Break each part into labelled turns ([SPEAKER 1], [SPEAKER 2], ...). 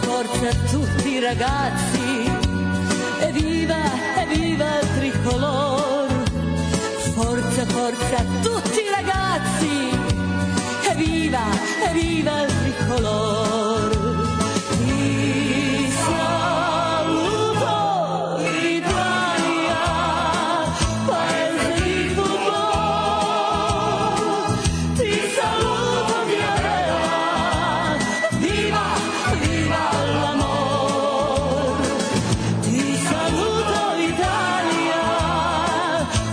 [SPEAKER 1] cosa tutti ragazzi, evviva, evviva il tricolore, forza, forza tutti ragazzi, evviva, evviva il tricolore. Ti saluto, Italia, paese di football. Ti saluto, mia bella, viva, viva l'amor. Ti saluto, Italia,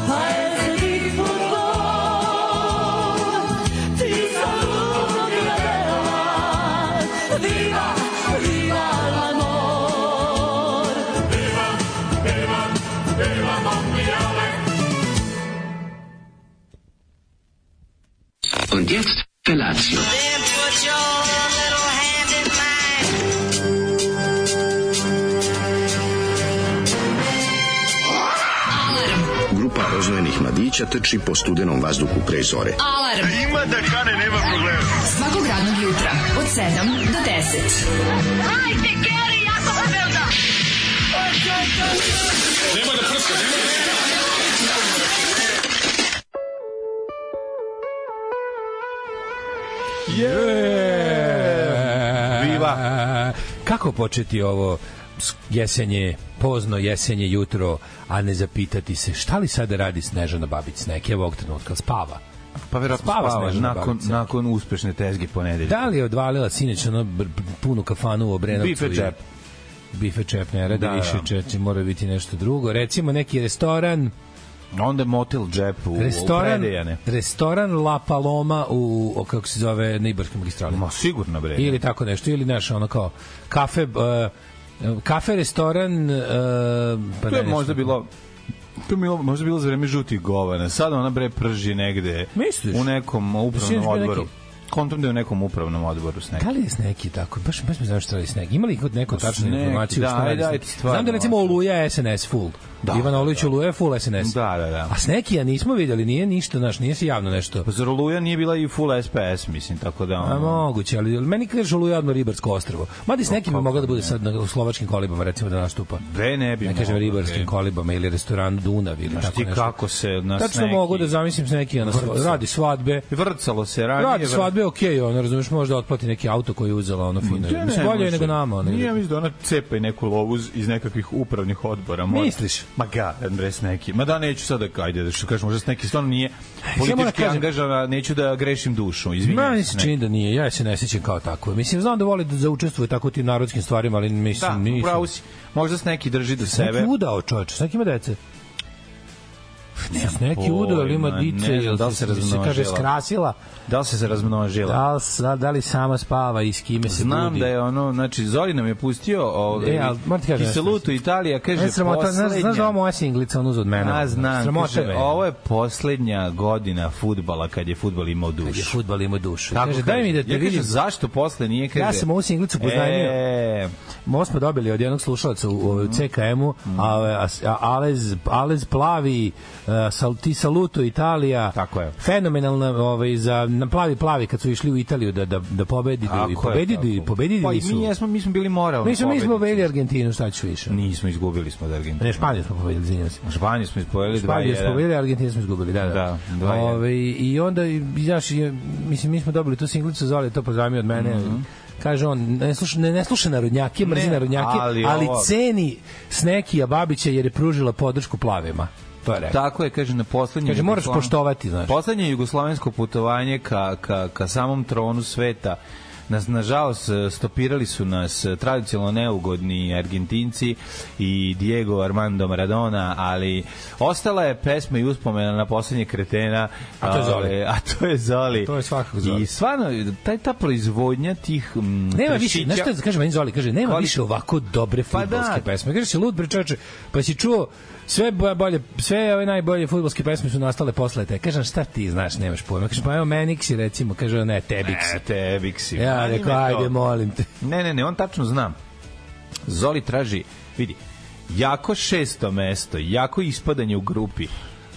[SPEAKER 1] paese di football. Ti saluto, mia bella, viva, viva l'amor.
[SPEAKER 2] Und jetzt Felatio.
[SPEAKER 3] Then put your little hand in mine.
[SPEAKER 4] Grupa roznojenih mladića trči po studenom vazduhu pre zore.
[SPEAKER 5] Alarm. Ima da kane, nema problema. Svakog radnog jutra, od 7 do 10. Hajde, Geri, jako se velda!
[SPEAKER 6] Viva. Kako početi ovo s- jesenje, pozno jesenje jutro, a ne zapitati se šta li sada radi Snežana Babić Snek, evo ovog trenutka spava.
[SPEAKER 7] Pa verovatno
[SPEAKER 6] Spava
[SPEAKER 7] spava,
[SPEAKER 6] Snežana
[SPEAKER 7] nakon,
[SPEAKER 6] babica.
[SPEAKER 7] nakon uspešne tezge ponedelja.
[SPEAKER 6] Da li je odvalila sinoć ono br- br- punu kafanu u Obrenovcu?
[SPEAKER 7] Bife
[SPEAKER 6] i-
[SPEAKER 7] džep.
[SPEAKER 6] Bife čep ne radi
[SPEAKER 7] Da,
[SPEAKER 6] da, više,
[SPEAKER 7] da.
[SPEAKER 6] čeči mora biti nešto drugo. Recimo neki restoran,
[SPEAKER 7] Onda je motel džep u, u
[SPEAKER 6] restoran,
[SPEAKER 7] predejane.
[SPEAKER 6] restoran La Paloma u, o, kako se zove, na Ibarskoj magistrali.
[SPEAKER 7] Ma sigurno bre.
[SPEAKER 6] ili tako nešto ili znaš ono kao kafe uh, kafe restoran uh, pa
[SPEAKER 7] to
[SPEAKER 6] ne,
[SPEAKER 7] je
[SPEAKER 6] nešto.
[SPEAKER 7] možda bilo To mi je možda bilo za vreme žutih govana. Sada ona bre prži negde
[SPEAKER 6] Misliš?
[SPEAKER 7] u nekom
[SPEAKER 6] Sinoć
[SPEAKER 7] upravnom
[SPEAKER 6] bio neki-
[SPEAKER 7] odboru. Kontom da je u nekom upravnom odboru s nekim.
[SPEAKER 6] Da li je sneki tako? Baš baš mi znaš šta je sneg. Imali kod neko
[SPEAKER 7] Pa
[SPEAKER 6] tačnu
[SPEAKER 7] Sneki,
[SPEAKER 6] informaciju
[SPEAKER 7] da,
[SPEAKER 6] šta radi
[SPEAKER 7] ajde,
[SPEAKER 6] Sneki?
[SPEAKER 7] ajde, stvarno.
[SPEAKER 6] Znam da recimo Oluja je SNS full. Da,
[SPEAKER 7] Da,
[SPEAKER 6] Ivan Olujić Oluja je full SNS.
[SPEAKER 7] Da, da, da.
[SPEAKER 6] A sneki ja nismo videli, nije ništa, naš, nije se javno nešto.
[SPEAKER 7] Pa zar Oluja nije bila i full SPS, mislim, tako da...
[SPEAKER 6] A
[SPEAKER 7] ono-
[SPEAKER 6] moguće, ali ali meni kaže Oluja odmah Ribarsko ostrvo. Mada i sneki bi mogla da bude sad na, u slovačkim kolibama recimo da nastupa.
[SPEAKER 7] Pa Bre, ne bi
[SPEAKER 6] Ne kažem
[SPEAKER 7] mogla,
[SPEAKER 6] ribarskim
[SPEAKER 7] bre.
[SPEAKER 6] kolibama ili restoranu Dunav ili
[SPEAKER 7] Znaš
[SPEAKER 6] tako
[SPEAKER 7] ti
[SPEAKER 6] nešto.
[SPEAKER 7] kako se na
[SPEAKER 6] Tačno
[SPEAKER 7] Sneki-
[SPEAKER 6] mogu da zamislim sneki, ono,
[SPEAKER 7] Vrca.
[SPEAKER 6] radi svadbe,
[SPEAKER 7] Vrcalo se ranije.
[SPEAKER 6] Radi svadbe, okej, okay, ono, razumeš, možda otplati neki auto koji je uzela, ono, fino.
[SPEAKER 7] Ne, ne,
[SPEAKER 6] Mislim, bolje je
[SPEAKER 7] može.
[SPEAKER 6] nego nama, ono.
[SPEAKER 7] Nije,
[SPEAKER 6] Nije,
[SPEAKER 7] mislim da ona cepa i neku lovu iz- iz nekakvih upravnih odbora. možda.
[SPEAKER 6] Misliš?
[SPEAKER 7] Ma ga, Andre neki. Ma da, neću sada, ajde, da što kažem, možda neki stvarno nije
[SPEAKER 6] moram da
[SPEAKER 7] politički
[SPEAKER 6] kažem-
[SPEAKER 7] angažana, neću da grešim dušu,
[SPEAKER 6] Ma,
[SPEAKER 7] izvinjam
[SPEAKER 6] mi
[SPEAKER 7] se.
[SPEAKER 6] se
[SPEAKER 7] ne.
[SPEAKER 6] čini da nije, ja se ne sjećam kao tako. Mislim, znam da voli da zaučestvuje tako u tim narodskim stvarima, ali mislim,
[SPEAKER 7] Da,
[SPEAKER 6] nisam.
[SPEAKER 7] upravo si. Možda se neki drži do
[SPEAKER 6] Neki
[SPEAKER 7] sebe.
[SPEAKER 6] udao, čoveče, s neki ima dece. S neki udao, ali ima
[SPEAKER 7] Pojma,
[SPEAKER 6] dice,
[SPEAKER 7] ne znam
[SPEAKER 6] jel
[SPEAKER 7] da li
[SPEAKER 6] se,
[SPEAKER 7] se
[SPEAKER 6] se kaže
[SPEAKER 7] razmnožila.
[SPEAKER 6] skrasila,
[SPEAKER 7] Da li se se razmnožila?
[SPEAKER 6] da li, sa- da li sama spava i s kime se
[SPEAKER 7] Znam
[SPEAKER 6] budi.
[SPEAKER 7] da je ono, znači Zori nam je pustio ovaj
[SPEAKER 6] E, ali moram ti kažem
[SPEAKER 7] Kiselutu Italija kaže
[SPEAKER 6] Ne, sramota, znaš, znaš da
[SPEAKER 7] poslednja-
[SPEAKER 6] ova moja singlica on uzeo od mene.
[SPEAKER 7] A, znam,
[SPEAKER 6] sramota
[SPEAKER 7] kaže,
[SPEAKER 6] me.
[SPEAKER 7] ovo je poslednja godina futbala kad je futbal imao dušu.
[SPEAKER 6] Kad je fudbal ima dušu. Kaže, daj mi da te
[SPEAKER 7] ja
[SPEAKER 6] vidim.
[SPEAKER 7] Kaže, zašto posle nije kaže?
[SPEAKER 6] Ja sam ovu singlicu poznajmio.
[SPEAKER 7] E,
[SPEAKER 6] Mo smo dobili od jednog slušalca u, u
[SPEAKER 7] Mm.
[SPEAKER 6] CKM-u, a, a, Alez, Alez Plavi, a, sal, ti saluto Italija.
[SPEAKER 7] Tako je.
[SPEAKER 6] Fenomenalna ovaj, za na plavi plavi kad su išli u Italiju da, da, da pobedi, da,
[SPEAKER 7] tako
[SPEAKER 6] i
[SPEAKER 7] je,
[SPEAKER 6] pobedili,
[SPEAKER 7] tako.
[SPEAKER 6] pobedili
[SPEAKER 7] pa, i
[SPEAKER 6] su.
[SPEAKER 7] Mi, jesmo, Mm. mi smo bili moralni
[SPEAKER 6] mi smo, mi smo
[SPEAKER 7] pobednici.
[SPEAKER 6] pobedili Argentinu, šta ću više.
[SPEAKER 7] Nismo izgubili smo od Argentinu.
[SPEAKER 6] Ne, Španiju smo pobedili, izvinjam se.
[SPEAKER 7] Španiju smo izgubili 2-1.
[SPEAKER 6] Španiju smo pobedili, Argentinu smo izgubili, da, da.
[SPEAKER 7] Da, 2:1.
[SPEAKER 6] Ovaj, I onda, i, znaš, je, mislim, mi smo dobili tu singlicu, Zoli je to pozdravio od mene. Kaže on, ne sluša, ne, ne sluša narodnjake, mrzi
[SPEAKER 7] Mhm. Ne,
[SPEAKER 6] narodnjake, ali,
[SPEAKER 7] ali
[SPEAKER 6] ali
[SPEAKER 7] ovo-
[SPEAKER 6] ceni Snekija Babića jer je pružila podršku plavima. To je rekao.
[SPEAKER 7] Tako je, kaže, na poslednje...
[SPEAKER 6] Kaže, moraš
[SPEAKER 7] Jugoslo-
[SPEAKER 6] poštovati, znaš.
[SPEAKER 7] Poslednje jugoslovensko putovanje ka, ka, ka samom tronu sveta nas nažalost e, stopirali su nas tradicionalno neugodni Argentinci i Diego Armando Maradona, ali ostala je pesma i uspomena na poslednje kretena.
[SPEAKER 6] A to je Zoli.
[SPEAKER 7] Ove, A to je Zoli.
[SPEAKER 6] To je svakako Zoli.
[SPEAKER 7] I stvarno, taj, ta proizvodnja tih mm,
[SPEAKER 6] Nema više,
[SPEAKER 7] trešića-
[SPEAKER 6] znaš šta kaže meni Zoli, kaže, nema
[SPEAKER 7] Kvali-
[SPEAKER 6] više ovako dobre
[SPEAKER 7] Pa da.
[SPEAKER 6] fudbalske pesme. Kaže, si lud bre čoveče, pa si čuo sve bo- bolje, sve ove najbolje fudbalske pesme su nastale posle te. Kažem, šta ti znaš, nemaš pojma. Kaže, pa evo Meniksi recimo, kaže, ne, Tebiksi.
[SPEAKER 7] E, te, Bixi.
[SPEAKER 6] Ja
[SPEAKER 7] Meni
[SPEAKER 6] rekao,
[SPEAKER 7] me to-
[SPEAKER 6] ajde, molim te.
[SPEAKER 7] Ne, ne, ne, on tačno zna. Zoli traži, vidi, jako šesto mesto, jako ispadanje u grupi.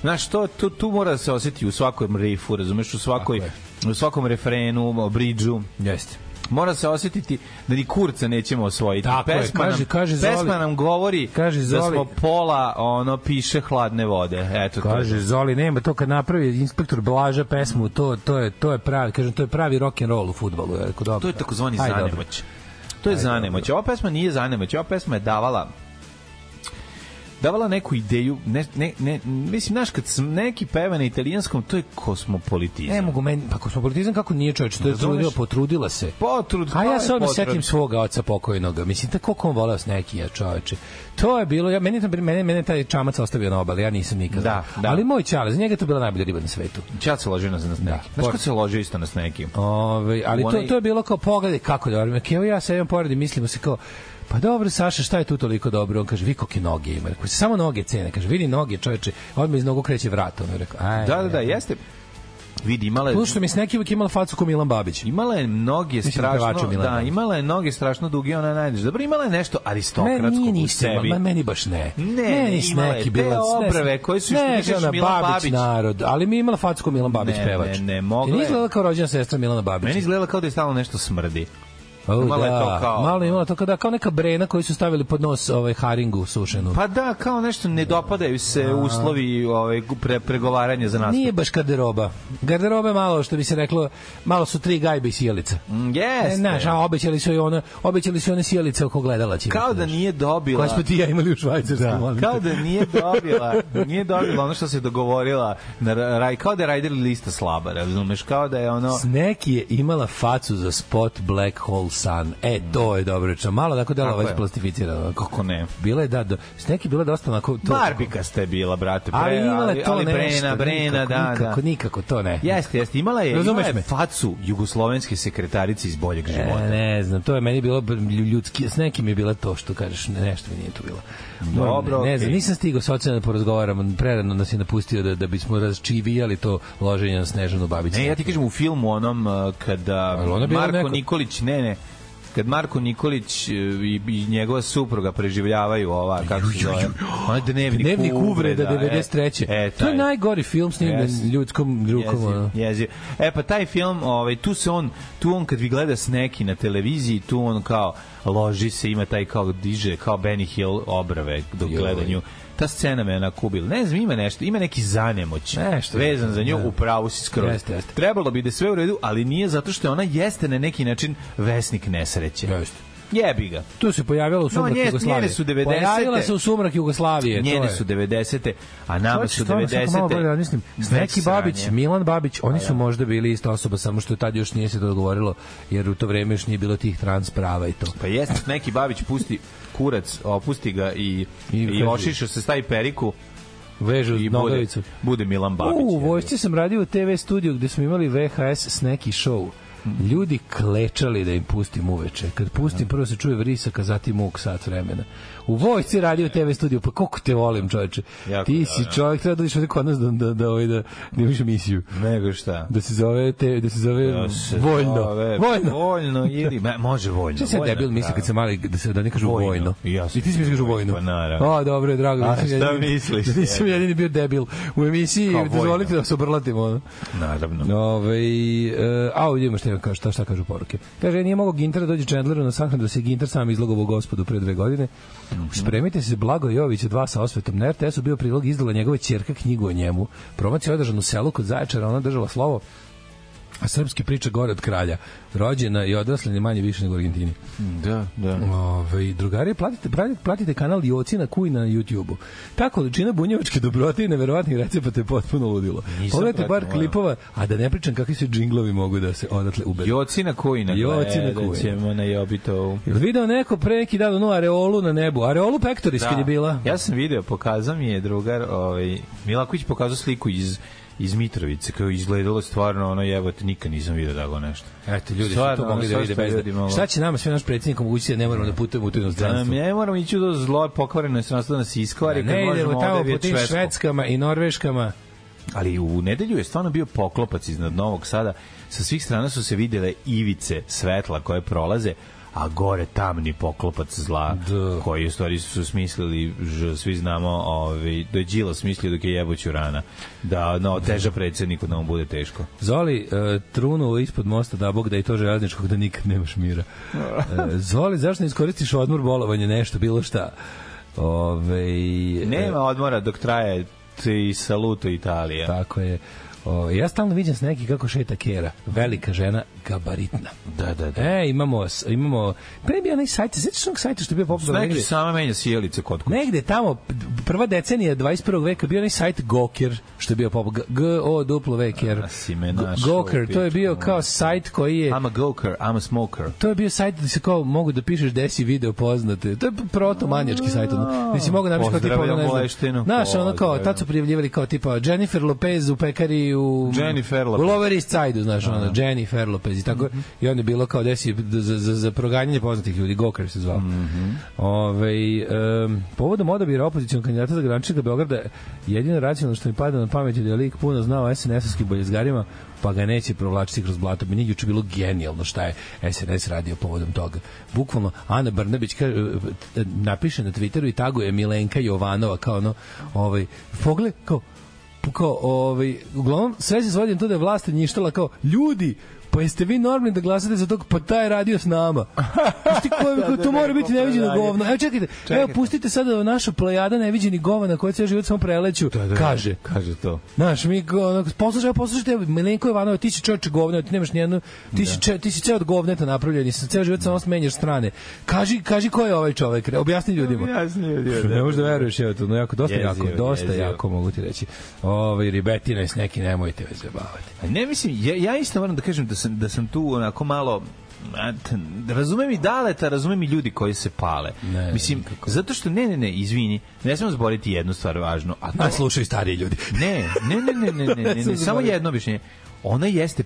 [SPEAKER 7] Znaš, to, to, tu mora da se osjeti u svakom rifu, razumeš, u, svakoj,
[SPEAKER 6] Tako
[SPEAKER 7] u svakom refrenu, bridžu.
[SPEAKER 6] Jeste.
[SPEAKER 7] mora se osetiti da ni kurca nećemo osvojiti.
[SPEAKER 6] Tako je,
[SPEAKER 7] pesma
[SPEAKER 6] kaže-
[SPEAKER 7] nam,
[SPEAKER 6] kaže Zoli-
[SPEAKER 7] pesma nam govori
[SPEAKER 6] Kaže
[SPEAKER 7] da
[SPEAKER 6] Zoli-
[SPEAKER 7] smo pola ono piše hladne vode. Eto to.
[SPEAKER 6] Kaže Zoli nema to kad napravi inspektor Blaža pesmu, to to je to je pravi, kažem to je pravi rock and roll u fudbalu, ja rekao dobro.
[SPEAKER 7] To je takozvani
[SPEAKER 6] Ajde, dobro.
[SPEAKER 7] zanemoć. To je zanemoć. Ova pesma nije zanemoć, ova pesma je davala davala neku ideju, ne, ne, ne, mislim, znaš, kad sam neki peva na italijanskom, to je kosmopolitizam.
[SPEAKER 6] Ne mogu meni, pa kosmopolitizam kako nije čovječ, to je
[SPEAKER 7] Razumeš? Pa,
[SPEAKER 6] trudio, potrudila se.
[SPEAKER 7] Potrud,
[SPEAKER 6] A
[SPEAKER 7] to je
[SPEAKER 6] ja se odmah
[SPEAKER 7] potrud.
[SPEAKER 6] setim svoga oca pokojnog. Mislim, tako koliko on voleo s neki ja čoveče. To je bilo, ja, meni, je to- mene, mene je taj čamac ostavio na obali, ja nisam nikada.
[SPEAKER 7] Da, da.
[SPEAKER 6] Ali moj čale, za njega je to bila najbolja riba na svetu.
[SPEAKER 7] Čad se ložio na nas neki.
[SPEAKER 6] Da.
[SPEAKER 7] Znaš ko se ložio isto na neki?
[SPEAKER 6] Ove, Ovaj, ali
[SPEAKER 7] U
[SPEAKER 6] to,
[SPEAKER 7] onaj-
[SPEAKER 6] to je bilo kao pogledaj kako je dobro. Evo ja sedim pored i mislimo se kao Pa dobro, Saša, šta je tu toliko dobro? On kaže, vi kolike noge ima. Rekao, samo noge cene. Kaže, vidi noge, čoveče. Odmah iz nogu kreće vrat. On je rekao, aj.
[SPEAKER 7] Da, da, da, jeste. Vidi, imala je...
[SPEAKER 6] Plus što mi s nekim uvijek imala facu ko Milan Babić.
[SPEAKER 7] Imala je noge
[SPEAKER 6] pevača
[SPEAKER 7] strašno,
[SPEAKER 6] Milana.
[SPEAKER 7] da, imala je noge strašno duge, ona najdeže. Dobro, imala je nešto aristokratsko
[SPEAKER 6] Meni nije
[SPEAKER 7] u
[SPEAKER 6] ništa,
[SPEAKER 7] sebi.
[SPEAKER 6] ma- meni baš ne.
[SPEAKER 7] Ne,
[SPEAKER 6] meni
[SPEAKER 7] ne,
[SPEAKER 6] s
[SPEAKER 7] imala je
[SPEAKER 6] neki
[SPEAKER 7] te
[SPEAKER 6] bila- ne,
[SPEAKER 7] obrve
[SPEAKER 6] s-
[SPEAKER 7] koje su, što
[SPEAKER 6] ne,
[SPEAKER 7] ti kažeš,
[SPEAKER 6] ona,
[SPEAKER 7] Milan
[SPEAKER 6] Babić.
[SPEAKER 7] Babić.
[SPEAKER 6] narod, ali mi je imala facku Milan Babić
[SPEAKER 7] Ne,
[SPEAKER 6] pevač.
[SPEAKER 7] ne, ne, mogla
[SPEAKER 6] I
[SPEAKER 7] je.
[SPEAKER 6] izgledala kao rođena sestra Milana Babića.
[SPEAKER 7] Meni izgledala kao da je stalno nešto smrdi.
[SPEAKER 6] O,
[SPEAKER 7] malo
[SPEAKER 6] da,
[SPEAKER 7] je to kao-
[SPEAKER 6] Malo je imala to kao, da, kao neka brena koju su stavili pod nos ovaj, haringu sušenu.
[SPEAKER 7] Pa da, kao nešto ne dopadaju se uslovi ovaj, pre, pregovaranja za nas.
[SPEAKER 6] Nije baš garderoba. Garderoba je malo, što bi se reklo, malo su tri gajbe i sjelica. E,
[SPEAKER 7] Jeste.
[SPEAKER 6] znaš, a obećali su i one, obećali su i one sjelice oko gledala će.
[SPEAKER 7] kao da nije dobila
[SPEAKER 6] Koja smo ti i ja imali u Švajcarskom, molim te.
[SPEAKER 7] kao da nije dobila nije dobila ono što se dogovorila na ra- raj kao da je Raider lista slaba razumeš kao da je ono
[SPEAKER 6] Sneki je imala facu za spot Black Hole Sun. E, to je dobro rečno. Malo tako delo
[SPEAKER 7] Tako
[SPEAKER 6] već
[SPEAKER 7] je.
[SPEAKER 6] plastificirano.
[SPEAKER 7] Kako ne?
[SPEAKER 6] Bila je, da, da Sneki je bila dosta onako... To,
[SPEAKER 7] Barbika ste bila brate bre,
[SPEAKER 6] ali imala je to
[SPEAKER 7] ali
[SPEAKER 6] nešto.
[SPEAKER 7] Brena Brena
[SPEAKER 6] nikako,
[SPEAKER 7] da
[SPEAKER 6] nikako,
[SPEAKER 7] da
[SPEAKER 6] nikako to ne.
[SPEAKER 7] Jeste, jeste, imala je, imala
[SPEAKER 6] Razumeš
[SPEAKER 7] je
[SPEAKER 6] me?
[SPEAKER 7] facu jugoslovenske sekretarice iz boljeg
[SPEAKER 6] E,
[SPEAKER 7] života.
[SPEAKER 6] ne znam, to je meni bilo br- ljudski, s nekim je bila to što kažeš, ne, nešto mi nije tu bilo. da-
[SPEAKER 7] Dobro,
[SPEAKER 6] ne, ne znam,
[SPEAKER 7] okej.
[SPEAKER 6] nisam stigao socijalno da porazgovaram, prerano nas je napustio da, da bismo razčivijali to loženje na Snežanu Babić.
[SPEAKER 7] Ne, ja ti kažem u filmu onom uh, kada
[SPEAKER 6] Ali ona je bila
[SPEAKER 7] Marko
[SPEAKER 6] neko-
[SPEAKER 7] Nikolić, ne, ne, kad Marko Nikolić uh, i, i njegova supruga preživljavaju ova, kako se zove, ona dnevnik,
[SPEAKER 6] Dnevnik uvreda
[SPEAKER 7] uvreda, e,
[SPEAKER 6] 93.
[SPEAKER 7] E,
[SPEAKER 6] to je
[SPEAKER 7] taj.
[SPEAKER 6] najgori film snimljen
[SPEAKER 7] Yes.
[SPEAKER 6] ljudskom rukom. ono.
[SPEAKER 7] Jeziv, jeziv. E pa taj film, ovaj tu se on, tu on kad vi gleda s neki na televiziji, tu on kao loži se, ima taj kao diže kao Benny Hill obrave dok
[SPEAKER 6] Joj.
[SPEAKER 7] gleda nju. Ta scena me nakubila. Ne znam, ima nešto, ima neki zanemoć
[SPEAKER 6] Nešto.
[SPEAKER 7] vezan za nju,
[SPEAKER 6] Da.
[SPEAKER 7] u pravu si skroz.
[SPEAKER 6] Jeste, jeste.
[SPEAKER 7] Trebalo bi da je sve u redu, ali nije zato što je ona jeste na neki način vesnik nesreće.
[SPEAKER 6] Jeste.
[SPEAKER 7] Jebi ga.
[SPEAKER 6] Tu se pojavila u sumrak
[SPEAKER 7] nje-
[SPEAKER 6] Jugoslavije.
[SPEAKER 7] njene su 90-te.
[SPEAKER 6] Pojavila se u sumrak Jugoslavije. to
[SPEAKER 7] Njene
[SPEAKER 6] je.
[SPEAKER 7] su 90-te, a nama
[SPEAKER 6] Hoćeš
[SPEAKER 7] su
[SPEAKER 6] stvarno, sad kad malo
[SPEAKER 7] 90-te.
[SPEAKER 6] bolje razmislim, Sneki
[SPEAKER 7] Već
[SPEAKER 6] Babić,
[SPEAKER 7] sranje.
[SPEAKER 6] Milan Babić, oni
[SPEAKER 7] Pa da.
[SPEAKER 6] su možda bili ista osoba, samo što tad još nije se to dogovorilo, jer u to vreme još nije bilo tih trans prava i to.
[SPEAKER 7] Pa jeste, neki Babić pusti kurac, opusti ga i,
[SPEAKER 6] I
[SPEAKER 7] i,
[SPEAKER 6] kaže-
[SPEAKER 7] i ošiša se, stavi periku
[SPEAKER 6] Vežu
[SPEAKER 7] i bude,
[SPEAKER 6] nogavicu.
[SPEAKER 7] bude Milan Babić.
[SPEAKER 6] U, u
[SPEAKER 7] jebi ga.
[SPEAKER 6] vojsci sam radio u TV studiju gde smo imali VHS Sneki show.
[SPEAKER 7] Mhm.
[SPEAKER 6] Ljudi klečali da im pustim uveče. Kad pustim, prvo se čuje vrisak, a zatim muk sat vremena. U vojsci radio u TV studiju, pa koliko te volim, čoveče.
[SPEAKER 7] Jako
[SPEAKER 6] Ti
[SPEAKER 7] da,
[SPEAKER 6] si
[SPEAKER 7] da.
[SPEAKER 6] čovjek, treba da uđeš ovde kod nas da, da, da, ovaj, da, da imaš emisiju.
[SPEAKER 7] Nego šta?
[SPEAKER 6] Da se zove, te, da se zove
[SPEAKER 7] Da se
[SPEAKER 6] voljno.
[SPEAKER 7] zove-
[SPEAKER 6] voljno.
[SPEAKER 7] Voljno ili... Ma, može voljno.
[SPEAKER 6] Šta se
[SPEAKER 7] voljno,
[SPEAKER 6] debil misli
[SPEAKER 7] da.
[SPEAKER 6] kad se mali da se da ne kažu
[SPEAKER 7] Vojno.
[SPEAKER 6] vojno.
[SPEAKER 7] I ja sam
[SPEAKER 6] I ti si misliš da kažu
[SPEAKER 7] mislio
[SPEAKER 6] vojno.
[SPEAKER 7] vojno, pa naravno.
[SPEAKER 6] A dobro, je, drago.
[SPEAKER 7] A,
[SPEAKER 6] nisam
[SPEAKER 7] šta misliš?
[SPEAKER 6] Da nisam jedini bio debil u emisiji,
[SPEAKER 7] Kao vojno.
[SPEAKER 6] dozvolite da se obrlatimo ono.
[SPEAKER 7] Naravno.
[SPEAKER 6] Ove, e, a ovdje ima šta, ima kao- šta, šta kažu poruke. Kaže, nije mogao Ginter da dođe Chandleru na sahranu da se Ginter sam izlogovo gospodu pre dve godine. Spremite se, Blago Jović dva sa osvetom. Na RTS-u bio prilog izdala njegova ćerka knjigu o njemu. Promocija je održana u selu kod Zaječara, ona držala slovo a srpski priča gore od kralja. Rođena i odrasla ni manje više nego u Argentini.
[SPEAKER 7] Da, da.
[SPEAKER 6] Ove, Ovaj, drugari, platite, platite, platite kanal Jocina Kuj na YouTube-u. Ta količina bunjevačke dobrote i neverovatnih recepata je potpuno ludilo.
[SPEAKER 7] Nisam
[SPEAKER 6] Pogledajte bar
[SPEAKER 7] pratio,
[SPEAKER 6] klipova, a da ne pričam kakvi se džinglovi mogu da se odatle uberu.
[SPEAKER 7] Jocina Kujina.
[SPEAKER 6] Jocina Kujina.
[SPEAKER 7] Da ćemo na Jobitovu.
[SPEAKER 6] Jel video neko pre neki dan onu areolu na nebu? Areolu Pectoris kad je bila?
[SPEAKER 7] Da. Ja sam video, pokazao mi je drugar, ovaj, Milaković pokazao sliku iz iz Mitrovice, kao je izgledalo stvarno ono jebote, nikad nisam video tako nešto.
[SPEAKER 6] Eto, ljudi
[SPEAKER 7] Stvarno,
[SPEAKER 6] su to mogli da
[SPEAKER 7] sve
[SPEAKER 6] vide
[SPEAKER 7] što
[SPEAKER 6] bez
[SPEAKER 7] ljudi
[SPEAKER 6] da.
[SPEAKER 7] mogu.
[SPEAKER 6] Šta će nama sve naš predsjednik omogućiti da ne moramo da putujemo u tu
[SPEAKER 7] Da,
[SPEAKER 6] inostranstvo?
[SPEAKER 7] ne moramo ići u to zlo pokvareno stranstvo da nas iskvari, kad
[SPEAKER 6] Ne idemo
[SPEAKER 7] možemo
[SPEAKER 6] tamo
[SPEAKER 7] ovde
[SPEAKER 6] po
[SPEAKER 7] vidjeti
[SPEAKER 6] tim
[SPEAKER 7] Švedsku.
[SPEAKER 6] švedskama i norveškama.
[SPEAKER 7] Ali u nedelju je stvarno bio poklopac iznad Novog Sada. Sa svih strana su se videle ivice svetla koje prolaze, a gore tamni poklopac zla
[SPEAKER 6] Da.
[SPEAKER 7] koji u stvari su smislili ž, svi znamo ovaj da je Đila smislio dok je jebo rana da no teža predsedniku da mu bude teško
[SPEAKER 6] Zoli, e, trunuo ispod mosta da bog da i to železničkog da nikad nemaš mira. E, Zoli, zašto ne iskoristiš odmor bolovanje, nešto, bilo šta? Ove, E,
[SPEAKER 7] nema odmora dok traje i saluto Italija
[SPEAKER 6] Tako je. O, ja stalno viđam s neki kako šeta kera. Velika žena, gabaritna.
[SPEAKER 7] da da da
[SPEAKER 6] E, imamo, s- imamo, pre je bio onaj sajt, sećaš onog sajta što je bio popularno
[SPEAKER 7] neki
[SPEAKER 6] negde?
[SPEAKER 7] sama menja sjelice kod kuće
[SPEAKER 6] Negde tamo, p- prva decenija 21. veka, bio onaj sajt Goker, što je bio popularno, G-O-W-K-E-R.
[SPEAKER 7] A, si me našao u
[SPEAKER 6] E Goker, to je
[SPEAKER 7] pičku,
[SPEAKER 6] bio kao
[SPEAKER 7] ono.
[SPEAKER 6] sajt koji je...
[SPEAKER 7] I'm a goker, I'm a smoker.
[SPEAKER 6] to je bio sajt gde se kao mogu da pišeš gde si video poznate. To je proto manjački sajt. Ono. Gde si mogu namiš kao tipa ono
[SPEAKER 7] Pozdravljam
[SPEAKER 6] ne
[SPEAKER 7] Goleštinu.
[SPEAKER 6] znam. Znaš, ono kao,
[SPEAKER 7] Pozdravljam.
[SPEAKER 6] tad su prijavljivali kao tipa Jennifer Lopez u pekari u...
[SPEAKER 7] Jennifer
[SPEAKER 6] U
[SPEAKER 7] Lopez.
[SPEAKER 6] Lower East Side-u, znaš, ono, Jennifer Lopez i tako. I onda je bilo kao gde si za, za, za proganjanje poznatih ljudi. Goker se zvao. Ovaj em, povodom odabira opozicionog kandidata za gradonačelnika Beograda, jedino racionalno što mi pada na pamet je da je lik puno znao SNS-ovskim boljezgarima, pa ga neće provlačiti kroz blato. Meni je juče bilo genijalno šta je SNS radio povodom toga. Bukvalno, Ana Brnabić ka, e, napiše na Twitteru i taguje Milenka Jovanova kao ono, ovaj, pogled, kao, kao, ovaj, uglavnom, sve se svodim to da je vlast njištala kao, ljudi, pa jeste vi normalni da glasate za tog, pa taj je radio s nama. Pusti koji, da, to mora biti neviđeno govno. Evo čekajte, evo pustite sada naša plejada neviđeni govna koja cijel život samo preleću, kaže.
[SPEAKER 7] Kaže to.
[SPEAKER 6] Znaš, mi ga, ono, poslušaj, evo, poslušajte, Milenko Ivanova, ti si čovječe govno, ti nemaš nijednu, ti, si, če, ti si ceo od govneta napravljen, i sa ceo život samo menjaš strane. Kaži, kaži ko je ovaj čovjek, re, objasni ljudima.
[SPEAKER 7] Jasnije,
[SPEAKER 6] Ne možeš da veruješ, evo to, no jako, dosta
[SPEAKER 7] Jezivo,
[SPEAKER 6] jako, dosta
[SPEAKER 7] jezivo.
[SPEAKER 6] jako, mogu ti reći. Ovaj ribetina je s neki, nemojte me zabavati.
[SPEAKER 7] Ne mislim, ja, ja isto moram da kažem da sam, da sam tu onako malo a, t- da razumem i daleta, razumem i ljudi koji se pale.
[SPEAKER 6] Ne, ne,
[SPEAKER 7] Mislim,
[SPEAKER 6] nikako.
[SPEAKER 7] zato što, ne, ne, ne, izvini, ne smemo zboriti jednu stvar važnu, a to,
[SPEAKER 6] A slušaju stariji ljudi.
[SPEAKER 7] ne, ne, ne, ne, ne, ne, ne, ne, samo jedno objašnjenje. Ona jeste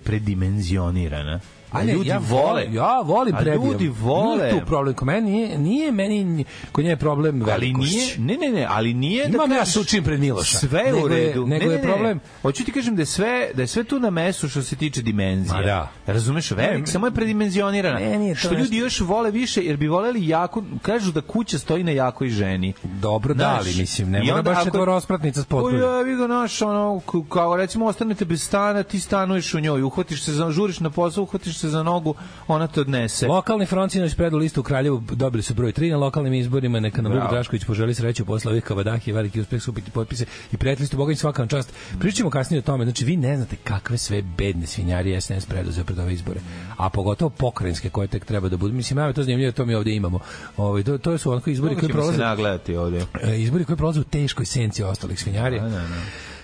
[SPEAKER 7] predimenzionirana. A
[SPEAKER 6] Ne,
[SPEAKER 7] ljudi
[SPEAKER 6] ja
[SPEAKER 7] vole.
[SPEAKER 6] Ja volim
[SPEAKER 7] A
[SPEAKER 6] prebijam.
[SPEAKER 7] ljudi vole.
[SPEAKER 6] Nije tu problem, kod meni nije, nije meni, kod nje je problem
[SPEAKER 7] ali
[SPEAKER 6] velikošć.
[SPEAKER 7] nije, ne, ne, ne, ali nije
[SPEAKER 6] Imam
[SPEAKER 7] da
[SPEAKER 6] ja
[SPEAKER 7] kažeš-
[SPEAKER 6] sučin pred Miloša.
[SPEAKER 7] Sve je u
[SPEAKER 6] Nego je-
[SPEAKER 7] redu.
[SPEAKER 6] nego je problem-
[SPEAKER 7] Hoću ti kažem da je sve da je sve tu na mestu što se tiče dimenzije.
[SPEAKER 6] Ma da.
[SPEAKER 7] Razumeš,
[SPEAKER 6] Ne,
[SPEAKER 7] velik, samo je predimenzionirana.
[SPEAKER 6] meni je to
[SPEAKER 7] što ljudi
[SPEAKER 6] nešto-
[SPEAKER 7] još vole više jer bi voleli jako, kažu da kuća stoji na jakoj ženi.
[SPEAKER 6] Dobro, da,
[SPEAKER 7] Znaš,
[SPEAKER 6] ali mislim, ne
[SPEAKER 7] i
[SPEAKER 6] mora
[SPEAKER 7] onda
[SPEAKER 6] baš da je
[SPEAKER 7] ako-
[SPEAKER 6] to raspratnica s
[SPEAKER 7] Potpuno.
[SPEAKER 6] podgorja.
[SPEAKER 7] Ja vi ga naš ono k- kao recimo ostanete bez stana, ti stanuješ u njoj, uhvatiš se za žuriš na posao, uhvatiš se za nogu, ona te odnese.
[SPEAKER 6] Lokalni front sinoć predao listu u Kraljevu, dobili su broj 3 na lokalnim izborima, neka nam Vuk
[SPEAKER 7] Bravo.
[SPEAKER 6] Drašković poželi sreću posle ovih kavadahi, veliki uspeh skupiti potpise i prijatelji ste Boga im svaka vam čast. Pričamo kasnije o tome, znači vi ne znate kakve sve bedne svinjarije SNS preduzeo pred ove izbore, a pogotovo pokrajinske koje tek treba da budu. Mislim, ja to zanimljivo, to mi ovde imamo. Ovaj to, to su onako izbori
[SPEAKER 7] Mnogo
[SPEAKER 6] koji
[SPEAKER 7] ćemo se
[SPEAKER 6] prolaze
[SPEAKER 7] nagledati ovde.
[SPEAKER 6] e, izbori koji prolaze u teškoj senci ostalih svinjarija.
[SPEAKER 7] Da, da, da.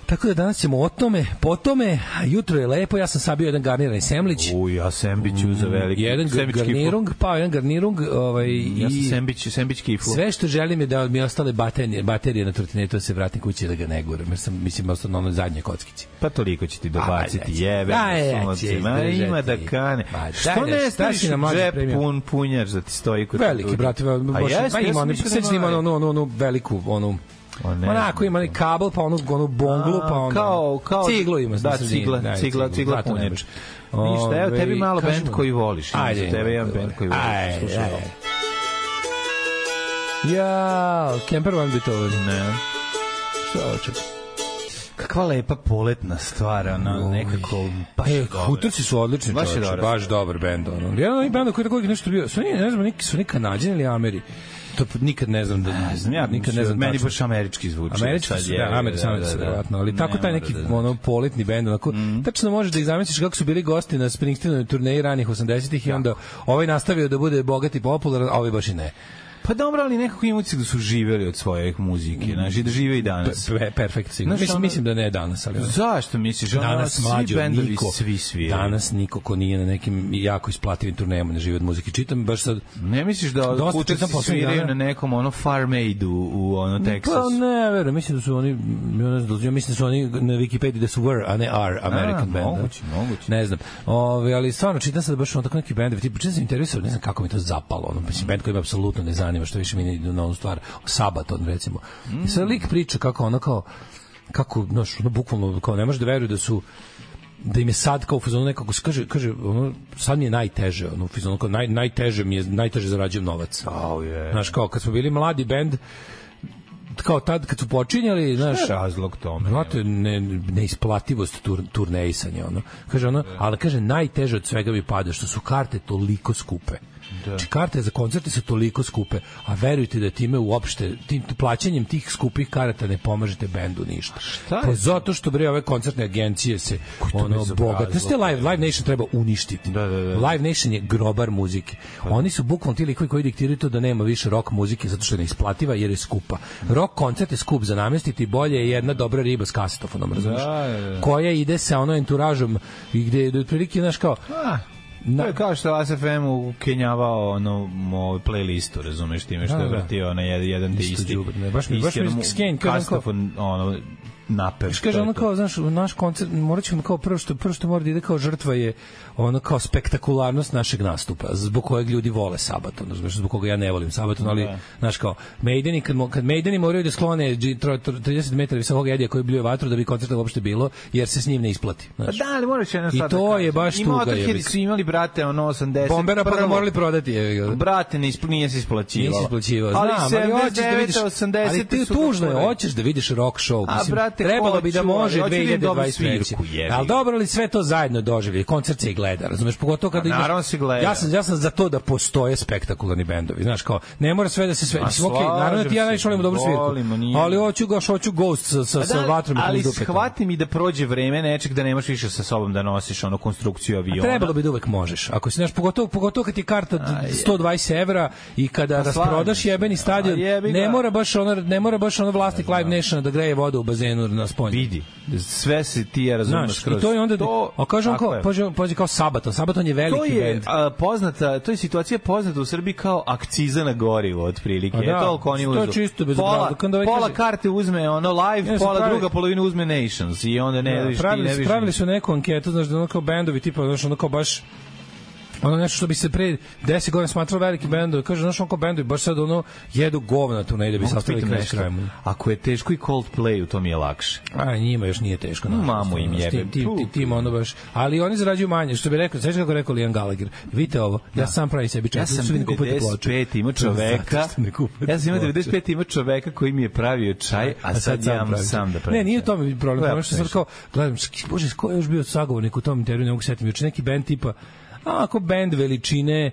[SPEAKER 6] Tako da danas ćemo o tome, po tome, a jutro je lepo, ja sam sabio jedan garnirani semlić,
[SPEAKER 7] U, ja sembiću za veliki.
[SPEAKER 6] Mm, jedan gar-
[SPEAKER 7] sembički
[SPEAKER 6] garnirung, pa jedan garnirung, ovaj,
[SPEAKER 7] fu- Mm, Ja sam
[SPEAKER 6] i
[SPEAKER 7] sembić, sembić kiflu.
[SPEAKER 6] sve što želim je da mi ostale baterije, baterije na trotinetu da se vratim kući i da ga ne guram, jer sam, mislim, ostao na onoj zadnje kockici.
[SPEAKER 7] Pa toliko će ti
[SPEAKER 6] A,
[SPEAKER 7] dobaciti
[SPEAKER 6] neće.
[SPEAKER 7] jebe.
[SPEAKER 6] Da,
[SPEAKER 7] na
[SPEAKER 6] neće
[SPEAKER 7] sunce. Ma,
[SPEAKER 6] izdržati.
[SPEAKER 7] ima da kane.
[SPEAKER 6] Ma, Pa daj,
[SPEAKER 7] Što
[SPEAKER 6] ne,
[SPEAKER 7] ne
[SPEAKER 6] šta
[SPEAKER 7] staviš
[SPEAKER 6] si na mlađi
[SPEAKER 7] džep
[SPEAKER 6] premijer?
[SPEAKER 7] pun punjač da ti stoji kod
[SPEAKER 6] Veliki,
[SPEAKER 7] kuće?
[SPEAKER 6] brate, ba-
[SPEAKER 7] A
[SPEAKER 6] baš,
[SPEAKER 7] jeste,
[SPEAKER 6] pa
[SPEAKER 7] ja
[SPEAKER 6] ima,
[SPEAKER 7] sam
[SPEAKER 6] oni,
[SPEAKER 7] mislio da
[SPEAKER 6] sećam ima
[SPEAKER 7] mali.
[SPEAKER 6] onu, onu, onu veliku, onu,
[SPEAKER 7] O, ne
[SPEAKER 6] Onako
[SPEAKER 7] znam.
[SPEAKER 6] ima onaj kabel, pa onu, onu bonglu, pa ono...
[SPEAKER 7] kao, kao,
[SPEAKER 6] Ciglu ima.
[SPEAKER 7] da,
[SPEAKER 6] mislim,
[SPEAKER 7] cigla,
[SPEAKER 6] nije, da,
[SPEAKER 7] cigla,
[SPEAKER 6] ciglu,
[SPEAKER 7] cigla
[SPEAKER 6] zato ne
[SPEAKER 7] punjač.
[SPEAKER 6] može.
[SPEAKER 7] Ništa, evo
[SPEAKER 6] Ovaj,
[SPEAKER 7] tebi malo
[SPEAKER 6] kažemo-
[SPEAKER 7] bend koji voliš. Ajde.
[SPEAKER 6] Ajde.
[SPEAKER 7] Za tebe jedan bend koji voliš.
[SPEAKER 6] Ajde,
[SPEAKER 7] Slušaj ovo.
[SPEAKER 6] ajde. Ja, Kemper Van Beethoven.
[SPEAKER 7] Ne.
[SPEAKER 6] Šta je ovo čekaj?
[SPEAKER 7] Kakva lepa poletna stvar, ona, nekako, baš
[SPEAKER 6] E,
[SPEAKER 7] je dobra.
[SPEAKER 6] Hutrci su odlični,
[SPEAKER 7] Baš je
[SPEAKER 6] baš, čoveče,
[SPEAKER 7] dobra.
[SPEAKER 6] baš dobar bend. Ono. Jedan od onih benda koji je tako nešto bio, su oni, ne znam, neki, su oni Kanadjani ili Ameri? To p- nikad ne znam da... Ne
[SPEAKER 7] Znam ja,
[SPEAKER 6] nikad ne znam
[SPEAKER 7] meni
[SPEAKER 6] tačno.
[SPEAKER 7] baš američki zvuči.
[SPEAKER 6] Američki
[SPEAKER 7] Pa Sad
[SPEAKER 6] su,
[SPEAKER 7] je,
[SPEAKER 6] da, Američki, Američki su, verovatno, ali tako
[SPEAKER 7] Ne
[SPEAKER 6] taj
[SPEAKER 7] mora
[SPEAKER 6] neki
[SPEAKER 7] da- Mhm.
[SPEAKER 6] ono poletni bend, onako, tačno možeš da ih zamisliš kako su bili gosti na Springsteenovoj turneji ranih 80-ih i onda ovaj nastavio da bude bogat i popularan, a ovaj baš i ne.
[SPEAKER 7] Pa dobro, ali nekako imam utisak da su živeli od svoje muzike, znaš, i da žive i danas.
[SPEAKER 6] Pe- Perfekt sigurno.
[SPEAKER 7] Znaš,
[SPEAKER 6] Mislim,
[SPEAKER 7] ono-
[SPEAKER 6] mislim da ne danas, ali... ono-
[SPEAKER 7] Zašto misliš? Ono,
[SPEAKER 6] danas
[SPEAKER 7] svi
[SPEAKER 6] mlađo
[SPEAKER 7] bendovi
[SPEAKER 6] niko
[SPEAKER 7] svi svi.
[SPEAKER 6] danas niko ko nije na nekim jako isplativim turnejama ne živi od muzike čitam baš sad
[SPEAKER 7] Ne misliš da
[SPEAKER 6] Dosta
[SPEAKER 7] kuće
[SPEAKER 6] čitam
[SPEAKER 7] se
[SPEAKER 6] poslednjih
[SPEAKER 7] sviraju
[SPEAKER 6] dana.
[SPEAKER 7] na nekom ono farm aidu u ono
[SPEAKER 6] Pa
[SPEAKER 7] Texasu?
[SPEAKER 6] ne, verujem, mislim da su oni, ja ne znam, ja mislim da su oni na Wikipediji da su were, a ne are American band. da.
[SPEAKER 7] moguće, moguće.
[SPEAKER 6] Ne znam. Ove, ali stvarno, čitam sad baš ono tako neki bendovi, tipa, čitam sam interesuo, ne znam kako mi to zapalo, ono, mislim, band koji me apsolutno ne zanima, što više mi ne idu na onu stvar, Sabaton, recimo. I
[SPEAKER 7] Mm.
[SPEAKER 6] sad lik priča kako ono kao, kako, znaš, ono, bukvalno, kao ne može da veruje da su da im je sad kao u fazonu nekako kaže kaže ono sad mi je najteže ono u fazonu kao naj, najteže mi je najteže zarađujem novac.
[SPEAKER 7] Au, je.
[SPEAKER 6] Znaš kao kad smo bili mladi bend kao tad kad su počinjali, znaš,
[SPEAKER 7] razlog tome?
[SPEAKER 6] Znate, ne, neisplativost tur, turnejsanja, ono. Kaže
[SPEAKER 7] Da.
[SPEAKER 6] ono, ali kaže, najteže od svega mi pada, što su karte toliko skupe. Da. Karte za koncerte su toliko skupe, a verujte da time uopšte, tim plaćanjem tih skupih karata ne pomažete bendu ništa.
[SPEAKER 7] je
[SPEAKER 6] Pa
[SPEAKER 7] to?
[SPEAKER 6] zato što bre ove koncertne agencije se ono
[SPEAKER 7] bezobrazluk?
[SPEAKER 6] bogate. Znaš te Live, Live Nation treba uništiti.
[SPEAKER 7] Pa, Da, da, da. Pa.
[SPEAKER 6] Live Nation je grobar muzike. Oni su bukvalno ti likovi koji diktiraju to da nema više rock muzike zato što je neisplativa jer je skupa. Rock koncert je skup za namestiti, bolje je jedna dobra riba s kasetofonom, razumiješ?
[SPEAKER 7] Da, da, da.
[SPEAKER 6] Koja ide sa ono enturažom i gde je otprilike, znaš kao,
[SPEAKER 7] Ah, To je kao što ASFM ukenjavao ono moj playlistu, razumeš time što
[SPEAKER 6] Da,
[SPEAKER 7] je
[SPEAKER 6] da.
[SPEAKER 7] vratio na jedan, jedan te
[SPEAKER 6] Isto
[SPEAKER 7] isti.
[SPEAKER 6] đubre, ne, baš mi- baš mi
[SPEAKER 7] ono mu-
[SPEAKER 6] skenj, kažem kao-
[SPEAKER 7] kastofon, ono napev.
[SPEAKER 6] Znači, kaže, ono kao, znaš, u naš koncert, morat ćemo kao prvo što, prvo što mora da ide kao žrtva je ono kao spektakularnost našeg nastupa, zbog kojeg ljudi vole Sabaton, razumiješ, zbog koga ja ne volim Sabaton, ali, znaš, kao, Maideni, kad, mo- kad Maideni moraju da sklone dži- tro- tro- 30 metara visokog edija koji bljuje vatru da bi koncerta uopšte bilo, jer se s njim ne isplati,
[SPEAKER 7] Pa
[SPEAKER 6] znaš.
[SPEAKER 7] da, ali moraš jedna
[SPEAKER 6] I
[SPEAKER 7] stvar da
[SPEAKER 6] to je
[SPEAKER 7] kažem.
[SPEAKER 6] baš
[SPEAKER 7] I
[SPEAKER 6] tuga,
[SPEAKER 7] Motorheadi
[SPEAKER 6] jebik.
[SPEAKER 7] su imali, brate, ono 80.
[SPEAKER 6] Bombera prvo
[SPEAKER 7] Pa da, prvo.
[SPEAKER 6] morali prodati, je, ga.
[SPEAKER 7] Brate, ne ispl, nije se isplaćivalo.
[SPEAKER 6] Nisi isplaćivao.
[SPEAKER 7] Ali
[SPEAKER 6] Znam, ali hoćeš da vidiš,
[SPEAKER 7] 79.
[SPEAKER 6] ali ti
[SPEAKER 7] 80.
[SPEAKER 6] tužno je,
[SPEAKER 7] su ga
[SPEAKER 6] hoćeš da vidiš rock show.
[SPEAKER 7] A,
[SPEAKER 6] Mislim,
[SPEAKER 7] brate,
[SPEAKER 6] trebalo bi da
[SPEAKER 7] hoću, ali
[SPEAKER 6] može
[SPEAKER 7] hoću da vidim dobru
[SPEAKER 6] 2023.
[SPEAKER 7] svirku, jebi.
[SPEAKER 6] Ali dobro li sve to zajedno doživi? Koncert se i gleda, razumeš? Pogotovo kada
[SPEAKER 7] A,
[SPEAKER 6] imaš...
[SPEAKER 7] naravno se gleda.
[SPEAKER 6] Ja sam, ja sam za to da postoje spektakularni bendovi. Znaš, kao, ne mora sve da se sve...
[SPEAKER 7] A,
[SPEAKER 6] Mislim, okej, naravno da ti ja
[SPEAKER 7] slažem
[SPEAKER 6] najviše volim
[SPEAKER 7] se,
[SPEAKER 6] dobru svirku.
[SPEAKER 7] volimo, nije.
[SPEAKER 6] ali hoću, ga, hoću Ghost sa, sa,
[SPEAKER 7] Pa
[SPEAKER 6] sa
[SPEAKER 7] ali-
[SPEAKER 6] da vatrom i
[SPEAKER 7] ali
[SPEAKER 6] dupetom.
[SPEAKER 7] shvatim i da prođe vreme nečeg da nemaš više sa sobom da nosiš ono konstrukciju aviona.
[SPEAKER 6] Trebalo bi da uvek možeš. Ako si znaš, pogotovo, pogotovo kad ti je karta d- 120 evra i kada
[SPEAKER 7] Pa slažem
[SPEAKER 6] rasprodaš
[SPEAKER 7] se.
[SPEAKER 6] jebeni stadion,
[SPEAKER 7] A jebi
[SPEAKER 6] ne
[SPEAKER 7] ga.
[SPEAKER 6] mora baš ono, ne mora baš ono vlasnik Live Nationa da greje vodu u bazenu na sponju.
[SPEAKER 7] vidi. Sve se ti ja razumeš
[SPEAKER 6] Znaš, i to je onda... da- a kaže on
[SPEAKER 7] tako
[SPEAKER 6] kao,
[SPEAKER 7] je.
[SPEAKER 6] pođe, pođe kao Sabaton. Sabaton je veliki
[SPEAKER 7] to je
[SPEAKER 6] bend.
[SPEAKER 7] a, poznata, to je situacija poznata u Srbiji kao akciza na gorivo otprilike.
[SPEAKER 6] A
[SPEAKER 7] Da,
[SPEAKER 6] da,
[SPEAKER 7] toliko oni
[SPEAKER 6] to
[SPEAKER 7] uzmu.
[SPEAKER 6] je čisto bezobrazno.
[SPEAKER 7] Pola,
[SPEAKER 6] Kad ovaj
[SPEAKER 7] pola
[SPEAKER 6] kaže-
[SPEAKER 7] karte uzme ono live,
[SPEAKER 6] Ne, su
[SPEAKER 7] pola
[SPEAKER 6] pravi-
[SPEAKER 7] druga polovina uzme Nations i onda ne,
[SPEAKER 6] Da,
[SPEAKER 7] vidiš, ti
[SPEAKER 6] pravili,
[SPEAKER 7] ne
[SPEAKER 6] su-
[SPEAKER 7] vidiš.
[SPEAKER 6] pravili
[SPEAKER 7] ništa.
[SPEAKER 6] su neku anketu, znaš, da ono kao bendovi, tipa, znaš, ono kao baš ono nešto što bi se pre 10 godina smatralo veliki bendovi, kaže, znaš, ono kao bendovi, baš sad ono, jedu govna tu ne da bi
[SPEAKER 7] Mogu te
[SPEAKER 6] sastavili
[SPEAKER 7] pitam
[SPEAKER 6] kraj s
[SPEAKER 7] nešto?
[SPEAKER 6] krajem.
[SPEAKER 7] Ako je teško i Coldplayu, to mi je lakše.
[SPEAKER 6] A njima još nije teško. nažalost.
[SPEAKER 7] Mamu im
[SPEAKER 6] Ono, s
[SPEAKER 7] jebe.
[SPEAKER 6] Tim, tim,
[SPEAKER 7] Puh.
[SPEAKER 6] tim, tim ono baš. Ali oni zarađuju manje, što bi rekao, znaš kako je rekao Liam Gallagher. Vidite ovo, ja sam pravim sebi čast.
[SPEAKER 7] Da. Ja sam 95 ima čoveka.
[SPEAKER 6] Zato što ne kupujete
[SPEAKER 7] Ja sam imao
[SPEAKER 6] ploče.
[SPEAKER 7] 95 ima čoveka koji mi je pravio čaj, a sad ja
[SPEAKER 6] pravim.
[SPEAKER 7] sam da pravim.
[SPEAKER 6] Ne, nije u
[SPEAKER 7] čaj.
[SPEAKER 6] tome problem.
[SPEAKER 7] Lepo
[SPEAKER 6] Problem što sam kao,
[SPEAKER 7] nešto.
[SPEAKER 6] gledam, sk- bože, ko je još bio sagovornik u tom intervju, ne mogu se setim, juče neki band tipa, a ako band veličine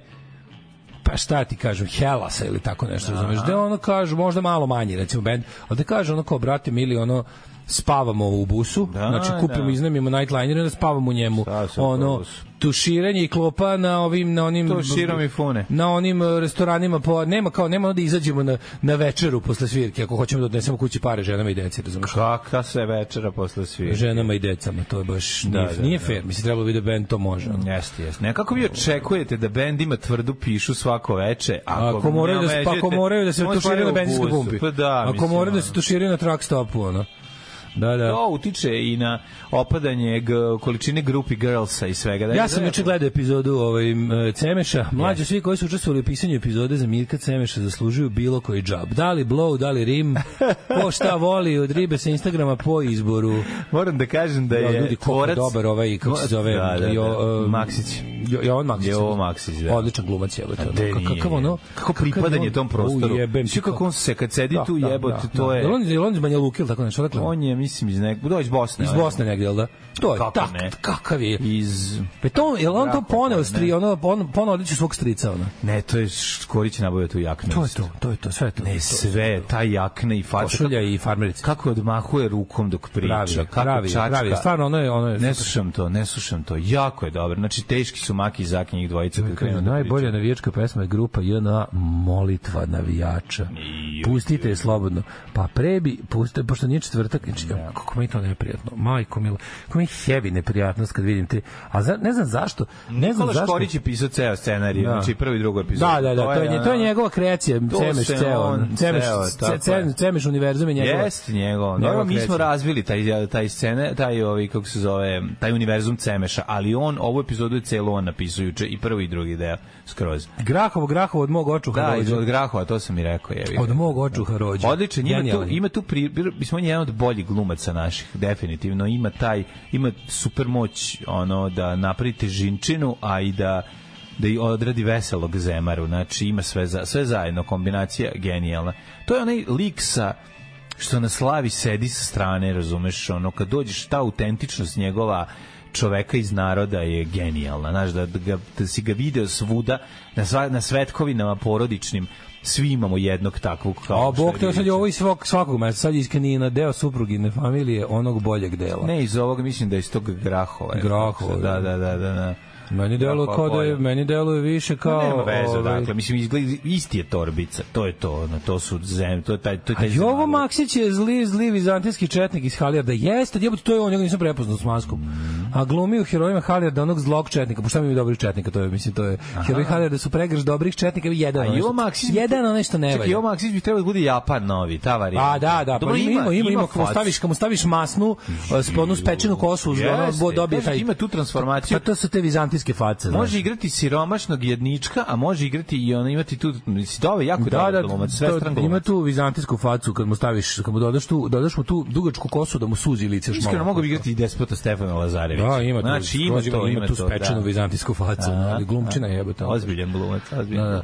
[SPEAKER 6] pa šta ti kažem, Helasa ili tako nešto, razumeš, da ono kaže, možda malo manji, recimo, band, ali da kaže ono kao, brate, mili, ono, spavamo u busu,
[SPEAKER 7] Da,
[SPEAKER 6] znači kupimo,
[SPEAKER 7] da.
[SPEAKER 6] iznajmimo nightliner i onda spavamo u njemu,
[SPEAKER 7] Šta se u
[SPEAKER 6] ono,
[SPEAKER 7] autobusu?
[SPEAKER 6] tuširanje i klopa na ovim, na onim,
[SPEAKER 7] Tuširom i fune.
[SPEAKER 6] na onim e, restoranima po nema kao nema ono da izađemo na na večeru posle svirke ako hoćemo da odnesemo kući pare ženama i deci razumeš
[SPEAKER 7] Kaka se večera posle svih.
[SPEAKER 6] ženama i decama to je baš nije,
[SPEAKER 7] da,
[SPEAKER 6] nije
[SPEAKER 7] da.
[SPEAKER 6] fair mislim trebalo bi da band to može ono.
[SPEAKER 7] Jeste, jeste. Nekako vi očekujete da bend ima tvrdu pišu svako veče, ako,
[SPEAKER 6] ako moraju da se pa
[SPEAKER 7] omeđete,
[SPEAKER 6] ako moraju da se
[SPEAKER 7] moć
[SPEAKER 6] tuširaju na
[SPEAKER 7] u
[SPEAKER 6] benzinskoj
[SPEAKER 7] busu.
[SPEAKER 6] pumpi
[SPEAKER 7] Pa da,
[SPEAKER 6] ako
[SPEAKER 7] mislim,
[SPEAKER 6] moraju da
[SPEAKER 7] ono.
[SPEAKER 6] se tuširaju na truck stopu ono da da
[SPEAKER 7] To utiče i na opadanje g, količine grupi girlsa i svega. Da
[SPEAKER 6] Ja sam juče gledao epizodu ovaj, m, e, Cemeša. Mlađe, svi koji su učestvovali u pisanju epizode za Mirka Cemeša zaslužuju bilo koji džab. Da li blow, da li rim, ko šta voli od ribe sa Instagrama po izboru.
[SPEAKER 7] Moram da kažem da
[SPEAKER 6] Ja,
[SPEAKER 7] je
[SPEAKER 6] ljudi, koliko
[SPEAKER 7] tvorac-
[SPEAKER 6] dobar ovaj, kako se zove,
[SPEAKER 7] da, da, da.
[SPEAKER 6] Jo, em,
[SPEAKER 7] Maksić.
[SPEAKER 6] Jo, Jovan Maksić.
[SPEAKER 7] Jovan Maksić, da.
[SPEAKER 6] Odličan glumac je. Ono,
[SPEAKER 7] gde
[SPEAKER 6] ka-
[SPEAKER 7] nije?
[SPEAKER 6] kakav ono...
[SPEAKER 7] Kako
[SPEAKER 6] kakav je
[SPEAKER 7] pripadanje
[SPEAKER 6] on-
[SPEAKER 7] tom prostoru.
[SPEAKER 6] U, jebem ti
[SPEAKER 7] Svi kako
[SPEAKER 6] to. Da,
[SPEAKER 7] on se kad sedi tu jebote, to je...
[SPEAKER 6] Jel on, jel on iz Banja Luka ili tako nešto? Dakle,
[SPEAKER 7] On je, mislim, iz nekog... Dođe iz Bosne.
[SPEAKER 6] iz
[SPEAKER 7] ali-
[SPEAKER 6] Bosne negdje, jel da? To je,
[SPEAKER 7] Kako
[SPEAKER 6] tak,
[SPEAKER 7] ne?
[SPEAKER 6] kakav je.
[SPEAKER 7] Iz...
[SPEAKER 6] Pa to, jel on to
[SPEAKER 7] Kako
[SPEAKER 6] poneo,
[SPEAKER 7] ne?
[SPEAKER 6] stri, ono, on, poneo odliču svog strica, ono.
[SPEAKER 7] Ne, to je Škorić nabavio tu jaknu.
[SPEAKER 6] To je to, to je to, sve je to.
[SPEAKER 7] Ne,
[SPEAKER 6] To-
[SPEAKER 7] sve, ta jakna i faca.
[SPEAKER 6] Košulja i farmerica.
[SPEAKER 7] Kako odmahuje rukom dok priča,
[SPEAKER 6] Pravi, je,
[SPEAKER 7] kako
[SPEAKER 6] pravi, je,
[SPEAKER 7] čačka.
[SPEAKER 6] pravi. je. Stvarno, ono je, ono je
[SPEAKER 7] Ne slušam to, ne slušam to. Jako je dobro. Znači, teški su maki zaki njih dvojica. kad krenu da
[SPEAKER 6] Najbolja
[SPEAKER 7] pričaju.
[SPEAKER 6] navijačka pesma je grupa JNA Molitva navijača. Pustite je slobodno. Pa prebi, pustite, pošto nije četvrtak, znači, kako mi je to neprijatno. Majko mila, kako mi je heavy neprijatnost kad vidim te. A za, ne znam zašto. Ne znam
[SPEAKER 7] Nikola
[SPEAKER 6] zašto.
[SPEAKER 7] Škorić je pisao ceo scenarij,
[SPEAKER 6] Da.
[SPEAKER 7] znači prvi i drugo epizod.
[SPEAKER 6] Da, da, da, to je, nje- to je njegova kreacija,
[SPEAKER 7] To
[SPEAKER 6] Cemeš
[SPEAKER 7] se
[SPEAKER 6] ceo,
[SPEAKER 7] on
[SPEAKER 6] ono. Cemeš,
[SPEAKER 7] ceo,
[SPEAKER 6] ce-
[SPEAKER 7] tako
[SPEAKER 6] ce-
[SPEAKER 7] je.
[SPEAKER 6] Cemeš univerzum je njegova.
[SPEAKER 7] Jest njegov.
[SPEAKER 6] njegova
[SPEAKER 7] Dobro, mi smo
[SPEAKER 6] kreacija.
[SPEAKER 7] razvili taj taj scene, taj ovaj kako se zove, taj univerzum Cemeša, ali on ovu epizodu je celo on napisao juče i prvi i drugi deo skroz.
[SPEAKER 6] Da, Grahovo, Grahovo od mog očuha
[SPEAKER 7] Da, iz
[SPEAKER 6] dođe.
[SPEAKER 7] od Grahova, to sam i rekao, je.
[SPEAKER 6] Od mog mog očuha rođe.
[SPEAKER 7] Odličan, ima tu,
[SPEAKER 6] Genijalan je.
[SPEAKER 7] ima tu pri, bi- mislim, on je jedan od boljih glumaca naših, definitivno. Ima taj, ima super moć ono, da napravi težinčinu, a i da da i odradi veselog zemaru. Znači, ima sve, za, sve zajedno, kombinacija genijalna. To je onaj lik sa što na slavi sedi sa strane, razumeš, ono, kad dođeš, ta autentičnost njegova čoveka iz naroda je genijalna, znaš, da, ga, da si ga video svuda, na, sva, na svetkovinama porodičnim, svi imamo jednog takvog kao
[SPEAKER 6] A
[SPEAKER 7] što je
[SPEAKER 6] Bog te sad je
[SPEAKER 7] Rivić.
[SPEAKER 6] ovo iz svog, svakog mesta, sad je iz Kanina, deo suprugine familije, onog boljeg dela.
[SPEAKER 7] Ne, iz ovog mislim da je iz tog Grahova. je.
[SPEAKER 6] Grahova,
[SPEAKER 7] Da, da, da, da. da.
[SPEAKER 6] Meni deluje
[SPEAKER 7] Grahova
[SPEAKER 6] kao da je,
[SPEAKER 7] boja.
[SPEAKER 6] meni deluje više kao...
[SPEAKER 7] Pa nema veze,
[SPEAKER 6] ovaj,
[SPEAKER 7] dakle, mislim, izgleda, isti je torbica, to je to, ono, to su zem, to je taj, to je
[SPEAKER 6] A
[SPEAKER 7] taj
[SPEAKER 6] Jovo
[SPEAKER 7] zemalog.
[SPEAKER 6] Maksić je zli, zli vizantijski četnik iz Halijarda. Jeste, jebote, to je on, njega nisam prepoznao s maskom. A glumi u herojima Halijarda onog zlog četnika. Pošto mi je dobrih četnika, to je, mislim, to je. Heroji Halijarda su pregrš dobrih četnika, jedan.
[SPEAKER 7] A
[SPEAKER 6] onaj
[SPEAKER 7] Jovo
[SPEAKER 6] što-
[SPEAKER 7] Maksić...
[SPEAKER 6] Jedan onaj što ne
[SPEAKER 7] Čekaj,
[SPEAKER 6] valja.
[SPEAKER 7] Jovo Maksić bi trebalo da bude Japan novi, ta varijanta.
[SPEAKER 6] A da, da,
[SPEAKER 7] Dobro,
[SPEAKER 6] pa ima, ima, ima, ima
[SPEAKER 7] facu.
[SPEAKER 6] staviš, kad mu staviš masnu, eh, s- onu spečenu kosu, uz ono,
[SPEAKER 7] Jeste,
[SPEAKER 6] bo dobije
[SPEAKER 7] kažem
[SPEAKER 6] taj...
[SPEAKER 7] ti, ima tu transformaciju.
[SPEAKER 6] Pa to su te vizantijske face, znaš.
[SPEAKER 7] Može igrati siromašnog jednička, a može igrati i ona imati tu, mislim, dobar, jako da, da, glumac, sve
[SPEAKER 6] to-
[SPEAKER 7] stran
[SPEAKER 6] ima
[SPEAKER 7] glumac.
[SPEAKER 6] tu vizantijsku facu kad mu staviš, kad mu dodaš tu, dodaš mu tu dugačku kosu da mu suzi lice šmalo.
[SPEAKER 7] Iskreno mogu bi igrati i despota Stefana Lazarevića.
[SPEAKER 6] Da, ima tu,
[SPEAKER 7] znači, ima
[SPEAKER 6] skroz
[SPEAKER 7] to, ima,
[SPEAKER 6] tu
[SPEAKER 7] to,
[SPEAKER 6] spečenu
[SPEAKER 7] da.
[SPEAKER 6] vizantijsku facu,
[SPEAKER 7] Aha,
[SPEAKER 6] ali glumčina je jebote.
[SPEAKER 7] Ozbiljan glumac,
[SPEAKER 6] Da,
[SPEAKER 7] ozbiljan.
[SPEAKER 6] da.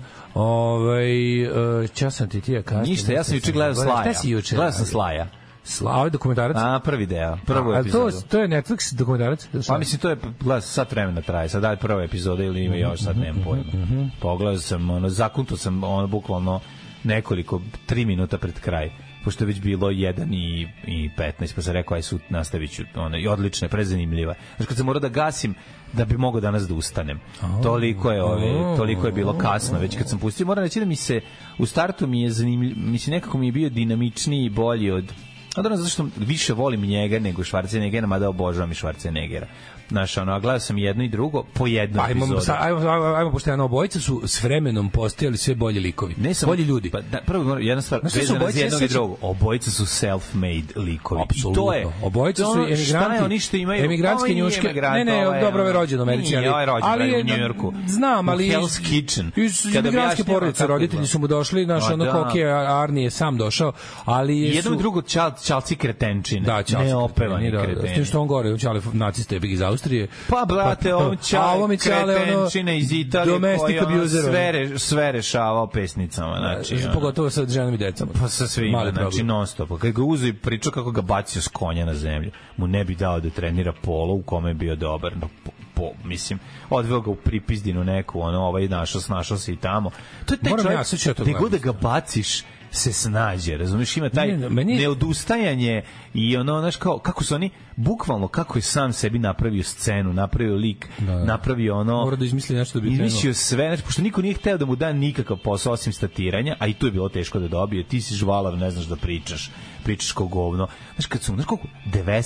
[SPEAKER 6] Ovaj e, čas sam ti ti ja kažem.
[SPEAKER 7] Ništa, ja sam juče gledao Slaja.
[SPEAKER 6] Šta si juče?
[SPEAKER 7] Gledao sam
[SPEAKER 6] radio?
[SPEAKER 7] Slaja.
[SPEAKER 6] Sla, ovaj dokumentarac.
[SPEAKER 7] A, prvi deo, prvu
[SPEAKER 6] A to,
[SPEAKER 7] epizodu.
[SPEAKER 6] to je Netflix dokumentarac?
[SPEAKER 7] Pa mislim, to je, gledao sam, sat vremena traje, sad daj prva epizoda ili ima još, sad nemam pojma.
[SPEAKER 6] Mhm,
[SPEAKER 7] Pogledao sam, ono, zakunto sam, ono, bukvalno nekoliko, tri minuta pred kraj pošto je već bilo 1 i, i 15, pa sam rekao, aj sut, nastavit ću, ono, i odlična, je, prezanimljiva. Znači, kad sam morao da gasim, da bi mogao danas da ustanem. Toliko je, ove, toliko je bilo kasno, već kad sam pustio, moram reći da mi se, u startu mi je zanimljiv, mislim, nekako mi je bio dinamičniji i bolji od A dobro, zato što više volim njega nego Schwarzeneggera, mada obožavam i Schwarzeneggera. Znaš, ono, a gledao sam jedno i drugo po jednom
[SPEAKER 6] Ajmo,
[SPEAKER 7] epizodu.
[SPEAKER 6] sa, ajmo, ajmo, ajmo pošteno, obojica su s vremenom postajali sve bolji likovi.
[SPEAKER 7] Ne samo,
[SPEAKER 6] bolji ljudi.
[SPEAKER 7] Pa, da, prvo, moram- jedna stvar,
[SPEAKER 6] Znaš šta su
[SPEAKER 7] vezana za
[SPEAKER 6] obojica, ja
[SPEAKER 7] jednog i
[SPEAKER 6] sećam-
[SPEAKER 7] drugog. Obojica su self-made likovi. I to je,
[SPEAKER 6] Obojica
[SPEAKER 7] to
[SPEAKER 6] su
[SPEAKER 7] je ono, Šta
[SPEAKER 6] emigranti.
[SPEAKER 7] je oni što imaju?
[SPEAKER 6] Emigrantske
[SPEAKER 7] Ovaj nije
[SPEAKER 6] njuške.
[SPEAKER 7] emigrant,
[SPEAKER 6] ne, ne,
[SPEAKER 7] ovaj,
[SPEAKER 6] dobro je
[SPEAKER 7] ono,
[SPEAKER 6] rođen u Americi.
[SPEAKER 7] Nije,
[SPEAKER 6] ali-
[SPEAKER 7] ovaj je rođen
[SPEAKER 6] ali
[SPEAKER 7] bre,
[SPEAKER 6] je-
[SPEAKER 7] u Njujorku.
[SPEAKER 6] Znam, ali...
[SPEAKER 7] U Hell's Kitchen.
[SPEAKER 6] Iz
[SPEAKER 7] Kada
[SPEAKER 6] emigranske
[SPEAKER 7] objašnjava
[SPEAKER 6] porodice,
[SPEAKER 7] kako
[SPEAKER 6] roditelji
[SPEAKER 7] izgleda.
[SPEAKER 6] su mu došli, znaš,
[SPEAKER 7] Ma
[SPEAKER 6] ono,
[SPEAKER 7] da.
[SPEAKER 6] da. koke, Arni je sam došao, ali
[SPEAKER 7] I
[SPEAKER 6] je
[SPEAKER 7] jedno i drugo čal, čalci kretenčine.
[SPEAKER 6] Da, čao.
[SPEAKER 7] Neopevani
[SPEAKER 6] da,
[SPEAKER 7] kreteni.
[SPEAKER 6] S tim što on gore, on čale naciste bih iz Austrije.
[SPEAKER 7] Pa, brate,
[SPEAKER 6] to.
[SPEAKER 7] on
[SPEAKER 6] A
[SPEAKER 7] čale
[SPEAKER 6] ovo mi čale, ono,
[SPEAKER 7] kretenčine iz Italije koji
[SPEAKER 6] domestic
[SPEAKER 7] je ono
[SPEAKER 6] abuser, ono.
[SPEAKER 7] sve, re, sve rešavao pesnicama. Znači, ono.
[SPEAKER 6] Pogotovo sa ženom i decom.
[SPEAKER 7] Pa sa svima,
[SPEAKER 6] Mali
[SPEAKER 7] znači
[SPEAKER 6] problem.
[SPEAKER 7] non stop. Kad ga uzu i pričao kako ga bacio s konja na zemlju, mu ne bi dao da trenira polo u kome je bio dobar. No, po, po, mislim, odveo ga u pripizdinu neku, ono, ovaj našao, snašao se i tamo. To je taj
[SPEAKER 6] Moram
[SPEAKER 7] čovjek,
[SPEAKER 6] ja, sad ću ja to
[SPEAKER 7] gde god da
[SPEAKER 6] gledam.
[SPEAKER 7] ga baciš, se snađe, razumiješ, ima taj
[SPEAKER 6] Ne, ne, meni je-
[SPEAKER 7] neodustajanje i ono, znaš, kao, kako su oni, bukvalno, kako je sam sebi napravio scenu, napravio lik,
[SPEAKER 6] da.
[SPEAKER 7] napravio ono...
[SPEAKER 6] Mora da izmisli nešto da bi krenuo.
[SPEAKER 7] Izmislio sve, znači, pošto niko nije hteo da mu da nikakav posao osim statiranja, a i to je bilo teško da dobije, ti si žvalav, ne znaš da pričaš, pričaš kao govno. Znaš, kad su, mu- znaš koliko,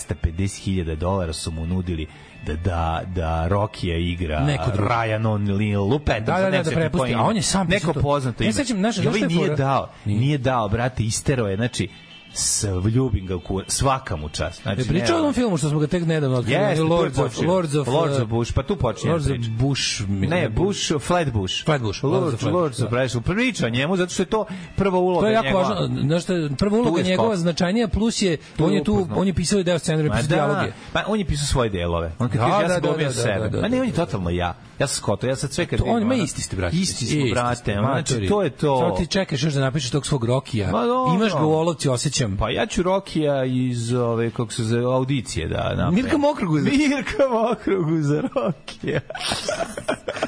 [SPEAKER 7] 950.000 dolara su mu nudili da, da, da Rokija igra
[SPEAKER 6] Neko drugi.
[SPEAKER 7] Ryan O'Neal, lupetam,
[SPEAKER 6] Da, da,
[SPEAKER 7] sad
[SPEAKER 6] da,
[SPEAKER 7] ne
[SPEAKER 6] da
[SPEAKER 7] setim
[SPEAKER 6] prepusti,
[SPEAKER 7] koje ime.
[SPEAKER 6] a on je sam
[SPEAKER 7] neko
[SPEAKER 6] pisao to.
[SPEAKER 7] poznato
[SPEAKER 6] Ne
[SPEAKER 7] ime.
[SPEAKER 6] sećam, znaš,
[SPEAKER 7] I
[SPEAKER 6] znaš
[SPEAKER 7] ovaj
[SPEAKER 6] šta je
[SPEAKER 7] nije
[SPEAKER 6] fora?
[SPEAKER 7] dao,
[SPEAKER 6] Nije.
[SPEAKER 7] nije dao, brate, istero je, znači, s, ljubim ga, u kurac, svaka mu čast. Znači,
[SPEAKER 6] Ne E, pričao o
[SPEAKER 7] neverovatno.
[SPEAKER 6] onom filmu što smo ga tek nedavno otkrili,
[SPEAKER 7] Jeste,
[SPEAKER 6] yes,
[SPEAKER 7] tu je
[SPEAKER 6] Lords, of,
[SPEAKER 7] počinje.
[SPEAKER 6] Lords of
[SPEAKER 7] Lords of
[SPEAKER 6] uh,
[SPEAKER 7] Bush, pa tu počinje
[SPEAKER 6] Lords of
[SPEAKER 7] priča.
[SPEAKER 6] Bush. mislim,
[SPEAKER 7] Ne, Bush, Flatbush.
[SPEAKER 6] Flatbush, Lords
[SPEAKER 7] Lords,
[SPEAKER 6] of Flatbush,
[SPEAKER 7] Lords of
[SPEAKER 6] da.
[SPEAKER 7] Flatbush. Priča o njemu, zato što je to prva uloga
[SPEAKER 6] To je jako
[SPEAKER 7] njegova.
[SPEAKER 6] važno. Znaš šta, je, prva uloga
[SPEAKER 7] je
[SPEAKER 6] njegova
[SPEAKER 7] skok.
[SPEAKER 6] značajnija, plus je, on je tu,
[SPEAKER 7] upoznao.
[SPEAKER 6] on je pisao i deo scenarija,
[SPEAKER 7] Ma
[SPEAKER 6] pisao
[SPEAKER 7] da,
[SPEAKER 6] dijaloge.
[SPEAKER 7] pa on je pisao svoje delove. On kad
[SPEAKER 6] Da,
[SPEAKER 7] kaže, ja
[SPEAKER 6] da,
[SPEAKER 7] sam
[SPEAKER 6] da,
[SPEAKER 7] glumio
[SPEAKER 6] da, da,
[SPEAKER 7] sebe.
[SPEAKER 6] da, da,
[SPEAKER 7] Ma ne,
[SPEAKER 6] da,
[SPEAKER 7] on je totalno ja. Ja sam skoto, ja sad sve kad
[SPEAKER 6] To, on
[SPEAKER 7] vidim,
[SPEAKER 6] ima
[SPEAKER 7] ono,
[SPEAKER 6] isti ste, brate.
[SPEAKER 7] Isti smo,
[SPEAKER 6] Isti
[SPEAKER 7] brate.
[SPEAKER 6] ste,
[SPEAKER 7] ono, Znači,
[SPEAKER 6] matori.
[SPEAKER 7] to je to.
[SPEAKER 6] Samo ti čekaš još da napišeš tog svog Rokija.
[SPEAKER 7] Ma dobro.
[SPEAKER 6] Imaš ga u olovci, osjećam.
[SPEAKER 7] Pa ja ću Rokija iz ove, kako se zove, audicije da napravim.
[SPEAKER 6] Mirka Mokruguza.
[SPEAKER 7] Mirka Mokrugu za Rokija.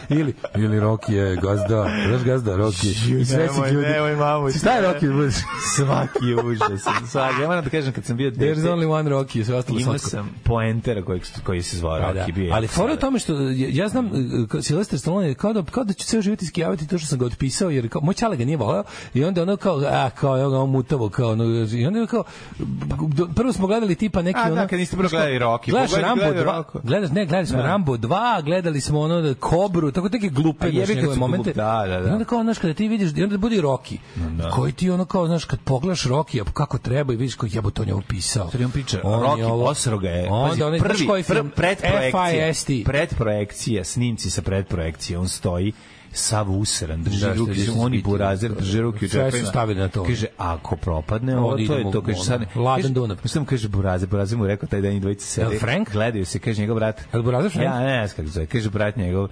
[SPEAKER 6] Ili, ili Roki je gazda, znaš gazda, Roki. I sve si
[SPEAKER 7] Nemoj,
[SPEAKER 6] ljudi.
[SPEAKER 7] nemoj, mamu.
[SPEAKER 6] Šta je Roki? budeš?
[SPEAKER 7] Svaki je užasan. Svaki. Ja moram da kažem, kad sam bio dete,
[SPEAKER 6] There's only one Roki, sve ostalo
[SPEAKER 7] imao
[SPEAKER 6] slatko.
[SPEAKER 7] sam poentera koji, koji se zvao
[SPEAKER 6] Pa da.
[SPEAKER 7] Roki. bio je
[SPEAKER 6] Ali fora je u
[SPEAKER 7] sada.
[SPEAKER 6] tome što ja- ja znam e, ka- Sylvester Stallone je kao da kao da ću ceo život iskijavati to što sam ga otpisao jer kao, moj čale ga nije voleo i onda ono kao a kao evo ga on mutavo kao ono i onda kao do- prvo smo gledali tipa neki
[SPEAKER 7] A, da,
[SPEAKER 6] ono
[SPEAKER 7] kad niste prvo
[SPEAKER 6] znaš kao,
[SPEAKER 7] gledali Rocky,
[SPEAKER 6] Gledaš
[SPEAKER 7] pogledaj,
[SPEAKER 6] Rambo
[SPEAKER 7] gledaj
[SPEAKER 6] 2,
[SPEAKER 7] Rocko.
[SPEAKER 6] gledaš ne, gledali smo
[SPEAKER 7] Da.
[SPEAKER 6] Rambo 2, gledali smo ono da Kobru, tako neke glupe
[SPEAKER 7] A jebi
[SPEAKER 6] znaš,
[SPEAKER 7] kad
[SPEAKER 6] njegove
[SPEAKER 7] su glup-
[SPEAKER 6] momente.
[SPEAKER 7] da, da, da.
[SPEAKER 6] I onda kao znaš kada ti vidiš i onda bude Rocky. Koji ti ono kao znaš kad pogledaš Rocky kako treba i vidiš kao jebote on je ovo pisao.
[SPEAKER 7] Sad on priča,
[SPEAKER 6] On je
[SPEAKER 7] Rocky
[SPEAKER 6] ovo-
[SPEAKER 7] Osroga je, pazi,
[SPEAKER 6] Onda onaj,
[SPEAKER 7] prvi,
[SPEAKER 6] znaš koji
[SPEAKER 7] pr,
[SPEAKER 6] film?
[SPEAKER 7] predprojekcija,
[SPEAKER 6] FIST.
[SPEAKER 7] predprojekcija, snimci sa predprojekcije, on stoji sav usran, drži
[SPEAKER 6] Da,
[SPEAKER 7] da,
[SPEAKER 6] što
[SPEAKER 7] ruke,
[SPEAKER 6] je
[SPEAKER 7] oni
[SPEAKER 6] ispitio.
[SPEAKER 7] burazer, drži ruke
[SPEAKER 6] Sve
[SPEAKER 7] u
[SPEAKER 6] su
[SPEAKER 7] džepovima.
[SPEAKER 6] stavili na to.
[SPEAKER 7] Kaže, ako propadne, ovo
[SPEAKER 6] Onda
[SPEAKER 7] to
[SPEAKER 6] idemo
[SPEAKER 7] je to, kaže,
[SPEAKER 6] u-
[SPEAKER 7] sad...
[SPEAKER 6] Ladan
[SPEAKER 7] kaže,
[SPEAKER 6] Dunav.
[SPEAKER 7] Sam kaže, burazer, burazer mu rekao taj dan i dvojice sede.
[SPEAKER 6] Jel Frank?
[SPEAKER 7] Gledaju se, kaže njegov brat.
[SPEAKER 6] Jel burazer Frank?
[SPEAKER 7] Ja, Da, ne, ne, znam kako se zove. Kaže brat njegov,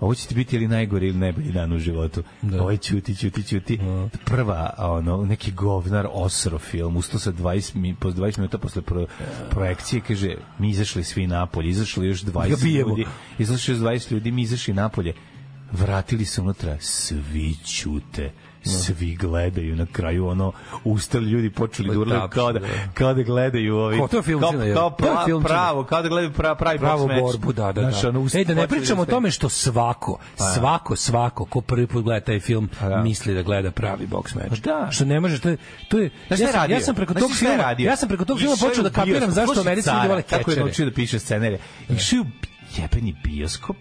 [SPEAKER 7] ovo će ti biti ili najgori ili najbolji dan u životu. Da. Ovo je ćuti, ćuti, ćuti.
[SPEAKER 6] Da.
[SPEAKER 7] Prva, ono, neki govnar osro film, ustao sa 20, mi, pos 20 minuta posle pro, projekcije, kaže, mi izašli svi napolje, izašli još 20
[SPEAKER 6] bijemo.
[SPEAKER 7] ljudi, izašli još 20 ljudi, mi izašli napolje, vratili se unutra, svi ćute
[SPEAKER 6] Da.
[SPEAKER 7] svi gledaju na kraju ono ustali ljudi počeli da urlaju
[SPEAKER 6] Tapšu,
[SPEAKER 7] kao da
[SPEAKER 6] da.
[SPEAKER 7] kao da gledaju ovi
[SPEAKER 6] Ko, to je
[SPEAKER 7] kao,
[SPEAKER 6] filmčina, je.
[SPEAKER 7] kao
[SPEAKER 6] To je
[SPEAKER 7] pra,
[SPEAKER 6] filmčina.
[SPEAKER 7] pravo kao da gledaju pra, pravi
[SPEAKER 6] pravu
[SPEAKER 7] box match.
[SPEAKER 6] borbu, da, da, da.
[SPEAKER 7] Znaš, ono, ust-
[SPEAKER 6] Ej, da ne
[SPEAKER 7] počeli
[SPEAKER 6] pričamo o
[SPEAKER 7] ste- Pa
[SPEAKER 6] tome što svako, svako, svako ko prvi put gleda taj film
[SPEAKER 7] da.
[SPEAKER 6] misli da gleda pravi box
[SPEAKER 7] Pa
[SPEAKER 6] meč.
[SPEAKER 7] da.
[SPEAKER 6] Što ne može, to je, to je
[SPEAKER 7] Znaš šta
[SPEAKER 6] ja,
[SPEAKER 7] je
[SPEAKER 6] sam,
[SPEAKER 7] radio?
[SPEAKER 6] ja sam preko
[SPEAKER 7] Znaš
[SPEAKER 6] tog
[SPEAKER 7] šta je
[SPEAKER 6] filma,
[SPEAKER 7] radio?
[SPEAKER 6] ja sam preko tog
[SPEAKER 7] Išao
[SPEAKER 6] filma
[SPEAKER 7] je
[SPEAKER 6] počeo
[SPEAKER 7] u
[SPEAKER 6] da kapiram
[SPEAKER 7] bioskop.
[SPEAKER 6] zašto
[SPEAKER 7] Slušaj,
[SPEAKER 6] Americi
[SPEAKER 7] cara,
[SPEAKER 6] ljudi vole
[SPEAKER 7] Tako je
[SPEAKER 6] kečere.
[SPEAKER 7] naučio da piše scenarije. Išao je u jebeni bioskop,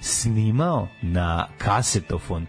[SPEAKER 7] snimao na kasetofon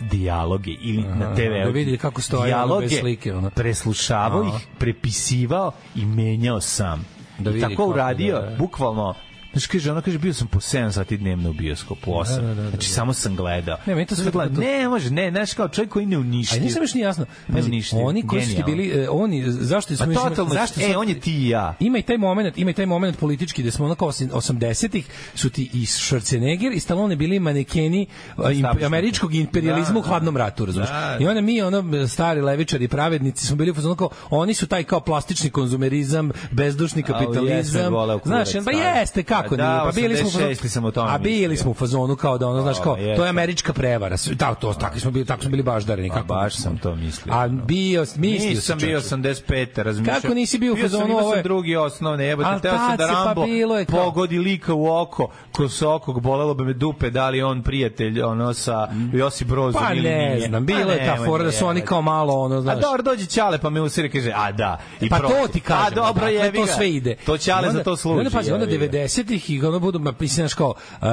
[SPEAKER 7] dijaloge ili na TV.
[SPEAKER 6] da vidi kako stoje, ono,
[SPEAKER 7] dijaloge,
[SPEAKER 6] bez slike, ono.
[SPEAKER 7] preslušavao
[SPEAKER 6] Aha.
[SPEAKER 7] ih, prepisivao i menjao sam.
[SPEAKER 6] Da
[SPEAKER 7] I
[SPEAKER 6] vidi
[SPEAKER 7] tako
[SPEAKER 6] kako,
[SPEAKER 7] uradio,
[SPEAKER 6] da, da.
[SPEAKER 7] bukvalno Znaš, kaže, ona kaže, bio sam po 7 sati dnevno u bioskopu, 8.
[SPEAKER 6] da, da, da,
[SPEAKER 7] znači, samo sam gledao.
[SPEAKER 6] Ne, meni to
[SPEAKER 7] Sad
[SPEAKER 6] sve-
[SPEAKER 7] gledam,
[SPEAKER 6] to-
[SPEAKER 7] Ne, može, ne, znaš, kao čovjek koji ne uništio.
[SPEAKER 6] A nisam još ni jasno.
[SPEAKER 7] Ne
[SPEAKER 6] Pazi,
[SPEAKER 7] uništio,
[SPEAKER 6] oni koji su ti
[SPEAKER 7] Pa genijalno.
[SPEAKER 6] bili, e, oni, zašto smo
[SPEAKER 7] Pa
[SPEAKER 6] još-
[SPEAKER 7] totalno,
[SPEAKER 6] zašto
[SPEAKER 7] e,
[SPEAKER 6] smo-
[SPEAKER 7] on je ti i ja.
[SPEAKER 6] ima i taj moment, ima i taj moment politički da smo onako osim- 80-ih su ti i Schwarzenegger i Stallone bili manekeni a, im-
[SPEAKER 7] Establishment.
[SPEAKER 6] američkog imperijalizma
[SPEAKER 7] Da,
[SPEAKER 6] u hladnom ratu, razumeš?
[SPEAKER 7] Da.
[SPEAKER 6] I onda mi ono stari levičari i pravednici smo bili u fazonu kao oni su taj kao plastični konzumerizam, bezdušni
[SPEAKER 7] jesmo ih
[SPEAKER 6] kapitalizam.
[SPEAKER 7] voleo kurac,
[SPEAKER 6] Znaš, pa
[SPEAKER 7] da.
[SPEAKER 6] jeste kako
[SPEAKER 7] Da,
[SPEAKER 6] nije, pa bili smo u fazonu-
[SPEAKER 7] 86 sam o tome
[SPEAKER 6] A bili
[SPEAKER 7] mislio.
[SPEAKER 6] smo u fazonu kao da ono znaš kao
[SPEAKER 7] A, jeste.
[SPEAKER 6] to je američka prevara. Sve- Da, to tako smo bili, tako smo bili baždareni kako.
[SPEAKER 7] baš sam to mislio,
[SPEAKER 6] A
[SPEAKER 7] ono.
[SPEAKER 6] bio mislio
[SPEAKER 7] Nisam
[SPEAKER 6] čoveče.
[SPEAKER 7] bio 85, razmišljam.
[SPEAKER 6] Kako nisi bio u
[SPEAKER 7] bio sam,
[SPEAKER 6] fazonu,
[SPEAKER 7] imao
[SPEAKER 6] ovo
[SPEAKER 7] sam
[SPEAKER 6] je-
[SPEAKER 7] drugi osnovne,
[SPEAKER 6] Al
[SPEAKER 7] jebote, teo sam
[SPEAKER 6] tad
[SPEAKER 7] da
[SPEAKER 6] se, pa
[SPEAKER 7] Rambo
[SPEAKER 6] bilo je kao-
[SPEAKER 7] pogodi lika u oko, kroz okog, bolelo bi me dupe, da li je on prijatelj, ono, sa Josip Brozom
[SPEAKER 6] Pa
[SPEAKER 7] ili
[SPEAKER 6] ne
[SPEAKER 7] nije.
[SPEAKER 6] znam,
[SPEAKER 7] Pa
[SPEAKER 6] bila je ta
[SPEAKER 7] nemoj
[SPEAKER 6] fora
[SPEAKER 7] me
[SPEAKER 6] da su oni
[SPEAKER 7] jebati.
[SPEAKER 6] kao malo ono,
[SPEAKER 7] A
[SPEAKER 6] znaš.
[SPEAKER 7] dobro, dođe Ćale pa me usiri kaže, a da. I
[SPEAKER 6] pa to
[SPEAKER 7] prođe.
[SPEAKER 6] ti kažem.
[SPEAKER 7] A dobro,
[SPEAKER 6] dakle,
[SPEAKER 7] je
[SPEAKER 6] to sve ide.
[SPEAKER 7] To Ćale
[SPEAKER 6] I onda-
[SPEAKER 7] za to služi.
[SPEAKER 6] Onda pazi, onda
[SPEAKER 7] jebi ga.
[SPEAKER 6] 90-ih i onda budu, ma, mislim, znaš, kao, uh,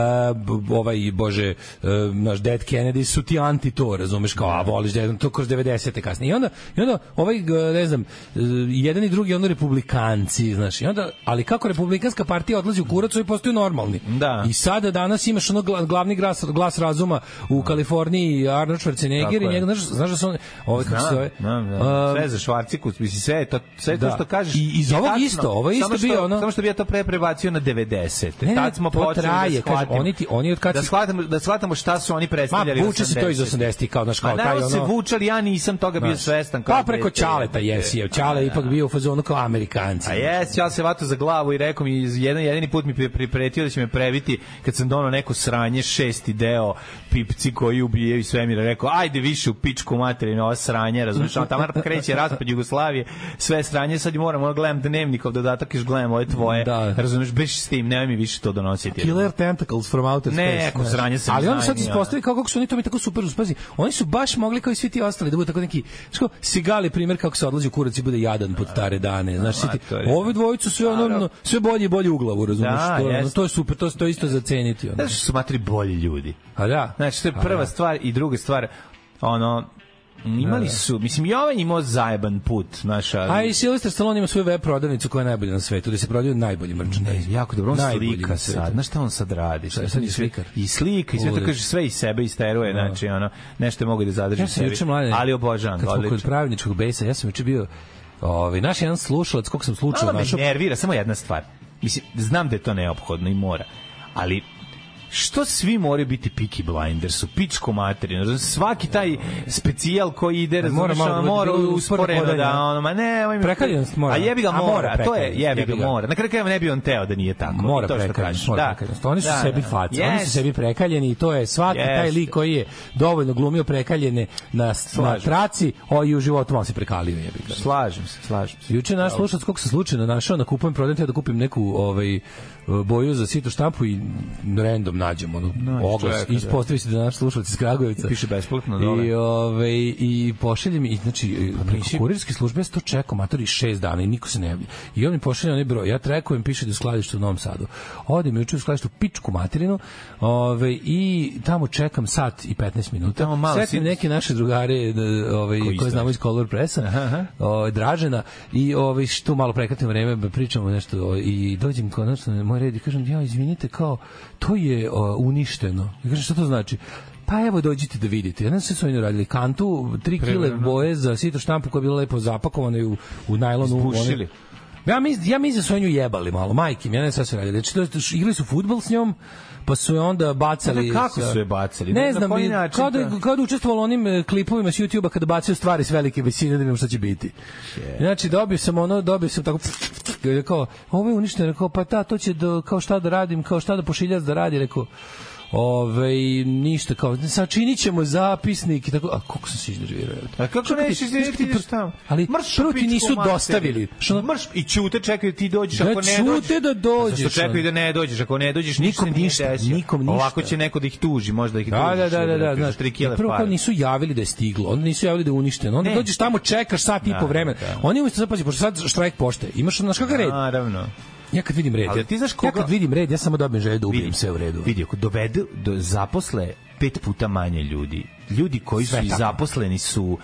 [SPEAKER 6] ovaj, bože, uh, naš Dead Kennedy su ti anti to, razumeš, kao, a
[SPEAKER 7] Da.
[SPEAKER 6] voliš Dead, to kroz 90-te kasnije. I onda, i onda ovaj, g- ne znam, uh, jedan i drugi, ono republikanci, znaš, i onda, ali kako republikanska partija odlazi u kuracu i postaju normalni.
[SPEAKER 7] Da.
[SPEAKER 6] I sada danas imaš ono gla- glavni glas, glas razuma u Kaliforniji, Arnold Schwarzenegger
[SPEAKER 7] Da. Tako
[SPEAKER 6] i
[SPEAKER 7] je.
[SPEAKER 6] njega, znaš, znaš da su on, ovaj, kako se
[SPEAKER 7] Znam,
[SPEAKER 6] zove,
[SPEAKER 7] znam,
[SPEAKER 6] um,
[SPEAKER 7] znam. da, Sve za švarcikus, misli, sve je to, sve da.
[SPEAKER 6] Da.
[SPEAKER 7] to što kažeš.
[SPEAKER 6] I iz ovog
[SPEAKER 7] je
[SPEAKER 6] isto, ovo je
[SPEAKER 7] Samo
[SPEAKER 6] isto
[SPEAKER 7] što-
[SPEAKER 6] bio ono-
[SPEAKER 7] Samo što bi ja to pre prebacio na 90.
[SPEAKER 6] Ne, ne,
[SPEAKER 7] Tad smo
[SPEAKER 6] to
[SPEAKER 7] počeli
[SPEAKER 6] traje,
[SPEAKER 7] da
[SPEAKER 6] kažem,
[SPEAKER 7] shvatimo.
[SPEAKER 6] oni ti- oni od kad
[SPEAKER 7] da
[SPEAKER 6] si-
[SPEAKER 7] shvatimo, da shvatimo šta su oni da
[SPEAKER 6] Ma,
[SPEAKER 7] predstavljali.
[SPEAKER 6] Pa, vuče se to iz 80-ih, kao, znaš, kao,
[SPEAKER 7] Ma,
[SPEAKER 6] taj
[SPEAKER 7] naravno se
[SPEAKER 6] ono...
[SPEAKER 7] vučali, ja nisam toga bio svestan. kao
[SPEAKER 6] Pa preko
[SPEAKER 7] dete,
[SPEAKER 6] Čaleta
[SPEAKER 7] jebote.
[SPEAKER 6] jesi, je. Čale je ipak bio u fazonu kao Amerikanci.
[SPEAKER 7] A Pa jes, ja se vato za glavu i rekao mi iz- jedan jedini put mi pri- pripretio da će me prebiti kad sam donao neko sranje, šesti deo pipci koji ubijaju iz svemira. Rekao, ajde više u pičku materinu, ova sranje, razumiješ, a tamo kreće raspad Jugoslavije, sve sranje, sad moram, ono gledam dnevnikov dodatak, još gledam ove tvoje,
[SPEAKER 6] Da.
[SPEAKER 7] da. razumiješ, beš s tim, nemoj mi više to donositi.
[SPEAKER 6] Killer Tentacles from Outer
[SPEAKER 7] Ne,
[SPEAKER 6] Space.
[SPEAKER 7] ako
[SPEAKER 6] znaš.
[SPEAKER 7] sranje sam
[SPEAKER 6] Ali onda sad
[SPEAKER 7] iznajmio.
[SPEAKER 6] ispostavi kao kako su oni to mi tako super uspazi. Oni su baš mogli kao i svi ti ostali da budu tako neki, znaš kao, Sigali primer kako se odlazi u kurac i bude jadan pod stare dane. Znaš, svi ti,
[SPEAKER 7] to je-
[SPEAKER 6] ove dvojicu sve, ono, ono, sve bolje i bolje u glavu, razumiješ?
[SPEAKER 7] Da,
[SPEAKER 6] to, je ono,
[SPEAKER 7] jeste.
[SPEAKER 6] to je super, to, to je isto zaceniti. Ono.
[SPEAKER 7] Znaš, su matri bolji ljudi.
[SPEAKER 6] A da.
[SPEAKER 7] Znači, to je prva stvar i druga stvar, ono, imali su, mislim, Jovan je imao zajeban put, naša...
[SPEAKER 6] Da, A i Sylvester Stallone ima svoju web prodavnicu koja je najbolja na svetu, gde se prodaju najbolji merchandise.
[SPEAKER 7] jako dobro, on
[SPEAKER 6] Najbolji
[SPEAKER 7] slika
[SPEAKER 6] na svetu.
[SPEAKER 7] sad. Znaš šta on sad radi?
[SPEAKER 6] Šta je, sad je slikar?
[SPEAKER 7] I slika, i sve
[SPEAKER 6] Ludak.
[SPEAKER 7] to kaže, sve iz sebe isteruje, znači, ono, nešto je mogu da zadrži
[SPEAKER 6] Ja
[SPEAKER 7] u
[SPEAKER 6] sam
[SPEAKER 7] sebi.
[SPEAKER 6] juče mladen.
[SPEAKER 7] Ali obožavam
[SPEAKER 6] kad
[SPEAKER 7] ga,
[SPEAKER 6] smo
[SPEAKER 7] odlično.
[SPEAKER 6] kod pravničkog besa, ja sam juče bio Ovaj naš jedan slušalac kog sam slučajno
[SPEAKER 7] Malo me
[SPEAKER 6] našao.
[SPEAKER 7] nervira, samo jedna stvar. Mislim, znam da je to neophodno i mora, ali što svi moraju biti Peaky Blinders, u pičku materinu, razumeš, svaki taj specijal koji ide, razumiješ,
[SPEAKER 6] mora
[SPEAKER 7] mora,
[SPEAKER 6] malo da
[SPEAKER 7] mora
[SPEAKER 6] bude
[SPEAKER 7] usporeno
[SPEAKER 6] usporeno,
[SPEAKER 7] da, ono, ma ne, ovaj mi-
[SPEAKER 6] Prekaljenost mora.
[SPEAKER 7] A jebi ga
[SPEAKER 6] A mora
[SPEAKER 7] mora, to je,
[SPEAKER 6] prekaljenost,
[SPEAKER 7] jebi
[SPEAKER 6] jebi
[SPEAKER 7] ga
[SPEAKER 6] ga.
[SPEAKER 7] mora. Na kraju krajeva ne bi on teo da nije tako.
[SPEAKER 6] Mora
[SPEAKER 7] i to što
[SPEAKER 6] prekaljenost,
[SPEAKER 7] kažeš,
[SPEAKER 6] mora
[SPEAKER 7] da.
[SPEAKER 6] prekaljenost. Oni su
[SPEAKER 7] Da,
[SPEAKER 6] sebi
[SPEAKER 7] da.
[SPEAKER 6] face, oni su
[SPEAKER 7] Jest.
[SPEAKER 6] sebi prekaljeni i to je svaki taj
[SPEAKER 7] Jeste.
[SPEAKER 6] lik koji je dovoljno glumio prekaljene na, na
[SPEAKER 7] Slažem se.
[SPEAKER 6] traci, o i u životu on se prekalio jebi ga.
[SPEAKER 7] Slažem se, slažem se.
[SPEAKER 6] Juče naš slušalac kog sam slučajno našao na kupujem prodajem ja da kupim neku ovaj boju za sito štampu i random nađem ono oglas
[SPEAKER 7] čoveka,
[SPEAKER 6] i
[SPEAKER 7] da.
[SPEAKER 6] ispostavi se da je naš slušalac iz Kragujevca
[SPEAKER 7] Piše besplatno dole. Pa
[SPEAKER 6] I ovaj i pošalje mi i znači preko kurirske službe ja sam to čekao matori 6 dana i niko se ne javlja. I on mi pošalje onaj broj. Ja trekujem piše da je u skladištu u Novom Sadu. Odim juče u skladištu pičku materinu, ovaj i tamo čekam sat i 15 minuta.
[SPEAKER 7] Tamo malo
[SPEAKER 6] Sretnem
[SPEAKER 7] si-
[SPEAKER 6] neke naše drugare da, ovaj
[SPEAKER 7] Koji
[SPEAKER 6] koje
[SPEAKER 7] isto
[SPEAKER 6] znamo iz Color Pressa, ovaj Dražena i ovaj što malo prekratim vreme pričamo nešto ovaj, i dođem konačno na moj red i kažem ja izvinite kao to je o, uništeno. Ja kažem šta to znači? pa evo dođite da vidite. Jedan se su oni radili kantu, tri kile boje za sito štampu koja je bila lepo zapakovana i u, u najlonu. one-
[SPEAKER 7] Ispušili.
[SPEAKER 6] Ja mislim ja mislim da su oni nju jebali malo, majke mi, ja ne znam šta su radili. Znači, to, to, igrali su fudbal s njom, pa su je onda bacali...
[SPEAKER 7] Pa da, kako
[SPEAKER 6] sa-
[SPEAKER 7] su je bacali?
[SPEAKER 6] Ne
[SPEAKER 7] Na
[SPEAKER 6] znam,
[SPEAKER 7] koji način
[SPEAKER 6] kao da,
[SPEAKER 7] to?
[SPEAKER 6] kao da učestvovalo u onim e, klipovima s YouTube-a kada bacaju stvari s velike visine da vidimo šta će biti. Znači, dobio sam ono, dobio sam tako... Rekao, ovo je uništeno, rekao, pa ta, to će da, kao šta da radim, kao šta da pošiljac da radi, rekao, Ove, ništa, kao, sačinit ćemo zapisnik i tako, a kako sam se iznervirao. evo te.
[SPEAKER 7] A kako
[SPEAKER 6] Čekaj,
[SPEAKER 7] nećeš
[SPEAKER 6] ti-
[SPEAKER 7] izviniti
[SPEAKER 6] ti-
[SPEAKER 7] ideš tamo?
[SPEAKER 6] Ali
[SPEAKER 7] Mrš u
[SPEAKER 6] prvo ti
[SPEAKER 7] pičku
[SPEAKER 6] nisu
[SPEAKER 7] materinu.
[SPEAKER 6] dostavili. Što,
[SPEAKER 7] Mrš i ćute, čekaj da ti dođeš
[SPEAKER 6] Da
[SPEAKER 7] ako ne dođeš. Pa
[SPEAKER 6] ćute da dođeš,
[SPEAKER 7] Zašto čekaj
[SPEAKER 6] ono.
[SPEAKER 7] da ne dođeš, ako ne dođeš
[SPEAKER 6] Nikom
[SPEAKER 7] nikom ništa,
[SPEAKER 6] ništa,
[SPEAKER 7] se nije desilo.
[SPEAKER 6] nikom ništa.
[SPEAKER 7] Lako će neko da ih tuži, možda ih
[SPEAKER 6] Da,
[SPEAKER 7] tužiš.
[SPEAKER 6] da, da, da, da, znaš,
[SPEAKER 7] tri kile
[SPEAKER 6] prvo kao
[SPEAKER 7] pare.
[SPEAKER 6] nisu javili da je stiglo, onda nisu javili da je uništeno, onda
[SPEAKER 7] Ne.
[SPEAKER 6] dođeš tamo, čekaš sat i
[SPEAKER 7] Da,
[SPEAKER 6] po vremena.
[SPEAKER 7] da.
[SPEAKER 6] Oni umesto sad, pazi, pošto sad štrajk pošte, imaš, znaš kakav red?
[SPEAKER 7] Naravno.
[SPEAKER 6] Ja kad vidim red,
[SPEAKER 7] Ali
[SPEAKER 6] ja-
[SPEAKER 7] ti znaš
[SPEAKER 6] ja
[SPEAKER 7] koga-
[SPEAKER 6] kad vidim red, ja samo dobijem želju da ubijem
[SPEAKER 7] Vidi,
[SPEAKER 6] sve u redu.
[SPEAKER 7] Vidi, ako dovedu, do, zaposle pet puta manje ljudi. Ljudi koji su
[SPEAKER 6] Sve
[SPEAKER 7] i
[SPEAKER 6] tako.
[SPEAKER 7] zaposleni su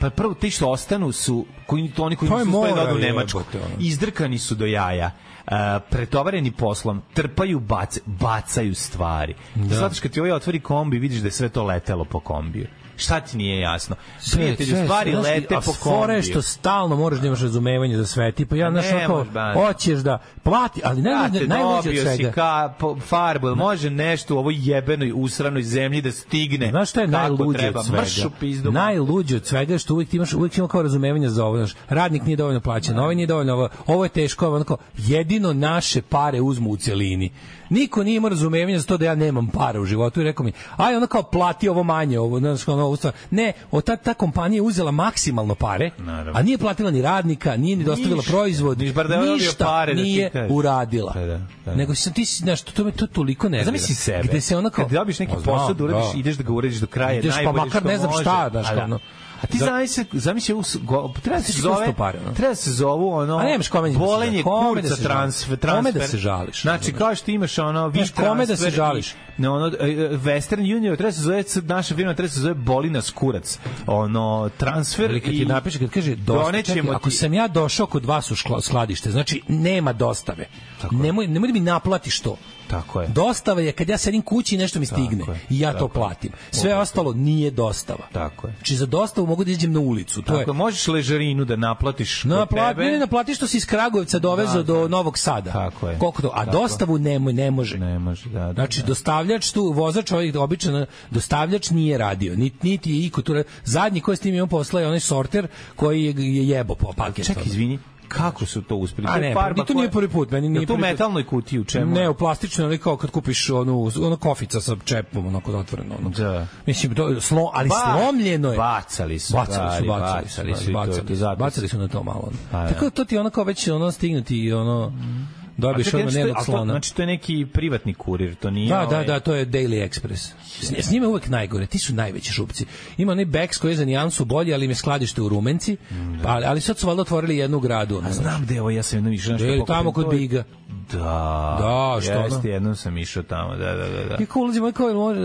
[SPEAKER 7] pa prvo ti što ostanu su koji to oni koji
[SPEAKER 6] To je
[SPEAKER 7] nisu uspeli da
[SPEAKER 6] mora,
[SPEAKER 7] odu u
[SPEAKER 6] Pa jebote,
[SPEAKER 7] Nemačku.
[SPEAKER 6] ono.
[SPEAKER 7] Izdrkani su do jaja. Uh, pretovareni poslom, trpaju, bac, bacaju stvari. Da. Zato što kad ti ovaj otvori kombi, vidiš da je sve to letelo po kombiju. Šta ti nije jasno? Prijatelju, stvari
[SPEAKER 6] znaš,
[SPEAKER 7] lete
[SPEAKER 6] a
[SPEAKER 7] po
[SPEAKER 6] fora je
[SPEAKER 7] kombiju. Pa
[SPEAKER 6] što stalno moraš da imaš razumevanje za sve, tipa ja
[SPEAKER 7] Ne
[SPEAKER 6] znaš onako,
[SPEAKER 7] možeš, ba.
[SPEAKER 6] hoćeš da plati, ali najluđe
[SPEAKER 7] Brate,
[SPEAKER 6] najluđe od
[SPEAKER 7] dobio si
[SPEAKER 6] svega.
[SPEAKER 7] ka, po, farbu, jel može nešto u ovoj jebenoj, usranoj zemlji da stigne?
[SPEAKER 6] Znaš šta je
[SPEAKER 7] kako
[SPEAKER 6] najluđe
[SPEAKER 7] treba?
[SPEAKER 6] od svega?
[SPEAKER 7] Mrš u pizdu.
[SPEAKER 6] Najluđe od svega je što uvijek ti imaš, uvijek ima kao razumevanja za ovo. Znaš, radnik nije dovoljno plaćen, ovaj nije dovoljno, ovo, ovo je teško, ovo je onako, jedino naše pare uzmu u celini. Niko nije imao razumevanja za to da ja nemam para u životu i rekao mi, aj ono kao plati ovo manje, ovo, znaš, ono, ovo stvar. Ne, od tad ta kompanija je uzela maksimalno pare,
[SPEAKER 7] Naravno.
[SPEAKER 6] a nije platila ni radnika, nije ni dostavila
[SPEAKER 7] Ništa.
[SPEAKER 6] proizvod,
[SPEAKER 7] Niš bar da je dobio
[SPEAKER 6] ništa
[SPEAKER 7] pare, da ti
[SPEAKER 6] nije
[SPEAKER 7] kažem.
[SPEAKER 6] uradila.
[SPEAKER 7] Da, da, da.
[SPEAKER 6] Nego sam ti, si- znaš, to, to me to toliko nervira.
[SPEAKER 7] Zamisli sebe.
[SPEAKER 6] E, Gde se ono kao...
[SPEAKER 7] Kad dobiš neki
[SPEAKER 6] O, znam,
[SPEAKER 7] posao da uradiš,
[SPEAKER 6] da.
[SPEAKER 7] ideš da ga uradiš do kraja,
[SPEAKER 6] Ideš, pa
[SPEAKER 7] najbolje
[SPEAKER 6] makar
[SPEAKER 7] što
[SPEAKER 6] ne znam
[SPEAKER 7] može.
[SPEAKER 6] šta, znaš,
[SPEAKER 7] A, da.
[SPEAKER 6] ono.
[SPEAKER 7] A ti
[SPEAKER 6] Za-
[SPEAKER 7] zamisli, zamisli, ovu s- go- treba da se
[SPEAKER 6] Ti si
[SPEAKER 7] zove,
[SPEAKER 6] koštao pare, ono.
[SPEAKER 7] treba da se zovu ono,
[SPEAKER 6] A nemaš kome da se žališ.
[SPEAKER 7] bolenje
[SPEAKER 6] Kome da
[SPEAKER 7] kurca
[SPEAKER 6] se
[SPEAKER 7] transfer,
[SPEAKER 6] žališ?
[SPEAKER 7] transfer.
[SPEAKER 6] Kome da se žališ?
[SPEAKER 7] Znači, kao što imaš ono, viš
[SPEAKER 6] Znaš, kome da se
[SPEAKER 7] transfer i-
[SPEAKER 6] žališ?
[SPEAKER 7] Ne, ono, e, e, Western Union, treba se zove, c- naša firma treba se zove boli nas kurac. Ono, transfer
[SPEAKER 6] Ali kad ti napiše, kad kaže dosta,
[SPEAKER 7] Donećemo
[SPEAKER 6] čekaj, ako
[SPEAKER 7] ti-
[SPEAKER 6] sam ja došao kod vas u škla- skladište, znači nema dostave. Nemoj, nemoj da mi naplatiš to.
[SPEAKER 7] Tako je.
[SPEAKER 6] Dostava je kad ja sedim kući i nešto mi stigne
[SPEAKER 7] je,
[SPEAKER 6] i ja to platim. Sve ostalo nije dostava.
[SPEAKER 7] Tako je.
[SPEAKER 6] Znači za dostavu mogu da iđem na ulicu. To je
[SPEAKER 7] Tako, možeš ležarinu da naplatiš kod
[SPEAKER 6] Naplat,
[SPEAKER 7] tebe. Da,
[SPEAKER 6] ne, ne, naplati što si iz Kragujevca dovezao do Novog Sada.
[SPEAKER 7] Tako je.
[SPEAKER 6] Koliko to? A
[SPEAKER 7] Tako.
[SPEAKER 6] dostavu nemoj, ne može.
[SPEAKER 7] Ne može, da, da,
[SPEAKER 6] Znači,
[SPEAKER 7] da.
[SPEAKER 6] dostavljač tu, vozač ovih običan, dostavljač nije radio, niti, niti je iko tu radio. Zadnji koji s tim imao posla je onaj sorter koji je, je jebo po paket.
[SPEAKER 7] Čekaj, izvini, kako su to uspeli?
[SPEAKER 6] A
[SPEAKER 7] To je
[SPEAKER 6] ne,
[SPEAKER 7] farba
[SPEAKER 6] pa, to nije
[SPEAKER 7] koja-
[SPEAKER 6] prvi put, meni
[SPEAKER 7] Jel
[SPEAKER 6] nije
[SPEAKER 7] to u
[SPEAKER 6] prvi put.
[SPEAKER 7] metalnoj kutiji u čemu?
[SPEAKER 6] Ne, u plastičnoj, ali kao kad kupiš onu, ono kofica sa čepom, onako otvoreno. Ono.
[SPEAKER 7] Da.
[SPEAKER 6] Mislim, to, je slo, ali
[SPEAKER 7] Ba-
[SPEAKER 6] slomljeno je.
[SPEAKER 7] Bacali su,
[SPEAKER 6] Bacali su,
[SPEAKER 7] stvari,
[SPEAKER 6] bacali su,
[SPEAKER 7] bacali su i to,
[SPEAKER 6] bacali,
[SPEAKER 7] to je zapis.
[SPEAKER 6] bacali su na to malo.
[SPEAKER 7] Pa, da.
[SPEAKER 6] Tako da to ti je ono kao već ono stignuti i ono,
[SPEAKER 7] A
[SPEAKER 6] dobiješ
[SPEAKER 7] čekaj,
[SPEAKER 6] odmah
[SPEAKER 7] znači, to je-
[SPEAKER 6] njenog
[SPEAKER 7] ali to-
[SPEAKER 6] slona.
[SPEAKER 7] Znači, to je neki privatni kurir, to nije...
[SPEAKER 6] Da, da,
[SPEAKER 7] ovaj-
[SPEAKER 6] da, to je Daily Express. S, s njima je uvek najgore, ti su najveći šupci. Ima onaj Bex koji je za nijansu bolji, ali im je skladište u Rumenci, pa, ali, ali sad su valjda otvorili jednu u gradu. Ono.
[SPEAKER 7] A znam gde, evo, ja sam jednom išao nešto...
[SPEAKER 6] Ili da. tamo kod Biga.
[SPEAKER 7] Da,
[SPEAKER 6] Da, što ono?
[SPEAKER 7] Jeste, jednom sam išao tamo, da, da, da. da.
[SPEAKER 6] I kao ulazimo, ovaj kao, jel može,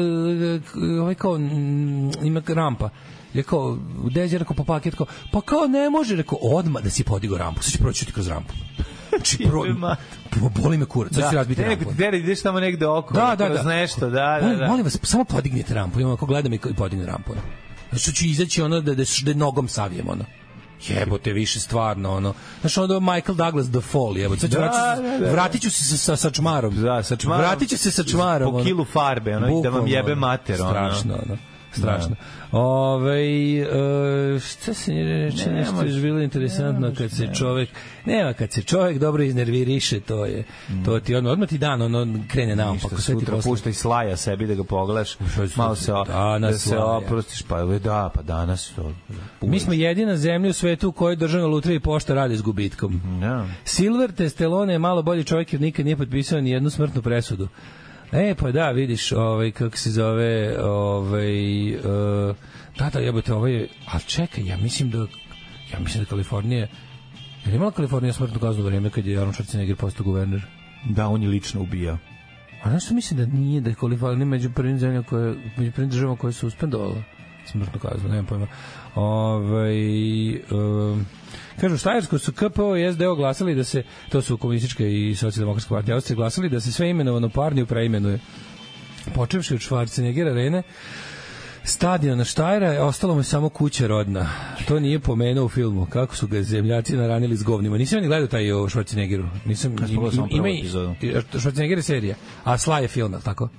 [SPEAKER 6] e, k- ovaj kao, mm, ima rampa. Je kao, gde je rekao, pa paket, kao, pa kao ne može, rekao, odmah da si podigao rampu, sad ću proći ti kroz rampu. Znači, pro,
[SPEAKER 7] Jebe mater.
[SPEAKER 6] bo- boli me kurac,
[SPEAKER 7] Da,
[SPEAKER 6] sad da ću razbiti
[SPEAKER 7] gde,
[SPEAKER 6] rampu.
[SPEAKER 7] gde, ideš tamo negde oko,
[SPEAKER 6] Da, da,
[SPEAKER 7] kroz
[SPEAKER 6] da.
[SPEAKER 7] nešto, da, da,
[SPEAKER 6] Molim-
[SPEAKER 7] da.
[SPEAKER 6] Molim vas, samo podignite rampu. Imam ako gledam i i podigne rampu. Ono. Znači što ću izaći ono da da, da nogom savijem ono. Jebote, više stvarno ono. Znaš onda Michael Douglas The Fall, jebote. Sad ću
[SPEAKER 7] Da,
[SPEAKER 6] vratit,
[SPEAKER 7] da, da.
[SPEAKER 6] vratit ću se sa, sa, sa čmarom.
[SPEAKER 7] Da, sa čmarom.
[SPEAKER 6] Vratit ću se sa čmarom.
[SPEAKER 7] Po kilu farbe, ono, i da vam
[SPEAKER 6] Bukvalno,
[SPEAKER 7] jebe
[SPEAKER 6] ono.
[SPEAKER 7] mater, ono. Da.
[SPEAKER 6] Strašno, ono. Strašno. Ove, e, šta se nije reče, nešto je još bilo interesantno kad se čovek, nema, kad se čovek dobro iznerviriše, to je, to ti ono, odmah ti dan, ono, krene
[SPEAKER 7] Što
[SPEAKER 6] naopako, pa sve ti
[SPEAKER 7] sutra
[SPEAKER 6] posle.
[SPEAKER 7] puštaj slaja sebi da ga pogledaš,
[SPEAKER 6] Šta je
[SPEAKER 7] malo
[SPEAKER 6] sutra?
[SPEAKER 7] se, o,
[SPEAKER 6] Danas
[SPEAKER 7] da se
[SPEAKER 6] Slaja.
[SPEAKER 7] oprostiš, pa evo, da, pa danas to.
[SPEAKER 6] Mi smo jedina zemlja u svetu u kojoj državna lutrija i pošta rade s gubitkom.
[SPEAKER 7] Da.
[SPEAKER 6] Silver Testelone je malo bolji čovjek jer nikad nije potpisao ni jednu smrtnu presudu. E, pa da, vidiš, ovaj, kako se zove, ovaj, uh, da, da, jebote, ovaj, ali čekaj, ja mislim da, ja mislim da Kalifornija, je li imala Kalifornija smrtnu kaznu u vreme kad je Arnold Schwarzenegger postao guverner?
[SPEAKER 7] Da, on je lično ubijao.
[SPEAKER 6] A znaš što mislim da nije, da je Kalifornija među prvim zemljama koje, među prvim državama koje su uspendovala smrtnu kaznu, nemam pojma. Ove, um, kažu, u Štajersku su KPO i SDO glasali da se, to su komunistička i socijaldemokratska partija Austrije, glasali da se sve imenovano parniju preimenuje. Počevši od Schwarzeneggera Rene, Stadiona Štajra, ostalo mu je samo kuća rodna. To nije pomenuo u filmu, kako su ga zemljaci naranili s govnima. Nisam ja ni gledao taj o Schwarzeneggeru. Nisam,
[SPEAKER 7] sam pogledao samo prvu
[SPEAKER 6] i-
[SPEAKER 7] epizodu.
[SPEAKER 6] Schwarzenegger je serija, a Sly je film, je li tako?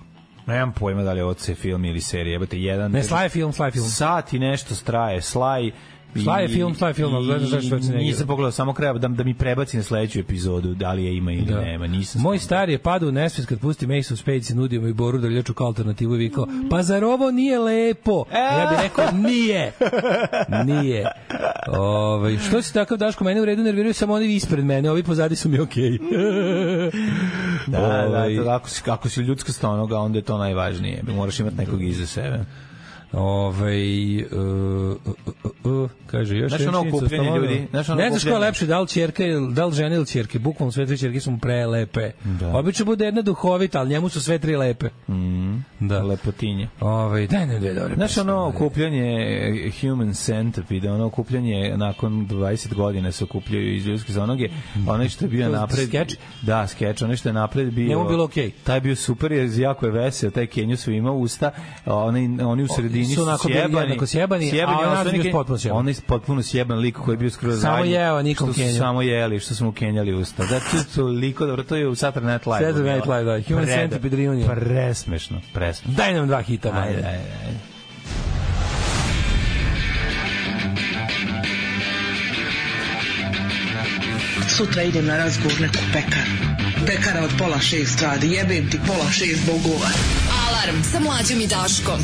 [SPEAKER 7] Nemam pojma da li je ovo C film ili serija, jebate, jedan...
[SPEAKER 6] Ne, Sly je film, Sly je film.
[SPEAKER 7] Sat i nešto straje, Sly... i-
[SPEAKER 6] Sly je film, Sly je film, ali gledam zašto već ne igra.
[SPEAKER 7] Nisam pogledao, samo kraj, da, da mi prebaci na sledeću epizodu, da li je ima ili
[SPEAKER 6] Da.
[SPEAKER 7] nema, nisam...
[SPEAKER 6] Moj stari je padao u nesvest kad pusti Mace of Spades i nudio mi Boru Drljaču kao alternativu i vikao, pa zar ovo nije lepo? Ja bih rekao, nije. Nije. Ove, što si takav, Daško, mene u redu nerviraju samo oni ispred mene, ovi pozadi su mi okej.
[SPEAKER 7] Da,
[SPEAKER 6] Ovaj,
[SPEAKER 7] da, da, ako si, ako si ljudska stanoga, onda je to najvažnije. Moraš imati nekog iza sebe.
[SPEAKER 6] Ovaj uh, uh, uh, uh, kaže još
[SPEAKER 7] Znaš
[SPEAKER 6] jedna
[SPEAKER 7] ono
[SPEAKER 6] činjenica
[SPEAKER 7] okupljanje
[SPEAKER 6] ustanovljena.
[SPEAKER 7] ljudi? Znaš ono
[SPEAKER 6] ne znaš ko je
[SPEAKER 7] okupljanje?
[SPEAKER 6] lepše, da li ćerka ili da li žena ili ćerke. Bukvalno sve tri ćerke su mu prelepe. Da. Obično bude jedna duhovita, ali njemu su sve tri lepe. Mm. Da.
[SPEAKER 7] Lepotinje.
[SPEAKER 6] Ovaj daj nam dve dobre.
[SPEAKER 7] Mhm. Znaš
[SPEAKER 6] pesme,
[SPEAKER 7] ono
[SPEAKER 6] ajde.
[SPEAKER 7] okupljanje eh, Human Centipede, ono okupljanje nakon 20 godina se okupljaju iz ljudske zanoge, onaj što je bio
[SPEAKER 6] To je
[SPEAKER 7] napred...
[SPEAKER 6] skeč?
[SPEAKER 7] Da, skeč, onaj što je napred bio...
[SPEAKER 6] Njemu bilo okej.
[SPEAKER 7] Taj je bio super, jer jako je vesel, taj Kenju su ima usta, a onaj, oni u sredini
[SPEAKER 6] su
[SPEAKER 7] su,
[SPEAKER 6] onako bili
[SPEAKER 7] sjebani.
[SPEAKER 6] jednako sjebani, a onaj
[SPEAKER 7] a
[SPEAKER 6] naš bio potpuno sjeban.
[SPEAKER 7] Onaj potpuno sjeban lik koji je bio skroz
[SPEAKER 6] Samo
[SPEAKER 7] zadnji,
[SPEAKER 6] jeo, nikom
[SPEAKER 7] što su
[SPEAKER 6] Kenju.
[SPEAKER 7] Samo jeli, što su mu kenjali usta. Da, to je toliko dobro, to je u Saturday Night Live.
[SPEAKER 6] Saturday Night
[SPEAKER 7] bilo.
[SPEAKER 6] Live, da, Human
[SPEAKER 7] Preda-
[SPEAKER 6] Centipede reunion.
[SPEAKER 7] Presmešno, presmešno.
[SPEAKER 6] Daj nam dva hita,
[SPEAKER 7] Ajde,
[SPEAKER 6] ajde.
[SPEAKER 7] ajde, ajde.
[SPEAKER 8] Sutra idem na razgovor neku pekaru. Pekara od pola šest radi, jebem ti pola šest bogova.
[SPEAKER 5] Alarm sa mlađom i Daškom.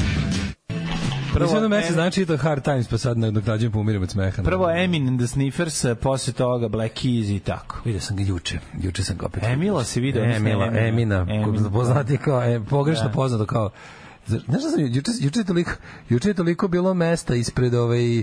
[SPEAKER 6] Prvo, Mislim da
[SPEAKER 7] em-
[SPEAKER 6] mesec znači to hard times, pa sad nadoknađujem pa umirem od smeha.
[SPEAKER 7] Prvo Emin and the Sniffers, a posle toga Black Keys i tako.
[SPEAKER 6] Vidio da. sam ga juče. Juče sam ga opet.
[SPEAKER 7] Emila si video, odnosno
[SPEAKER 6] Emila,
[SPEAKER 7] Emina.
[SPEAKER 6] Emina,
[SPEAKER 7] Emina,
[SPEAKER 6] Emina. e, poznati kao, e, pogrešno da. poznato kao Znaš šta sam, juče, juče, je toliko, juče je toliko bilo mesta ispred ovaj,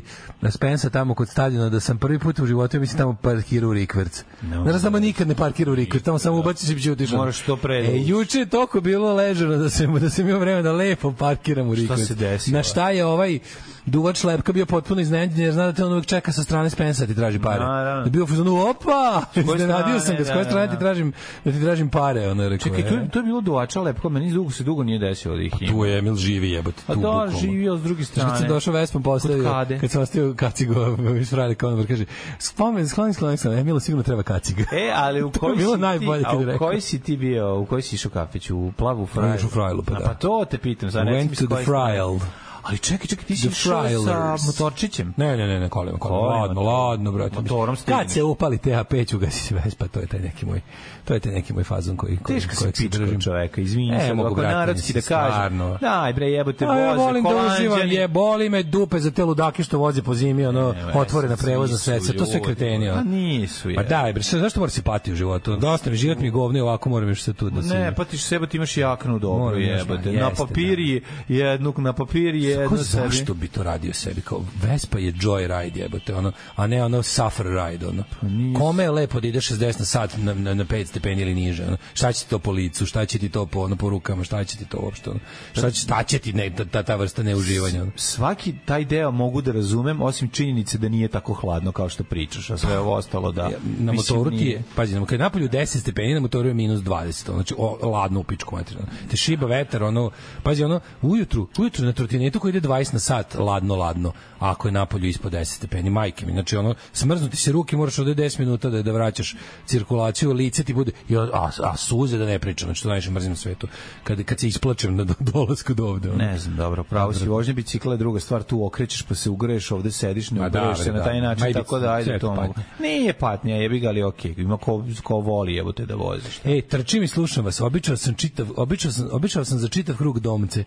[SPEAKER 6] Spensa tamo kod stadiona da sam prvi put u životu, ja mislim, tamo parkirao u Rikverc. No, Znaš, tamo nikad ne parkirao u Rikverc, tamo samo ubaciš i biće otišao.
[SPEAKER 7] Da. Moraš što pre da
[SPEAKER 6] E,
[SPEAKER 7] uđeš.
[SPEAKER 6] juče je toliko bilo ležano da sam, da sam imao vreme da lepo parkiram u Rikverc.
[SPEAKER 7] se desilo?
[SPEAKER 6] Na šta je ovaj duvač lepka bio potpuno iznenađen, jer zna da te on uvek čeka sa strane Spensa da ti traži pare.
[SPEAKER 7] Naravno.
[SPEAKER 6] Da je bio u fazonu, opa!
[SPEAKER 7] koje
[SPEAKER 6] Iznenadio sam
[SPEAKER 7] strane,
[SPEAKER 6] ga, s koje
[SPEAKER 7] da,
[SPEAKER 6] strane
[SPEAKER 7] da,
[SPEAKER 6] ti
[SPEAKER 7] da.
[SPEAKER 6] tražim, da ti tražim pare, ono je rekao.
[SPEAKER 7] Čekaj, to,
[SPEAKER 6] e.
[SPEAKER 7] je- to je bilo duvača lepko, meni dugo se dugo nije desilo da ih ima.
[SPEAKER 6] Tu je Emil živi jebote.
[SPEAKER 7] A
[SPEAKER 6] tu
[SPEAKER 7] da,
[SPEAKER 6] bukvalno.
[SPEAKER 7] živio s druge
[SPEAKER 6] Znaš kad sam
[SPEAKER 7] strane.
[SPEAKER 6] došao Vespom postavio,
[SPEAKER 7] Kod Kade.
[SPEAKER 6] kad sam ostavio kacigu, mi su radili kao ono, kaže, spomen, skloni, skloni, skloni, Emilo sigurno treba kaciga.
[SPEAKER 7] E, ali u
[SPEAKER 6] To je
[SPEAKER 7] kojoj
[SPEAKER 6] bilo
[SPEAKER 7] si
[SPEAKER 6] najbolje
[SPEAKER 7] ti,
[SPEAKER 6] kad je
[SPEAKER 7] a u
[SPEAKER 6] rekao.
[SPEAKER 7] kojoj si ti bio, u kojoj si išao kafiću, u plavu frajlu?
[SPEAKER 6] išao u frajlu, pa
[SPEAKER 7] A
[SPEAKER 6] da.
[SPEAKER 7] Pa to te pitam, sad reci mi
[SPEAKER 6] Went
[SPEAKER 7] s
[SPEAKER 6] to
[SPEAKER 7] koje
[SPEAKER 6] the
[SPEAKER 7] strane.
[SPEAKER 6] trial.
[SPEAKER 7] Ali čekaj, čekaj, ti si
[SPEAKER 6] The
[SPEAKER 7] išao sa
[SPEAKER 6] Friars.
[SPEAKER 7] motorčićem.
[SPEAKER 6] Ne, ne, ne, ne, kolima, kolima,
[SPEAKER 7] Kolima,
[SPEAKER 6] ladno,
[SPEAKER 7] to.
[SPEAKER 6] ladno, brate.
[SPEAKER 7] Motorom
[SPEAKER 6] Kad
[SPEAKER 7] stigneš.
[SPEAKER 6] se upali TH5, ugasi se Vespa, to je taj neki moj, to je taj neki moj fazon koji, koji,
[SPEAKER 7] Teško se
[SPEAKER 6] kojeg se
[SPEAKER 7] pička
[SPEAKER 6] držim.
[SPEAKER 7] čoveka, izvini
[SPEAKER 6] E,
[SPEAKER 7] se,
[SPEAKER 6] mogu,
[SPEAKER 7] ako
[SPEAKER 6] brate,
[SPEAKER 7] narodski da
[SPEAKER 6] mislim,
[SPEAKER 7] kažem.
[SPEAKER 6] stvarno.
[SPEAKER 7] Daj bre, jebote,
[SPEAKER 6] A
[SPEAKER 7] voze,
[SPEAKER 6] ja
[SPEAKER 7] kolanđani.
[SPEAKER 6] volim da uživam, je, boli me dupe za te ludake što voze po zimi, ono,
[SPEAKER 7] Ne,
[SPEAKER 6] otvorena
[SPEAKER 7] nisu
[SPEAKER 6] prevozna sredstva, to sve
[SPEAKER 7] ljudi,
[SPEAKER 6] kreteni,
[SPEAKER 7] Pa
[SPEAKER 6] ono.
[SPEAKER 7] nisu je.
[SPEAKER 6] Pa daj, bre, sve, zašto moraš se pati u životu? Dosta mi, život mi je govno i ovako moram još se tu da se...
[SPEAKER 7] Ne, pa ti sebe ti imaš jaknu dobro,
[SPEAKER 6] Moram još,
[SPEAKER 7] jebote.
[SPEAKER 6] da,
[SPEAKER 7] Na
[SPEAKER 6] jeste,
[SPEAKER 7] papiri jednu, na papiri
[SPEAKER 6] Ko
[SPEAKER 7] jednu sebi.
[SPEAKER 6] zašto bi to radio sebi? Kao, Vespa je joy ride, jebote, ono, a ne ono suffer ride, ono.
[SPEAKER 7] Pa
[SPEAKER 6] Kome je lepo da ideš 60 na sat na, na, na 5 stepeni ili niže, ono? Šta će ti to po licu, šta će ti to po, ono, po rukama, šta će ti to uopšte, ono? Šta će, šta će ti ne, ta, ta vrsta neuživanja, ono?
[SPEAKER 7] Svaki taj deo mogu da razumem, osim činjenice da nije tako hladno kao što pričaš, a sve ovo ostalo da...
[SPEAKER 6] na
[SPEAKER 7] mislim,
[SPEAKER 6] motoru ti
[SPEAKER 7] nije.
[SPEAKER 6] je, pazi, na- kad je napolju 10 stepeni, na motoru je minus 20, ono, znači o, ladno u pičku materinu. Te šiba vetar, ono, pazi, ono, ujutru, ujutru na trotinetu koji ide 20 na sat, ladno, ladno, a ako je napolju ispod 10 stepeni, majke mi, znači, ono, smrznu ti se ruke, moraš ovde 10 minuta da, da vraćaš cirkulaciju, lice ti bude, i, on- a, a suze da ne pričam, znači, to najviše mrzim na svetu, kad, kad se isplačem na do, dolasku do ovde, ono.
[SPEAKER 7] Ne znam, dobro, pravo si, vožnja bicikla je druga stvar, tu okrećeš pa se ugreješ, ovde sediš, ne
[SPEAKER 6] Ma da,
[SPEAKER 7] ugreješ se
[SPEAKER 6] bre,
[SPEAKER 7] na
[SPEAKER 6] da.
[SPEAKER 7] taj
[SPEAKER 6] Ma
[SPEAKER 7] način,
[SPEAKER 6] idi,
[SPEAKER 7] tako da, ajde
[SPEAKER 6] sve
[SPEAKER 7] to
[SPEAKER 6] je
[SPEAKER 7] mogu.
[SPEAKER 6] patnja.
[SPEAKER 7] Nije patnja, jebi ga, ali okej, ima ko, ko voli, evo te da voziš.
[SPEAKER 6] Ej, trčim i E, slušam vas. Običao sam čitav, običao sam, običao sam za čitav krug domce.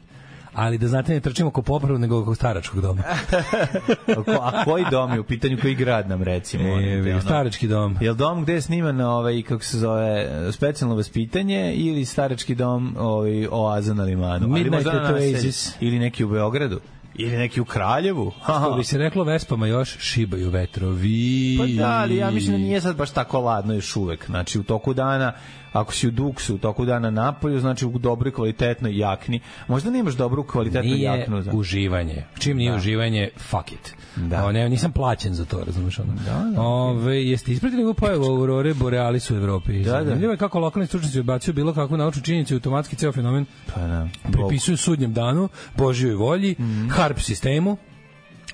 [SPEAKER 6] Ali da znate, ne trčimo oko popravu, nego oko staračkog doma.
[SPEAKER 7] A ko- A koji dom je u pitanju, koji grad nam recimo? molim te,
[SPEAKER 6] E,
[SPEAKER 7] ono?
[SPEAKER 6] starački dom.
[SPEAKER 7] Jel dom gde je sniman ovaj kako se zove specijalno vaspitanje ili starački dom ovaj oaza na limanu?
[SPEAKER 6] Midnight
[SPEAKER 7] možda na
[SPEAKER 6] at
[SPEAKER 7] naselju.
[SPEAKER 6] Oasis.
[SPEAKER 7] ili neki u Beogradu ili neki u Kraljevu.
[SPEAKER 6] Što bi se reklo Vespama još šibaju vetrovi.
[SPEAKER 7] Pa da, ali ja mislim da nije sad baš tako ladno još uvek. Znači, u toku dana, ako si u duksu, u toku dana napolju, znači u dobroj kvalitetnoj jakni. Možda nemaš dobru kvalitetnu
[SPEAKER 6] nije
[SPEAKER 7] jaknu. Za...
[SPEAKER 6] uživanje. Čim nije uživanje, fuck it.
[SPEAKER 7] Da.
[SPEAKER 6] Da. O, ne, nisam plaćen za to, razumeš ono. Da, da. Ove, jeste ispratili ovu pojavu aurore borealis u Evropi?
[SPEAKER 7] da.
[SPEAKER 6] Zanimljivo je kako lokalni stručnici odbacuju bilo kakvu naučnu činjenicu i automatski ceo fenomen
[SPEAKER 7] Pa da.
[SPEAKER 6] pripisuju sudnjem danu, Božjoj volji, mm ARP sistemu,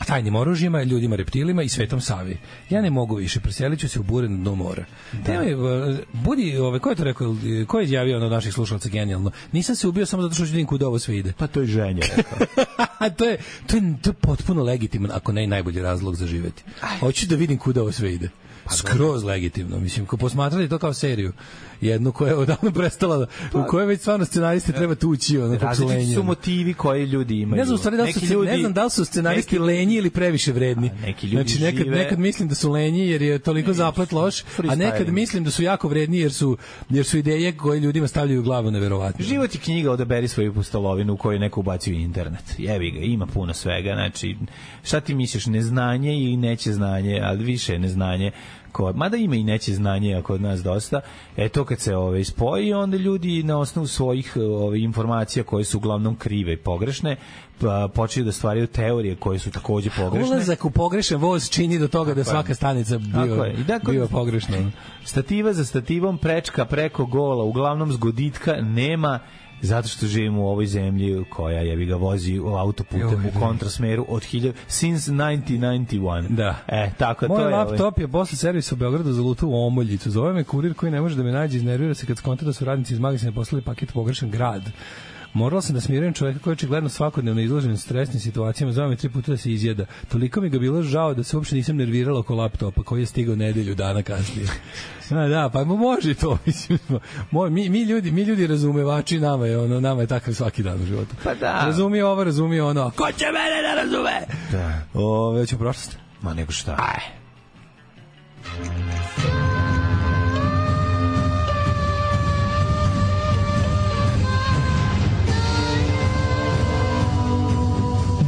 [SPEAKER 6] tajnim oružjima, ljudima reptilima i svetom Savi. Ja ne mogu više, preselit ću se u bure na dno mora. Da. Tema je, e, budi, ove, ko je to rekao, e, ko je izjavio ono od naših slušalaca genijalno? Nisam se ubio samo zato što ću da vidim kuda ovo sve ide.
[SPEAKER 7] Pa to je ženja.
[SPEAKER 6] to, je, to, je, to je potpuno legitiman, ako ne i najbolji razlog za živeti. Hoću da vidim kuda ovo sve ide.
[SPEAKER 7] Pa
[SPEAKER 6] Skroz legitimno, mislim, ko posmatrali to kao seriju, jednu koja je odavno prestala, da- u kojoj već stvarno scenariste treba tući, ono, kako su lenji,
[SPEAKER 7] Pa- Da. Različiti su
[SPEAKER 6] ono.
[SPEAKER 7] motivi koje ljudi imaju.
[SPEAKER 6] Ne znam, u stvari, da li su,
[SPEAKER 7] Neki
[SPEAKER 6] ljudi, ne znam da li su scenaristi
[SPEAKER 7] neki-
[SPEAKER 6] lenji ili previše vredni.
[SPEAKER 7] A, neki ljudi
[SPEAKER 6] znači, nekad,
[SPEAKER 7] žive-
[SPEAKER 6] nekad mislim da su lenji jer je toliko zaplet loš, a nekad
[SPEAKER 7] freestyling.
[SPEAKER 6] mislim da su jako vredni jer su, jer su ideje koje ljudima stavljaju u glavu neverovatno.
[SPEAKER 7] Život je knjiga, odaberi svoju pustolovinu u koju neko ubacio internet. Jevi ga, ima puno svega, znači, šta ti misliš, neznanje i neće znanje, ali više je neznanje, ko, mada ima i neće znanje, ako od nas dosta, e to kad se ove, spoji, onda ljudi na osnovu svojih ove, informacija koje su uglavnom krive i pogrešne, pa, počeju da stvaraju teorije koje su takođe pogrešne.
[SPEAKER 6] Ulazak u pogrešan voz čini do toga da svaka stanica
[SPEAKER 7] Tako
[SPEAKER 6] bio,
[SPEAKER 7] je. I dakle-
[SPEAKER 6] bio pogrešna.
[SPEAKER 7] Stativa za stativom, prečka preko gola, uglavnom zgoditka nema zato što živimo u ovoj zemlji koja je bi ga vozi u autoputem
[SPEAKER 6] Joj,
[SPEAKER 7] u kontrasmeru od 1000 since 1991.
[SPEAKER 6] Da.
[SPEAKER 7] E, tako to
[SPEAKER 6] Moj
[SPEAKER 7] je. ovaj.
[SPEAKER 6] laptop je posle servisa u Beogradu zalutao u omoljicu. Zove me kurir koji ne može da me nađe, iznervira se kad skonta da su radnici iz magazina poslali paket u pogrešan grad. Morala sam da smirujem čoveka koji je očigledno svakodnevno izložen stresnim situacijama, zvao me tri puta da se izjeda. Toliko mi ga bilo žao da se uopšte nisam nervirala oko laptopa koji je stigao nedelju dana kasnije. Da, da, pa mo- može i to, mislim. Moj, mi, mi, ljudi, mi ljudi razumevači nama je, ono, nama je takav svaki dan u životu.
[SPEAKER 7] Pa da.
[SPEAKER 6] Razumije ovo, razumije ono. Ko će mene da razume?
[SPEAKER 7] Da.
[SPEAKER 6] Ove, hoću prošlost.
[SPEAKER 7] Ma nego šta. Aj.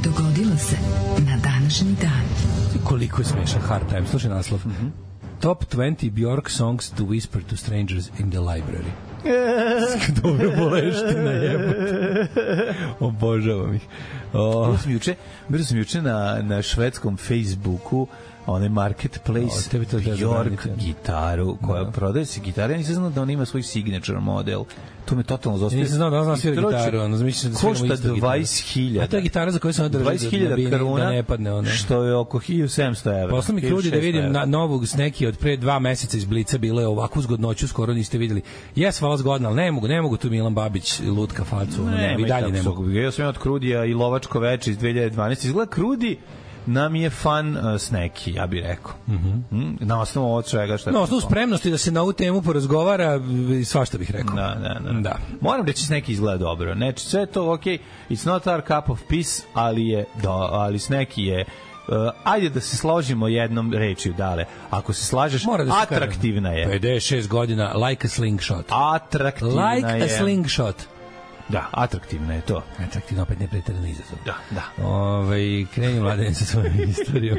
[SPEAKER 5] Dogodilo se na današnji dan.
[SPEAKER 6] koliko je smešan Hard Time. Slušaj naslov. Mm
[SPEAKER 7] Mhm.
[SPEAKER 6] -hmm. Top 20 Bjork songs to whisper to strangers in the library. Dobro boleština jebote. Obožavam ih. O,
[SPEAKER 7] Bilo sam juče, bilo sam juče na, na švedskom Facebooku onaj marketplace
[SPEAKER 6] O, tebi to treba
[SPEAKER 7] Bjork
[SPEAKER 6] zabraniti. Da.
[SPEAKER 7] gitaru koja prodaje se gitara. Ja nisam znao da ona ima svoj signature model. To me totalno
[SPEAKER 6] Ja
[SPEAKER 7] zostaje.
[SPEAKER 6] nisam znao da ona svira
[SPEAKER 7] Troće-
[SPEAKER 6] gitaru, ono, zamišljam da sviramo
[SPEAKER 7] Košta
[SPEAKER 6] istu gitaru.
[SPEAKER 7] 20.000.
[SPEAKER 6] A to je gitara za koju sam održao
[SPEAKER 7] 20.000 kruna,
[SPEAKER 6] da ne padne ona.
[SPEAKER 7] što je oko 1700 evra.
[SPEAKER 6] Posle mi krudi da
[SPEAKER 7] 1600
[SPEAKER 6] vidim
[SPEAKER 7] evra.
[SPEAKER 6] na, novog s neki od pre dva meseca iz Blica bilo je ovakvu zgodnoću, skoro niste videli. Jes, hvala zgodna, ali ne mogu, ne mogu tu Milan Babić lutka facu. ono, Ne,
[SPEAKER 7] Ne,
[SPEAKER 6] ne, i dalje ne mogu.
[SPEAKER 7] Ja sam od Krudija i Lovačko veče iz 2012. Izgleda Krudi nam je fan uh, s neki, ja bih rekao. Mm -hmm. Na osnovu ovog svega što je
[SPEAKER 6] Mhm. Na osnovu spremnosti da se na ovu temu porazgovara, i svašta bih rekao.
[SPEAKER 7] Da, da, da.
[SPEAKER 6] Da.
[SPEAKER 7] Moram reći s neki izgleda dobro. Znači, sve je to ok, it's not our cup of peace, ali je, do, ali s neki je Uh, ajde da se složimo jednom rečju dale. Ako se slažeš,
[SPEAKER 6] Mora da se kaže.
[SPEAKER 7] atraktivna je.
[SPEAKER 6] 56 godina, like a slingshot.
[SPEAKER 7] Atraktivna
[SPEAKER 6] Like
[SPEAKER 7] je. E,
[SPEAKER 6] a slingshot.
[SPEAKER 7] Da, atraktivna je to.
[SPEAKER 6] Atraktivno, opet ne pretredno izazov.
[SPEAKER 7] Da, da.
[SPEAKER 6] Ove, kreni mladen sa svojom istorijom.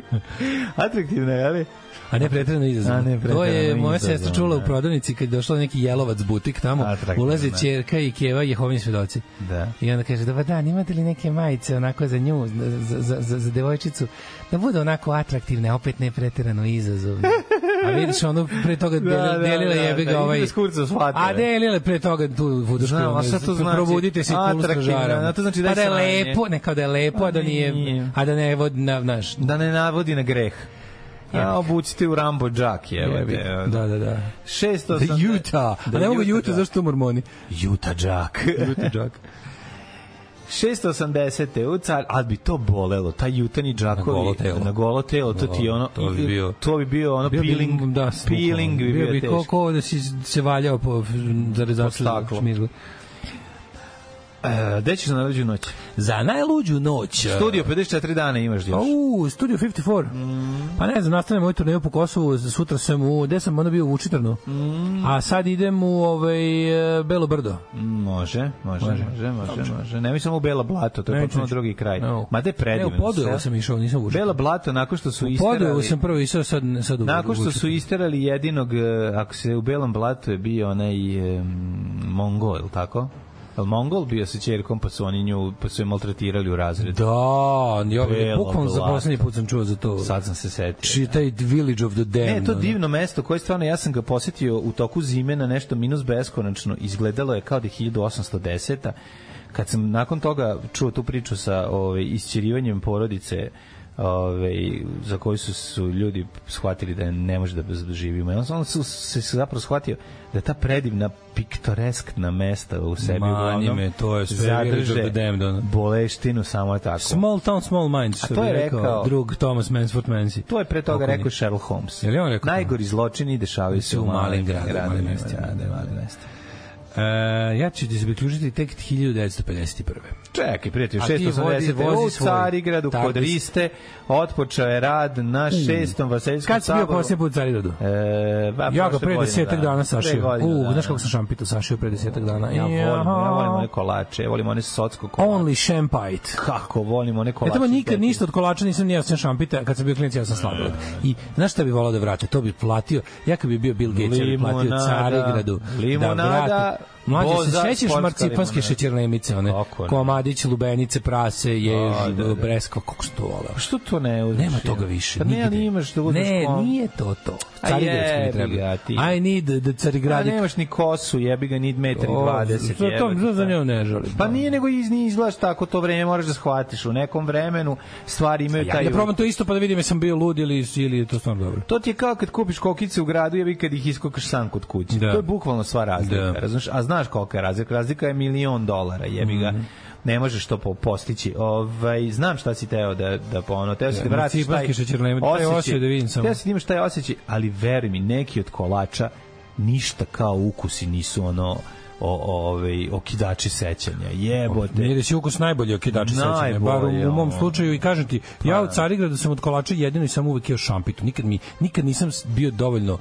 [SPEAKER 7] Atraktivna je, ali?
[SPEAKER 6] A ne pretredno izazov.
[SPEAKER 7] A ne pretjerano
[SPEAKER 6] to je moja
[SPEAKER 7] izazov,
[SPEAKER 6] sestra čula u
[SPEAKER 7] da.
[SPEAKER 6] prodavnici kad je došla neki jelovac butik tamo.
[SPEAKER 7] Atraktivno,
[SPEAKER 6] Ulaze
[SPEAKER 7] da.
[SPEAKER 6] čerka i keva Jehovini svedoci.
[SPEAKER 7] Da.
[SPEAKER 6] I onda kaže, dobar dan, imate li neke majice onako za nju, za, za, za, za devojčicu, da bude onako atraktivne, opet ne preterano izazovne. A vidiš, ono pre toga
[SPEAKER 7] Da,
[SPEAKER 6] delila,
[SPEAKER 7] da,
[SPEAKER 6] delila
[SPEAKER 7] da,
[SPEAKER 6] jebe ga
[SPEAKER 7] da,
[SPEAKER 6] ovaj...
[SPEAKER 7] ide s kurca shvatila.
[SPEAKER 6] A delila pre toga tu vudušku.
[SPEAKER 7] Znam, a
[SPEAKER 6] ono,
[SPEAKER 7] šta to znači?
[SPEAKER 6] Probudite se i kulu
[SPEAKER 7] Atraktivna,
[SPEAKER 6] stražara.
[SPEAKER 7] a to znači da
[SPEAKER 6] pa
[SPEAKER 7] je
[SPEAKER 6] da je
[SPEAKER 7] sranje.
[SPEAKER 6] lepo, ne kao da je lepo,
[SPEAKER 7] Pa
[SPEAKER 6] a da nije...
[SPEAKER 7] nije.
[SPEAKER 6] A da ne vodi, na, naš...
[SPEAKER 7] Da ne navodi na greh. A, obucite u Rambo džak, evo te.
[SPEAKER 6] Da, da, da.
[SPEAKER 7] 680...
[SPEAKER 6] Da Utah. A ne mogu Utah,
[SPEAKER 7] džak.
[SPEAKER 6] zašto to mormoni?
[SPEAKER 7] Utah džak.
[SPEAKER 6] Utah džak.
[SPEAKER 7] 680. u car, ali bi to bolelo, taj jutani džakovi
[SPEAKER 6] Na golo telo.
[SPEAKER 7] na golo telo, to ti je ono,
[SPEAKER 6] To bi
[SPEAKER 7] i-
[SPEAKER 6] bio-
[SPEAKER 7] to bi bio ono
[SPEAKER 6] Bio bi-
[SPEAKER 7] peeling,
[SPEAKER 6] da, s mukom.
[SPEAKER 7] peeling bi bio,
[SPEAKER 6] bio bi
[SPEAKER 7] teško.
[SPEAKER 6] ko, ko da si se valjao po zarezaču
[SPEAKER 7] staklo.
[SPEAKER 6] šmirgla.
[SPEAKER 7] E, gde ćeš na nađu noć?
[SPEAKER 6] Za najluđu noć.
[SPEAKER 7] Studio 54 dana imaš još.
[SPEAKER 6] U, Studio 54.
[SPEAKER 7] Mm.
[SPEAKER 6] Pa ne znam, nastavljam moju turneju po Kosovu, sutra sam u, gde sam onda bio u Vučitrnu.
[SPEAKER 7] Mm.
[SPEAKER 6] A sad idem u ovaj, e, Belo Brdo.
[SPEAKER 7] Može, može, može, može, može. može. Ne mislim u Bela Blato, to je
[SPEAKER 6] Neću,
[SPEAKER 7] potpuno
[SPEAKER 6] neću.
[SPEAKER 7] drugi kraj.
[SPEAKER 6] No.
[SPEAKER 7] Ma da je predivno.
[SPEAKER 6] Ne, u Podujevo
[SPEAKER 7] sve.
[SPEAKER 6] sam išao, nisam u Vučitrnu.
[SPEAKER 7] Bela Blato, nakon što su
[SPEAKER 6] Podujevo
[SPEAKER 7] isterali...
[SPEAKER 6] sam prvo išao, sad, sad u
[SPEAKER 7] Nakon što su
[SPEAKER 6] Vučitrnu.
[SPEAKER 7] isterali jedinog, e, ako se u Belom Blatu je bio onaj e, Mongo, je li tako? Al Mongol bio sa ćerkom, pa su oni nju, pa su je maltretirali u razredu.
[SPEAKER 6] Da, ja
[SPEAKER 7] Belo
[SPEAKER 6] bukvalno za
[SPEAKER 7] blato.
[SPEAKER 6] poslednji put sam čuo za to.
[SPEAKER 7] Sad sam se setio.
[SPEAKER 6] Čitaj Village of the Damned.
[SPEAKER 7] Ne, to
[SPEAKER 6] ono.
[SPEAKER 7] divno mesto koje stvarno ja sam ga posetio u toku zime na nešto minus beskonačno. Izgledalo je kao da je 1810 Kad sam nakon toga čuo tu priču sa ovaj isćirivanjem porodice ovaj za koju su, su ljudi shvatili da ne može da bez- da živimo. Ja sam se, se zapravo shvatio da ta predivna piktoreskna mesta u sebi
[SPEAKER 6] Mani
[SPEAKER 7] uglavnom
[SPEAKER 6] me, to je sve Village of the Damned, ono.
[SPEAKER 7] boleštinu samo tako.
[SPEAKER 6] Small town, small minds, što
[SPEAKER 7] to
[SPEAKER 6] bi
[SPEAKER 7] je
[SPEAKER 6] rekao,
[SPEAKER 7] rekao-
[SPEAKER 6] drug Thomas Mansford Mansi.
[SPEAKER 7] To je pre toga
[SPEAKER 6] Pokojni.
[SPEAKER 7] rekao Sherlock Holmes.
[SPEAKER 6] Je li on rekao to?
[SPEAKER 7] Najgori zločini dešavaju se u malim gradovima, malim mestima,
[SPEAKER 6] da,
[SPEAKER 7] da,
[SPEAKER 6] malim
[SPEAKER 7] malim mestima.
[SPEAKER 6] E, ja ću ti se priključiti tek 1951.
[SPEAKER 7] Čekaj, prijatelj,
[SPEAKER 6] A ti vodi-
[SPEAKER 7] 680.
[SPEAKER 6] vozi
[SPEAKER 7] u
[SPEAKER 6] svoj.
[SPEAKER 7] Carigradu
[SPEAKER 6] Tako
[SPEAKER 7] kod
[SPEAKER 6] je.
[SPEAKER 7] Riste otpočeo je rad na šestom vaseljskom
[SPEAKER 6] Mm. Kad si bio
[SPEAKER 7] saboru.
[SPEAKER 6] posljednji put u Carigradu?
[SPEAKER 7] E, ba,
[SPEAKER 6] Ja ga
[SPEAKER 7] prošle
[SPEAKER 6] pre
[SPEAKER 7] godine,
[SPEAKER 6] desetak
[SPEAKER 7] da.
[SPEAKER 6] dana
[SPEAKER 7] Pre
[SPEAKER 6] sašio.
[SPEAKER 7] godine,
[SPEAKER 6] U,
[SPEAKER 7] da,
[SPEAKER 6] znaš
[SPEAKER 7] da.
[SPEAKER 6] kako sam šampito sašio pre desetak dana?
[SPEAKER 7] Ja volim, ja volim one kolače, ja volim one socko kolače.
[SPEAKER 6] Only Shampite.
[SPEAKER 7] Kako volim one
[SPEAKER 6] Ja
[SPEAKER 7] kolače.
[SPEAKER 6] E, tamo nikad
[SPEAKER 7] Teti.
[SPEAKER 6] ništa od kolača nisam nije sam šampita, kad sam bio klinac ja sam sladoled. I znaš šta bi volao da vraća? To bi platio. Ja kad bi bio Bill Gates, ja bi platio
[SPEAKER 7] Limunada,
[SPEAKER 6] Carigradu.
[SPEAKER 7] limunada,
[SPEAKER 6] da vrati. Mlađe, se
[SPEAKER 7] boza,
[SPEAKER 6] sećaš
[SPEAKER 7] sportska
[SPEAKER 6] marcipanske
[SPEAKER 7] limunada.
[SPEAKER 6] šećernemice, one
[SPEAKER 7] Kako ne.
[SPEAKER 6] komadić, lubenice, prase, jež,
[SPEAKER 7] Da, da, da.
[SPEAKER 6] breskva, kako se to volao?
[SPEAKER 7] Pa Što to ne uzmeš?
[SPEAKER 6] Nema toga više.
[SPEAKER 7] Pa ne,
[SPEAKER 6] nigde.
[SPEAKER 7] ali imaš da uzmeš
[SPEAKER 6] Ne,
[SPEAKER 7] kom-
[SPEAKER 6] nije to to.
[SPEAKER 7] A
[SPEAKER 6] Carigradski mi
[SPEAKER 7] jebi
[SPEAKER 6] treba.
[SPEAKER 7] ga ti.
[SPEAKER 6] I need the
[SPEAKER 7] Pa
[SPEAKER 6] Carigradik.
[SPEAKER 7] nemaš ni kosu, jebi ga, ni 1,20
[SPEAKER 6] O,
[SPEAKER 7] m.
[SPEAKER 6] za to- za- za njom ne žalim.
[SPEAKER 7] Pa
[SPEAKER 6] Da.
[SPEAKER 7] nije nego iz, ni izgledaš tako to vreme, moraš da shvatiš. U nekom vremenu stvari imaju
[SPEAKER 6] Ja
[SPEAKER 7] taj...
[SPEAKER 6] da probam to isto pa da vidim jesam bio lud ili, ili je to stvarno dobro.
[SPEAKER 7] To ti je kao kad kupiš kokice u gradu, jebi kad ih iskokaš sam kod kuće.
[SPEAKER 6] Da.
[SPEAKER 7] To je bukvalno sva razlika,
[SPEAKER 6] Da.
[SPEAKER 7] razumeš? A znaš kolika je razlika? Razlika je milion dolara, jebi
[SPEAKER 6] Mhm.
[SPEAKER 7] ga. Ne možeš to po- postići. Ovaj znam šta si teo da da pa ono teo si da
[SPEAKER 6] Ja,
[SPEAKER 7] vratiš taj
[SPEAKER 6] cipanski šećernemi, taj osjećaj da vidim samo.
[SPEAKER 7] Teo si da imaš taj osjećaj, ali veruj mi, neki od kolača ništa kao ukusi nisu ono o, ovaj okidači sećanja. Jebote.
[SPEAKER 6] Miris i ukus da najbolji okidači sećanja, bar u,
[SPEAKER 7] Najbolje,
[SPEAKER 6] u mom
[SPEAKER 7] ono. Pa da.
[SPEAKER 6] slučaju i kažem ti, ja u Carigradu sam od kolača jedino i sam uvek jeo šampitu, nikad, mi, nikad nisam s- bio dovoljno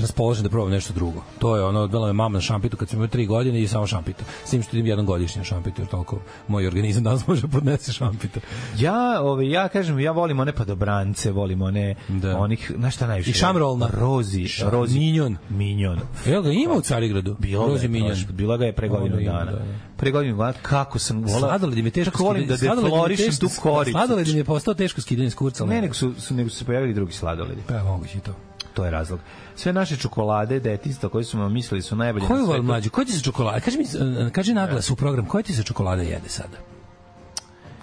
[SPEAKER 6] raspoložen da probam nešto drugo. To je ono, odvela me mama na šampitu kad sam imao tri godine i samo šampita. S tim što idem jednom godišnje na šampitu, jer toliko moj organizam danas može da podnese šampita.
[SPEAKER 7] Ja, ovaj ja kažem, ja volim one padobrance, volim one
[SPEAKER 6] Da.
[SPEAKER 7] onih, na šta najviše.
[SPEAKER 6] I šamrolna.
[SPEAKER 7] Rozi,
[SPEAKER 6] Ša-
[SPEAKER 7] rozi.
[SPEAKER 6] minjon.
[SPEAKER 7] Minjon.
[SPEAKER 6] Evo ga, ima u Carigradu.
[SPEAKER 7] Bilo ga
[SPEAKER 6] Rozi
[SPEAKER 7] je,
[SPEAKER 6] Minjan.
[SPEAKER 7] prošlo- bila ga je pre
[SPEAKER 6] Ono
[SPEAKER 7] godinu
[SPEAKER 6] ima,
[SPEAKER 7] dana.
[SPEAKER 6] da, da.
[SPEAKER 7] Pre godinu dana, kako sam volao.
[SPEAKER 6] Sladoled im je teško
[SPEAKER 7] Kako volim da
[SPEAKER 6] skidanje- sladoled im je
[SPEAKER 7] deflorišem
[SPEAKER 6] teško-
[SPEAKER 7] tu koricu.
[SPEAKER 6] Sladoled im je postao teško skidanje s kurca.
[SPEAKER 7] Ne, nego su, su, nego su se pojavili drugi sladoledi.
[SPEAKER 6] Pa moguće i to.
[SPEAKER 7] To je razlog. Sve naše čokolade, detinjstva koje smo mislili su najbolje
[SPEAKER 6] Koju
[SPEAKER 7] na
[SPEAKER 6] voli
[SPEAKER 7] svetu.
[SPEAKER 6] mlađu? Koji ti se čokolada? Kaži mi, e, kaži naglas u program, koja ti se čokolada jede sada?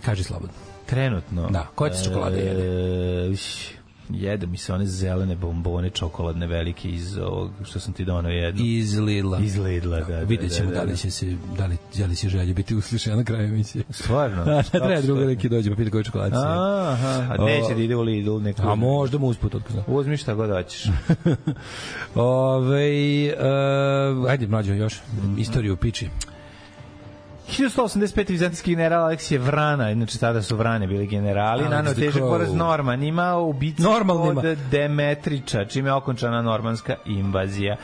[SPEAKER 6] Kaži slobodno.
[SPEAKER 7] Trenutno.
[SPEAKER 6] Da, koje ti se čokolade jede?
[SPEAKER 7] E, iš, jede mi se one zelene bombone čokoladne velike iz ovog što sam ti donao jedno.
[SPEAKER 6] Da. Iz Lidla.
[SPEAKER 7] Iz Lidla, da, da,
[SPEAKER 6] Vidjet ćemo
[SPEAKER 7] da, da,
[SPEAKER 6] da li
[SPEAKER 7] da.
[SPEAKER 6] će se, da li, da li će želje biti uslišena na kraju emisije.
[SPEAKER 7] Stvarno?
[SPEAKER 6] Da, da, treba
[SPEAKER 7] Kako
[SPEAKER 6] drugo
[SPEAKER 7] stvarno?
[SPEAKER 6] neki dođe pa pita koju čokoladu se jede.
[SPEAKER 7] Aha, a neće da ide u Lidl neko.
[SPEAKER 6] A možda mu usput, otko znam.
[SPEAKER 7] Uzmi šta god hoćeš.
[SPEAKER 6] Ove, e, ajde, mlađo, još istoriju u piči.
[SPEAKER 7] 1185. vizantijski general Aleksije Vrana, inače tada su Vrane bili generali,
[SPEAKER 6] Alex
[SPEAKER 7] nanao
[SPEAKER 6] the
[SPEAKER 7] težak
[SPEAKER 6] Crow.
[SPEAKER 7] poraz Normanima u bici
[SPEAKER 6] Normalnima.
[SPEAKER 7] od Demetriča, čime je okončana normanska invazija.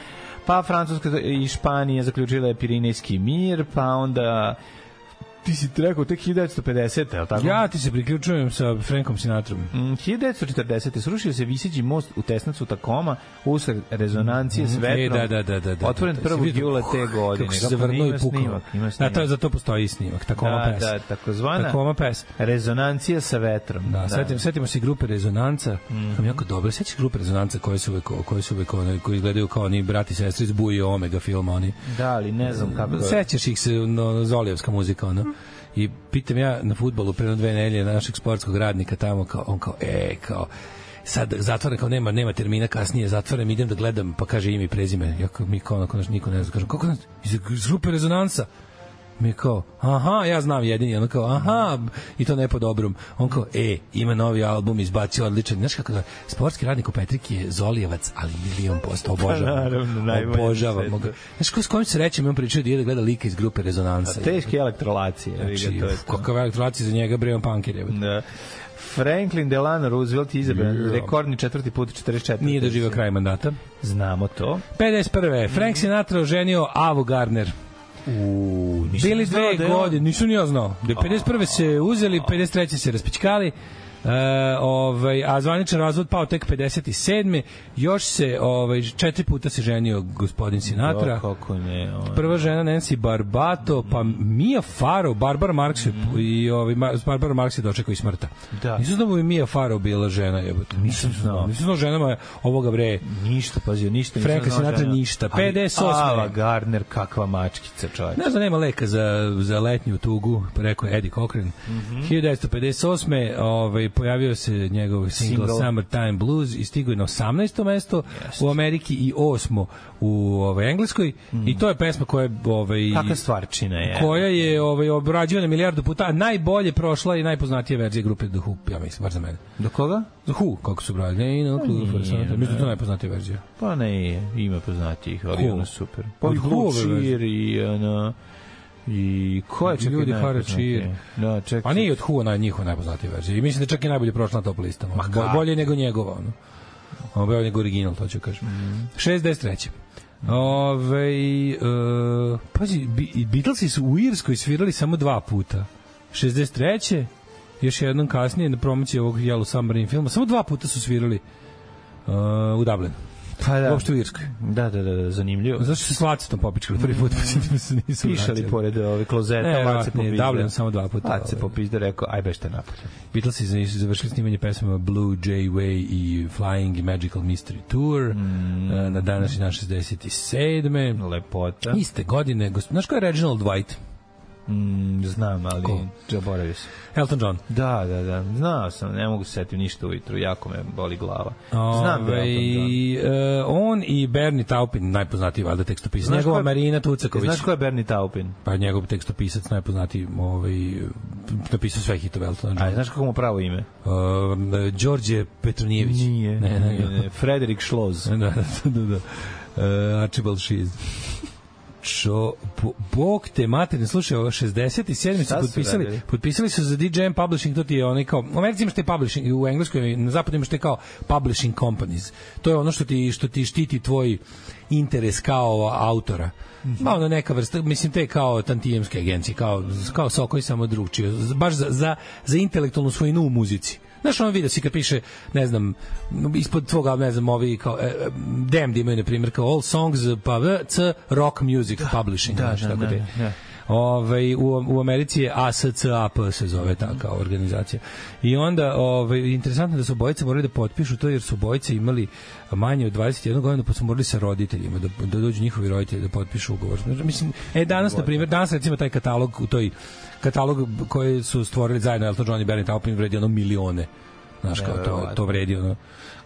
[SPEAKER 7] Pa Francuska i Španija zaključila je Pirinejski mir, pa onda ti si ti rekao tek 1950. je li tako?
[SPEAKER 6] Ja ti se priključujem sa Frankom Sinatrom.
[SPEAKER 7] Mm, 1940. srušio se viseći most u tesnacu Takoma usled rezonancije s vetrom.
[SPEAKER 6] E, da, da, da, da, da.
[SPEAKER 7] Otvoren
[SPEAKER 6] Da, da,
[SPEAKER 7] 1.
[SPEAKER 6] vidim,
[SPEAKER 7] jula te
[SPEAKER 6] uh,
[SPEAKER 7] godine.
[SPEAKER 6] Kako se
[SPEAKER 7] Kako
[SPEAKER 6] zavrnuo
[SPEAKER 7] ima
[SPEAKER 6] i pukao.
[SPEAKER 7] snimak, ima
[SPEAKER 6] Da,
[SPEAKER 7] snimak.
[SPEAKER 6] to je, zato postoji snimak, Takoma
[SPEAKER 7] Da,
[SPEAKER 6] pes.
[SPEAKER 7] da, takozvana-
[SPEAKER 6] Takoma pes.
[SPEAKER 7] Rezonancija sa vetrom.
[SPEAKER 6] Da, Setim, setimo se i grupe Rezonanca.
[SPEAKER 7] Mhm.
[SPEAKER 6] Mm. Jako dobro, sećaš grupe Rezonanca koje su uvek, koje su uvek one, koji izgledaju kao oni brati i sestre iz Buje i Omega filma, oni.
[SPEAKER 7] Da, ali ne znam kako...
[SPEAKER 6] Sećaš ih se, no, Zolijevska muzika, ono. I pitam ja na futbolu pre jedno dve nelje našeg sportskog radnika tamo, kao, on kao, e, kao, sad zatvoren kao nema nema termina kasnije zatvoren idem da gledam pa kaže ime i prezime ja kao mi kao onako naš niko ne zna kažem kako nas iz grupe rezonanca mi je kao, aha, ja znam jedini, ono kao, aha, i to ne po dobrom. On kao, e, ima novi album, izbacio odličan. Znaš kako, da, sportski radnik u Petrik je Zolijevac, ali milion posto obožavam.
[SPEAKER 7] Pa naravno, najbolje na
[SPEAKER 6] obožavam.
[SPEAKER 7] svetu.
[SPEAKER 6] ga. Znaš ko, s kojim srećem on pričao da ide da gleda lika iz grupe Rezonansa.
[SPEAKER 7] Teške elektrolacije.
[SPEAKER 6] znači,
[SPEAKER 7] Znači, to je to.
[SPEAKER 6] kakav elektrovacija za njega, brevan punker je.
[SPEAKER 7] Da. Franklin Delano Roosevelt je izabran rekordni četvrti put 44.
[SPEAKER 6] Nije doživio kraj mandata.
[SPEAKER 7] Znamo to.
[SPEAKER 6] 51.
[SPEAKER 7] Mhm.
[SPEAKER 6] Frank Sinatra oženio Avu Gardner.
[SPEAKER 7] U,
[SPEAKER 6] Bili
[SPEAKER 7] znao
[SPEAKER 6] dve
[SPEAKER 7] da je on-
[SPEAKER 6] godine, nisu ni ja znao. Da je 51. se uzeli, 53. se raspičkali. E, ovaj, a zvaničan razvod pao tek 57. Još se, ovaj, četiri puta se ženio gospodin Sinatra.
[SPEAKER 7] O, Pa kako ne. Ono.
[SPEAKER 6] Prva žena Nancy Barbato, pa Mia Farrow, Barbara Marx je, i ovaj Ma- Barbara Marx je dočekao i smrta.
[SPEAKER 7] Mhm. Da.
[SPEAKER 6] Nisam znao da bi Mia Farrow bila žena, jebote. Nisam
[SPEAKER 7] znao.
[SPEAKER 6] Nisam znao ženama ovoga bre.
[SPEAKER 7] Ništa, pazio, ništa. nisam
[SPEAKER 6] Franka
[SPEAKER 7] znao
[SPEAKER 6] Sinatra
[SPEAKER 7] žena.
[SPEAKER 6] ništa.
[SPEAKER 7] Ali
[SPEAKER 6] 58.
[SPEAKER 7] Ava Gardner, kakva mačkica, čovječ.
[SPEAKER 6] Ne znam, nema leka za, za letnju tugu, rekao je Eddie Cochran. Mm
[SPEAKER 7] Mhm.
[SPEAKER 6] -hmm. 1958. Ovaj, pojavio se njegov single,
[SPEAKER 7] Single.
[SPEAKER 6] single. Summertime Blues i stigo je na 18. mesto u Ameriki i 8. u ovaj, Engleskoj. Mm. I to je pesma koja je... Ovaj,
[SPEAKER 7] Mhm. Kakva stvarčina je.
[SPEAKER 6] koja je ovaj obrađivana milijardu puta, a najbolje prošla i najpoznatija verzija grupe The Who, ja mislim, bar za mene.
[SPEAKER 7] Do koga?
[SPEAKER 6] The Who, kako su brali, ne, no, Clue for Santa, mislim da je to najpoznatija verzija.
[SPEAKER 7] Pa ne, ima poznatijih, ali
[SPEAKER 6] Ko?
[SPEAKER 7] ono super. Pa
[SPEAKER 6] Od
[SPEAKER 7] i
[SPEAKER 6] Who-ove
[SPEAKER 7] Blue Cheer i ono... I ko je čekaj
[SPEAKER 6] Ljudi Hara
[SPEAKER 7] najpoznatiji?
[SPEAKER 6] Cheer.
[SPEAKER 7] Da, čekaj.
[SPEAKER 6] A Pa nije od Who na njihova najpoznatija verzija. I mislim da je čak i najbolje prošla na top listama. Bo, bolje nego njegova, ono. Ovo je nego original, to ću kažem.
[SPEAKER 7] Mhm.
[SPEAKER 6] Mm. 63. Ove, e, pazi, Bi- i Beatlesi su u Irskoj svirali samo dva puta. 63. Još jednom kasnije na promociji ovog Yellow Submarine filma. Samo dva puta su svirali e, u Dublinu.
[SPEAKER 7] Pa da.
[SPEAKER 6] Uopšte u Irskoj.
[SPEAKER 7] Da, da, da, da, zanimljivo.
[SPEAKER 6] Zašto su se slacetom popičkali prvi put? Mm. se nisu
[SPEAKER 7] Pišali
[SPEAKER 6] vraćali.
[SPEAKER 7] pored ove klozeta,
[SPEAKER 6] Ne,
[SPEAKER 7] Lace
[SPEAKER 6] verovatno je
[SPEAKER 7] popizda.
[SPEAKER 6] Dublin samo dva puta,
[SPEAKER 7] Lace
[SPEAKER 6] ovaj.
[SPEAKER 7] popizda rekao, aj bešte napolje.
[SPEAKER 6] Beatlesi za- su završili snimanje pesama Blue Jay Way i Flying Magical Mystery Tour mm. na današnji dan 67.
[SPEAKER 7] Lepota.
[SPEAKER 6] Iste godine, gos- znaš ko je Reginald White?
[SPEAKER 7] Mm, znam, ali
[SPEAKER 6] Ko?
[SPEAKER 7] zaboravio sam.
[SPEAKER 6] Elton John.
[SPEAKER 7] Da, da, da. Znao sam, ne mogu se setim ništa ujutru, jako me boli glava. Znam da
[SPEAKER 6] Ove,
[SPEAKER 7] je Elton John.
[SPEAKER 6] e, on i Bernie Taupin, najpoznatiji valjda tekstopisac.
[SPEAKER 7] Znaš ko
[SPEAKER 6] Njegova
[SPEAKER 7] je-
[SPEAKER 6] Marina Tucaković.
[SPEAKER 7] Znaš ko je Bernie Taupin?
[SPEAKER 6] Pa njegov tekstopisac najpoznatiji, ovaj, napisao sve hitove Eltona
[SPEAKER 7] A
[SPEAKER 6] John.
[SPEAKER 7] znaš kako mu pravo ime?
[SPEAKER 6] Uh, Đorđe Petronijević. Ne, ne,
[SPEAKER 7] Nije, ne. Frederik Schloz.
[SPEAKER 6] da, da, da, da. Uh, Archibald Shees. Čo, bo, bog te materine, slušaj, ovo 67. su
[SPEAKER 7] Šta su
[SPEAKER 6] potpisali,
[SPEAKER 7] radili?
[SPEAKER 6] potpisali su za DJM Publishing, to ti je onaj kao, u Americi imaš te publishing, u Engleskoj, na zapadu imaš te kao publishing companies. To je ono što ti, što ti štiti tvoj interes kao autora. Ma ono neka vrsta, mislim te kao tantijemske agencije, kao, kao Sokoj samo drugčije, baš za, za, za intelektualnu svojinu u muzici. Znaš, on video si kad piše, ne znam, ispod tvoga, ne znam, ovi kao, e, Damned imaju, na primjer, kao All Songs, pa V, C, Rock Music Publishing,
[SPEAKER 7] da,
[SPEAKER 6] znaš,
[SPEAKER 7] da,
[SPEAKER 6] tako
[SPEAKER 7] da,
[SPEAKER 6] te.
[SPEAKER 7] da.
[SPEAKER 6] Ove, Ovaj, u, u Americi je ASCAP se zove ta kao organizacija. I onda, ove, interesantno je da su bojice morali da potpišu to jer su bojice imali manje od 21 godina pa su morali sa roditeljima da, da dođu njihovi roditelji da potpišu ugovor. Znači, Mislim, e, danas, na primjer, danas recimo taj katalog u toj katalog koji su stvorili zajedno Elton John i Bernie Taupin vredi ono milione. Znaš, kao to, to vredi ono.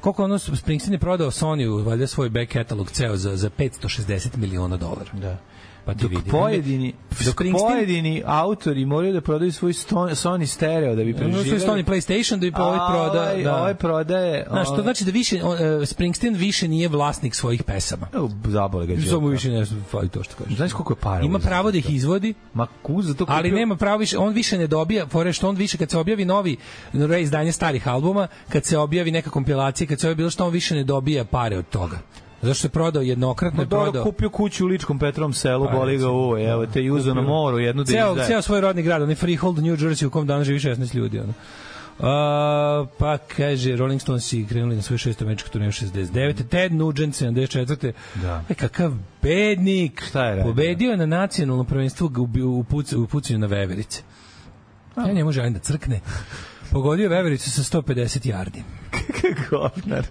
[SPEAKER 6] Koliko ono Springsteen je prodao Sony valjda svoj back catalog ceo za, za 560 miliona dolara.
[SPEAKER 7] Da.
[SPEAKER 6] Pa ti
[SPEAKER 7] Dok
[SPEAKER 6] vidi.
[SPEAKER 7] pojedini, dok
[SPEAKER 6] Springsteen-
[SPEAKER 7] pojedini autori moraju da prodaju svoj Ston- Sony stereo da bi
[SPEAKER 6] Ono što
[SPEAKER 7] preživjeli.
[SPEAKER 6] je Sony PlayStation da bi po ovaj
[SPEAKER 7] A
[SPEAKER 6] proda...
[SPEAKER 7] Ovaj,
[SPEAKER 6] Da.
[SPEAKER 7] ovaj prodaje... ovaj-
[SPEAKER 6] Znaš, to znači da više, on, e, Springsteen više nije vlasnik svojih pesama.
[SPEAKER 7] Evo, Zabole ga
[SPEAKER 6] Samo
[SPEAKER 7] džoka.
[SPEAKER 6] više ne znam, fali to što kažeš.
[SPEAKER 7] Znaš koliko je para
[SPEAKER 6] Ima
[SPEAKER 7] uzeo
[SPEAKER 6] pravo da
[SPEAKER 7] za
[SPEAKER 6] ih
[SPEAKER 7] to?
[SPEAKER 6] izvodi,
[SPEAKER 7] Ma kuz za to kupio...
[SPEAKER 6] ali nema pravo više, on više ne dobija, fore što on više, kad se objavi novi reizdanje starih albuma, kad se objavi neka kompilacija, kad se objavi bilo što, on više ne dobija pare od toga. Zašto je prodao jednokratno,
[SPEAKER 7] Ma
[SPEAKER 6] je
[SPEAKER 7] dobro,
[SPEAKER 6] prodao...
[SPEAKER 7] kupio kuću u Ličkom Petrovom selu,
[SPEAKER 6] Pa,
[SPEAKER 7] boli ga
[SPEAKER 6] recimo,
[SPEAKER 7] uvo, evo te i uzeo na moru jednu da
[SPEAKER 6] ceo,
[SPEAKER 7] izdaje.
[SPEAKER 6] ceo svoj rodni grad, onaj Freehold, New Jersey, u kom danas živi 16 ljudi. Ono. Uh, pa kaže Rolling Stones i krenuli na svoju šestu američku turneju 69. Ted Nugent 74.
[SPEAKER 7] Da.
[SPEAKER 6] E, kakav bednik.
[SPEAKER 7] Šta je radio?
[SPEAKER 6] Pobedio je na nacionalnom prvenstvu u, u, puc, u pucanju na veverice. Ja njemu želim da crkne. Pogodio je vevericu sa 150 jardi.
[SPEAKER 7] govnar.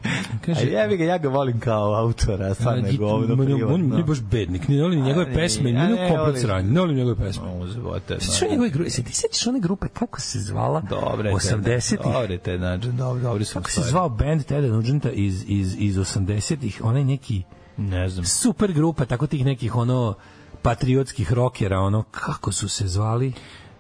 [SPEAKER 6] Kaže-
[SPEAKER 7] Kaže, A jebi ga, ja ga volim kao autora, stvarno je govno privatno.
[SPEAKER 6] on nije baš bednik, ne volim njegove
[SPEAKER 7] da." A,
[SPEAKER 6] pesme,
[SPEAKER 7] ne,
[SPEAKER 6] nije
[SPEAKER 7] a ne
[SPEAKER 6] komplet
[SPEAKER 7] volim.
[SPEAKER 6] sranje, ne volim njegove pesme.
[SPEAKER 7] O, živote.
[SPEAKER 6] Sećaš one njegove grupe? Se ti sećaš one grupe kako se zvala?
[SPEAKER 7] Da, Dobre,
[SPEAKER 6] 80-ih.
[SPEAKER 7] Dobre, te nađe, dobre, dobre su.
[SPEAKER 6] Kako se
[SPEAKER 7] stvari.
[SPEAKER 6] zvao band Teda Nugenta iz, iz, iz 80-ih? Onaj neki
[SPEAKER 7] Ne znam.
[SPEAKER 6] super grupa, tako tih nekih ono patriotskih rokera, ono, kako su se zvali?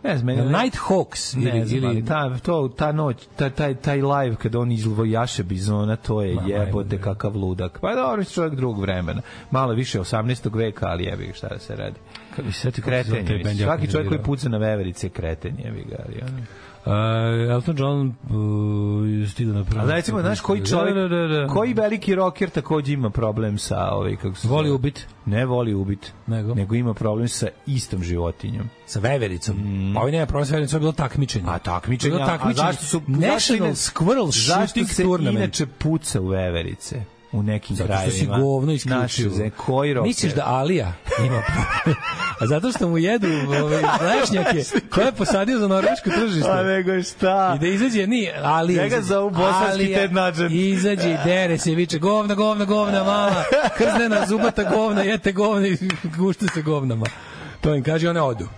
[SPEAKER 7] Ne znam, meni...
[SPEAKER 6] Nighthawks
[SPEAKER 7] Ne
[SPEAKER 6] ili,
[SPEAKER 7] znam,
[SPEAKER 6] ili
[SPEAKER 7] ali ta, to, ta noć, ta, taj, taj live kada on izvojaše bizona, to je
[SPEAKER 6] Ma,
[SPEAKER 7] jebote
[SPEAKER 6] majmun.
[SPEAKER 7] kakav ludak. Pa dobro, čovjek drugog vremena. Malo više 18. veka, ali jebi ga šta da se radi.
[SPEAKER 6] kako se seti kako se zvao
[SPEAKER 7] Kreten
[SPEAKER 6] taj
[SPEAKER 7] je.
[SPEAKER 6] band, jako
[SPEAKER 7] mislim. Svaki
[SPEAKER 6] nervirao.
[SPEAKER 7] čovjek koji puca na veverice je kreten, jebi ga. Ali, ono.
[SPEAKER 6] Uh, Elton John uh, stigao na pravo.
[SPEAKER 7] Ali da, recimo, znaš, koji čovjek,
[SPEAKER 6] Da,
[SPEAKER 7] koji veliki roker takođe ima problem sa, ovaj, kako se
[SPEAKER 6] Voli
[SPEAKER 7] zove?
[SPEAKER 6] ubit.
[SPEAKER 7] Ne voli ubit,
[SPEAKER 6] Nego?
[SPEAKER 7] nego ima problem sa istom životinjom.
[SPEAKER 6] Sa vevericom. Mm. Ovi nema problem sa vevericom, je bilo takmičenje.
[SPEAKER 7] A takmičenja,
[SPEAKER 6] To je bilo takmičenje.
[SPEAKER 7] a zašto su zašto
[SPEAKER 6] National
[SPEAKER 7] ne-
[SPEAKER 6] Squirrel
[SPEAKER 7] Zašto
[SPEAKER 6] Shooting
[SPEAKER 7] se
[SPEAKER 6] Tournament.
[SPEAKER 7] inače puca u veverice? u nekim
[SPEAKER 6] Zato što
[SPEAKER 7] krajevima.
[SPEAKER 6] si govno
[SPEAKER 7] Naše
[SPEAKER 6] isključio.
[SPEAKER 7] zemlje, koji roker?
[SPEAKER 6] Misliš da Alija ima problem? A zato što mu jedu ovaj, ove lešnjake koje je posadio za norveško
[SPEAKER 7] A
[SPEAKER 6] tržište.
[SPEAKER 7] nego šta?
[SPEAKER 6] da I da izađe, ni Alija.
[SPEAKER 7] Njega
[SPEAKER 6] izađe.
[SPEAKER 7] zovu bosanski
[SPEAKER 6] Alija
[SPEAKER 7] Ted Nugent.
[SPEAKER 6] Izađe i dere se, viče, govna, govna, govna, mala, krznena, zubata govna, jete govna i gušte se govnama. To im kaže, one odu.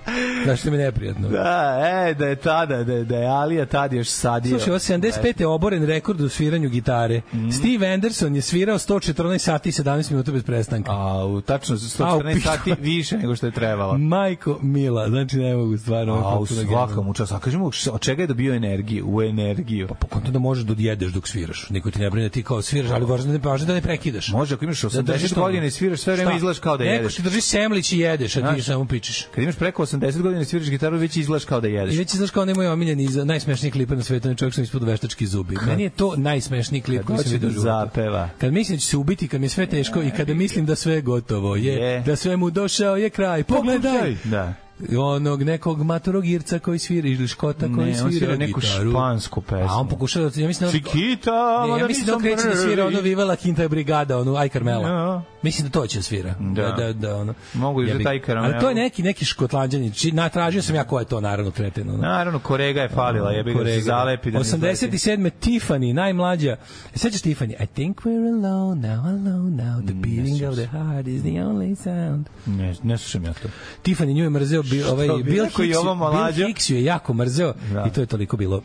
[SPEAKER 6] Znaš što mi je neprijatno.
[SPEAKER 7] Da, e, da je tada, da je, da je Alija tad još sadio.
[SPEAKER 6] Slušaj, od 75. je oboren rekord u sviranju gitare.
[SPEAKER 7] Mhm.
[SPEAKER 6] Steve Anderson je svirao 114 sati i 17 minuta bez prestanka.
[SPEAKER 7] A, u tačno
[SPEAKER 6] A, u
[SPEAKER 7] 114
[SPEAKER 6] pičku.
[SPEAKER 7] sati više nego što je trebalo.
[SPEAKER 6] Majko Mila, znači ne mogu stvarno. ovo je
[SPEAKER 7] A, u
[SPEAKER 6] potpuno
[SPEAKER 7] svakom
[SPEAKER 6] genijalno.
[SPEAKER 7] mu času. A kažemo, š- od čega je dobio energiju? U energiju.
[SPEAKER 6] Pa konta da možeš da odjedeš dok sviraš. Niko ti ne brine, ti kao sviraš, ali važno je da ne, važno je da ne prekidaš.
[SPEAKER 7] Može, ako imaš
[SPEAKER 6] Da držiš
[SPEAKER 7] 80
[SPEAKER 6] to.
[SPEAKER 7] godina i sviraš sve vreme,
[SPEAKER 6] Šta?
[SPEAKER 7] izgledaš kao da
[SPEAKER 6] Neko
[SPEAKER 7] jedeš.
[SPEAKER 6] ti drži semlić i jedeš, a ti
[SPEAKER 7] Znaš.
[SPEAKER 6] samo pičeš.
[SPEAKER 7] Kad imaš preko 80 godina i sviraš gitaru, već izgledaš kao da jedeš.
[SPEAKER 6] I već znaš kao onaj moj omiljeni za najsmešniji klip na svetu, onaj čovjek što mi ispod veštački zubi. Meni je to najsmešniji klip
[SPEAKER 7] Kad
[SPEAKER 6] koji sam
[SPEAKER 7] hoće
[SPEAKER 6] vidio u
[SPEAKER 7] da
[SPEAKER 6] životu.
[SPEAKER 7] zapeva.
[SPEAKER 6] Kad mislim da će se ubiti, kad mi je sve teško i kada mislim da sve je gotovo je,
[SPEAKER 7] Je.
[SPEAKER 6] da sve mu došao je kraj. Pogledaj!
[SPEAKER 7] Da.
[SPEAKER 6] onog nekog maturog Irca koji svira ili Škota koji
[SPEAKER 7] Ne,
[SPEAKER 6] svira,
[SPEAKER 7] on svira neku
[SPEAKER 6] gitaru.
[SPEAKER 7] špansku pesmu.
[SPEAKER 6] A on pokušava da ja mislim da on-
[SPEAKER 7] Chiquita,
[SPEAKER 6] Ne,
[SPEAKER 7] mada
[SPEAKER 6] ja mislim da on
[SPEAKER 7] nisam
[SPEAKER 6] kreće da svira
[SPEAKER 7] prvi.
[SPEAKER 6] ono Viva la Quinta Brigada, ono Aj Carmela.
[SPEAKER 7] Ja.
[SPEAKER 6] Mislim da to će da svira.
[SPEAKER 7] Da.
[SPEAKER 6] Da, da, da ono.
[SPEAKER 7] Mogu i za
[SPEAKER 6] Jebi ga.
[SPEAKER 7] taj Carmelo.
[SPEAKER 6] Ali to je neki neki škotlanđanin. Či natražio sam ja ko je to naravno kreten. Ono.
[SPEAKER 7] Naravno, korega je falila, jebi ga
[SPEAKER 6] Korega,
[SPEAKER 7] Da, se
[SPEAKER 6] da.
[SPEAKER 7] zalepi. Da ne izleti.
[SPEAKER 6] 87. Tiffany, najmlađa. E, Sećaš Tiffany? I think we're alone now, alone now. The beating of the heart is the only sound.
[SPEAKER 7] Ne, ne slušam ja to.
[SPEAKER 6] Tiffany nju je mrzeo bi, ovaj,
[SPEAKER 7] Što bi
[SPEAKER 6] Bill,
[SPEAKER 7] rekao i
[SPEAKER 6] Hicks,
[SPEAKER 7] ovo mlađo?
[SPEAKER 6] Bill Hicks ju je jako mrzeo
[SPEAKER 7] Da.
[SPEAKER 6] i to je toliko bilo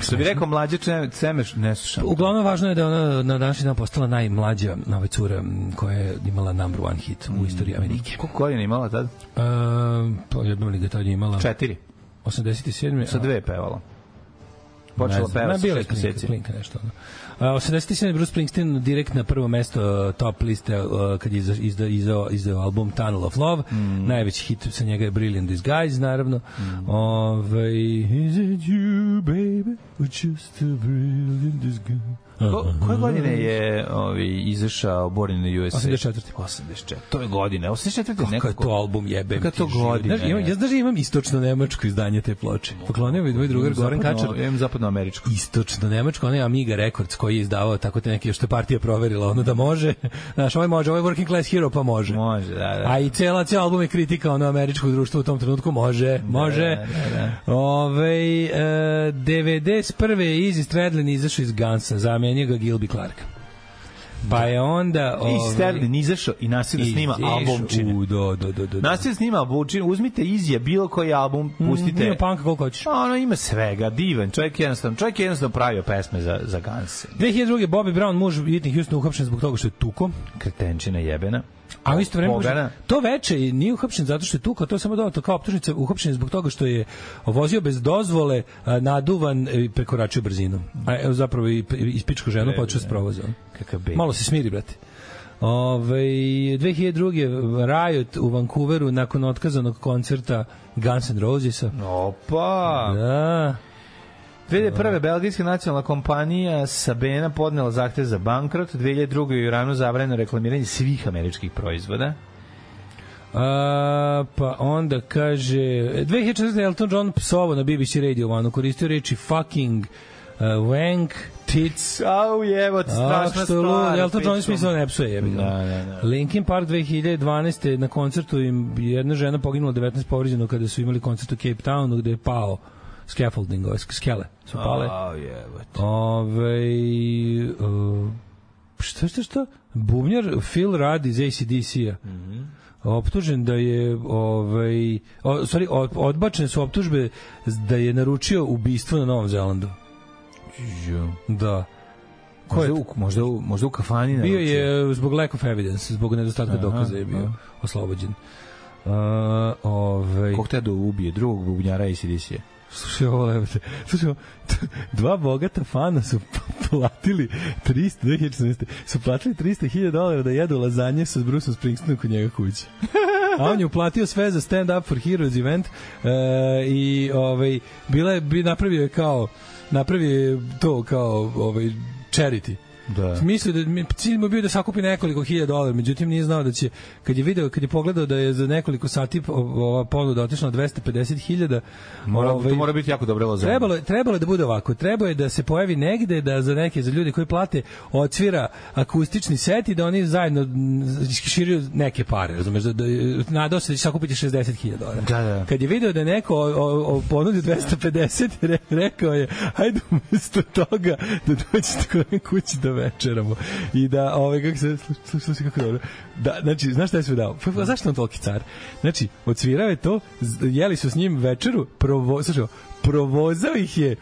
[SPEAKER 7] Što bi rekao mlađe čem- cemeš, ne slušam.
[SPEAKER 6] Uglavnom važno je da je ona na današnji dan postala najmlađa nova cura m, koja je imala number one hit
[SPEAKER 7] Mm.
[SPEAKER 6] u istoriji Amerike.
[SPEAKER 7] Koliko godina imala tad?
[SPEAKER 6] Um, pa je li ga tad je imala?
[SPEAKER 7] Četiri.
[SPEAKER 6] 87.
[SPEAKER 7] Sa dve je pevala. Počela peva
[SPEAKER 6] Ne,
[SPEAKER 7] sa
[SPEAKER 6] bila je
[SPEAKER 7] šest
[SPEAKER 6] klinka,
[SPEAKER 7] meseci.
[SPEAKER 6] klinka nešto. Ono. A, 87. Bruce Springsteen direkt na prvo mesto uh, top liste uh, kad je izda- izda- izdao, izdao album Tunnel of Love. Najveći hit sa njega je Brilliant Disguise, naravno. Ovaj, is it you, baby, or just a brilliant disguise?
[SPEAKER 7] Ko, koje godine je ovi, izašao Born in the USA?
[SPEAKER 6] 84..
[SPEAKER 7] 84. To je godine. 84.
[SPEAKER 6] Kako je Pa to album jebem
[SPEAKER 7] Kako
[SPEAKER 6] ti
[SPEAKER 7] to godine?
[SPEAKER 6] Znaš, imam, ja znaš da imam istočno nemačko izdanje te ploče. Poklonio mi moj drugar Goran Kačar.
[SPEAKER 7] Ja imam zapadnoameričku.
[SPEAKER 6] istočno nemačko, onaj Amiga Records koji je izdavao tako te neke, što je partija proverila, ono da može. Znaš, ovaj može, ovaj working class hero pa može.
[SPEAKER 7] Može, da, da.
[SPEAKER 6] A i cela, cela album je kritika ono američkog društva u tom trenutku, može, može.
[SPEAKER 7] da,
[SPEAKER 6] Ove, e, 91. je Izzy Stradlin izašao iz Gansa, zamenio ga Gilby Clark.
[SPEAKER 7] Da.
[SPEAKER 6] Pa je onda...
[SPEAKER 7] I
[SPEAKER 6] ovaj,
[SPEAKER 7] Sterlin izašao i nasilno da snima
[SPEAKER 6] izašao
[SPEAKER 7] albumčine.
[SPEAKER 6] u- Do, do, do, do, do.
[SPEAKER 7] Nasilno snima albumčine. Uzmite izje bilo koji album,
[SPEAKER 6] Ima
[SPEAKER 7] pustite.
[SPEAKER 6] panka koliko hoćeš.
[SPEAKER 7] Pa ono ima svega, divan. Čovjek je jednostavno, čovjek je jednostavno pravio pesme za, za Ganse.
[SPEAKER 6] 2002. Bobby Brown, muž Whitney Houston, uhapšen zbog toga što je tuko.
[SPEAKER 7] Kretenčina jebena.
[SPEAKER 6] A u isto vreme,
[SPEAKER 7] Pogana.
[SPEAKER 6] to veče i nije uhapšen zato što je tukao, to je samo dodato kao optužnica, uhapšen je zbog toga što je vozio bez dozvole, a, naduvan e, i prekoračio brzinu. A evo, zapravo i i ispičku ženu počeo s provozom.
[SPEAKER 7] Kakav bej.
[SPEAKER 6] Malo se smiri, brate. Ovaj, Ove, 2002. Riot u Vancouveru nakon otkazanog koncerta Guns N' Rosesa.
[SPEAKER 7] Opa!
[SPEAKER 6] Da.
[SPEAKER 7] 2001. Belgijska nacionalna kompanija Sabena podnela zahtev za bankrot. 2002. je u Iranu zabranjeno reklamiranje svih američkih proizvoda.
[SPEAKER 6] A, pa onda kaže 2004. Elton John psovo na BBC Radio One koristio reči fucking uh, wank, tits
[SPEAKER 7] Au, jevo,
[SPEAKER 6] A,
[SPEAKER 7] strašna
[SPEAKER 6] što je lud,
[SPEAKER 7] stvar.
[SPEAKER 6] jel to Johnny
[SPEAKER 7] pičku.
[SPEAKER 6] Smith ne psuje, jebi ga.
[SPEAKER 7] Da, da,
[SPEAKER 6] Linkin Park 2012. na koncertu im jedna žena poginula 19 povređeno kada su imali koncert u Cape Townu gde je pao scaffolding, ovaj, sk- skele su pale.
[SPEAKER 7] Au, jevo.
[SPEAKER 6] Ove, uh, šta, šta, šta? Bubnjar Phil Rudd iz ACDC-a.
[SPEAKER 7] Mhm.
[SPEAKER 6] optužen da je ovaj o, sorry od- odbačene su optužbe da je naručio ubistvo na Novom Zelandu. Da. Ko je
[SPEAKER 7] Možda, u, možda, u, možda u kafani
[SPEAKER 6] Bio
[SPEAKER 7] naručio.
[SPEAKER 6] je uh, zbog lack of evidence, zbog nedostatka
[SPEAKER 7] Aha,
[SPEAKER 6] dokaza je bio
[SPEAKER 7] aha.
[SPEAKER 6] oslobođen. Uh, ovaj,
[SPEAKER 7] Kog te da ubije? Drugog bubnjara ACDC-a.
[SPEAKER 6] Slušaj ovo, evo te. Slušaj ovo. Dva bogata fana su platili 300, 2014. Su platili 300.000 dolara da jedu lazanje sa Bruceom Springsteenom kod njega kući. A on je uplatio sve za Stand Up for Heroes event e, i ovaj, bila je, bi napravio je kao napravio je to kao ovaj, charity.
[SPEAKER 7] Da.
[SPEAKER 6] Mislio da mi- cilj mu je bio da sakupi nekoliko hiljada dolara, međutim nije znao da će kad je video, kad je pogledao da je za nekoliko sati o- ova ponuda otišla na 250.000,
[SPEAKER 7] Mora,
[SPEAKER 6] ovaj,
[SPEAKER 7] to mora biti jako dobro lazanje.
[SPEAKER 6] Trebalo je, trebalo je da bude ovako. Trebalo je da se pojavi negde da za neke za ljude koji plate odsvira akustični set i da oni zajedno m, iskiširaju neke pare, razumeš, da, da nadao se da će sakupiti 60.000 dolara.
[SPEAKER 7] Da, da.
[SPEAKER 6] Kad je video da je neko o, o, o ponudio 250, re, rekao je ajde umesto toga da dođete kod mene kući da večeramo i da ovaj kako se slušaj, slušaj, slušaj kako dobro. Da, znači, znaš šta je sve dao? Pa, pa, zašto on toliki car? Znači, odsvirao je to, z- jeli su s njim večeru, provo, slušaj, ovo, provozao ih je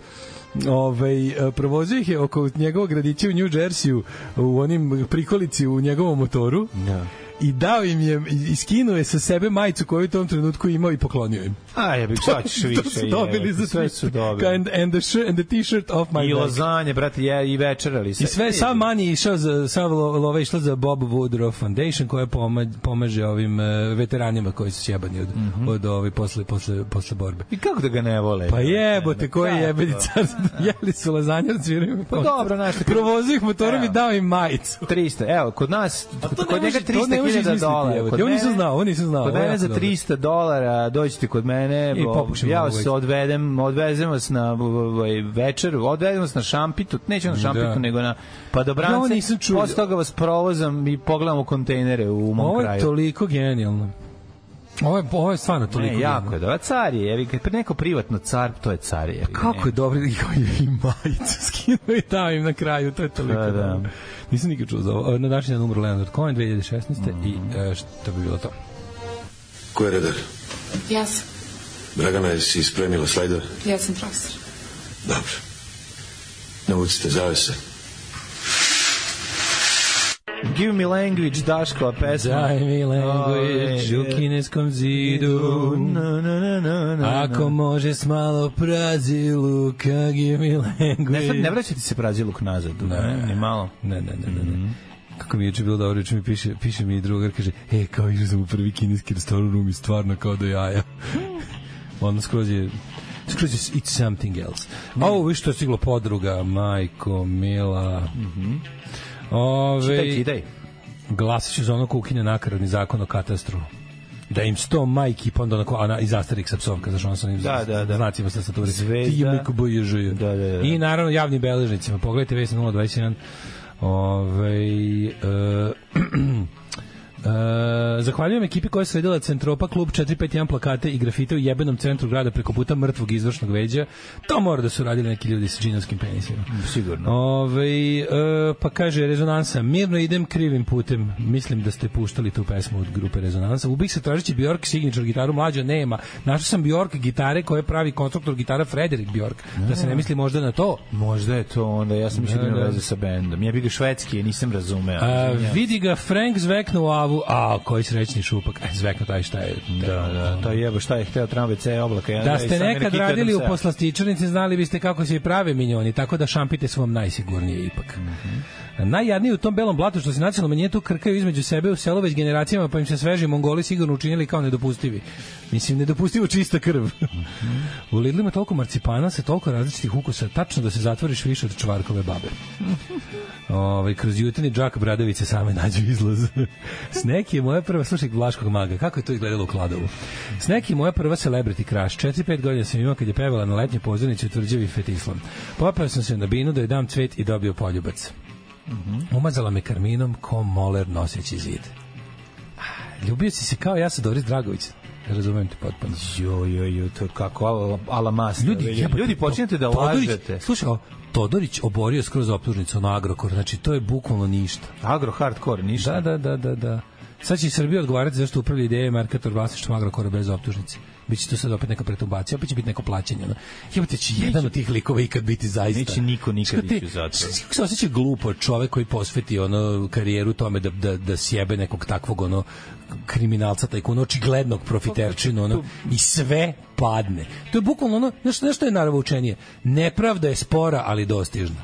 [SPEAKER 6] ovaj, e, provozio ih je oko njegovog gradića u New Jerseyu u onim prikolici u njegovom motoru
[SPEAKER 7] Da.
[SPEAKER 6] i dao im je, i- i skinuo je sa sebe majicu koju je u tom trenutku imao i poklonio im.
[SPEAKER 7] A jebi, šta ćeš više?
[SPEAKER 6] to su dobili
[SPEAKER 7] jebe,
[SPEAKER 6] za
[SPEAKER 7] sve su
[SPEAKER 6] Kao,
[SPEAKER 7] dobili.
[SPEAKER 6] And, and, the shirt, and the t-shirt off my
[SPEAKER 7] I
[SPEAKER 6] back.
[SPEAKER 7] lazanje, brate, je, i večerali se. E,
[SPEAKER 6] I sve, sav manje išao za, sav lo- love išla za Bob Woodrow Foundation koja pomaže, pomaže ovim e, veteranima koji su sjebani od, mm
[SPEAKER 7] Mhm.
[SPEAKER 6] -hmm. od ovi posle, posle, posle borbe.
[SPEAKER 7] I kako da ga ne vole?
[SPEAKER 6] Pa jebote, koji
[SPEAKER 7] Kako?
[SPEAKER 6] jebeni car, jeli su lazanje od svirima.
[SPEAKER 7] Pa dobro, znaš, ti-
[SPEAKER 6] Provozio ih motorom
[SPEAKER 7] Evo. Pa
[SPEAKER 6] i dao im majicu.
[SPEAKER 7] 300, evo, kod nas,
[SPEAKER 6] to ne
[SPEAKER 7] kod njega
[SPEAKER 6] može- to ne može
[SPEAKER 7] 300.000
[SPEAKER 6] izmisliti,
[SPEAKER 7] dolara.
[SPEAKER 6] jebote.
[SPEAKER 7] kod
[SPEAKER 6] Ovo
[SPEAKER 7] mene-
[SPEAKER 6] nisam znao, ovo nisam znao,
[SPEAKER 7] Kod
[SPEAKER 6] ovo je
[SPEAKER 7] mene
[SPEAKER 6] jako
[SPEAKER 7] za
[SPEAKER 6] dobro.
[SPEAKER 7] 300 dolara dođite kod mene,
[SPEAKER 6] I
[SPEAKER 7] o,
[SPEAKER 6] popušemo
[SPEAKER 7] ja
[SPEAKER 6] uvek.
[SPEAKER 7] vas odvedem, odvezem vas na ovaj, večer, odvedem vas na šampitu, neću na šampitu,
[SPEAKER 6] Da.
[SPEAKER 7] nego na padobrance.
[SPEAKER 6] Ja ovo nisam čuo.
[SPEAKER 7] Posle toga vas provozam i pogledam u kontejnere u mom
[SPEAKER 6] Ovo je
[SPEAKER 7] kraju.
[SPEAKER 6] toliko genijalno. Ovo je, ovo je stvarno toliko
[SPEAKER 7] Ne,
[SPEAKER 6] genijalno.
[SPEAKER 7] E, jako je dobro. Car je, jevi, kad neko privatno car, to je car je.
[SPEAKER 6] Kako je dobro i kao je i majicu skinuo i dao im na kraju, to je toliko
[SPEAKER 7] Da,
[SPEAKER 6] da,
[SPEAKER 7] da.
[SPEAKER 6] da. Nisam nikad čuo za ovo. Na današnji dan umro Leonard Cohen 2016. i
[SPEAKER 7] Mm.
[SPEAKER 6] e, što bi bilo to?
[SPEAKER 9] Ko je redar?
[SPEAKER 10] Ja sam,
[SPEAKER 9] Dragana, jesi spremila slajdove?
[SPEAKER 10] ja sam profesor.
[SPEAKER 9] Dobro. Navucite zavese.
[SPEAKER 7] Give me language, Daškova pesma.
[SPEAKER 6] Daj mi
[SPEAKER 7] Ove,
[SPEAKER 6] language u kineskom zidu
[SPEAKER 7] Na, na, na, na, na,
[SPEAKER 6] Ako
[SPEAKER 7] na.
[SPEAKER 6] može s malo praziluka Give me
[SPEAKER 7] Ne,
[SPEAKER 6] language
[SPEAKER 7] sad ne vraćati se praziluk nazad, ne, ni malo.
[SPEAKER 6] Ne, ne, ne, ne, ne. Kako mi je juče bilo dobro, juče mi piše, piše mi drugar, kaže, e, kao išao sam u prvi kineski restoran, rumi stvarno kao do jaja. Onda skroz je, skroz je, it's something else. A ovo, viš što je stiglo podruga, majko, mila. Mhm.
[SPEAKER 7] Čitaj,
[SPEAKER 6] Ove,
[SPEAKER 7] čitaj.
[SPEAKER 6] glasiću za ono kukinje nakaradni zakon o katastru da im sto majki pa onda onako ana iz Asteriksa psovka za ono sa onim
[SPEAKER 7] Da, da, da.
[SPEAKER 6] znacima sa saturi
[SPEAKER 7] Zvezda.
[SPEAKER 6] ti majko boježuje
[SPEAKER 7] Da, da, da.
[SPEAKER 6] i naravno javnim beležnicima pogledajte vest 021 ovaj e, E, zahvaljujem ekipi koja je sredila Centropa klub 451 plakate i grafite u jebenom centru grada preko puta mrtvog izvršnog veđa. To mora da su radili neki ljudi sa džinovskim penisima.
[SPEAKER 7] Sigurno.
[SPEAKER 6] Ove, e, pa kaže Rezonansa, mirno idem krivim putem. Mislim da ste puštali tu pesmu od grupe Rezonansa. Ubih se tražeći Bjork signature gitaru, mlađa nema. Našao sam Bjork gitare koje pravi konstruktor gitara Frederik Bjork. Da se ne misli možda na to. E,
[SPEAKER 7] Možda je to onda, ja sam mislio da ima
[SPEAKER 6] Da, da.
[SPEAKER 7] veze sa bendom. Ja bih ga švedski, nisam razumeo.
[SPEAKER 6] A,
[SPEAKER 7] Izvinjavam.
[SPEAKER 6] vidi ga Frank zveknu u avu. A, koji srećni šupak. E, zveknu taj šta je.
[SPEAKER 7] Da, da, to je jebo šta je hteo Trump WC oblaka. Ja,
[SPEAKER 6] Da
[SPEAKER 7] i
[SPEAKER 6] ste
[SPEAKER 7] sad mene
[SPEAKER 6] nekad
[SPEAKER 7] kikne
[SPEAKER 6] radili u
[SPEAKER 7] WC.
[SPEAKER 6] poslastičarnici, znali biste kako se i prave minjoni, tako da šampite su vam najsigurnije ipak. Najjadniji u tom belom blatu što se nacionalno manjine tu krkaju između sebe u selu već generacijama pa im se sveži mongoli sigurno učinili kao nedopustivi. Mislim, nedopustivo čista krv. u Lidlu ima toliko marcipana sa toliko različitih ukusa, tačno da se zatvoriš više od čvarkove babe. Ovaj kroz jutarnji džak bradavice same nađu izlaz. Sneki je moja prva slušaj Vlaškog maga. Kako je to izgledalo u Kladovu? Sneki je moja prva celebrity crush. 4-5 godina sam imao kad je pevala na letnjoj pozornici u tvrđavi Fetislam. Popeo sam se na binu da joj dam cvet i dobio poljubac.
[SPEAKER 7] Mhm.
[SPEAKER 6] Umazala me karminom ko moler noseći zid. Ah, Ljubio si se kao ja sa Doris Dragović. Razumem te potpuno.
[SPEAKER 7] Jo, jo, jo, to kako ala, ala mas.
[SPEAKER 6] Ljudi, jebote,
[SPEAKER 7] ljudi počinjete da
[SPEAKER 6] Todorić-
[SPEAKER 7] lažete.
[SPEAKER 6] Slušaj, o, Todorić oborio skroz optužnicu na Agrokor. Znači, to je bukvalno ništa.
[SPEAKER 7] Agro hardcore,
[SPEAKER 6] Da,
[SPEAKER 7] ništa.
[SPEAKER 6] da, da, da, da. Sad će Srbija odgovarati zašto upravlja ideje marketor vlasništvom Agrokora bez optužnice. Biće to sad opet neka pretumbacija, opet će biti neko plaćanje. Ono. Jebate, će jedan od tih likova ikad biti zaista.
[SPEAKER 7] Neće niko nikad
[SPEAKER 6] Šta ti-
[SPEAKER 7] ići u zatvor.
[SPEAKER 6] šta- Kako se osjeća glupo čovek koji posveti ono karijeru tome da, da, da sjebe nekog takvog ono kriminalca, tajkuna, očiglednog profiterčina, ono, i sve padne. To je bukvalno ono, nešto, nešto je naravno učenije. Nepravda je spora, ali dostižna.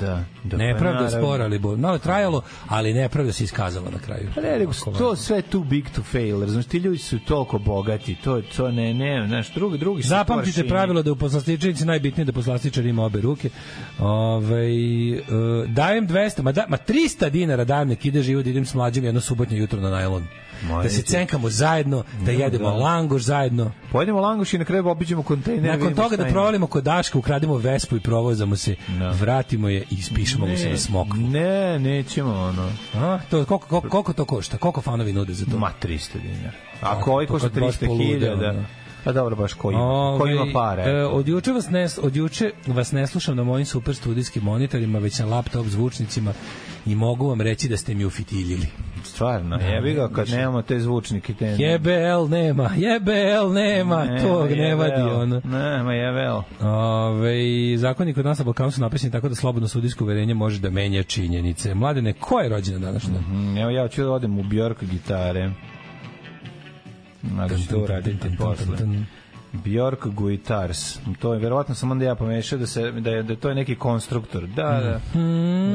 [SPEAKER 7] Da, da
[SPEAKER 6] Nepravda
[SPEAKER 7] naravno.
[SPEAKER 6] spora, ali bo, malo je trajalo, ali nepravda se iskazala na kraju.
[SPEAKER 7] Pa ne, nego to sve too big to fail, razumiješ, ti ljudi su toliko bogati, to, to ne, ne, znaš, drugi, drugi su
[SPEAKER 6] Zapamtite
[SPEAKER 7] poršini.
[SPEAKER 6] pravilo da u poslastičnici najbitnije da poslastičar ima obe ruke. Ove, e, dajem 200, ma, da, ma 300 dinara dajem nek ide život, idem s mlađim jedno subotnje jutro na najlon.
[SPEAKER 7] Ma,
[SPEAKER 6] da se
[SPEAKER 7] eto.
[SPEAKER 6] cenkamo zajedno, da jedemo
[SPEAKER 7] da.
[SPEAKER 6] langoš zajedno.
[SPEAKER 7] Pojedemo langoš i na kraju obiđemo kontejner.
[SPEAKER 6] Nakon
[SPEAKER 7] vidimo
[SPEAKER 6] toga
[SPEAKER 7] šta
[SPEAKER 6] da
[SPEAKER 7] ima.
[SPEAKER 6] provalimo kod Daška, ukrademo vespu i provozamo se,
[SPEAKER 7] Da.
[SPEAKER 6] vratimo je i ispišemo mu se na smokvu.
[SPEAKER 7] Ne, nećemo, ono.
[SPEAKER 6] A, to, koliko, koliko, koliko to košta? Koliko fanovi nude za to?
[SPEAKER 7] Ma 300 dinara.
[SPEAKER 6] A,
[SPEAKER 7] Ako ovaj
[SPEAKER 6] to
[SPEAKER 7] košta
[SPEAKER 6] kad baš
[SPEAKER 7] 300
[SPEAKER 6] polude,
[SPEAKER 7] hiljada,
[SPEAKER 6] ono.
[SPEAKER 7] pa dobro, baš ko ima, ko ima
[SPEAKER 6] Ovaj,
[SPEAKER 7] pare.
[SPEAKER 6] e,
[SPEAKER 7] eto.
[SPEAKER 6] od juče vas ne od juče vas ne slušam na mojim super studijskim monitorima, već na laptop zvučnicima i mogu vam reći da ste mi ufitiljili.
[SPEAKER 7] Stvarno, jebi ga kad nemamo te zvučnike. Te...
[SPEAKER 6] Jebel nema, jebel nema, tog ne
[SPEAKER 7] jebeo.
[SPEAKER 6] vadi ono.
[SPEAKER 7] Ne, ma jebeo.
[SPEAKER 6] Ove, zakoni kod nas na Balkanu su napisani tako da slobodno sudijsko uverenje može da menja činjenice. Mladene, ko je rođen danas? Mm -hmm.
[SPEAKER 7] Mm, Evo ja ću da odem u Bjork gitare. Nadam se to uradite posle. Bjork Guitars. To je verovatno sam onda ja pomešao da se da je da to je neki konstruktor. Da, da.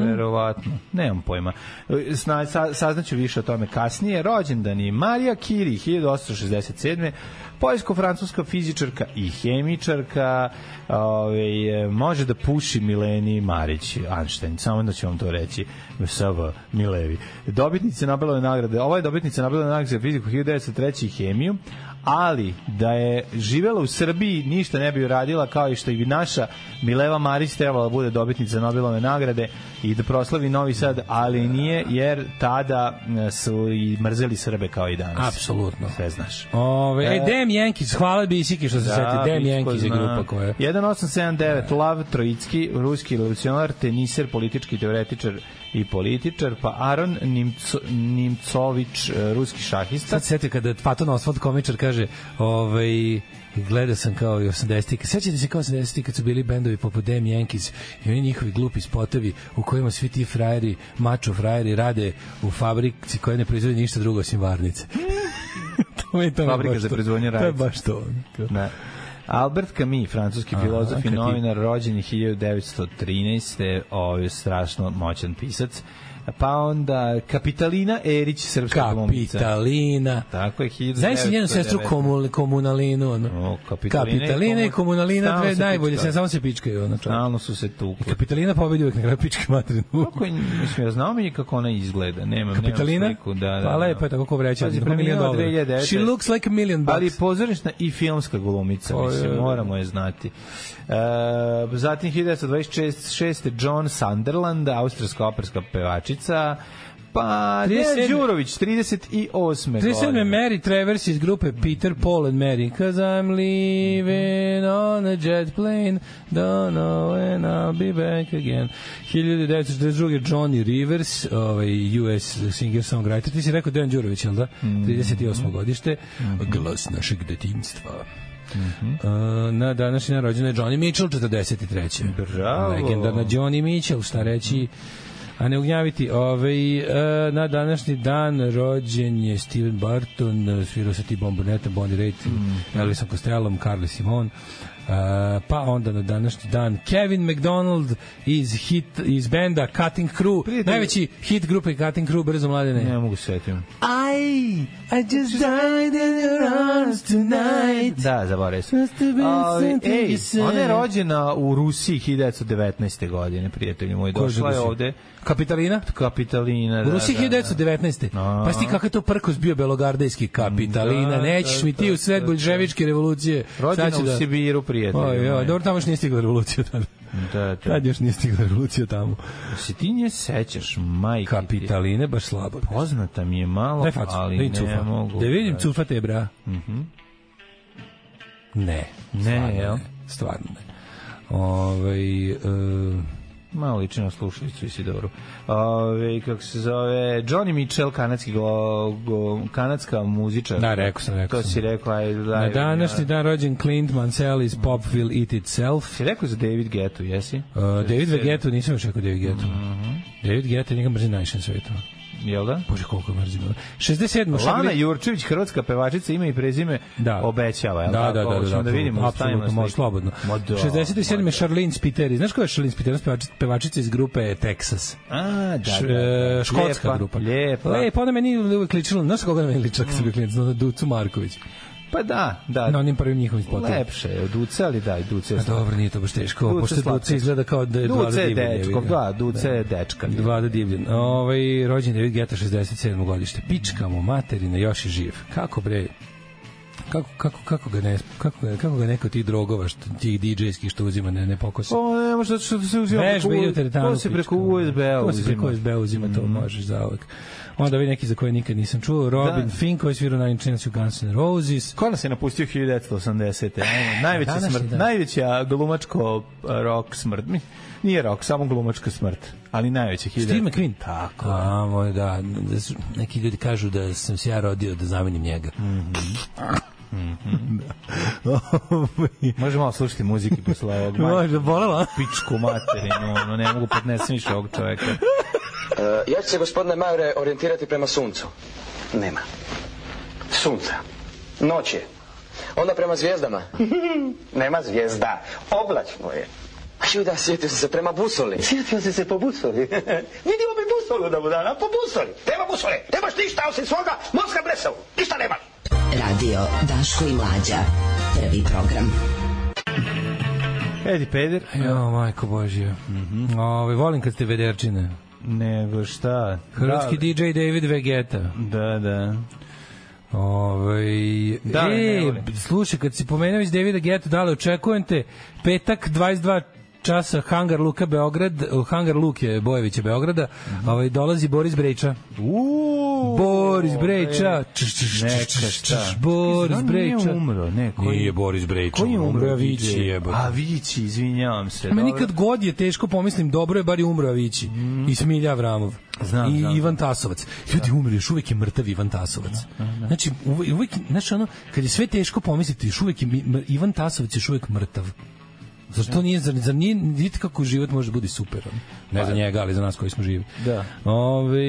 [SPEAKER 7] Verovatno. Nemam pojma. E, Sna, sa, saznaću više o tome kasnije. Rođendan je Marija Curie 1867. Poljsko-francuska fizičarka i hemičarka. Ove, može da puši Mileni Marić Einstein. Samo da ću vam to reći. Sava Milevi. Dobitnice Nobelove nagrade. Ova je dobitnica Nobelove nagrade za fiziku 1903. i hemiju ali da je živela u Srbiji ništa ne bi uradila kao i što i naša Mileva Marić trebala da bude dobitnica Nobelove nagrade i da proslavi Novi Sad, ali nije jer tada e, su i mrzeli Srbe kao i danas.
[SPEAKER 6] Apsolutno.
[SPEAKER 7] Sve znaš.
[SPEAKER 6] Ove,
[SPEAKER 7] Da.
[SPEAKER 6] e, Dem Jenkins, hvala Bisiki što se da, seti. Dem
[SPEAKER 7] bitko
[SPEAKER 6] Jenkins je
[SPEAKER 7] zna.
[SPEAKER 6] grupa koja Da. je.
[SPEAKER 7] 1879, Lav Trojicki, ruski revolucionar, teniser, politički teoretičar i političar, pa Aron Nimco, Nimcović, e, ruski šahista.
[SPEAKER 6] Sad se sjetio kada Faton Osvald komičar kaže ovaj, gledao sam kao i 80-ih. Sećate se kao 80-ih kad su bili bendovi poput Dem Yankees i oni njihovi glupi spotovi u kojima svi ti frajeri, mačo frajeri rade u fabrici koja ne proizvodi ništa drugo osim varnice. to je to
[SPEAKER 7] Fabrika za proizvodnju
[SPEAKER 6] To je
[SPEAKER 7] rajica.
[SPEAKER 6] baš to.
[SPEAKER 7] Da. Albert Camus, francuski filozof i
[SPEAKER 6] kad ti-
[SPEAKER 7] novinar, rođen je 1913. Ovo ovaj je strašno moćan pisac. Pa onda Kapitalina Erić, srpska glumica. Da,
[SPEAKER 6] Kapitalina.
[SPEAKER 7] Tako je, 1919.
[SPEAKER 6] Znaš si njenu sestru komu, komunalinu, ono.
[SPEAKER 7] O, Kapitalina i
[SPEAKER 6] Kapitalina i
[SPEAKER 7] komu-
[SPEAKER 6] komunalina,
[SPEAKER 7] Stalno
[SPEAKER 6] dve
[SPEAKER 7] se
[SPEAKER 6] najbolje,
[SPEAKER 7] pičkaju.
[SPEAKER 6] se samo se pičkaju, ono. čovječe.
[SPEAKER 7] Stalno su se tukli.
[SPEAKER 6] Kapitalina pobedi uvek na kraju pičke materinu.
[SPEAKER 7] Kako je, mislim, ja znam mi kako ona izgleda. Nemam,
[SPEAKER 6] Kapitalina?
[SPEAKER 7] nemam sliku. Da, da,
[SPEAKER 6] Pa
[SPEAKER 7] da.
[SPEAKER 6] lepo je tako ko vreća.
[SPEAKER 7] Pazi,
[SPEAKER 6] Pazi, milion
[SPEAKER 7] preminula
[SPEAKER 6] dolara.
[SPEAKER 7] 2009.
[SPEAKER 6] She looks like a million bucks.
[SPEAKER 7] Ali pozorišna i filmska glumica,
[SPEAKER 6] Pa,
[SPEAKER 7] mislim,
[SPEAKER 6] je.
[SPEAKER 7] moramo je znati. E, zatim 1926. John Sunderland, austrijska operska pevačica, pa Dejan
[SPEAKER 6] 37..
[SPEAKER 7] Đurović, 38.
[SPEAKER 6] 37. je
[SPEAKER 7] godine.
[SPEAKER 6] Mary Travers iz grupe Peter, Paul and Mary. Cause I'm leaving on a jet plane, don't know when I'll be back again. 1942. Johnny Rivers, ovaj US singer songwriter. Ti si rekao Dejan Đurović, jel da?
[SPEAKER 7] Mhm.
[SPEAKER 6] 38. godište. Glas našeg detinjstva.
[SPEAKER 7] Mhm.
[SPEAKER 6] Mm -hmm. na današnji dan rođena je Johnny Mitchell 43.
[SPEAKER 7] Bravo.
[SPEAKER 6] Legendarna Johnny Mitchell, šta reći, a ne ugnjaviti. Ovaj, e, na današnji dan rođen je Steven Barton, e, svirao sa ti bombonetom, Bonnie Raitt, mm. Elvisom Costellom, Carly Simon. Uh, pa onda na današnji dan Kevin McDonald iz hit iz benda Cutting Crew
[SPEAKER 7] Prijatelj-
[SPEAKER 6] najveći hit grupe Cutting Crew brzo mladene
[SPEAKER 7] Ne mogu se setiti.
[SPEAKER 6] I I just died in your arms tonight
[SPEAKER 7] Da, zaboravio sam.
[SPEAKER 6] Must have been
[SPEAKER 7] Ali,
[SPEAKER 6] something
[SPEAKER 7] ej,
[SPEAKER 6] you said.
[SPEAKER 7] ona je rođena u Rusiji 1919. godine, prijatelji moji.
[SPEAKER 6] Ko je
[SPEAKER 7] Došla je
[SPEAKER 6] Rusija?
[SPEAKER 7] ovde
[SPEAKER 6] Kapitalina
[SPEAKER 7] kapitalina.
[SPEAKER 6] U
[SPEAKER 7] da,
[SPEAKER 6] Rusiji
[SPEAKER 7] da, da.
[SPEAKER 6] 1919.
[SPEAKER 7] A.
[SPEAKER 6] Pa si ti kakav je to prkos bio belogardejski kapitalina,
[SPEAKER 7] Da,
[SPEAKER 6] nećeš
[SPEAKER 7] da,
[SPEAKER 6] mi ti
[SPEAKER 7] da,
[SPEAKER 6] u sred
[SPEAKER 7] da,
[SPEAKER 6] bolševičke revolucije.
[SPEAKER 7] Rođena
[SPEAKER 6] sad ću da-
[SPEAKER 7] u Sibiru, prijatelji.
[SPEAKER 6] Oj, oj,
[SPEAKER 7] moji.
[SPEAKER 6] dobro, tamo još nije stigla revolucija tada.
[SPEAKER 7] Da, da.
[SPEAKER 6] Tad još nije stigla revolucija tamo.
[SPEAKER 7] Se ti nje sećaš, majke ti.
[SPEAKER 6] Kapitaline, baš slabo.
[SPEAKER 7] Poznata mi je malo,
[SPEAKER 6] Daj facu, da
[SPEAKER 7] ali
[SPEAKER 6] vidim
[SPEAKER 7] ne
[SPEAKER 6] cufa.
[SPEAKER 7] mogu. Mhm.
[SPEAKER 6] Da vidim cufa te, bra. Ne,
[SPEAKER 7] Ne, jel?
[SPEAKER 6] stvarno ne. Ovaj, e,
[SPEAKER 7] Malo liči na slušalicu Isidoru. Ove, kako se zove, Johnny Mitchell, kanadski go, go, kanadska muzičar.
[SPEAKER 6] Da, rekao sam, rekao
[SPEAKER 7] To
[SPEAKER 6] sam.
[SPEAKER 7] si rekao, ajde, da.
[SPEAKER 6] na današnji dan rođen Clint Mansell
[SPEAKER 7] Mhm.
[SPEAKER 6] iz Pop Will Eat Itself.
[SPEAKER 7] Si rekao za David Getu, jesi? Mhm.
[SPEAKER 6] Uh, David Vegetu, nisam još rekao David Vegetu. David Vegeta je njega mrzim najviše na svetu.
[SPEAKER 7] jel da?
[SPEAKER 6] Bože, koliko mrzim. 67.
[SPEAKER 7] Lana
[SPEAKER 6] Šarli-
[SPEAKER 7] Jurčević, hrvatska pevačica, ime i prezime,
[SPEAKER 6] da.
[SPEAKER 7] obećava. Jel
[SPEAKER 6] da, da, da, da, da,
[SPEAKER 7] Hoćemo da, vidimo, stavimo
[SPEAKER 6] apsolutno,
[SPEAKER 7] na
[SPEAKER 6] može
[SPEAKER 7] sliku.
[SPEAKER 6] slobodno.
[SPEAKER 7] Ma da,
[SPEAKER 6] 67.
[SPEAKER 7] ma
[SPEAKER 6] je
[SPEAKER 7] da.
[SPEAKER 6] Charlene Spiteri. Znaš ko je Charlene Spiteri? Pevačica, pevačica iz grupe Texas.
[SPEAKER 7] A, da, da,
[SPEAKER 6] Š-
[SPEAKER 7] da,
[SPEAKER 6] e, škotska
[SPEAKER 7] Lijepa,
[SPEAKER 6] grupa.
[SPEAKER 7] Lijepa. Mm.
[SPEAKER 6] Lepo, ona meni uvek ličila, znaš koga ona meni ličila kad sam bio klinac, na Ducu Marković,
[SPEAKER 7] Pa da, da.
[SPEAKER 6] na onim prvim njihovim spotovima.
[SPEAKER 7] Lepše je, Duce, ali da, i Duce. je
[SPEAKER 6] A dobro, nije to baš teško,
[SPEAKER 7] Duce
[SPEAKER 6] pošto
[SPEAKER 7] slatko.
[SPEAKER 6] Duce izgleda kao da je
[SPEAKER 7] Duce
[SPEAKER 6] Vlada
[SPEAKER 7] je
[SPEAKER 6] Divljan, jebi
[SPEAKER 7] dečko,
[SPEAKER 6] ga.
[SPEAKER 7] da, Duce je dečka.
[SPEAKER 6] Vlada Divljan. Ovaj, rođen David Geta, 67. godište. Pičkamo, materina, još je živ. Kako bre, kako, kako, kako, ga ne, kako, ga- kako ga neko ti drogova, što, tih DJ-skih što uzima, ne, ne pokosi.
[SPEAKER 7] O, ne, možda što se uzima
[SPEAKER 6] Vežbe ide u teretanu.
[SPEAKER 7] To se preko
[SPEAKER 6] pička,
[SPEAKER 7] USB-a
[SPEAKER 6] To se
[SPEAKER 7] uzima. Mm.
[SPEAKER 6] preko USB-a uzima, to možeš zauvek. Onda ovi neki za koje nikad nisam čuo, Robin
[SPEAKER 7] Da.
[SPEAKER 6] Fink koji je svirao Nine Inch Nails u Guns N' Roses.
[SPEAKER 7] Ko nas je napustio 1980. Ajmo, Najveća
[SPEAKER 6] E, današnji
[SPEAKER 7] smrt,
[SPEAKER 6] dan.
[SPEAKER 7] najveća glumačko a, rock smrt. Mi- Nije rock, samo glumačka smrt. Ali najveća 1900.
[SPEAKER 6] Steve McQueen.
[SPEAKER 7] Tako.
[SPEAKER 6] A, moj, da, da su, neki ljudi kažu da sam se ja rodio da zamenim njega.
[SPEAKER 7] Mm. Da. Možemo malo slušati muziki posle ovog. Majko,
[SPEAKER 6] Možda bolela.
[SPEAKER 7] Pičku materinu, ono, ne mogu podnesem više ovog čoveka.
[SPEAKER 10] E, Ja ću se, gospodine Majore, orijentirati prema suncu. Nema. Sunca. Noć je. Onda prema zvijezdama. Nema zvijezda. Oblačno je. Ju da, sjetio sam se prema busoli. Sjetio sam se po busoli. Vidimo mi busolu da budala, po busoli. Nema busole. Nemaš ništa osim svoga mozga bresovu. Ništa nemaš.
[SPEAKER 5] Radio Daško i Mlađa. Prvi program.
[SPEAKER 7] Edi Peder.
[SPEAKER 6] Jo, majko Božje.
[SPEAKER 7] Mhm.
[SPEAKER 6] Ove, volim kad ste vederčine.
[SPEAKER 7] Nego šta?
[SPEAKER 6] Hrvatski DJ David Vegeta.
[SPEAKER 7] Da, da.
[SPEAKER 6] Ove,
[SPEAKER 7] Da,
[SPEAKER 6] e,
[SPEAKER 7] ne volim.
[SPEAKER 6] slušaj, kad si pomenuo iz Davida Geta, da li očekujem te petak 22 časa Hangar Luka Beograd, Hangar Luke Bojevića Beograda, ovaj, dolazi Boris Brejča.
[SPEAKER 7] Mhm. Uuu,
[SPEAKER 6] Boris Brejča.
[SPEAKER 7] ej,
[SPEAKER 6] Čš, čš, čš,
[SPEAKER 7] Neka
[SPEAKER 6] čš,
[SPEAKER 7] šta.
[SPEAKER 6] čš, Boris
[SPEAKER 7] Znam,
[SPEAKER 6] Brejča.
[SPEAKER 7] Nije umro, ne. koji-
[SPEAKER 6] Nije Boris Brejča,
[SPEAKER 7] Koji je
[SPEAKER 6] umro je
[SPEAKER 7] umro?
[SPEAKER 6] Avicii,
[SPEAKER 7] DJ?
[SPEAKER 6] jebote.
[SPEAKER 7] Avicii, izvinjavam se.
[SPEAKER 6] Meni
[SPEAKER 7] dobro. Mhm.
[SPEAKER 6] kad god je teško pomislim, dobro je bar i umro Avići. I Smilja Avramov.
[SPEAKER 7] Znam,
[SPEAKER 6] I
[SPEAKER 7] znam. Da.
[SPEAKER 6] Ivan Tasovac. Ljudi umru, još uvek je mrtav Ivan Tasovac. Znači, uvek, uvek, znaš, ono, kad je sve teško pomisliti, još uvek je mi- mr- Ivan Tasovac još uvek mrtav. Zar
[SPEAKER 7] Da.
[SPEAKER 6] to nije, zar, zar nije, vidite kako život može da bude super. ono? Ne za njega, ali za nas koji smo živi.
[SPEAKER 7] Pa Da.
[SPEAKER 6] Ove,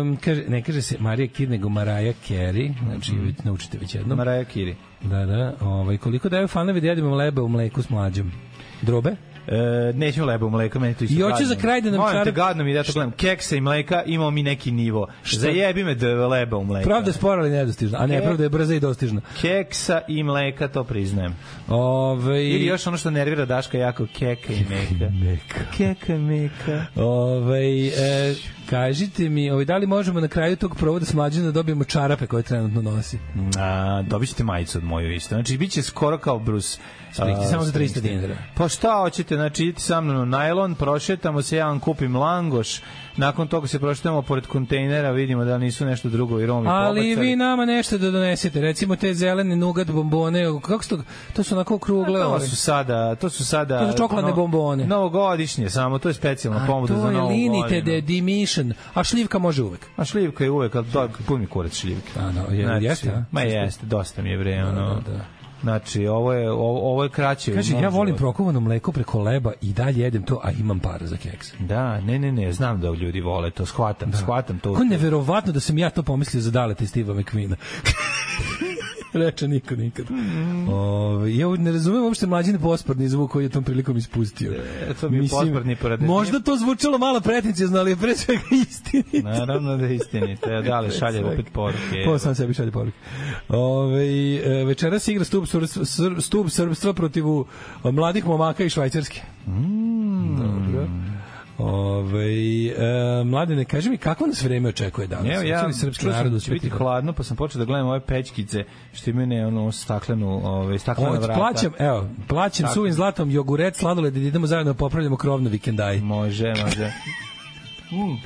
[SPEAKER 6] um, kaže, ne kaže se Marija Kid, nego Maraja Carey. Znači,
[SPEAKER 7] Mhm.
[SPEAKER 6] već naučite već jednom.
[SPEAKER 7] Mariah Carey.
[SPEAKER 6] Da, da. Ovaj, koliko daju fanovi da jedemo lebe u mleku s mlađom? Drobe?
[SPEAKER 7] E, nećemo lebo mleka, meni to isto.
[SPEAKER 6] I hoće
[SPEAKER 7] gadno.
[SPEAKER 6] za kraj da nam
[SPEAKER 7] Molim te,
[SPEAKER 6] čarap-
[SPEAKER 7] gadno mi da to gledam. Keksa i mleka, imao mi neki nivo. Zajebi me da leba u mleka.
[SPEAKER 6] Pravda je spora, ali nedostižna. A ne,
[SPEAKER 7] E.
[SPEAKER 6] pravda je brza i dostižna.
[SPEAKER 7] Keksa i mleka, to priznajem.
[SPEAKER 6] Ove,
[SPEAKER 7] Ili još ono što nervira Daška jako, keka i meka.
[SPEAKER 6] Neka.
[SPEAKER 7] Keka i meka.
[SPEAKER 6] Ove, e, kažite mi, ovaj, da li možemo na kraju tog provoda s mlađim da dobijemo čarape koje trenutno nosi?
[SPEAKER 7] A, dobit ćete majicu od moju isto. Znači, bit će skoro kao Bruce.
[SPEAKER 6] Spriti,
[SPEAKER 7] a,
[SPEAKER 6] samo za 300
[SPEAKER 7] Springsteen.
[SPEAKER 6] dinara.
[SPEAKER 7] Pa šta hoćete, znači idite sa mnom na najlon, prošetamo se, ja vam kupim langoš, nakon toga se prošetamo pored kontejnera, vidimo da nisu nešto drugo i romi
[SPEAKER 6] Ali
[SPEAKER 7] pobacali.
[SPEAKER 6] vi nama nešto da donesete, recimo te zelene nugat bombone, kako su to, to su onako okrugle,
[SPEAKER 7] To
[SPEAKER 6] ove.
[SPEAKER 7] su sada, to su sada
[SPEAKER 6] To su čokoladne bombone.
[SPEAKER 7] Novogodišnje samo, to je specijalna
[SPEAKER 6] A
[SPEAKER 7] pomoć za
[SPEAKER 6] to je
[SPEAKER 7] novu
[SPEAKER 6] linite
[SPEAKER 7] godinu.
[SPEAKER 6] de dimišen, a šljivka može uvek.
[SPEAKER 7] A šljivka je uvek, ali to je puni kurac šljivke. Znači,
[SPEAKER 6] A, da, je- jeste, a?
[SPEAKER 7] Ma jeste, dosta mi je bre, ono.
[SPEAKER 6] da, da.
[SPEAKER 7] Znači, ovo je, ovo, ovo je kraće.
[SPEAKER 6] Kaže,
[SPEAKER 7] u mom
[SPEAKER 6] ja volim
[SPEAKER 7] životu.
[SPEAKER 6] prokovano mleko preko leba i dalje jedem to, a imam para za kekse.
[SPEAKER 7] Da, ne, ne, ne, znam da ljudi vole to,
[SPEAKER 6] Da.
[SPEAKER 7] shvatam, shvatam to.
[SPEAKER 6] Kako neverovatno da sam ja to pomislio za Daleta i Steve McQueena. Reče niko nikad. Ove, ja ne razumem uopšte mlađine posporni zvuk koji je tom prilikom ispustio.
[SPEAKER 7] E, to mi je posprdni poradnje.
[SPEAKER 6] Možda to zvučalo malo pretencijezno, ali je pre svega istinito.
[SPEAKER 7] Naravno da je istinite, a da li šalje opet poruke.
[SPEAKER 6] Po sam sebi šalje poruke. Ove, e, večeras igra stup, sur, sur, stup srbstva protiv e, mladih momaka i švajcarske.
[SPEAKER 7] Mm.
[SPEAKER 6] Dobro. Ove, e, mladene, kaži mi kako nas vreme očekuje danas?
[SPEAKER 7] Evo
[SPEAKER 6] Hoće
[SPEAKER 7] ja,
[SPEAKER 6] li srpski
[SPEAKER 7] čuo sam
[SPEAKER 6] narod
[SPEAKER 7] da će biti
[SPEAKER 6] uspeti?
[SPEAKER 7] hladno, pa sam počeo da gledam ove pećkice što imaju ne, ono staklenu, ovaj staklena
[SPEAKER 6] Hoć,
[SPEAKER 7] vrata.
[SPEAKER 6] plaćam, evo, plaćam
[SPEAKER 7] Tako.
[SPEAKER 6] suvim zlatom jogurec, sladoled i da idemo zajedno da popravljamo krov na vikendaj.
[SPEAKER 7] Može, može.
[SPEAKER 6] Mm.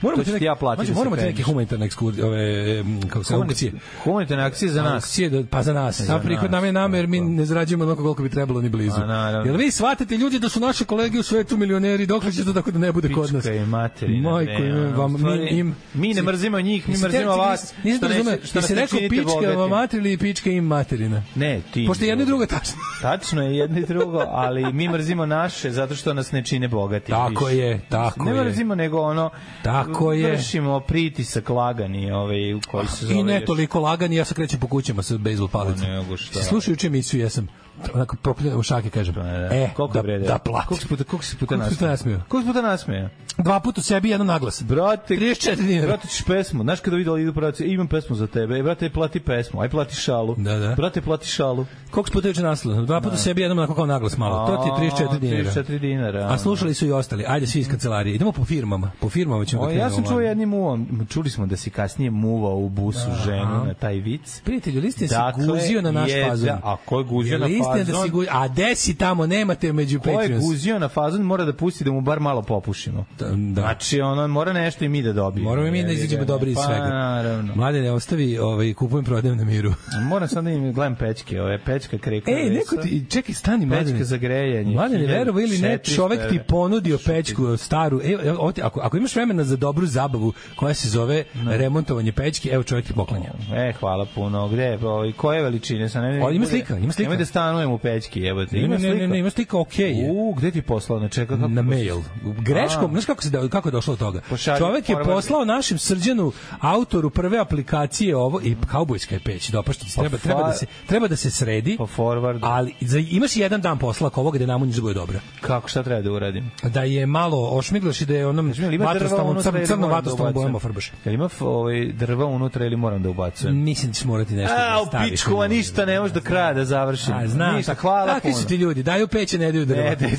[SPEAKER 6] Moramo
[SPEAKER 7] To ću
[SPEAKER 6] ti
[SPEAKER 7] ti ja platiti da se
[SPEAKER 6] moramo ti neke
[SPEAKER 7] penješ.
[SPEAKER 6] humanitarne ekskurzije, ove, em, kako se, aukcije.
[SPEAKER 7] Humanitarne akcije za nas.
[SPEAKER 6] Akcije, da- pa za nas. Sam prihod
[SPEAKER 7] nas,
[SPEAKER 6] nam je nama jer mi
[SPEAKER 7] tako.
[SPEAKER 6] ne zarađujemo onoliko koliko bi trebalo ni blizu.
[SPEAKER 7] A, naravno.
[SPEAKER 6] Jel vi shvatite ljudi da su naše kolege u svetu milioneri, dokle će to tako da ne bude kod nas?
[SPEAKER 7] Pička je materina.
[SPEAKER 6] Majko,
[SPEAKER 7] bre,
[SPEAKER 6] im,
[SPEAKER 7] ono,
[SPEAKER 6] vam,
[SPEAKER 7] u stvari,
[SPEAKER 6] mi, im,
[SPEAKER 7] mi ne mrzimo njih, mi mrzimo vas.
[SPEAKER 6] Nisam
[SPEAKER 7] što
[SPEAKER 6] te
[SPEAKER 7] ne-
[SPEAKER 6] razumeo, jesi
[SPEAKER 7] što nas ne
[SPEAKER 6] rekao
[SPEAKER 7] činite
[SPEAKER 6] pička vam
[SPEAKER 7] bogatim.
[SPEAKER 6] mater ili pička im materina?
[SPEAKER 7] Ne, ti.
[SPEAKER 6] Pošto jedno i drugo tačno.
[SPEAKER 7] Tačno je jedno i drugo, ali mi mrzimo naše zato što nas ne čine bogati.
[SPEAKER 6] Tako
[SPEAKER 7] više.
[SPEAKER 6] je, tako
[SPEAKER 7] ne
[SPEAKER 6] je.
[SPEAKER 7] mrzimo nego ono
[SPEAKER 6] Tako je.
[SPEAKER 7] vršimo pritisak lagani ovaj, u koji se zove
[SPEAKER 6] I ne
[SPEAKER 7] još-
[SPEAKER 6] toliko lagani, ja se krećem po kućama sa bejzbol palicom.
[SPEAKER 7] Ma Pa nego šta.
[SPEAKER 6] Slušajući emisiju, ja sam onako popljeno u šake, kažem. E,
[SPEAKER 7] koliko
[SPEAKER 6] da,
[SPEAKER 7] je bre,
[SPEAKER 6] da platim.
[SPEAKER 7] Koliko si puta, koliko si puta
[SPEAKER 6] Koliko si puta nasmejao?
[SPEAKER 7] Koliko si puta nasmejao?
[SPEAKER 6] Dva puta u sebi, jedan naglas.
[SPEAKER 7] Brate,
[SPEAKER 6] 34 dinara.
[SPEAKER 7] Brate, ćeš pesmu. Znaš kada vidjeli idu praci, e, imam pesmu za tebe. E, brate, plati pesmu. Aj, plati šalu.
[SPEAKER 6] Da, da.
[SPEAKER 7] Brate, plati šalu.
[SPEAKER 6] Koliko si puta juče naslo? Dva puta u sebi, jednom onako kao naglas malo. To ti je 34 dinara.
[SPEAKER 7] 34 dinara. Da,
[SPEAKER 6] A slušali su i ostali. Ajde svi iz kancelarije. Idemo po firmama. Po firmama ćemo
[SPEAKER 7] O,
[SPEAKER 6] da
[SPEAKER 7] ja
[SPEAKER 6] krenemo
[SPEAKER 7] sam čuo
[SPEAKER 6] van.
[SPEAKER 7] jednim uvom, čuli smo da si kasnije muvao u busu ženu na taj vic.
[SPEAKER 6] Prijatelju, listin
[SPEAKER 7] Dakle,
[SPEAKER 6] si guzio na naš
[SPEAKER 7] je,
[SPEAKER 6] fazon.
[SPEAKER 7] da, a ko je guzio na
[SPEAKER 6] Listin Da
[SPEAKER 7] fazon?
[SPEAKER 6] si guzio, a gde si tamo, nemate među
[SPEAKER 7] Ko je
[SPEAKER 6] Patreons.
[SPEAKER 7] guzio na fazon mora da pusti da mu bar malo popušimo.
[SPEAKER 6] Da, da.
[SPEAKER 7] Znači, ono, mora nešto i mi da dobijemo.
[SPEAKER 6] Moramo i mi da izađemo dobri iz svega.
[SPEAKER 7] Pa, naravno.
[SPEAKER 6] Mlade, ne ostavi, ovaj, kupujem, prodajem na miru.
[SPEAKER 7] Moram sad da im gledam pečke, ove pečka kreka.
[SPEAKER 6] Ej,
[SPEAKER 7] vesa.
[SPEAKER 6] E, neko ti, čekaj, stani, mladine.
[SPEAKER 7] Pečka za grejanje.
[SPEAKER 6] Mladine, verovo ili ne,
[SPEAKER 7] 1400
[SPEAKER 6] čovek ti
[SPEAKER 7] evra.
[SPEAKER 6] ponudio pečku staru. E, evo, ovo ti- ako, ako imaš vremena za dobru zabavu koja se zove remontovanje pečke, evo čovek ti poklanja.
[SPEAKER 7] E, hvala puno. Gde je, ovaj, koje veličine? Sa ne,
[SPEAKER 6] O, ima slika, ima slika.
[SPEAKER 7] Nemoj da stanujem u pečki, jebote.
[SPEAKER 6] Ne,
[SPEAKER 7] Ima
[SPEAKER 6] ne,
[SPEAKER 7] slika.
[SPEAKER 6] ne, ne, ima slika, okej je.
[SPEAKER 7] U, gde ti je poslao? Ne čeka kako...
[SPEAKER 6] na mail. Greškom, znaš kako se da, kako je došlo do toga?
[SPEAKER 7] Pošalji da-
[SPEAKER 6] Čovek je
[SPEAKER 7] forward.
[SPEAKER 6] poslao našem srđanu autoru prve aplikacije ovo i kaubojska je peć, dopašti se, treba,
[SPEAKER 7] Pa fa-
[SPEAKER 6] treba, da se, treba da se sredi,
[SPEAKER 7] Pa forward.
[SPEAKER 6] ali za, imaš jedan dan posla ako ovo gde namunjiš da bude dobra.
[SPEAKER 7] Kako, šta treba da uradim?
[SPEAKER 6] Da je malo ošmiglaš i da je onom
[SPEAKER 7] Jel ima drva
[SPEAKER 6] vatrostalom,
[SPEAKER 7] unutra
[SPEAKER 6] crn,
[SPEAKER 7] ili
[SPEAKER 6] crno
[SPEAKER 7] moram da
[SPEAKER 6] vatrostalom bojama
[SPEAKER 7] ubacujem?
[SPEAKER 6] farbaš.
[SPEAKER 7] Jel ima f- ovaj, drva unutra ili moram da ubacujem?
[SPEAKER 6] Mislim da ćeš morati nešto
[SPEAKER 7] A,
[SPEAKER 6] da
[SPEAKER 7] u
[SPEAKER 6] staviš.
[SPEAKER 7] pičku, a ništa, ne možeš do kraja da završim.
[SPEAKER 6] A, znam,
[SPEAKER 7] ništa,
[SPEAKER 6] tak-
[SPEAKER 7] hvala
[SPEAKER 6] takvi su ti ljudi, daju peće, ne daju drva.
[SPEAKER 7] Ne, ne,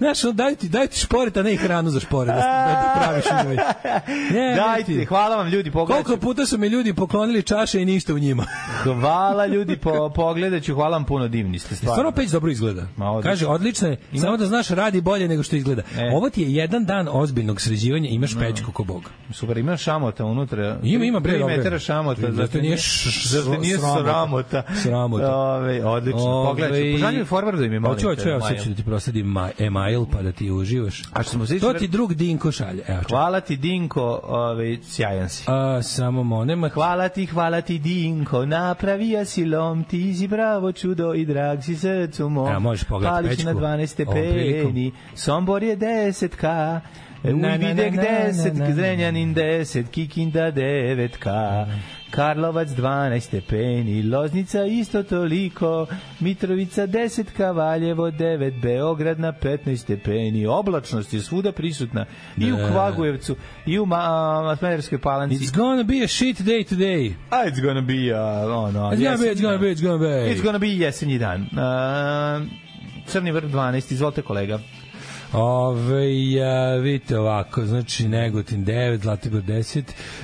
[SPEAKER 6] Znaš, ono, daju ti, daju ti šporet, a ne i hranu za šporet, da, da praviš u njoj. Ne, ne
[SPEAKER 7] Dajte,
[SPEAKER 6] ti.
[SPEAKER 7] hvala vam ljudi, pogledat ću.
[SPEAKER 6] Koliko puta su mi ljudi poklonili čaše i ništa u njima.
[SPEAKER 7] Hvala ljudi, po, pogledat ću, hvala vam puno, divni ste
[SPEAKER 6] Stvarno
[SPEAKER 7] stvarno.
[SPEAKER 6] peć dobro izgleda.
[SPEAKER 7] Ma, odlično.
[SPEAKER 6] Kaže, odlično je, samo da znaš, radi bolje nego što izgleda.
[SPEAKER 7] E.
[SPEAKER 6] Ovo ti je jedan dan ozbiljnog sređivanja, imaš pečku ko boga.
[SPEAKER 7] Super, ima šamota unutra.
[SPEAKER 6] Ima, ima, bre,
[SPEAKER 7] Tri
[SPEAKER 6] dobro.
[SPEAKER 7] metara šamota.
[SPEAKER 6] Zato
[SPEAKER 7] Zato
[SPEAKER 6] nije
[SPEAKER 7] nije,
[SPEAKER 6] š-
[SPEAKER 7] zato nije
[SPEAKER 6] sramota.
[SPEAKER 7] sramota.
[SPEAKER 6] Sramota.
[SPEAKER 7] Ove, odlično, pogledat ću.
[SPEAKER 6] Ovaj,
[SPEAKER 7] Požanju mi forwardu ime, molim
[SPEAKER 6] Hoću, hoću,
[SPEAKER 7] te,
[SPEAKER 6] ja
[SPEAKER 7] Majo.
[SPEAKER 6] sad ću da ti prosadim ma- e-mail pa da ti uživaš.
[SPEAKER 7] A što smo se
[SPEAKER 6] To
[SPEAKER 7] išli-
[SPEAKER 6] ti drug Dinko šalje. Evo, čekaj.
[SPEAKER 7] Hvala ti, Dinko, ove, sjajan si.
[SPEAKER 6] A, samo monema.
[SPEAKER 7] Hvala ti, hvala ti, Dinko, napravija si lom, ti si bravo čudo i drag si srcu mom.
[SPEAKER 6] Evo, možeš pogledati
[SPEAKER 7] Palić na
[SPEAKER 6] pečku
[SPEAKER 7] 12
[SPEAKER 6] ovom
[SPEAKER 7] stepeni,
[SPEAKER 6] prilikom.
[SPEAKER 7] Sombor je 10k,
[SPEAKER 6] Na, na,
[SPEAKER 7] Uvidek
[SPEAKER 6] na, na,
[SPEAKER 7] 10,
[SPEAKER 6] na, na.
[SPEAKER 7] Zrenjanin 10, Kikinda 9k, Karlovac 12 stepeni, Loznica isto toliko, Mitrovica 10k, Valjevo 9, Beograd na 15 stepeni, oblačnost je svuda prisutna i u
[SPEAKER 6] Da.
[SPEAKER 7] Kvagujevcu i u Ma- Smedarskoj palanci.
[SPEAKER 6] It's gonna be a shit day today.
[SPEAKER 7] A it's gonna be, uh, oh
[SPEAKER 6] It's
[SPEAKER 7] no,
[SPEAKER 6] gonna be,
[SPEAKER 7] jesenji
[SPEAKER 6] it's gonna
[SPEAKER 7] dan.
[SPEAKER 6] be, it's gonna be.
[SPEAKER 7] It's gonna be jesenji dan. Uh, Crni vrh 12, izvolite kolega.
[SPEAKER 6] Ove, ja, vidite ovako, znači Negotin 9, Zlatibor 10,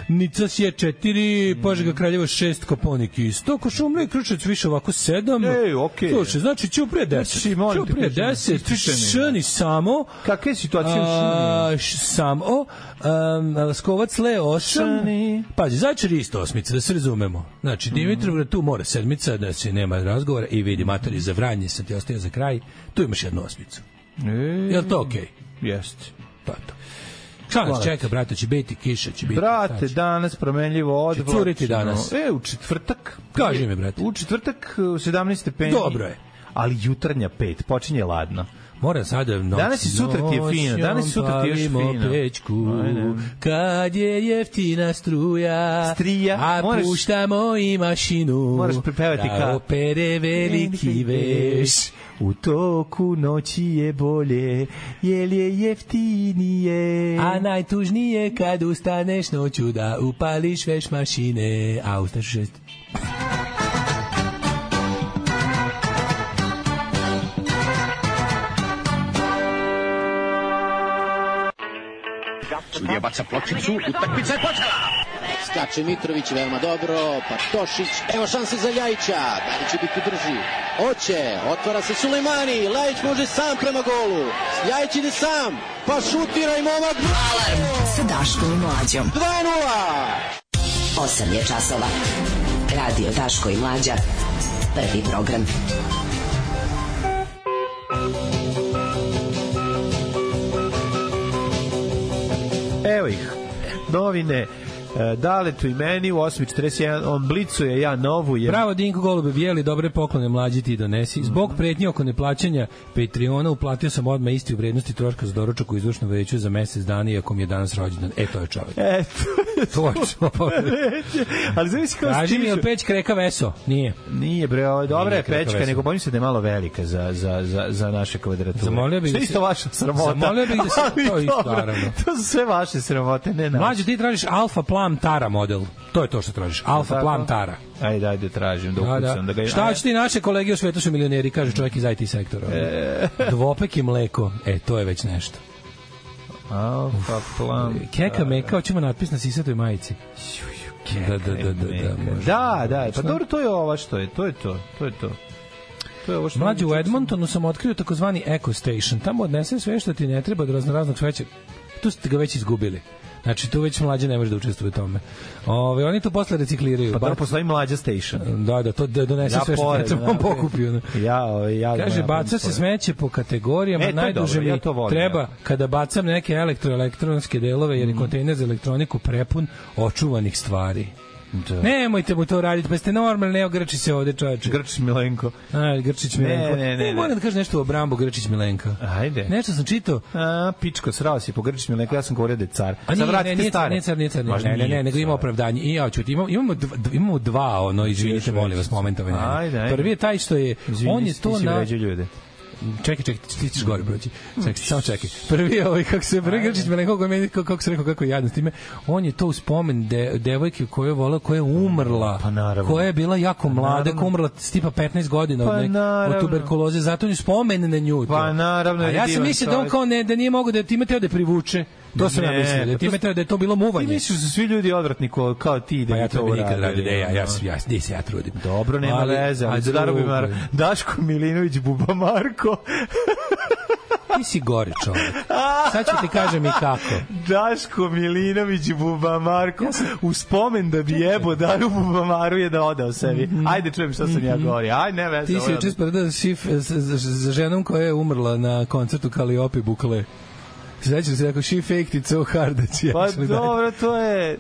[SPEAKER 6] Nicos je
[SPEAKER 7] Mm.
[SPEAKER 6] 4, Požega Kraljevo 6, Koponik isto, Košumlja i Kruševac više ovako 7.
[SPEAKER 7] Ej, okej.
[SPEAKER 6] Slušaj, znači Ćuprije 10.
[SPEAKER 7] Znači, molim te,
[SPEAKER 6] Ćuprije
[SPEAKER 7] kažem,
[SPEAKER 6] 10,
[SPEAKER 7] ističem je.
[SPEAKER 6] Šani samo,
[SPEAKER 7] Kakva je situacija u Šumi?
[SPEAKER 6] a, š- samo, um, Skovac le 8,
[SPEAKER 7] Šani.
[SPEAKER 6] pazi, Zajčar je isto osmica, da se razumemo. Znači,
[SPEAKER 7] Mhm.
[SPEAKER 6] Dimitrovgrad tu mora sedmica, da se nema razgovora i vidi, matori za Vranje sam ti ostaje za kraj, tu imaš jednu osmicu.
[SPEAKER 7] E,
[SPEAKER 6] Je li to
[SPEAKER 7] Mhm.
[SPEAKER 6] okej?
[SPEAKER 7] Jeste.
[SPEAKER 6] Pa to. Šta nas čeka, brate, će biti kiša, će biti...
[SPEAKER 7] Brate,
[SPEAKER 6] znači.
[SPEAKER 7] danas promenljivo
[SPEAKER 6] Će
[SPEAKER 7] odvlačno.
[SPEAKER 6] curiti danas.
[SPEAKER 7] E, u četvrtak.
[SPEAKER 6] Kaži mi, brate.
[SPEAKER 7] U četvrtak u 17 stepeni.
[SPEAKER 6] Dobro je.
[SPEAKER 7] Ali jutarnja 5, počinje ladno.
[SPEAKER 6] Mora sada noć.
[SPEAKER 7] Danas i sutra ti je fino, danas i sutra ti je još
[SPEAKER 6] palimo
[SPEAKER 7] fino.
[SPEAKER 6] Pečku,
[SPEAKER 7] Ajde.
[SPEAKER 6] kad je jeftina struja,
[SPEAKER 7] Strija,
[SPEAKER 6] a
[SPEAKER 7] moraš-
[SPEAKER 6] puštamo i mašinu,
[SPEAKER 7] Moraš pripevati
[SPEAKER 6] da
[SPEAKER 7] ka-
[SPEAKER 6] opere veliki veš.
[SPEAKER 7] U toku noći je bolje, jel je jeftinije.
[SPEAKER 6] A najtužnije kad ustaneš noću da upališ veš mašine, a ustaneš u šest.
[SPEAKER 2] Sudija baca pločicu, utakmica je počela!
[SPEAKER 11] Skače Mitrović veoma dobro, pa Tošić, evo šanse za Ljajića, da li će biti brži? Oće, otvara se Sulejmani, Ljajić može sam prema golu, Ljajić ide sam, pa šutira i momak,
[SPEAKER 5] Alarm sa Daškom i Mlađom.
[SPEAKER 11] 2-0!
[SPEAKER 5] 8 je časova. Radio Daško i Mlađa. Prvi program.
[SPEAKER 7] Evo ih, novine. E, Daletu i meni u 8.41, on blicuje, ja novu je.
[SPEAKER 6] Bravo Dinko Golube, bijeli dobre poklone mlađi ti donesi.
[SPEAKER 7] Mhm.
[SPEAKER 6] Zbog pretnje oko neplaćanja Patreona uplatio sam odmah isti u vrednosti troška za doručak u izvršnu veću za mesec dana iako mi je danas rođendan. E, to je čovjek.
[SPEAKER 7] Eto.
[SPEAKER 6] To je čovjek.
[SPEAKER 7] Ali zamisli kao
[SPEAKER 6] Kaži mi, je
[SPEAKER 7] stižu.
[SPEAKER 6] li peć kreka veso? Nije.
[SPEAKER 7] Nije bre, ovo je dobra
[SPEAKER 6] Nije
[SPEAKER 7] je
[SPEAKER 6] nikakva
[SPEAKER 7] pečka,
[SPEAKER 6] veza.
[SPEAKER 7] nego bojim se da je malo velika za, za, za, za naše kvadrature.
[SPEAKER 6] Zamolio bih
[SPEAKER 7] Što je
[SPEAKER 6] da
[SPEAKER 7] isto
[SPEAKER 6] se-
[SPEAKER 7] vaša sramota.
[SPEAKER 6] Zamolio bih da se-
[SPEAKER 7] Ali
[SPEAKER 6] to je isto,
[SPEAKER 7] dobro,
[SPEAKER 6] naravno.
[SPEAKER 7] To su sve vaše sramote, ne naše.
[SPEAKER 6] Mlađe, ti tražiš Alfa Plam Tara model. To je to što tražiš. Alfa
[SPEAKER 7] Tako?
[SPEAKER 6] Plam Tara.
[SPEAKER 7] Ajde, ajde, tražim da
[SPEAKER 6] Da,
[SPEAKER 7] ukucam. Da, ga...
[SPEAKER 6] da. Šta hoće ti naše kolege u svetu su milioneri, kaže čovjek iz IT sektora.
[SPEAKER 7] E.
[SPEAKER 6] Dvopek i mleko. E, to je već nešto.
[SPEAKER 7] Alfa plan.
[SPEAKER 6] E,
[SPEAKER 7] Da,
[SPEAKER 6] Keka meka, hoćemo natpis na sisatoj majici. Da, da, da, da, da. može.
[SPEAKER 7] Da, da, pa dobro, to je ovo što je, to je to, to je to. To je ovo što
[SPEAKER 6] Mlađe, u Edmontonu sam otkrio takozvani Eco Station. Tamo odnesem sve što ti ne treba od raznoraznog sveća. Tu ste ga već izgubili. Znači, tu već mlađe ne može da učestvuje u tome. Ove, oni to posle recikliraju.
[SPEAKER 7] Pa
[SPEAKER 6] Bar-
[SPEAKER 7] dobro, postoji mlađa station.
[SPEAKER 6] Da, da, to da donese
[SPEAKER 7] Ja
[SPEAKER 6] sve što ne
[SPEAKER 7] pored,
[SPEAKER 6] treba,
[SPEAKER 7] da,
[SPEAKER 6] on pokupi. ono.
[SPEAKER 7] Ja, o, ja.
[SPEAKER 6] Kaže,
[SPEAKER 7] ja,
[SPEAKER 6] baca se
[SPEAKER 7] svoje.
[SPEAKER 6] smeće po kategorijama,
[SPEAKER 7] E, to je
[SPEAKER 6] najduže
[SPEAKER 7] dobro, ja
[SPEAKER 6] mi
[SPEAKER 7] to volim,
[SPEAKER 6] treba
[SPEAKER 7] ja. Mhm.
[SPEAKER 6] kada bacam neke elektroelektronske delove, jer je kontejner za elektroniku prepun očuvanih stvari.
[SPEAKER 7] Da.
[SPEAKER 6] Nemojte mu to raditi, pa ste normalni, evo Grčić se ovde čoveče.
[SPEAKER 7] Grč Milenko.
[SPEAKER 6] A, Grčić Milenko.
[SPEAKER 7] Ne, ne, ne, ne.
[SPEAKER 6] moram da kažem nešto o Brambo Grčić Milenka.
[SPEAKER 7] Ajde.
[SPEAKER 6] Nešto sam čitao,
[SPEAKER 7] A, pičko, srao si po Grč Milenko, ja sam govorio da je car.
[SPEAKER 6] A
[SPEAKER 7] Sad
[SPEAKER 6] nije, ne,
[SPEAKER 7] vratite
[SPEAKER 6] nije, car,
[SPEAKER 7] stare.
[SPEAKER 6] nije car, nije car, nije,
[SPEAKER 7] Baš
[SPEAKER 6] ne, ne,
[SPEAKER 7] nije
[SPEAKER 6] ne, nego ima
[SPEAKER 7] car.
[SPEAKER 6] opravdanje. I ja ću ti, imamo, imamo, dva, imamo dva, ono, izvinite, molim vas, momentove. ne, ne.
[SPEAKER 7] Ajde, ajde.
[SPEAKER 6] Prvi je taj što je,
[SPEAKER 7] Izvini,
[SPEAKER 6] on je
[SPEAKER 7] ti
[SPEAKER 6] to
[SPEAKER 7] si
[SPEAKER 6] na...
[SPEAKER 7] vređao ljude.
[SPEAKER 6] Čekaj, čekaj, ti ćeš gore proći. Čekaj, samo čekaj. Prvi je ovaj, kako se pregrčić, me nekog meni, kako, kako se rekao, kako je jadno s time. On je to u spomen de, devojke koju je volao, koja je umrla.
[SPEAKER 7] Pa naravno.
[SPEAKER 6] Koja je bila jako mlada, koja je umrla s tipa 15 godina
[SPEAKER 7] Pa
[SPEAKER 6] od, nek,
[SPEAKER 7] naravno.
[SPEAKER 6] od tuberkuloze. Zato on je spomen na nju. to.
[SPEAKER 7] Pa naravno,
[SPEAKER 6] A
[SPEAKER 7] jer je
[SPEAKER 6] ja sam
[SPEAKER 7] divan
[SPEAKER 6] mislio da on
[SPEAKER 7] čovjek.
[SPEAKER 6] kao ne, da nije mogao da je time teo da je privuče. To sam ja
[SPEAKER 7] Ne,
[SPEAKER 6] mislio, da
[SPEAKER 7] pa
[SPEAKER 6] je
[SPEAKER 7] to
[SPEAKER 6] time
[SPEAKER 7] s-
[SPEAKER 6] teo da je to bilo muvanje.
[SPEAKER 7] Ti misliš da su svi ljudi odvratni ko, kao ti da
[SPEAKER 6] Pa
[SPEAKER 7] bi
[SPEAKER 6] ja to bi nikad
[SPEAKER 7] uradili,
[SPEAKER 6] radio, ne, ja, ja,
[SPEAKER 7] ono.
[SPEAKER 6] ja, gde se ja trudim.
[SPEAKER 7] Dobro, nema
[SPEAKER 6] Ali-
[SPEAKER 7] veze, ali
[SPEAKER 6] a
[SPEAKER 7] za darovi
[SPEAKER 6] drugo-
[SPEAKER 7] Mar... Daško Milinović, Buba Marko.
[SPEAKER 6] Ti si gore čovjek. Sad ću ti kažem i kako.
[SPEAKER 7] Daško Milinović, Buba Marko. U spomen da bi jebo Daru Bubamaru je da odao sebi. Ajde, čujem šta sam ja govorio. Ajde, ne
[SPEAKER 6] Mhm.
[SPEAKER 7] veze.
[SPEAKER 6] Ti
[SPEAKER 7] ovo
[SPEAKER 6] si
[SPEAKER 7] je
[SPEAKER 6] juče spredao šif sa, sa, sa ženom koja je umrla na koncertu Kaliopi Bukle. Sećam se, ako she faked it so hard da that she
[SPEAKER 7] Pa
[SPEAKER 6] actually died.
[SPEAKER 7] dobro, to je...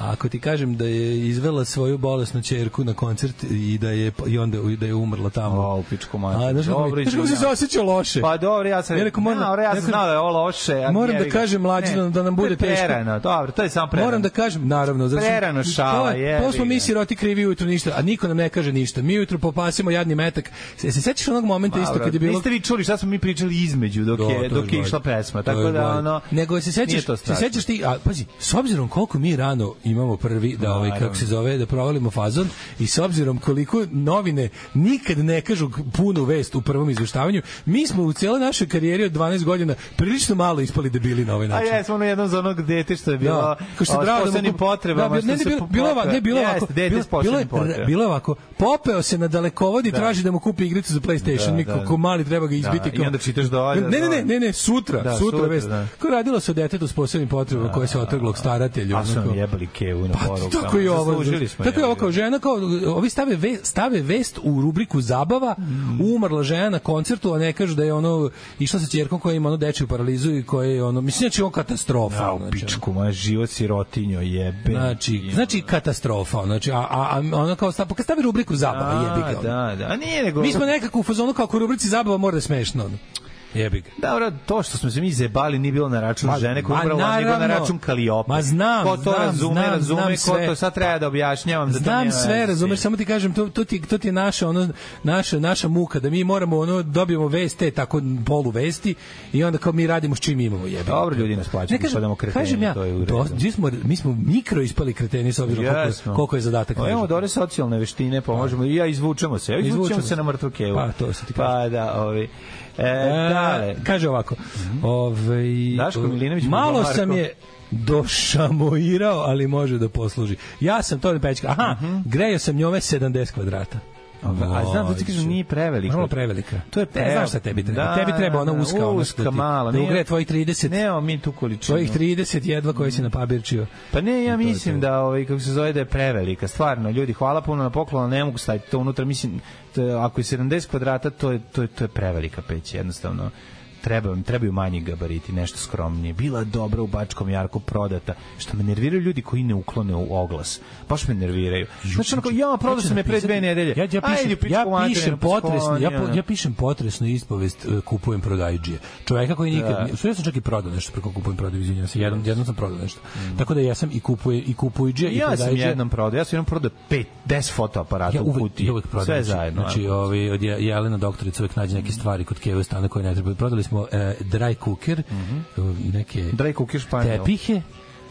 [SPEAKER 6] A ako ti kažem da je izvela svoju bolesnu čerku na koncert i da je, i onda i da je umrla tamo.
[SPEAKER 7] O, u pičku
[SPEAKER 6] A,
[SPEAKER 7] mater.
[SPEAKER 6] znaš kako, mi-
[SPEAKER 7] Dobro,
[SPEAKER 6] znaš kako se
[SPEAKER 7] izvinjavam.
[SPEAKER 6] osjećao loše?
[SPEAKER 7] Pa dobro, ja sam...
[SPEAKER 6] Ja rekao, moram-
[SPEAKER 7] Dobro, ja sam
[SPEAKER 6] ja sam-
[SPEAKER 7] znao da je ovo loše. ali
[SPEAKER 6] Moram
[SPEAKER 7] jebi
[SPEAKER 6] da
[SPEAKER 7] ga.
[SPEAKER 6] kažem mlađinu
[SPEAKER 7] Ne,
[SPEAKER 6] da nam
[SPEAKER 7] to je
[SPEAKER 6] bude teško.
[SPEAKER 7] Prerano, dobro, to je samo prerano.
[SPEAKER 6] Moram da kažem, naravno. Zato što-
[SPEAKER 7] Prerano šala,
[SPEAKER 6] to,
[SPEAKER 7] jebi
[SPEAKER 6] to smo mi
[SPEAKER 7] ga.
[SPEAKER 6] siroti krivi ujutru ništa, a niko nam ne kaže ništa. Mi ujutru popasimo jadni metak. Se, se sećaš onog momenta isto
[SPEAKER 7] Dobro,
[SPEAKER 6] kad je bilo...
[SPEAKER 7] Niste vi čuli šta smo mi pričali između dok
[SPEAKER 6] Do,
[SPEAKER 7] je,
[SPEAKER 6] Da, to
[SPEAKER 7] dok je
[SPEAKER 6] gore.
[SPEAKER 7] išla pesma,
[SPEAKER 6] To je
[SPEAKER 7] tako da
[SPEAKER 6] gore.
[SPEAKER 7] ono...
[SPEAKER 6] Nego se
[SPEAKER 7] nije
[SPEAKER 6] sećaš,
[SPEAKER 7] to
[SPEAKER 6] se
[SPEAKER 7] strašno.
[SPEAKER 6] sećaš ti, a pazi, s obzirom koliko mi rano imamo prvi da ovaj
[SPEAKER 7] Naravno.
[SPEAKER 6] kako se zove da provalimo fazon i s obzirom koliko novine nikad ne kažu punu vest u prvom izveštavanju, mi smo u celoj našoj karijeri od 12 godina prilično malo ispali debili na ovaj
[SPEAKER 7] A
[SPEAKER 6] način.
[SPEAKER 7] jesmo ono jedno za onog dete što je bilo da.
[SPEAKER 6] Kao što je drago da
[SPEAKER 7] da
[SPEAKER 6] mu-
[SPEAKER 7] potrebama,
[SPEAKER 6] da,
[SPEAKER 7] što
[SPEAKER 6] ne, ne,
[SPEAKER 7] se
[SPEAKER 6] bilo,
[SPEAKER 7] po-
[SPEAKER 6] bilo, ova- ne, bilo
[SPEAKER 7] Jeste,
[SPEAKER 6] ovako.
[SPEAKER 7] dete s
[SPEAKER 6] bilo, bilo, je-
[SPEAKER 7] posebnim potrebama.
[SPEAKER 6] bilo je ovako. Popeo se na dalekovod i traži da mu kupi igricu za PlayStation.
[SPEAKER 7] Da,
[SPEAKER 6] Da,
[SPEAKER 7] da.
[SPEAKER 6] Ko mali treba ga izbiti.
[SPEAKER 7] i
[SPEAKER 6] kao-
[SPEAKER 7] onda čitaš da ovaj-
[SPEAKER 6] Ne, ne, ne, ne, ne, sutra,
[SPEAKER 7] Da,
[SPEAKER 6] sutra,
[SPEAKER 7] sutra,
[SPEAKER 6] vest.
[SPEAKER 7] da.
[SPEAKER 6] Kao radilo se o detetu s posebnim potrebama koje se otrglog staratelju.
[SPEAKER 7] A su nam
[SPEAKER 6] onako.
[SPEAKER 7] jebali kevu na
[SPEAKER 6] Pa
[SPEAKER 7] poruku.
[SPEAKER 6] tako i ovo.
[SPEAKER 7] Zaslužili smo.
[SPEAKER 6] Tako je
[SPEAKER 7] jebi
[SPEAKER 6] ovo
[SPEAKER 7] ga.
[SPEAKER 6] kao žena kao ovi stave ve, stave vest u rubriku zabava,
[SPEAKER 7] Mm.
[SPEAKER 6] umrla žena na koncertu, a ne kažu da je ono išla sa ćerkom koja ima ono dečiju paralizu i koja je ono mislim da će on katastrofa.
[SPEAKER 7] A, u
[SPEAKER 6] ono, znači, ono.
[SPEAKER 7] pičku, moja život sirotinjo, jebe.
[SPEAKER 6] Znači, znači katastrofa, ono, znači, a, a, a ono kao stavi, kad stavi rubriku zabava, jebi
[SPEAKER 7] A,
[SPEAKER 6] ga. ono.
[SPEAKER 7] da, da. A nije nego...
[SPEAKER 6] Mi smo nekako u fazonu kao ako u rubrici zabava mora da je smešno. Ono. Jebi ga.
[SPEAKER 7] Dobro, Da, to što smo se mi zebali nije bilo na račun
[SPEAKER 6] Ma-
[SPEAKER 7] žene koja je
[SPEAKER 6] ma
[SPEAKER 7] umrla, nego na
[SPEAKER 6] naravno.
[SPEAKER 7] račun Kaliope.
[SPEAKER 6] Ma znam,
[SPEAKER 7] Ko to
[SPEAKER 6] znam,
[SPEAKER 7] razume,
[SPEAKER 6] znam,
[SPEAKER 7] razume,
[SPEAKER 6] znam
[SPEAKER 7] ko
[SPEAKER 6] sve.
[SPEAKER 7] to sad treba da objašnjavam. da to
[SPEAKER 6] Znam
[SPEAKER 7] nema
[SPEAKER 6] sve,
[SPEAKER 7] veze.
[SPEAKER 6] razumeš, samo ti kažem, to, to, ti, to ti je naša, ono, naša, naša muka, da mi moramo, ono, dobijemo veste, tako polu vesti, i onda kao mi radimo s čim imamo, jebi.
[SPEAKER 7] Dobro, ljudi nas plaćaju,
[SPEAKER 6] kažem-
[SPEAKER 7] ispadamo kreteni,
[SPEAKER 6] Kažem ja,
[SPEAKER 7] to je u redu.
[SPEAKER 6] do, mi, smo, mi smo mikro ispali kreteni s obzirom koliko,
[SPEAKER 7] Jesmo.
[SPEAKER 6] je- koliko je zadatak.
[SPEAKER 7] Pa imamo
[SPEAKER 6] naš.
[SPEAKER 7] dobre socijalne veštine, pomožemo i ja izvučemo se. Ja izvučemo,
[SPEAKER 6] Izvučemo
[SPEAKER 7] se
[SPEAKER 6] se.
[SPEAKER 7] na mrtvu kevu.
[SPEAKER 6] Pa, to sam ti
[SPEAKER 7] Pa da, ovi. E,
[SPEAKER 6] E,
[SPEAKER 7] dale.
[SPEAKER 6] kaže ovako. Ovaj
[SPEAKER 7] Daško Milinović, Bobo
[SPEAKER 6] malo
[SPEAKER 7] Marko.
[SPEAKER 6] sam je došamoirao, ali može da posluži. Ja sam to da pečka. Aha, grejao sam njome 70 kvadrata.
[SPEAKER 7] Mhm. A znam da ti kažem nije prevelika.
[SPEAKER 6] Malo prevelika.
[SPEAKER 7] To je Da,
[SPEAKER 6] E, znaš šta tebi treba? tebi treba ona uska,
[SPEAKER 7] uska
[SPEAKER 6] ona što ti-
[SPEAKER 7] mala.
[SPEAKER 6] Da
[SPEAKER 7] ne-
[SPEAKER 6] ugreje tvojih 30.
[SPEAKER 7] Nemamo mi tu količinu.
[SPEAKER 6] Tvojih 30 jedva koje si napabirčio.
[SPEAKER 7] Pa ne, ja mislim da ovaj kako se zove da je prevelika. Stvarno, ljudi, hvala puno na poklon, ali ne mogu staviti to unutra. Mislim t- ako je 70 kvadrata, to je to je to je prevelika peć jednostavno. treba vam, trebaju manji gabariti, nešto skromnije. Bila je dobra u Bačkom Jarku prodata, što me nerviraju ljudi koji ne uklone u oglas. Baš me nerviraju. Znači, onako, ja, prodao sam je pre dve nedelje.
[SPEAKER 6] Ja, ja
[SPEAKER 7] Ajde,
[SPEAKER 6] pišem,
[SPEAKER 7] u pičku
[SPEAKER 6] ja
[SPEAKER 7] materinu,
[SPEAKER 6] pišem
[SPEAKER 7] pa skloni,
[SPEAKER 6] potresno, ja, po-
[SPEAKER 7] ono.
[SPEAKER 6] ja pišem potresnu ispovest e, kupujem prodajđije. Čoveka koji nikad, da. sve sam čak i prodao nešto preko kupujem prodaj, izvinjavam se, jednom, jednom sam prodao nešto. Tako da ja sam i kupuje i kupujđije i
[SPEAKER 7] Mm. Ja sam
[SPEAKER 6] prodajđije.
[SPEAKER 7] jednom prodao, ja sam jednom prodao 5, 10 fotoaparata
[SPEAKER 6] ja
[SPEAKER 7] u
[SPEAKER 6] uvek,
[SPEAKER 7] kutiji.
[SPEAKER 6] ja uvek prodam.
[SPEAKER 7] Sve
[SPEAKER 6] znači,
[SPEAKER 7] zajedno. Mm.
[SPEAKER 6] Znači, ovi, od Je- Jelena doktorica uvek nađe neke stvari kod Keve stana koje ne treba. Prodali smo e, dry cooker, e, neke
[SPEAKER 7] Mhm. dry cooker španjel.
[SPEAKER 6] tepihe,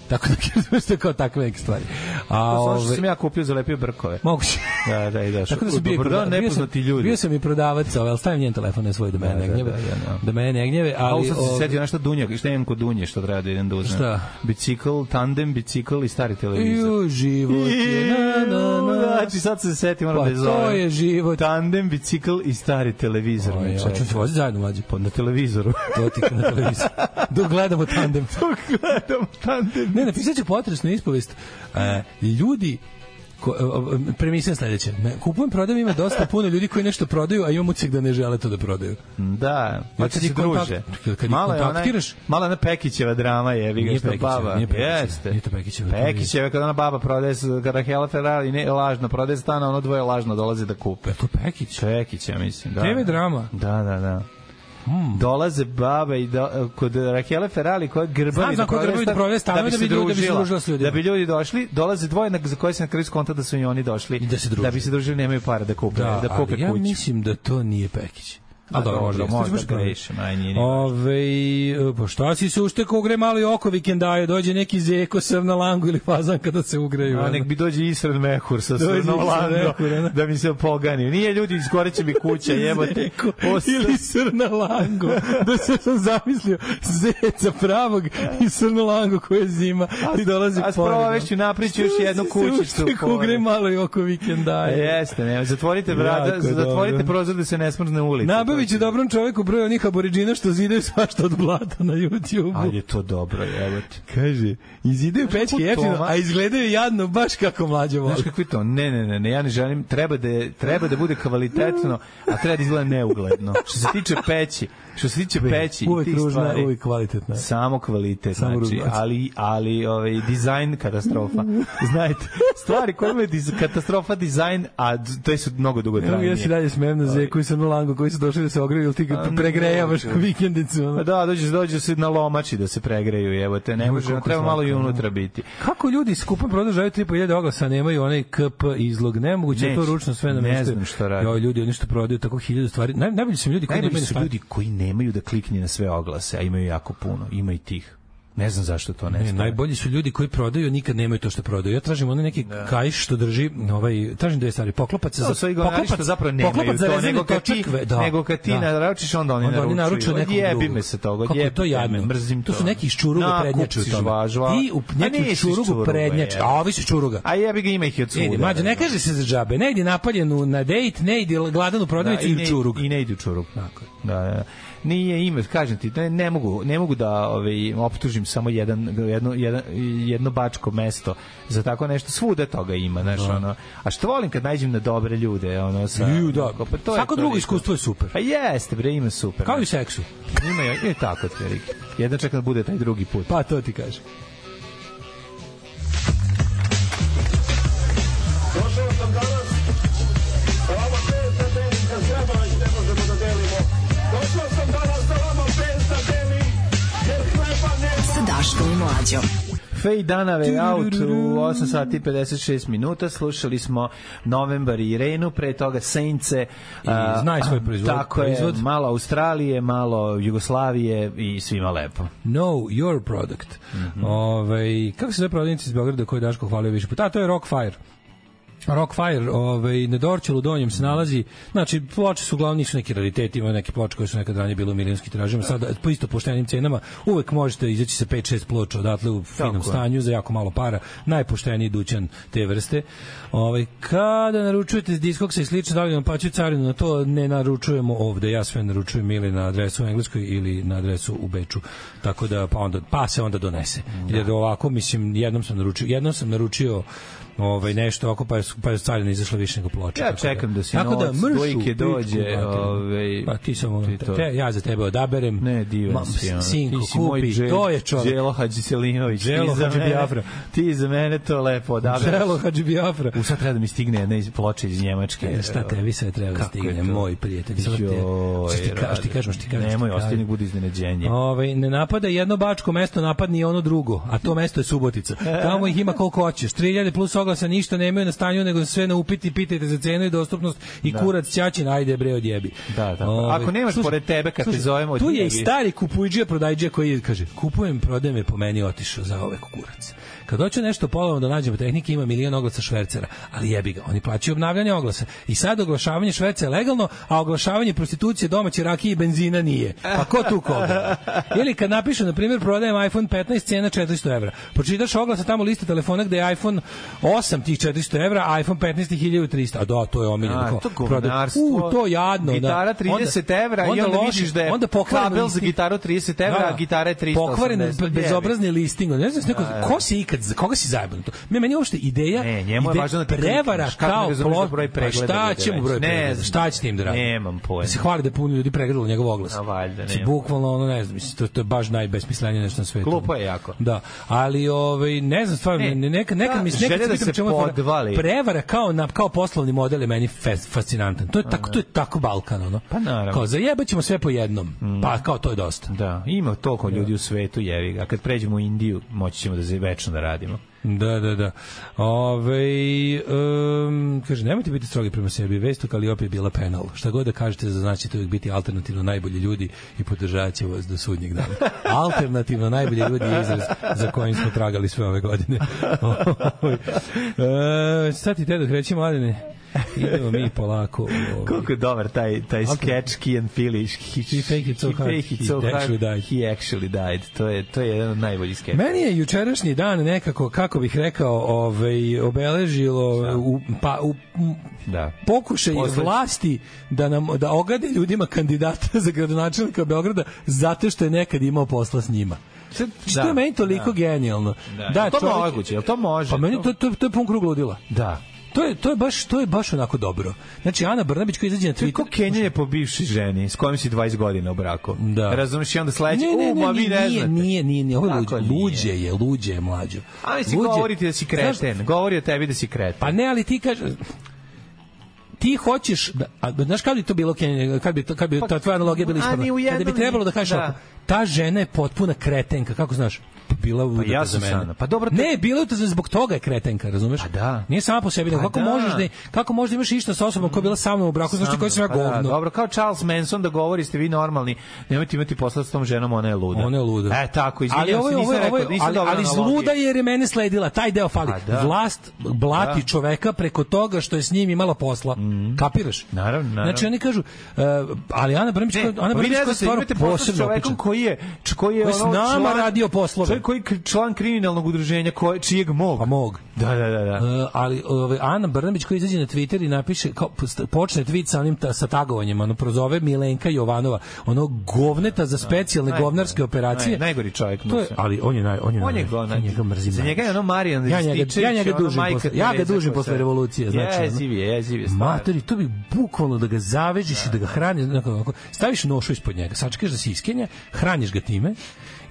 [SPEAKER 6] tako da kažeš to kao takve neke stvari. A,
[SPEAKER 7] To su ono što
[SPEAKER 6] ove-
[SPEAKER 7] sam ja kupio za lepio brkove.
[SPEAKER 6] Moguće.
[SPEAKER 7] Da, da, i da.
[SPEAKER 6] Tako da su bili
[SPEAKER 7] Dobar dan,
[SPEAKER 6] proda- bio sam-
[SPEAKER 7] nepoznati ljudi.
[SPEAKER 6] Bio sam i prodavac, ovaj, ali stavim njen telefon na svoj da mene
[SPEAKER 7] Da,
[SPEAKER 6] ne
[SPEAKER 7] da,
[SPEAKER 6] gnjeve.
[SPEAKER 7] da, da, da.
[SPEAKER 6] Da mene ne gnjeve,
[SPEAKER 7] Ali
[SPEAKER 6] ali...
[SPEAKER 7] sad sam se
[SPEAKER 6] ovaj,
[SPEAKER 7] setio nešto Dunja, šta imam kod Dunje, što treba da idem da uzmem.
[SPEAKER 6] Šta?
[SPEAKER 7] Bicikl, tandem, bicikl i stari televizor.
[SPEAKER 6] Ju, život je, na, na, na.
[SPEAKER 7] Znači, sad sam se setio, moram
[SPEAKER 6] Pa,
[SPEAKER 7] da je zovem.
[SPEAKER 6] to je život.
[SPEAKER 7] Tandem, bicikl i stari televizor. Znači,
[SPEAKER 6] Oj,
[SPEAKER 7] me čeka.
[SPEAKER 6] hoćemo Ovaj, se voziti zajedno, mlađe.
[SPEAKER 7] Pa na televizoru.
[SPEAKER 6] To ti na televizor. Dok gledamo tandem.
[SPEAKER 7] Dok gledam tandem.
[SPEAKER 6] Ne, napisat ću potresnu ispovest. E, ljudi ko, e, e, premisa sledeće. Me- Kupujem, prodajem, ima dosta puno ljudi koji nešto prodaju, a imam ucek da ne žele to da prodaju.
[SPEAKER 7] Da, pa
[SPEAKER 6] kad
[SPEAKER 7] kad se
[SPEAKER 6] ih kontakt-
[SPEAKER 7] druže.
[SPEAKER 6] kad- kad ih
[SPEAKER 7] Malo je onaj-
[SPEAKER 6] kontaktiraš-
[SPEAKER 7] Mala na Pekićeva drama je, vi ga
[SPEAKER 6] Nije
[SPEAKER 7] što
[SPEAKER 6] Pekićeva,
[SPEAKER 7] baba.
[SPEAKER 6] nije Pekićeva,
[SPEAKER 7] Jeste.
[SPEAKER 6] nije to Pekićeva, to je-
[SPEAKER 7] Pekićeva kad ona baba prodaje s- kad Rahela Ferrari ne lažno prodaje stan, a ono dvoje lažno dolaze da kupe.
[SPEAKER 6] To Pekić.
[SPEAKER 7] Pekić, ja mislim, da.
[SPEAKER 6] TV drama. Hmm.
[SPEAKER 7] Da, da, da. Dolaze baba i do, kod Rahele Ferrali koja grbavi
[SPEAKER 6] Znam, znam, koja grbavi da prodaje stanove da bi ljudi- da bi se družila s ljudima.
[SPEAKER 7] Da bi ljudi došli, dolaze dvoje na, za koje se na kraju skonta da su i oni došli.
[SPEAKER 6] I da se druže.
[SPEAKER 7] bi se družili, nemaju para da kupe, da,
[SPEAKER 6] Da,
[SPEAKER 7] da kupe
[SPEAKER 6] ali ja
[SPEAKER 7] kuću.
[SPEAKER 6] mislim da to nije Pekić.
[SPEAKER 7] A
[SPEAKER 6] A dobro,
[SPEAKER 7] dobro,
[SPEAKER 6] možda,
[SPEAKER 7] možda
[SPEAKER 6] možda
[SPEAKER 7] grešim, aj, nije ni
[SPEAKER 6] Ove, pa šta si se uštekao, ugre mali oko vikendaju, dođe neki zeko sam na langu ili fazan kada se ugreju.
[SPEAKER 7] A
[SPEAKER 6] ono.
[SPEAKER 7] nek bi dođe Isred Mehur sa
[SPEAKER 6] Dođe
[SPEAKER 7] Srno
[SPEAKER 6] Isred
[SPEAKER 7] Lando
[SPEAKER 6] Mehur, ono.
[SPEAKER 7] da mi se pogani. Nije ljudi, iskoreće mi kuća, jebote.
[SPEAKER 6] Zeko
[SPEAKER 7] Osta-
[SPEAKER 6] ili srna lango. Da se sam zamislio zeca pravog i srna lango koje je zima i dolazi
[SPEAKER 7] A spravo već ću naprići još jednu kućicu. E,
[SPEAKER 6] Kako gre malo i oko
[SPEAKER 7] A
[SPEAKER 6] vikendaje.
[SPEAKER 7] Jeste, ne, zatvorite vrata,
[SPEAKER 6] Jako dobro.
[SPEAKER 7] zatvorite prozor da se ne smrzne ulica.
[SPEAKER 6] Nabavit ću dobrom čoveku broj onih aboriđina što zidaju svašta od blata na YouTube-u.
[SPEAKER 7] Ali je to dobro, jebote.
[SPEAKER 6] Kaže, izidaju
[SPEAKER 7] kako
[SPEAKER 6] pečke jeftino,
[SPEAKER 7] Toma-
[SPEAKER 6] a izgledaju jadno, baš kako mlađe voli.
[SPEAKER 7] Znaš kakvi je to? Ne, ne, ne, ne, ja ne želim, treba da, je- treba da bude kvalitetno, a treba da izgleda neugledno. Što se tiče peći, što se tiče peći i
[SPEAKER 6] uvek
[SPEAKER 7] tih
[SPEAKER 6] ružna,
[SPEAKER 7] stvari,
[SPEAKER 6] uvek kvalitetna.
[SPEAKER 7] samo kvalitet,
[SPEAKER 6] Samo
[SPEAKER 7] znači,
[SPEAKER 6] ružno.
[SPEAKER 7] ali, ali ovaj, dizajn katastrofa. Znajte, stvari koje imaju diz, katastrofa dizajn, a d- te su mnogo dugo
[SPEAKER 6] Ne mogu,
[SPEAKER 7] trajnije.
[SPEAKER 6] ja se dalje smijem na Zeku i Srnu Langu koji su došli da se ogreju, ili ti
[SPEAKER 7] A,
[SPEAKER 6] ga
[SPEAKER 7] ne,
[SPEAKER 6] pregrejavaš
[SPEAKER 7] ne,
[SPEAKER 6] ko vikendicu.
[SPEAKER 7] Pa
[SPEAKER 6] ono.
[SPEAKER 7] da, dođe, dođe se na lomači da se pregreju, evo te, ne
[SPEAKER 6] Joj,
[SPEAKER 7] može,
[SPEAKER 6] koliko
[SPEAKER 7] treba malo i
[SPEAKER 6] slatko,
[SPEAKER 7] unutra biti.
[SPEAKER 6] Kako ljudi skupo prodaju 3.500 oglasa, nemaju onaj KP izlog, nemoguće da je to
[SPEAKER 7] Neće.
[SPEAKER 6] ručno sve na
[SPEAKER 7] Ne znam šta radi.
[SPEAKER 6] Jo, ljudi, oni što prodaju tako hiljadu stvari. Naj, najbolji su mi ljudi koji
[SPEAKER 7] Najbolji
[SPEAKER 6] nemaju
[SPEAKER 7] su
[SPEAKER 6] stvari.
[SPEAKER 7] ljudi koji nemaju da klikne na sve oglase, a imaju jako puno, ima i tih. Ne znam zašto to ne
[SPEAKER 6] Ne,
[SPEAKER 7] znam.
[SPEAKER 6] najbolji su ljudi koji prodaju, a nikad nemaju to što prodaju. Ja tražim onaj neki kajš što drži, ovaj, tražim dve Da. stvari, poklopac
[SPEAKER 7] To
[SPEAKER 6] za
[SPEAKER 7] su i govnari što zapravo nemaju
[SPEAKER 6] poklopac za
[SPEAKER 7] to,
[SPEAKER 6] rezanje da.
[SPEAKER 7] nego kad ti,
[SPEAKER 6] točakve,
[SPEAKER 7] nego kad ti naručiš, onda oni
[SPEAKER 6] Onda oni
[SPEAKER 7] naručuju.
[SPEAKER 6] naručuju nekog
[SPEAKER 7] Odjebi
[SPEAKER 6] drugog.
[SPEAKER 7] me se toga,
[SPEAKER 6] Kako je
[SPEAKER 7] odjebite
[SPEAKER 6] to jadno.
[SPEAKER 7] me, mrzim
[SPEAKER 6] To su
[SPEAKER 7] to.
[SPEAKER 6] neki iz čuruga
[SPEAKER 7] Na,
[SPEAKER 6] prednjače u
[SPEAKER 7] kupci
[SPEAKER 6] tome.
[SPEAKER 7] žvažva.
[SPEAKER 6] Ti u
[SPEAKER 7] A
[SPEAKER 6] neki
[SPEAKER 7] nisi
[SPEAKER 6] u
[SPEAKER 7] iz
[SPEAKER 6] čurugu
[SPEAKER 7] čuruga,
[SPEAKER 6] prednjače,
[SPEAKER 7] je.
[SPEAKER 6] a da. ovi su iz čuruga.
[SPEAKER 7] A jebi ga ima ih i od svuda.
[SPEAKER 6] Idi, mađo, ne kaže se za džabe, ne idi napaljenu na dejt, ne idi gladan u
[SPEAKER 7] Da,
[SPEAKER 6] prodavnicu
[SPEAKER 7] i
[SPEAKER 6] ili
[SPEAKER 7] ne-
[SPEAKER 6] u čurug.
[SPEAKER 7] I ne ide u čurug. Tako. Da, da, da. Nije ime, kažem ti, ne, ne mogu, ne mogu da ovaj, optužim samo jedan, jedno, jedan, jedno bačko mesto za tako nešto. Svuda toga ima, znaš, ono. A što volim kad nađem na dobre ljude, ono, sa...
[SPEAKER 6] Da. Ju, da.
[SPEAKER 7] onako, je
[SPEAKER 6] Svako drugo
[SPEAKER 7] toliko.
[SPEAKER 6] iskustvo je super.
[SPEAKER 7] Pa jeste, bre, ima super.
[SPEAKER 6] Kao i u seksu.
[SPEAKER 7] Ima je, je tako, otprilike. Jedan čeka da bude taj drugi put.
[SPEAKER 6] Pa to ti kažem.
[SPEAKER 5] Sa Daškom i Mlađom.
[SPEAKER 7] Fej Danave out u 8 sati i 56 minuta. Slušali smo Novembar i Renu, pre toga Sence. a,
[SPEAKER 6] znaj svoj proizvod-
[SPEAKER 7] Tako je,
[SPEAKER 6] proizvod.
[SPEAKER 7] malo Australije, malo Jugoslavije i svima lepo.
[SPEAKER 6] Know your product. Ovaj, kako se zove prodavnica iz Beograda koju je Daško hvalio više puta? A, to je Rockfire. Rockfire, ovaj, na Dorčelu donjem se nalazi, znači ploče su uglavnom nisu neki rariteti, ima neke ploče koje su nekad ranije bile u milionskim tiražima, sada po isto poštenim cenama, uvek možete izaći sa 5-6 ploča odatle u finom
[SPEAKER 7] Tako je.
[SPEAKER 6] stanju za jako malo para, najpošteniji dućan te vrste. Ovaj, kada naručujete diskoksa i slično, da li vam plaćaju carinu na to, ne naručujemo ovde, ja sve naručujem ili na adresu u Engleskoj ili na adresu u Beču,
[SPEAKER 7] Da.
[SPEAKER 6] tako da pa, onda, pa se onda donese. Jer ovako, mislim, jednom sam naručio, jednom sam naručio ovaj nešto oko pa je, pa je carina izašla više nego ploča.
[SPEAKER 7] Ja
[SPEAKER 6] tako
[SPEAKER 7] čekam da si
[SPEAKER 6] Tako
[SPEAKER 7] novac
[SPEAKER 6] mršu,
[SPEAKER 7] dvojke
[SPEAKER 6] pičku
[SPEAKER 7] dođe,
[SPEAKER 6] materinu.
[SPEAKER 7] ovaj,
[SPEAKER 6] Pa ti samo
[SPEAKER 7] ti to.
[SPEAKER 6] te, ja za tebe odaberem.
[SPEAKER 7] Ne, divan
[SPEAKER 6] Ma,
[SPEAKER 7] si. Ono.
[SPEAKER 6] Sinko,
[SPEAKER 7] ti si moj
[SPEAKER 6] kupi,
[SPEAKER 7] Đel-
[SPEAKER 6] to je čovjek.
[SPEAKER 7] Đelo Hadži Selimović. ti
[SPEAKER 6] Đelo
[SPEAKER 7] za
[SPEAKER 6] Hadži
[SPEAKER 7] mene-
[SPEAKER 6] Biafra.
[SPEAKER 7] Ti za mene to lepo odabereš.
[SPEAKER 6] Đelo Hadži Biafra.
[SPEAKER 7] U sad treba da mi stigne jedna iz ploče iz Njemačke.
[SPEAKER 6] E, šta tebi sve treba da
[SPEAKER 7] Kako je
[SPEAKER 6] stigne,
[SPEAKER 7] to?
[SPEAKER 6] moj prijatelj. Sad te,
[SPEAKER 7] Joj,
[SPEAKER 6] šta ti kažeš, ti kažeš, ti kažeš.
[SPEAKER 7] Nemoj,
[SPEAKER 6] ti kažeš.
[SPEAKER 7] ostaje nek bude iznenađenje.
[SPEAKER 6] Ovaj ne napada jedno bačko mesto, napadni i ono drugo, a to mesto je Subotica. Tamo ih ima koliko hoćeš. 3000 plus oglasa ništa nemaju na stanju, nego sve na upiti, pitajte za cenu i dostupnost i
[SPEAKER 7] Da.
[SPEAKER 6] kurac ćaćin, ajde bre odjebi.
[SPEAKER 7] Da, da.
[SPEAKER 6] Ovaj,
[SPEAKER 7] Ako nemaš
[SPEAKER 6] slušaj,
[SPEAKER 7] pored tebe kad te
[SPEAKER 6] slušaj,
[SPEAKER 7] zovemo,
[SPEAKER 6] Tu je i
[SPEAKER 7] odjebi.
[SPEAKER 6] stari kupujđija prodajđija koji je, kaže, kupujem, prodajem je po meni otišao za ove kurac. Kad hoću nešto polovno da nađem u tehnike, ima milion oglasa švercera, ali jebi ga, oni plaćaju obnavljanje oglasa. I sad oglašavanje šverca je legalno, a oglašavanje prostitucije domaće rakije i benzina nije. Pa ko tu koga? Ili kad napišu, na primjer, prodajem iPhone 15, cena 400 evra. Pročitaš oglasa tamo liste telefona gde je iPhone 8 tih 400 evra, a iPhone 15 tih 1300. A da, to je omiljeno.
[SPEAKER 7] A,
[SPEAKER 6] kao,
[SPEAKER 7] to
[SPEAKER 6] prodaj-
[SPEAKER 7] govnarstvo.
[SPEAKER 6] U, to jadno. da.
[SPEAKER 7] Gitara
[SPEAKER 6] Onda-
[SPEAKER 7] 30 evra i onda
[SPEAKER 6] loši-
[SPEAKER 7] vidiš da je
[SPEAKER 6] pokvareni
[SPEAKER 7] kabel za
[SPEAKER 6] listing.
[SPEAKER 7] gitaru 30 evra, a gitara je 380.
[SPEAKER 6] Pokvaren, be- bezobrazni listing. Ne znam, neko,
[SPEAKER 7] Da, da.
[SPEAKER 6] ko si ikad, za koga si zajeban to? Ne, meni je uopšte ideja,
[SPEAKER 7] Ne, njemu je
[SPEAKER 6] ide-
[SPEAKER 7] važno da ti
[SPEAKER 6] prevara
[SPEAKER 7] klikneš, kako ne
[SPEAKER 6] kao
[SPEAKER 7] razumeš da
[SPEAKER 6] plo-
[SPEAKER 7] broj
[SPEAKER 6] Pa
[SPEAKER 7] pregleda
[SPEAKER 6] Šta
[SPEAKER 7] bude
[SPEAKER 6] će mu broj
[SPEAKER 7] veći? Ne
[SPEAKER 6] pregleda?
[SPEAKER 7] znam.
[SPEAKER 6] Šta će tim da radi?
[SPEAKER 7] Nemam pojma.
[SPEAKER 6] Da se hvali da je puno ljudi pregledalo njegov oglas.
[SPEAKER 7] A valjda,
[SPEAKER 6] Mislim,
[SPEAKER 7] nemam.
[SPEAKER 6] Bukvalno, ono, ne znam, mislim, to, to je baš najbesmislenije nešto na svetu.
[SPEAKER 7] Glupo je jako.
[SPEAKER 6] Da, ali ovaj ne znam stvarno
[SPEAKER 7] Ne,
[SPEAKER 6] ne, neka neka
[SPEAKER 7] ta
[SPEAKER 6] mi
[SPEAKER 7] želja
[SPEAKER 6] neka
[SPEAKER 7] da se podvali.
[SPEAKER 6] prevara kao na kao poslovni model je meni fas- fascinantan. To je tako to je tako Balkan ono.
[SPEAKER 7] Pa naravno.
[SPEAKER 6] Kao zajebaćemo sve po jednom. Pa kao to je dosta.
[SPEAKER 7] Da, ima toliko ljudi u svetu, jevi ga. A kad pređemo u Indiju, moći ćemo da se večno da radimo.
[SPEAKER 6] Da, da, da. Ove, um, kaže, nemojte biti strogi prema sebi, vest u Kaliopi je bila penal. Šta god da kažete, znaćete uvijek biti alternativno najbolji ljudi i podržat će vas do sudnjeg dana. Alternativno najbolji ljudi je izraz za kojim smo tragali sve ove godine. e, sad ti tedo kreći, mladene. Idemo mi polako. Ovaj.
[SPEAKER 7] Koliko je dobar taj, taj skeč Key and Peele. He,
[SPEAKER 6] He faked it so hard,
[SPEAKER 7] faked it
[SPEAKER 6] he
[SPEAKER 7] so hard,
[SPEAKER 6] actually died.
[SPEAKER 7] He actually died. To je, to je jedan od najboljih skeča.
[SPEAKER 6] Meni je jučerašnji dan nekako, kako bih rekao, ovaj, obeležilo u, pa, u,
[SPEAKER 7] Da.
[SPEAKER 6] pokušaj
[SPEAKER 7] Posled-
[SPEAKER 6] vlasti da nam da ogade ljudima kandidata za gradonačelnika Beograda zato što je nekad imao posla s njima.
[SPEAKER 7] Sad-
[SPEAKER 6] Što
[SPEAKER 7] da,
[SPEAKER 6] je meni toliko
[SPEAKER 7] da.
[SPEAKER 6] genijalno.
[SPEAKER 7] Da, jel to moguće, jel to može?
[SPEAKER 6] Pa meni to, to, to je pun krug ludila.
[SPEAKER 7] Da.
[SPEAKER 6] To je, to je baš to je baš onako dobro. Znači Ana Brnabić koja izađe na Twitter.
[SPEAKER 7] Kako Kenja je po bivšoj ženi, s kojom si 20 godina u braku.
[SPEAKER 6] Da.
[SPEAKER 7] Razumeš i onda sledeće, u, ma vi ne
[SPEAKER 6] nije,
[SPEAKER 7] znate.
[SPEAKER 6] Nije, nije, nije, ovo je
[SPEAKER 7] Kako
[SPEAKER 6] luđe,
[SPEAKER 7] nije?
[SPEAKER 6] luđe je, luđe je mlađo.
[SPEAKER 7] Ali si
[SPEAKER 6] Luđe-
[SPEAKER 7] govori ti da si
[SPEAKER 6] Znaš,
[SPEAKER 7] kreten. Govori o tebi da si kreten.
[SPEAKER 6] Pa ne, ali ti kaže ti hoćeš da a znaš kad bi to bilo Kenja, kad bi to- kad bi ta tvoja analogija bila
[SPEAKER 7] Pa, a ni u
[SPEAKER 6] ispravna. Kada bi
[SPEAKER 7] jednom
[SPEAKER 6] trebalo da
[SPEAKER 7] ni-
[SPEAKER 6] kažeš
[SPEAKER 7] da.
[SPEAKER 6] ovako, ta žena je potpuna kretenka, kako znaš? Pa Bila udata
[SPEAKER 7] ja
[SPEAKER 6] za
[SPEAKER 7] sam
[SPEAKER 6] mene.
[SPEAKER 7] Sana. Pa dobro, to-
[SPEAKER 6] Ne, bila je udata za zbog toga je kretenka, razumeš?
[SPEAKER 7] Pa da.
[SPEAKER 6] Nije sama po sebi, nego
[SPEAKER 7] Pa
[SPEAKER 6] kako
[SPEAKER 7] da.
[SPEAKER 6] možeš da kako možeš da imaš išta sa osobom koja je bila sa mnom u braku, znaš ti koji sam ja
[SPEAKER 7] Pa da,
[SPEAKER 6] govno.
[SPEAKER 7] dobro, kao Charles Manson da govori ste vi normalni, nemojte imati posla s tom ženom, ona je luda.
[SPEAKER 6] Ona je luda.
[SPEAKER 7] E, tako, izvinjam
[SPEAKER 6] ali
[SPEAKER 7] se,
[SPEAKER 6] ovo je,
[SPEAKER 7] nisam
[SPEAKER 6] ovo je,
[SPEAKER 7] rekao,
[SPEAKER 6] ovo je,
[SPEAKER 7] nisam
[SPEAKER 6] ali,
[SPEAKER 7] dobro
[SPEAKER 6] ali
[SPEAKER 7] analogiju.
[SPEAKER 6] zluda je jer je mene sledila, taj deo fali.
[SPEAKER 7] Pa da.
[SPEAKER 6] Vlast blati
[SPEAKER 7] Da.
[SPEAKER 6] čoveka preko toga što je s njim imala posla. Kapiraš?
[SPEAKER 7] Mhm. Naravno, naravno.
[SPEAKER 6] Znači oni kažu, e, ali Ana Brmić,
[SPEAKER 7] Ne,
[SPEAKER 6] Ana
[SPEAKER 7] pa vi
[SPEAKER 6] Brmić
[SPEAKER 7] ne
[SPEAKER 6] koja je
[SPEAKER 7] znate,
[SPEAKER 6] stvarno
[SPEAKER 7] imate posla s
[SPEAKER 6] posebno
[SPEAKER 7] čovekom
[SPEAKER 6] opičan.
[SPEAKER 7] koji je, č- koji je
[SPEAKER 6] Koji je s
[SPEAKER 7] ono
[SPEAKER 6] nama
[SPEAKER 7] član-
[SPEAKER 6] radio poslove.
[SPEAKER 7] Čovjek koji je kri- član kriminalnog udruženja, ko, čijeg mog.
[SPEAKER 6] Pa mog.
[SPEAKER 7] Da, da, da. da.
[SPEAKER 6] E, ali ovaj Ana Brnabić koja izađe na Twitter i napiše kao post- počne tweet sa onim ta, sa tagovanjem, ono prozove Milenka Jovanova, ono govneta za specijalne
[SPEAKER 7] najgore,
[SPEAKER 6] govnarske operacije.
[SPEAKER 7] Da. naj- najgori čovjek,
[SPEAKER 6] To je,
[SPEAKER 7] mislim.
[SPEAKER 6] ali on je naj on je
[SPEAKER 7] On je
[SPEAKER 6] naj-
[SPEAKER 7] go,
[SPEAKER 6] ja njega mrzim.
[SPEAKER 7] Za njega je ono
[SPEAKER 6] najviše.
[SPEAKER 7] Marijan
[SPEAKER 6] ja njega,
[SPEAKER 7] Rističević,
[SPEAKER 6] ja njega
[SPEAKER 7] ono
[SPEAKER 6] dužim
[SPEAKER 7] majka
[SPEAKER 6] posle, ja ga
[SPEAKER 7] Tereza
[SPEAKER 6] dužim
[SPEAKER 7] koja
[SPEAKER 6] posle
[SPEAKER 7] se-
[SPEAKER 6] revolucije, znači. ono.
[SPEAKER 7] Jeziv je, jeziv je. stvarno.
[SPEAKER 6] Matori, to bi bukvalno da ga zavežeš i da ga hraniš, onako, onako, staviš nošu ispod njega, sačekaš da se iskenja, hraniš ga time,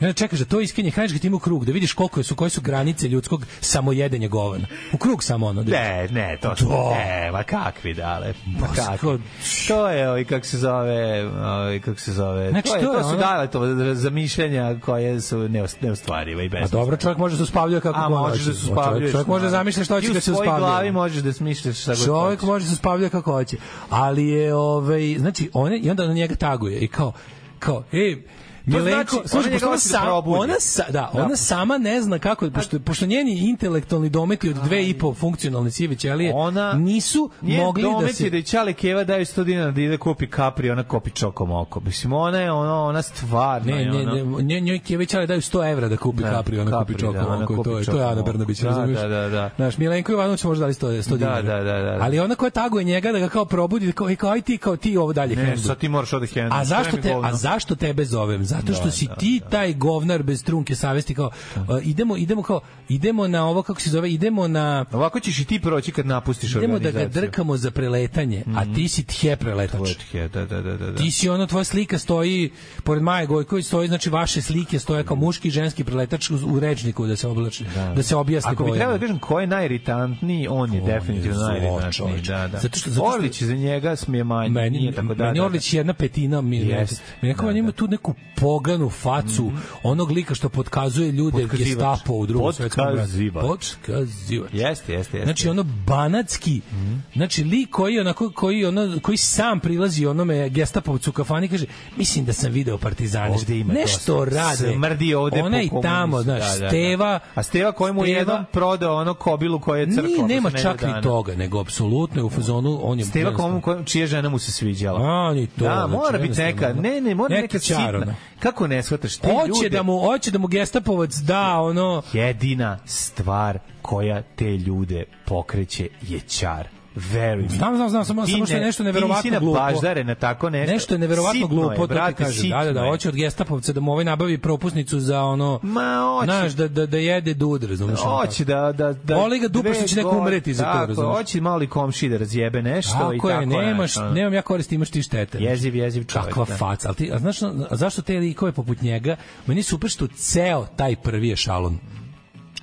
[SPEAKER 6] i onda čekaš da to iskenje, hraniš ga time u krug, da vidiš koliko su, koje su granice ljudskog samojedenja govana. U krug samo ono. da
[SPEAKER 7] Ne, pa ne, to su,
[SPEAKER 6] Da.
[SPEAKER 7] ne, ma kakvi dale, ma
[SPEAKER 6] Bosko.
[SPEAKER 7] kakvi. To je, ovaj, kako se zove, ovaj, kako se zove,
[SPEAKER 6] Znači,
[SPEAKER 7] to, je,
[SPEAKER 6] to je
[SPEAKER 7] to su
[SPEAKER 6] ono-
[SPEAKER 7] dale to zamišljenja koje su neos- neostvarive i
[SPEAKER 6] Pa
[SPEAKER 7] besmislene.
[SPEAKER 6] dobro, čovjek može da se uspavljuje kako
[SPEAKER 7] A
[SPEAKER 6] god
[SPEAKER 7] možeš
[SPEAKER 6] hoće.
[SPEAKER 7] da se uspavljuješ.
[SPEAKER 6] Čovjek, čovjek može da zamišlja šta
[SPEAKER 7] Ti
[SPEAKER 6] hoće da se
[SPEAKER 7] U svojoj glavi
[SPEAKER 6] uspavljuje.
[SPEAKER 7] možeš da smišljaš šta god
[SPEAKER 6] Čovjek
[SPEAKER 7] hoćeš.
[SPEAKER 6] može da se uspavlja kako hoće. Ali je, ovaj, znači, on je, i onda na njega taguje i kao, kao, ej, Milenko,
[SPEAKER 7] znači, ona
[SPEAKER 6] slušaj, pošto
[SPEAKER 7] njega
[SPEAKER 6] ona,
[SPEAKER 7] hoće da
[SPEAKER 6] sam,
[SPEAKER 7] probudi.
[SPEAKER 6] ona, sa, da,
[SPEAKER 7] Da.
[SPEAKER 6] ona sama ne zna kako, pošto, pošto njeni intelektualni dometi od dve i po funkcionalne sive ćelije
[SPEAKER 7] Ona-
[SPEAKER 6] nisu
[SPEAKER 7] Njen
[SPEAKER 6] mogli
[SPEAKER 7] domet
[SPEAKER 6] da se...
[SPEAKER 7] je da i Čale Keva daju 100 dinara da ide kupi kapri, ona kopi čokomoko. Mislim, ona je ono, ona stvarno
[SPEAKER 6] Ne,
[SPEAKER 7] je
[SPEAKER 6] ne,
[SPEAKER 7] ono...
[SPEAKER 6] ne, nje, njoj Kjević ali daju 100 evra da kupi
[SPEAKER 7] Da,
[SPEAKER 6] Capri, ona
[SPEAKER 7] Capri,
[SPEAKER 6] kupi
[SPEAKER 7] da, ona
[SPEAKER 6] Čokolanku,
[SPEAKER 7] kupi
[SPEAKER 6] to je, to je Ana
[SPEAKER 7] Čokolanku.
[SPEAKER 6] Brnabić,
[SPEAKER 7] Da,
[SPEAKER 6] razumiješ?
[SPEAKER 7] da, da, da.
[SPEAKER 6] Znaš, Milenko Jovanović možda dali 100, 100 dinara.
[SPEAKER 7] da, da, da.
[SPEAKER 6] Ali ona koja taguje njega da ga kao probudi, da kao, i kao aj ti, kao ti ovo dalje.
[SPEAKER 7] Ne,
[SPEAKER 6] handle.
[SPEAKER 7] sad ti moraš ovde hendati.
[SPEAKER 6] A zašto te a zašto tebe zovem? zato
[SPEAKER 7] Da,
[SPEAKER 6] što si ti taj govnar bez trunke savesti kao uh, idemo idemo kao idemo na ovo kako se zove idemo na
[SPEAKER 7] Ovako ćeš i ti proći kad napustiš
[SPEAKER 6] idemo da ga
[SPEAKER 7] organizaciju.
[SPEAKER 6] drkamo za preletanje, a ti si tje preletač.
[SPEAKER 7] Tje, da, da, da, da. Mhm. da.
[SPEAKER 6] Ti si ono, tvoja slika stoji, pored Maje Gojković stoji, znači vaše slike stoje kao muški i ženski preletač u, u rečniku da se oblači, da, se objasni
[SPEAKER 7] Ako mi
[SPEAKER 6] ko je.
[SPEAKER 7] treba da kažem ko je najiriritantniji, on je
[SPEAKER 6] On je
[SPEAKER 7] definitivno
[SPEAKER 6] zlo,
[SPEAKER 7] najiriritantniji.
[SPEAKER 6] čoveče.
[SPEAKER 7] Da, da.
[SPEAKER 6] Zato što- zato što-
[SPEAKER 7] Orlić za njega smije manje.
[SPEAKER 6] meni,
[SPEAKER 7] nije tako da,
[SPEAKER 6] meni
[SPEAKER 7] da,
[SPEAKER 6] Orlić je jedna petina mi
[SPEAKER 7] Jest. Da, Mhm.
[SPEAKER 6] mi nekako on ima tu neku poganu facu onog lika što podkazuje ljude
[SPEAKER 7] Potkazivač.
[SPEAKER 6] gestapo u drugom svetskom ratu
[SPEAKER 7] Potkazivač.
[SPEAKER 6] podkazivač
[SPEAKER 7] da. Jeste, jeste, jeste.
[SPEAKER 6] Znači ono banatski,
[SPEAKER 7] Mhm.
[SPEAKER 6] znači lik koji onako koji ono koji sam prilazi onome gestapovcu u kafani i kaže mislim da sam video partizane.
[SPEAKER 7] Ovde ima
[SPEAKER 6] Nešto
[SPEAKER 7] dosta.
[SPEAKER 6] rade.
[SPEAKER 7] Smrdi ovde
[SPEAKER 6] Ona i
[SPEAKER 7] po
[SPEAKER 6] tamo,
[SPEAKER 7] komunizmu,
[SPEAKER 6] znaš,
[SPEAKER 7] da, da, da.
[SPEAKER 6] Steva.
[SPEAKER 7] A Steva koji mu je
[SPEAKER 6] Steva-
[SPEAKER 7] jednom prodao ono kobilu koja je crkla.
[SPEAKER 6] Nije,
[SPEAKER 7] posle
[SPEAKER 6] nema
[SPEAKER 7] nedelju
[SPEAKER 6] čak
[SPEAKER 7] dana.
[SPEAKER 6] ni toga, nego apsolutno je u fazonu on je
[SPEAKER 7] da, Steva
[SPEAKER 6] jednostavno-
[SPEAKER 7] komu, komu, čija žena mu se sviđala.
[SPEAKER 6] A, ni to,
[SPEAKER 7] Da,
[SPEAKER 6] znači,
[SPEAKER 7] mora biti neka,
[SPEAKER 6] jednostavno.
[SPEAKER 7] ne, ne, mora
[SPEAKER 6] Neki
[SPEAKER 7] neka
[SPEAKER 6] čar, ono.
[SPEAKER 7] sitna. Kako ne shvataš te
[SPEAKER 6] Hoće
[SPEAKER 7] ljude?
[SPEAKER 6] da mu hoće da mu gestapovac da ono
[SPEAKER 7] Jedina stvar koja te ljude pokreće je čar. Veruj mi.
[SPEAKER 6] Znam, znam, znam, samo,
[SPEAKER 7] Ti
[SPEAKER 6] samo što je
[SPEAKER 7] ne-
[SPEAKER 6] nešto
[SPEAKER 7] ti nisi
[SPEAKER 6] neverovatno
[SPEAKER 7] na
[SPEAKER 6] glupo.
[SPEAKER 7] baždare na tako nešto.
[SPEAKER 6] Nešto je neverovatno
[SPEAKER 7] Sitno
[SPEAKER 6] glupo,
[SPEAKER 7] je,
[SPEAKER 6] to ti
[SPEAKER 7] brate,
[SPEAKER 6] kažem. Da, da, da,
[SPEAKER 7] sitno je.
[SPEAKER 6] hoće od gestapovca da mu ovaj nabavi propusnicu za ono,
[SPEAKER 7] Ma, hoće.
[SPEAKER 6] znaš, da, da, da jede dud, razumiješ?
[SPEAKER 7] Hoće da da da
[SPEAKER 6] Boli Znači, ga dupe što će
[SPEAKER 7] dve
[SPEAKER 6] neko
[SPEAKER 7] godine-
[SPEAKER 6] umreti za to,
[SPEAKER 7] tako,
[SPEAKER 6] razumeš?
[SPEAKER 7] Hoće mali komšiji da razjebe nešto i
[SPEAKER 6] Tako
[SPEAKER 7] tako.
[SPEAKER 6] je, nemaš,
[SPEAKER 7] znaš, ono.
[SPEAKER 6] nemam ja koristi, imaš ti štete.
[SPEAKER 7] Jeziv, jeziv čovjek.
[SPEAKER 6] Kakva
[SPEAKER 7] da.
[SPEAKER 6] faca. Ali ti, a znaš, a zašto te likove poput njega, meni je super što ceo taj prvi ešalon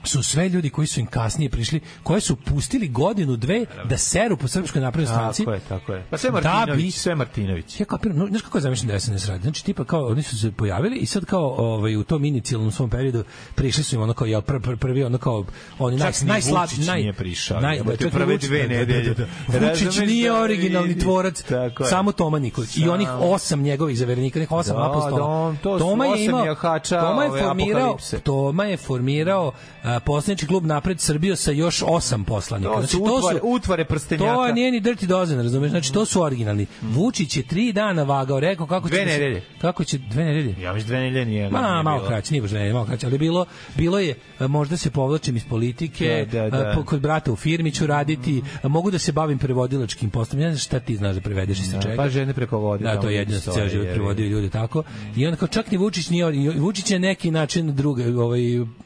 [SPEAKER 6] su sve ljudi koji su im kasnije prišli, koje su pustili godinu, dve, da seru po srpskoj naprednoj stranci.
[SPEAKER 7] Tako je, tako je. Pa sve
[SPEAKER 6] Da bi-
[SPEAKER 7] Martinović, sve Martinović.
[SPEAKER 6] Znači, Ja kapiram, no, znaš kako je zamišljen da SNS radi? Znači, tipa, kao, oni su se pojavili i sad kao ovaj, u tom inicijalnom svom periodu prišli su im ono kao, jel, pr, pr, prvi ono kao, oni naj,
[SPEAKER 7] Čak ni
[SPEAKER 6] najslabi,
[SPEAKER 7] Vučić
[SPEAKER 6] naj,
[SPEAKER 7] nije prišao,
[SPEAKER 6] Naj,
[SPEAKER 7] jebote,
[SPEAKER 6] čak ni
[SPEAKER 7] prve
[SPEAKER 6] Vučić,
[SPEAKER 7] dve
[SPEAKER 6] da, da, da,
[SPEAKER 7] nedelje.
[SPEAKER 6] da.
[SPEAKER 7] Razumeš
[SPEAKER 6] Vučić
[SPEAKER 7] da
[SPEAKER 6] nije
[SPEAKER 7] vidi-
[SPEAKER 6] originalni tvorac,
[SPEAKER 7] Tako je.
[SPEAKER 6] samo Toma Nikolić. I onih
[SPEAKER 7] Samo.
[SPEAKER 6] osam njegovih zaverenika, nek osam
[SPEAKER 7] Da,
[SPEAKER 6] apostola.
[SPEAKER 7] da, on- to su osam jahača
[SPEAKER 6] Toma je
[SPEAKER 7] ove
[SPEAKER 6] formirao,
[SPEAKER 7] apokalipse.
[SPEAKER 6] Toma je formirao a, poslanički klub Napred Srbijo sa još osam poslanika. Znači,
[SPEAKER 7] To su utvare- utvare prstenjaka.
[SPEAKER 6] To nije ni Dirty Dozen, razumeš? Znači, to su originalni. Vučić je tri dana vagao, rekao kako će...
[SPEAKER 7] Dve
[SPEAKER 6] da se-
[SPEAKER 7] nedelje.
[SPEAKER 6] Kako će... Dve nedelje?
[SPEAKER 7] Ja mislim dve nedelje nije.
[SPEAKER 6] Ma,
[SPEAKER 7] nije
[SPEAKER 6] malo
[SPEAKER 7] bilo.
[SPEAKER 6] kraće, nije baš dve nedelje, malo kraće, ali bilo, bilo je, e, možda se povlačim iz politike,
[SPEAKER 7] Da, da, da.
[SPEAKER 6] e, po- kod brata u firmi ću raditi, e, mogu da se bavim prevodilačkim poslom, ne znam šta ti znaš da prevedeš iz čega.
[SPEAKER 7] Pa žene preko vode.
[SPEAKER 6] Da,
[SPEAKER 7] tamo
[SPEAKER 6] to je jedino
[SPEAKER 7] stoje,
[SPEAKER 6] ceo život
[SPEAKER 7] jebi.
[SPEAKER 6] prevodio ljudi tako. I onda kao čak ni Vučić nije, i Vučić je neki način druge, ovaj,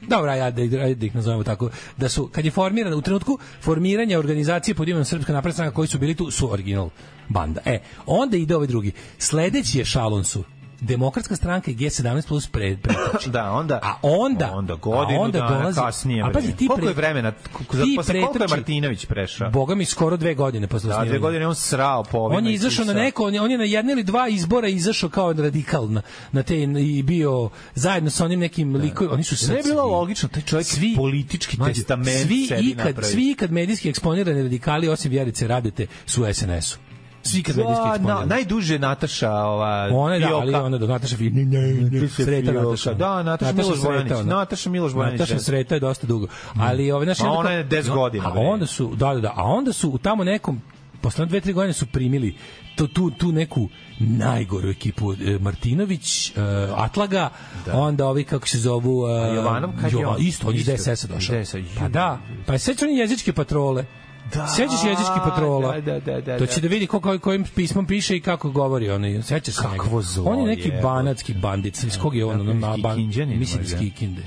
[SPEAKER 6] dobra, ja da, ih- ajde da ih nazovemo tako, da su, kad je formiran, u trenutku formiranja organizacije pod imenom Srpska napredna stranka koji su bili tu, su original banda. E, onda ide ovaj drugi. Sledeći je šalon su Demokratska stranka i G17 plus pre, pretači.
[SPEAKER 7] Da, onda.
[SPEAKER 6] A onda-
[SPEAKER 7] onda godinu
[SPEAKER 6] a onda
[SPEAKER 7] dana
[SPEAKER 6] dolazi-
[SPEAKER 7] kasnije.
[SPEAKER 6] a pazi,
[SPEAKER 7] bre.
[SPEAKER 6] ti
[SPEAKER 7] koliko
[SPEAKER 6] pre-
[SPEAKER 7] je vremena? K- Za
[SPEAKER 6] ti
[SPEAKER 7] posle koliko je
[SPEAKER 6] pretrči-
[SPEAKER 7] Martinović prešao?
[SPEAKER 6] Boga mi skoro dve godine posle
[SPEAKER 7] Da, dve
[SPEAKER 6] osnivanja.
[SPEAKER 7] godine je on srao po ovima.
[SPEAKER 6] On je
[SPEAKER 7] i
[SPEAKER 6] izašao na
[SPEAKER 7] sisao.
[SPEAKER 6] neko, on je, on je na jedne ili dva izbora izašao kao radikal na, na te i bio zajedno sa onim nekim likovima. Oni su sve
[SPEAKER 7] Da. Ne je bilo logično, taj čovjek svi, politički
[SPEAKER 6] Mlađe,
[SPEAKER 7] testament
[SPEAKER 6] svi
[SPEAKER 7] sebi
[SPEAKER 6] ikad,
[SPEAKER 7] napravi.
[SPEAKER 6] Svi ikad medijski eksponirani radikali, osim Vjerice Radete, su u SNS-u. Svi ikad medijski
[SPEAKER 7] Da, na,
[SPEAKER 6] eksponirani.
[SPEAKER 7] najduže je Nataša ova
[SPEAKER 6] Ona je da, ali
[SPEAKER 7] Fioka.
[SPEAKER 6] ona da Nataša Fi- ne, ne, ne,
[SPEAKER 7] Nataša
[SPEAKER 6] Sreta
[SPEAKER 7] Fioka.
[SPEAKER 6] Nataša.
[SPEAKER 7] Da, Nataša Miloš
[SPEAKER 6] Sreta,
[SPEAKER 7] Bojanić.
[SPEAKER 6] ona.
[SPEAKER 7] Nataša Miloš Bojanić,
[SPEAKER 6] Nataša
[SPEAKER 7] da.
[SPEAKER 6] Sreta je dosta dugo. Ali ove naše
[SPEAKER 7] A ona je 10 godina,
[SPEAKER 6] A
[SPEAKER 7] bre.
[SPEAKER 6] onda su da da da, a onda su u tamo nekom posle dve tri godine su primili tu tu tu neku najgoru ekipu e, Martinović, e, Atlaga, onda ovi kako se zovu e,
[SPEAKER 7] Da. Jovanov, kad je
[SPEAKER 6] Jovan-
[SPEAKER 7] on?
[SPEAKER 6] isto on iz
[SPEAKER 7] Isto.
[SPEAKER 6] DSS-a došao.
[SPEAKER 7] DSS, ju.
[SPEAKER 6] Pa da, pa se oni jezičke patrole.
[SPEAKER 7] Da,
[SPEAKER 6] Sećaš jezički patrola?
[SPEAKER 7] da, da, da, da,
[SPEAKER 6] to će da vidi kako kojim pismom piše i kako govori onaj. Sećaš se
[SPEAKER 7] Kakvo
[SPEAKER 6] njega?
[SPEAKER 7] zlo
[SPEAKER 6] On je neki
[SPEAKER 7] je,
[SPEAKER 6] banatski bandit, iz kog je on
[SPEAKER 7] Dakle,
[SPEAKER 6] ono na ban.
[SPEAKER 7] Kikinđanin Hm?
[SPEAKER 6] Mislim iz
[SPEAKER 7] možda.
[SPEAKER 6] Kikinde.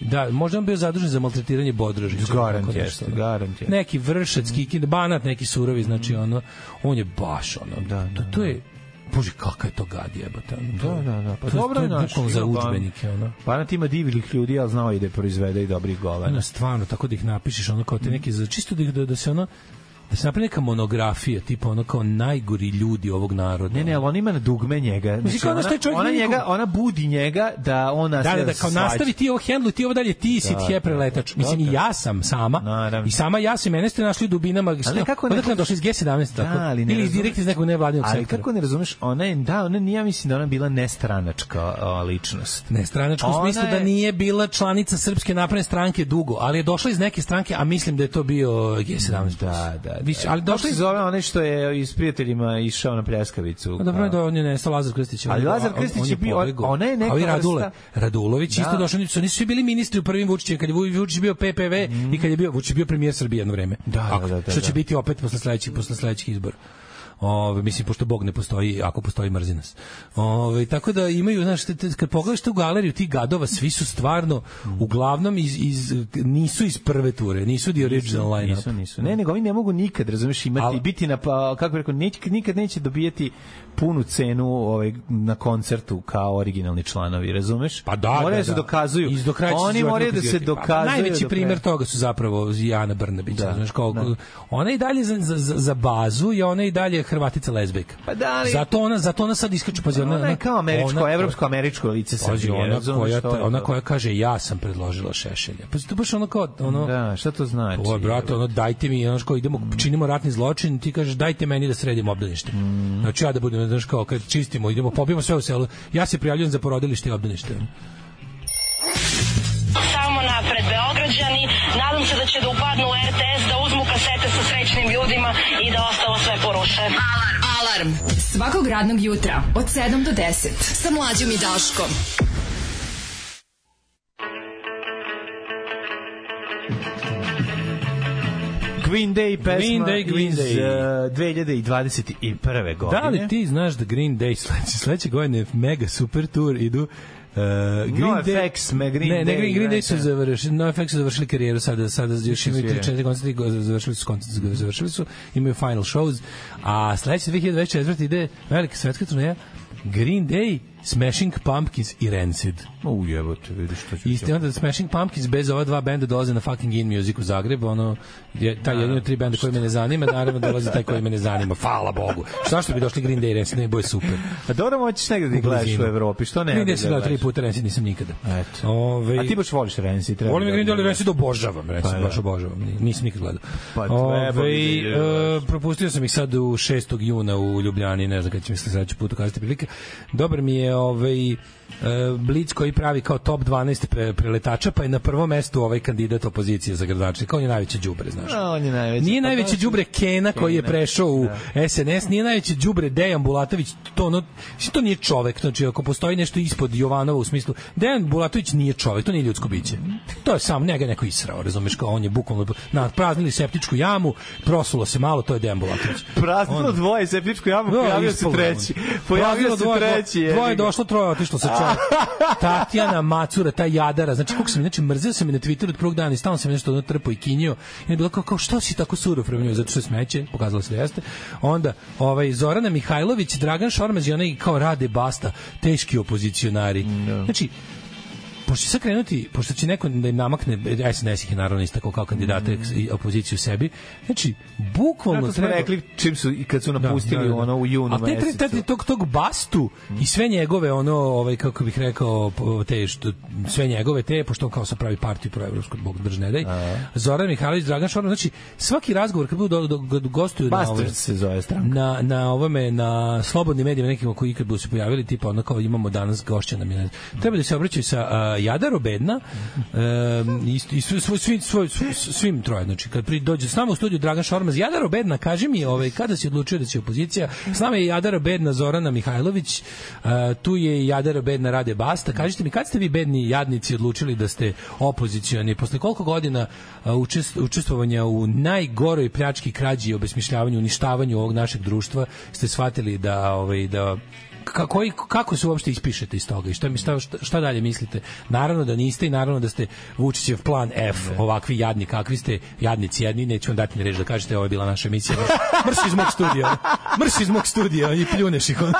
[SPEAKER 6] Da, možda on bio zadužen za maltretiranje Bodrožića.
[SPEAKER 7] Garant
[SPEAKER 6] tako
[SPEAKER 7] jeste,
[SPEAKER 6] nešto.
[SPEAKER 7] garant jeste. Hm?
[SPEAKER 6] Neki vršac Kikinde, banat neki surovi, znači ono on je baš ono. Da, to, to je Bože, kakva je to gad jebote. ono, to-
[SPEAKER 7] Da, da, da. Pa
[SPEAKER 6] to,
[SPEAKER 7] dobro
[SPEAKER 6] to
[SPEAKER 7] je
[SPEAKER 6] je
[SPEAKER 7] naš.
[SPEAKER 6] bukvalno za
[SPEAKER 7] ima ban-
[SPEAKER 6] udžbenike, ono.
[SPEAKER 7] Banat ima divnih ljudi, ali znao je da proizvede i dobrih govana.
[SPEAKER 6] Ono, stvarno, tako da ih napišeš, ono
[SPEAKER 7] Hm?
[SPEAKER 6] kao te neke, za- čisto da, ih- da, da se ono, da se napravi neka monografija, tipa ono kao najgori ljudi ovog naroda.
[SPEAKER 7] Ne, ne, ali ona ima na dugme njega. Znači,
[SPEAKER 6] kao ono što je čovjek
[SPEAKER 7] ona,
[SPEAKER 6] nikom-
[SPEAKER 7] njega, ona budi njega da ona
[SPEAKER 6] da, da, da, kao nastavi ti ovo hendlu, ti ovo dalje, ti
[SPEAKER 7] Da,
[SPEAKER 6] si tje preletač. Mislim, i ja sam sama,
[SPEAKER 7] Naravno.
[SPEAKER 6] i sama ja sam, i mene ste našli u dubinama,
[SPEAKER 7] Ali kako ne-
[SPEAKER 6] odakle došli iz G17,
[SPEAKER 7] Da,
[SPEAKER 6] tako,
[SPEAKER 7] ali ne
[SPEAKER 6] ili iz
[SPEAKER 7] razumeš-
[SPEAKER 6] direkt iz nekog nevladinog
[SPEAKER 7] Ali
[SPEAKER 6] sektora.
[SPEAKER 7] kako ne razumeš, ona je, da, ona nije, ja mislim da ona je bila nestranačka a, ličnost.
[SPEAKER 6] Ne, stranačka u
[SPEAKER 7] Ona
[SPEAKER 6] smislu da
[SPEAKER 7] je-
[SPEAKER 6] nije bila članica Srpske napredne stranke dugo, ali je došla iz neke stranke, a mislim da je to bio G17.
[SPEAKER 7] Da, da, da.
[SPEAKER 6] Više, ali
[SPEAKER 7] Kako
[SPEAKER 6] došla
[SPEAKER 7] se
[SPEAKER 6] iz...
[SPEAKER 7] zove onaj što je iz prijateljima išao na pljeskavicu?
[SPEAKER 6] Pa dobro je da on je nestao Lazar Krstić.
[SPEAKER 7] Ali
[SPEAKER 6] on-
[SPEAKER 7] Lazar
[SPEAKER 6] on-
[SPEAKER 7] Krstić
[SPEAKER 6] on
[SPEAKER 7] je bio-
[SPEAKER 6] pobegao.
[SPEAKER 7] ona je neka
[SPEAKER 6] A i Radule,
[SPEAKER 7] vrsta-
[SPEAKER 6] Radulović
[SPEAKER 7] Da.
[SPEAKER 6] isto došao, oni su nisu svi bili ministri u prvim Vučićem, kad je Vu- Vučić bio PPV i kad je bio Vučić je bio premijer Srbije jedno vreme.
[SPEAKER 7] Mhm. Da, da,
[SPEAKER 6] Ako-
[SPEAKER 7] da, da,
[SPEAKER 6] što će
[SPEAKER 7] da.
[SPEAKER 6] biti opet posle sledećih posle sledećih izbora. Ove, mislim, pošto Bog ne postoji, ako postoji mrzi nas. Ove, tako da imaju, znaš, te, te, kad pogledaš tu galeriju tih gadova, svi su stvarno,
[SPEAKER 7] Mhm.
[SPEAKER 6] uglavnom, iz, iz, nisu iz prve ture, nisu the original line-up.
[SPEAKER 7] Nisu, nisu. Ne, nego oni ne mogu nikad, razumeš, imati,
[SPEAKER 6] Ali-
[SPEAKER 7] biti na, pa, kako bih rekao, neć, nikad neće dobijeti punu cenu ovaj, na koncertu kao originalni članovi, razumeš? Pa
[SPEAKER 6] Da,
[SPEAKER 7] moraju
[SPEAKER 6] da,
[SPEAKER 7] se
[SPEAKER 6] da.
[SPEAKER 7] dokazuju.
[SPEAKER 6] Iz do kraja će
[SPEAKER 7] Oni
[SPEAKER 6] životno
[SPEAKER 7] moraju da se
[SPEAKER 6] ukazivati. Pa,
[SPEAKER 7] dokazuju.
[SPEAKER 6] najveći
[SPEAKER 7] do kraja.
[SPEAKER 6] primer toga su zapravo Jana Brnabić, da, znaš, kao, ona je i dalje za, za, za- za bazu i ona je i dalje Hrvatica lezbijka.
[SPEAKER 7] Pa da, ali-
[SPEAKER 6] Zato ona, zato ona sad iskače, pazi, ona,
[SPEAKER 7] Ona je kao američko,
[SPEAKER 6] ona-
[SPEAKER 7] evropsko-američko lice
[SPEAKER 6] Pazi,
[SPEAKER 7] Srbije.
[SPEAKER 6] ona
[SPEAKER 7] razumeš
[SPEAKER 6] koja,
[SPEAKER 7] što je
[SPEAKER 6] ona
[SPEAKER 7] to?
[SPEAKER 6] koja kaže ja sam predložila Šešelja. Pa to baš ono kao ono
[SPEAKER 7] Da, Mm. šta to znači?
[SPEAKER 6] Ovo, brate, ono, dajte mi, ono, kao idemo, činimo ratni zločin, ti kažeš, dajte meni da sredimo obdanište.
[SPEAKER 7] Mm.
[SPEAKER 6] Znači, ja da budem, znaš, kao, kad čistimo, idemo, pobijemo sve u selu, ja se prijavljujem za porodilište i obdanište.
[SPEAKER 12] Samo napred Beograđani, nadam se da će da upadnu u RTS, da uzmu kasete sa srećnim ljudima i da ostalo sve poruše. Alarm!
[SPEAKER 5] Alarm. Svakog radnog jutra od 7 do 10. Sa mlađom i Daškom.
[SPEAKER 7] Green Day pesma
[SPEAKER 6] Green Day, Green
[SPEAKER 7] iz
[SPEAKER 6] Day.
[SPEAKER 7] eh, 2021. godine.
[SPEAKER 6] Da li ti znaš da Green Day sledeće, sledeće godine je mega super tour idu Uh, Green
[SPEAKER 7] NoFX, me Green
[SPEAKER 6] ne, ne,
[SPEAKER 7] Day,
[SPEAKER 6] Green, Green Day su
[SPEAKER 7] brate.
[SPEAKER 6] završili, NoFX su završili karijeru sada, sada još imaju
[SPEAKER 7] sviraju. Mhm.
[SPEAKER 6] 3-4 koncerta i go- završili su koncert, završili su, imaju final shows, a sledeće 2024. ide velika svetska turneja Green Day, Smashing Pumpkins i Rancid.
[SPEAKER 7] Ujebote, vidiš što ću.
[SPEAKER 6] Isti onda Smashing Pumpkins bez ova dva benda dolaze na fucking In Music u Zagreb, ono je taj jedini od tri benda koji me ne zanima, naravno dolazi taj koji me ne zanima. Hvala Bogu. Zašto bi došli Green Day Rancid, ne boje super.
[SPEAKER 7] A Pa dobro moćeš negde da ih gledaš u
[SPEAKER 6] blizini.
[SPEAKER 7] Evropi, što ne?
[SPEAKER 6] Green
[SPEAKER 7] da
[SPEAKER 6] Day sam gledao
[SPEAKER 7] gledaš?
[SPEAKER 6] tri puta, Rancid nisam nikada. Ovaj,
[SPEAKER 7] Eto.
[SPEAKER 6] Ove,
[SPEAKER 7] A ti baš voliš Rancid, treba.
[SPEAKER 6] Volim
[SPEAKER 7] da
[SPEAKER 6] Green Day, ali
[SPEAKER 7] gledaš.
[SPEAKER 6] Rancid obožavam, Rancid
[SPEAKER 7] Pa da.
[SPEAKER 6] baš obožavam. Ni- Nisam nikad gledao.
[SPEAKER 7] Pa treba
[SPEAKER 6] Ovaj,
[SPEAKER 7] bi da ideš.
[SPEAKER 6] e, propustio sam ih sad u 6. juna u Ljubljani, ne znam kad će mi se sledeći put ukazati prilike. Dobar mi je ovaj e, Blitz koji pravi kao top 12 pre, preletača, pa je na prvom mestu ovaj kandidat opozicije za gradonačelnika. On je najveće đubre, znaš.
[SPEAKER 7] A, on je najveći.
[SPEAKER 6] Nije
[SPEAKER 7] Pa
[SPEAKER 6] najveće
[SPEAKER 7] to su-
[SPEAKER 6] đubre Kena koji je
[SPEAKER 7] Kena. Da.
[SPEAKER 6] prešao u SNS, nije najveće đubre Dejan Bulatović, to ono, mislim, to nije čovek, znači ako postoji nešto ispod Jovanova u smislu, Dejan Bulatović nije čovek, to nije ljudsko biće. To je sam njega je neko israo, razumeš, kao on je bukvalno na praznili septičku jamu, prosulo se malo, to je Dejan Bulatović.
[SPEAKER 7] Praznilo dvoje, septičku jamu, pojavio se
[SPEAKER 6] Da, ispalo je
[SPEAKER 7] treći.
[SPEAKER 6] ono.
[SPEAKER 7] Pojavio
[SPEAKER 6] Praznilo
[SPEAKER 7] se
[SPEAKER 6] dvoje,
[SPEAKER 7] treći.
[SPEAKER 6] Dvoje,
[SPEAKER 7] jebi
[SPEAKER 6] dvoje je
[SPEAKER 7] ga.
[SPEAKER 6] došlo, troje je otišlo sa čovjek. Tatjana Macura, taj jadara. Znači, kako sam, znači, mrzeo sam je na Twitteru od prvog dana i stalno sam je nešto ono trpo i kinjio. I je bilo kao, kao što si tako surov prema njoj, zato što je smeće, pokazalo se da jeste. Onda, ovaj, Zorana Mihajlović, Dragan Šormaz i onaj kao Rade Basta, teški opozicionari.
[SPEAKER 7] Mm, da.
[SPEAKER 6] Znači, pošto će sad krenuti, pošto će neko da im namakne, SNS ih je naravno istako kao kandidate i opoziciju sebi, znači, bukvalno
[SPEAKER 7] Mm. Zato smo rekli čim su, i kad su napustili ono u junu
[SPEAKER 6] Da, A te
[SPEAKER 7] mesecu.
[SPEAKER 6] tre- te- tog, tog bastu i sve njegove, ono, ovaj, kako bih rekao, po- te, što, sve njegove te, pošto on kao sam pravi partiju proevropskog bog drž ne daj, Zoran Mihajlović, Dragan Šoran, znači, svaki razgovor kad budu do, do, do, gostuju na
[SPEAKER 7] Bastard
[SPEAKER 6] ovome,
[SPEAKER 7] se zove stranka.
[SPEAKER 6] na, na ovome, na slobodnim medijima nekima koji ikad budu se pojavili, tipa ono kao imamo danas gošća nam je. ne- Treba da se obraćaju sa a, Jadaro Bedna um, i, i svoj, svoj, svim, svoj, svoj, svim troje. Znači, kad pri, dođe s nama u studiju Dragan Šormaz, Jadaro Bedna, kaži mi ovaj, kada si odlučio da si opozicija, s nama je Jadaro Bedna Zorana Mihajlović, a, tu je i Jadaro Bedna Rade Basta. Kažite mi, kad ste vi bedni jadnici odlučili da ste opozicioni? Posle koliko godina a, učest- učestvovanja u najgoroj pljački krađi i obesmišljavanju, uništavanju ovog našeg društva ste shvatili da ovaj da ka- koji, kako se uopšte ispišete iz toga i šta, mi- šta, šta- šta dalje mislite? Naravno da niste i naravno da ste Vučićev plan F, ovakvi jadni kakvi ste, jadnici jedni, neću vam dati ni reč da kažete ovo je bila naša emisija. Mrš- Mrš iz mog studija. Mrš iz mog studija i pljuneš ih. ono.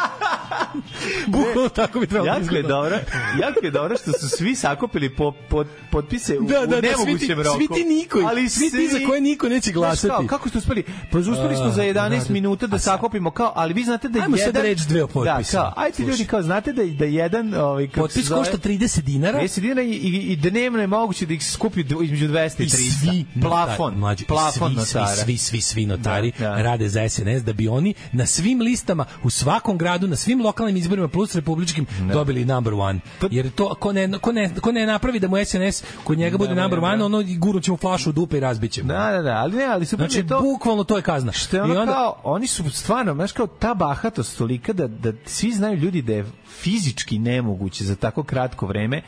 [SPEAKER 6] Bukvalno tako bi trebalo. da
[SPEAKER 7] Jako je
[SPEAKER 6] izgleda.
[SPEAKER 7] dobro, jako je dobro što su svi sakupili po, po, potpise u,
[SPEAKER 6] Da, da,
[SPEAKER 7] u
[SPEAKER 6] da,
[SPEAKER 7] nemogućem
[SPEAKER 6] svi ti-
[SPEAKER 7] roku.
[SPEAKER 6] svi ti nikoji,
[SPEAKER 7] ali
[SPEAKER 6] svi ti za koje niko neće
[SPEAKER 7] Znaš
[SPEAKER 6] glasati.
[SPEAKER 7] Kao, kako ste uspeli? Pa uspeli smo za
[SPEAKER 6] A,
[SPEAKER 7] 11
[SPEAKER 6] narod.
[SPEAKER 7] minuta da sakupimo kao, ali vi znate da
[SPEAKER 6] Ajmo sad
[SPEAKER 7] jedan...
[SPEAKER 6] reći dve o potpisima.
[SPEAKER 7] Da, kao, ajte ljudi,
[SPEAKER 6] Slušaj.
[SPEAKER 7] kao, znate da, da jedan... Ovaj, kako se
[SPEAKER 6] Potpis
[SPEAKER 7] zove-
[SPEAKER 6] košta 30 dinara.
[SPEAKER 7] 30 dinara i, i, i dnevno je moguće da ih skupi dv- između 200 i
[SPEAKER 6] i
[SPEAKER 7] 300.
[SPEAKER 6] svi
[SPEAKER 7] plafon,
[SPEAKER 6] notari, mlađi,
[SPEAKER 7] plafon
[SPEAKER 6] svi,
[SPEAKER 7] notara.
[SPEAKER 6] Svi, svi, svi, svi notari
[SPEAKER 7] Da, da.
[SPEAKER 6] rade za SNS da bi oni na svim listama, u svakom gradu, na svim lokalnim izborima plus republičkim
[SPEAKER 7] Da.
[SPEAKER 6] dobili number one.
[SPEAKER 7] Pa-
[SPEAKER 6] Jer to, ko ne, ko ne, ko ne napravi da mu SNS kod njega bude
[SPEAKER 7] Da,
[SPEAKER 6] number
[SPEAKER 7] da,
[SPEAKER 6] one,
[SPEAKER 7] da.
[SPEAKER 6] ono gurut će mu flašu u dupe i razbiće mu.
[SPEAKER 7] Da, da, da, ali ne, ali super
[SPEAKER 6] Znači,
[SPEAKER 7] je to...
[SPEAKER 6] bukvalno to je kazna.
[SPEAKER 7] Što je ono kao, oni su stvarno, znaš kao ta bahatost tolika da, da svi znaju ljudi da je fizički nemoguće za tako kratko vreme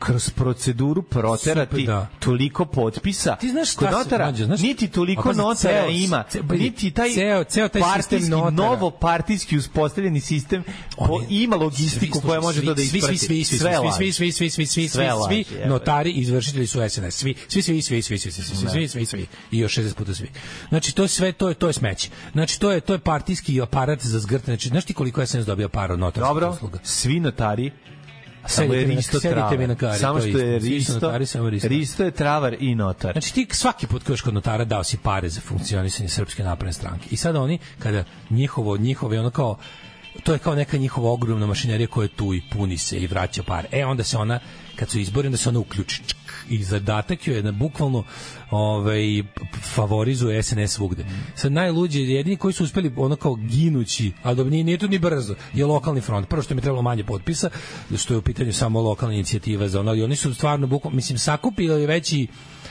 [SPEAKER 7] kroz proceduru proterati
[SPEAKER 6] Super, da.
[SPEAKER 7] toliko potpisa.
[SPEAKER 6] Ti znaš šta
[SPEAKER 7] kod
[SPEAKER 6] se
[SPEAKER 7] notara,
[SPEAKER 6] mlađe, znaš-
[SPEAKER 7] niti toliko
[SPEAKER 6] A pazi,
[SPEAKER 7] notara
[SPEAKER 6] ceo-
[SPEAKER 7] ima,
[SPEAKER 6] ce- pazi,
[SPEAKER 7] niti taj,
[SPEAKER 6] ceo- ceo taj sistem
[SPEAKER 7] partijski,
[SPEAKER 6] notara.
[SPEAKER 7] novo partijski uspostavljeni sistem po, ima logistiku koja može
[SPEAKER 6] svi,
[SPEAKER 7] to da
[SPEAKER 6] svi,
[SPEAKER 7] isprati.
[SPEAKER 6] Svi, svi, svi,
[SPEAKER 7] Sve laže.
[SPEAKER 6] svi, svi, svi, svi, svi, svi, svi,
[SPEAKER 7] Sve
[SPEAKER 6] svi,
[SPEAKER 7] laže,
[SPEAKER 6] svi,
[SPEAKER 7] jebote.
[SPEAKER 6] notari i izvršitelji su SNS. Svi, svi, svi, svi, svi, svi, svi, svi,
[SPEAKER 7] Da.
[SPEAKER 6] svi, svi, svi, svi, i još 60 puta svi. Znači, to je sve, to je, to je smeće. Znači, to je, to je partijski aparat za zgrtanje. Znači, znaš ti koliko je SNS dobio para od notarskih
[SPEAKER 7] Dobro,
[SPEAKER 6] usluga?
[SPEAKER 7] svi notari samo
[SPEAKER 6] Sedite
[SPEAKER 7] je
[SPEAKER 6] mi na-
[SPEAKER 7] Risto
[SPEAKER 6] sedite
[SPEAKER 7] travar.
[SPEAKER 6] mi na kari,
[SPEAKER 7] samo
[SPEAKER 6] to je
[SPEAKER 7] što je
[SPEAKER 6] isto. Svi su
[SPEAKER 7] Risto,
[SPEAKER 6] notari, samo Risto.
[SPEAKER 7] Risto je travar i notar.
[SPEAKER 6] Znači ti svaki put kad još kod notara dao si pare za funkcionisanje srpske napredne stranke. I sada oni kada njihovo njihove ono kao to je kao neka njihova ogromna mašinerija koja je tu i puni se i vraća pare. E onda se ona kad su izbori onda se ona uključi čk, i zadatak joj je da bukvalno ovaj favorizuje SNS svugde. Sad najluđi jedini koji su uspeli ono kao ginući, ali dobro, nije, nije to ni brzo, je lokalni front. Prvo što mi je trebalo manje potpisa, što je u pitanju samo lokalna inicijativa za ono, i oni su stvarno bukvalno, mislim, sakupili veći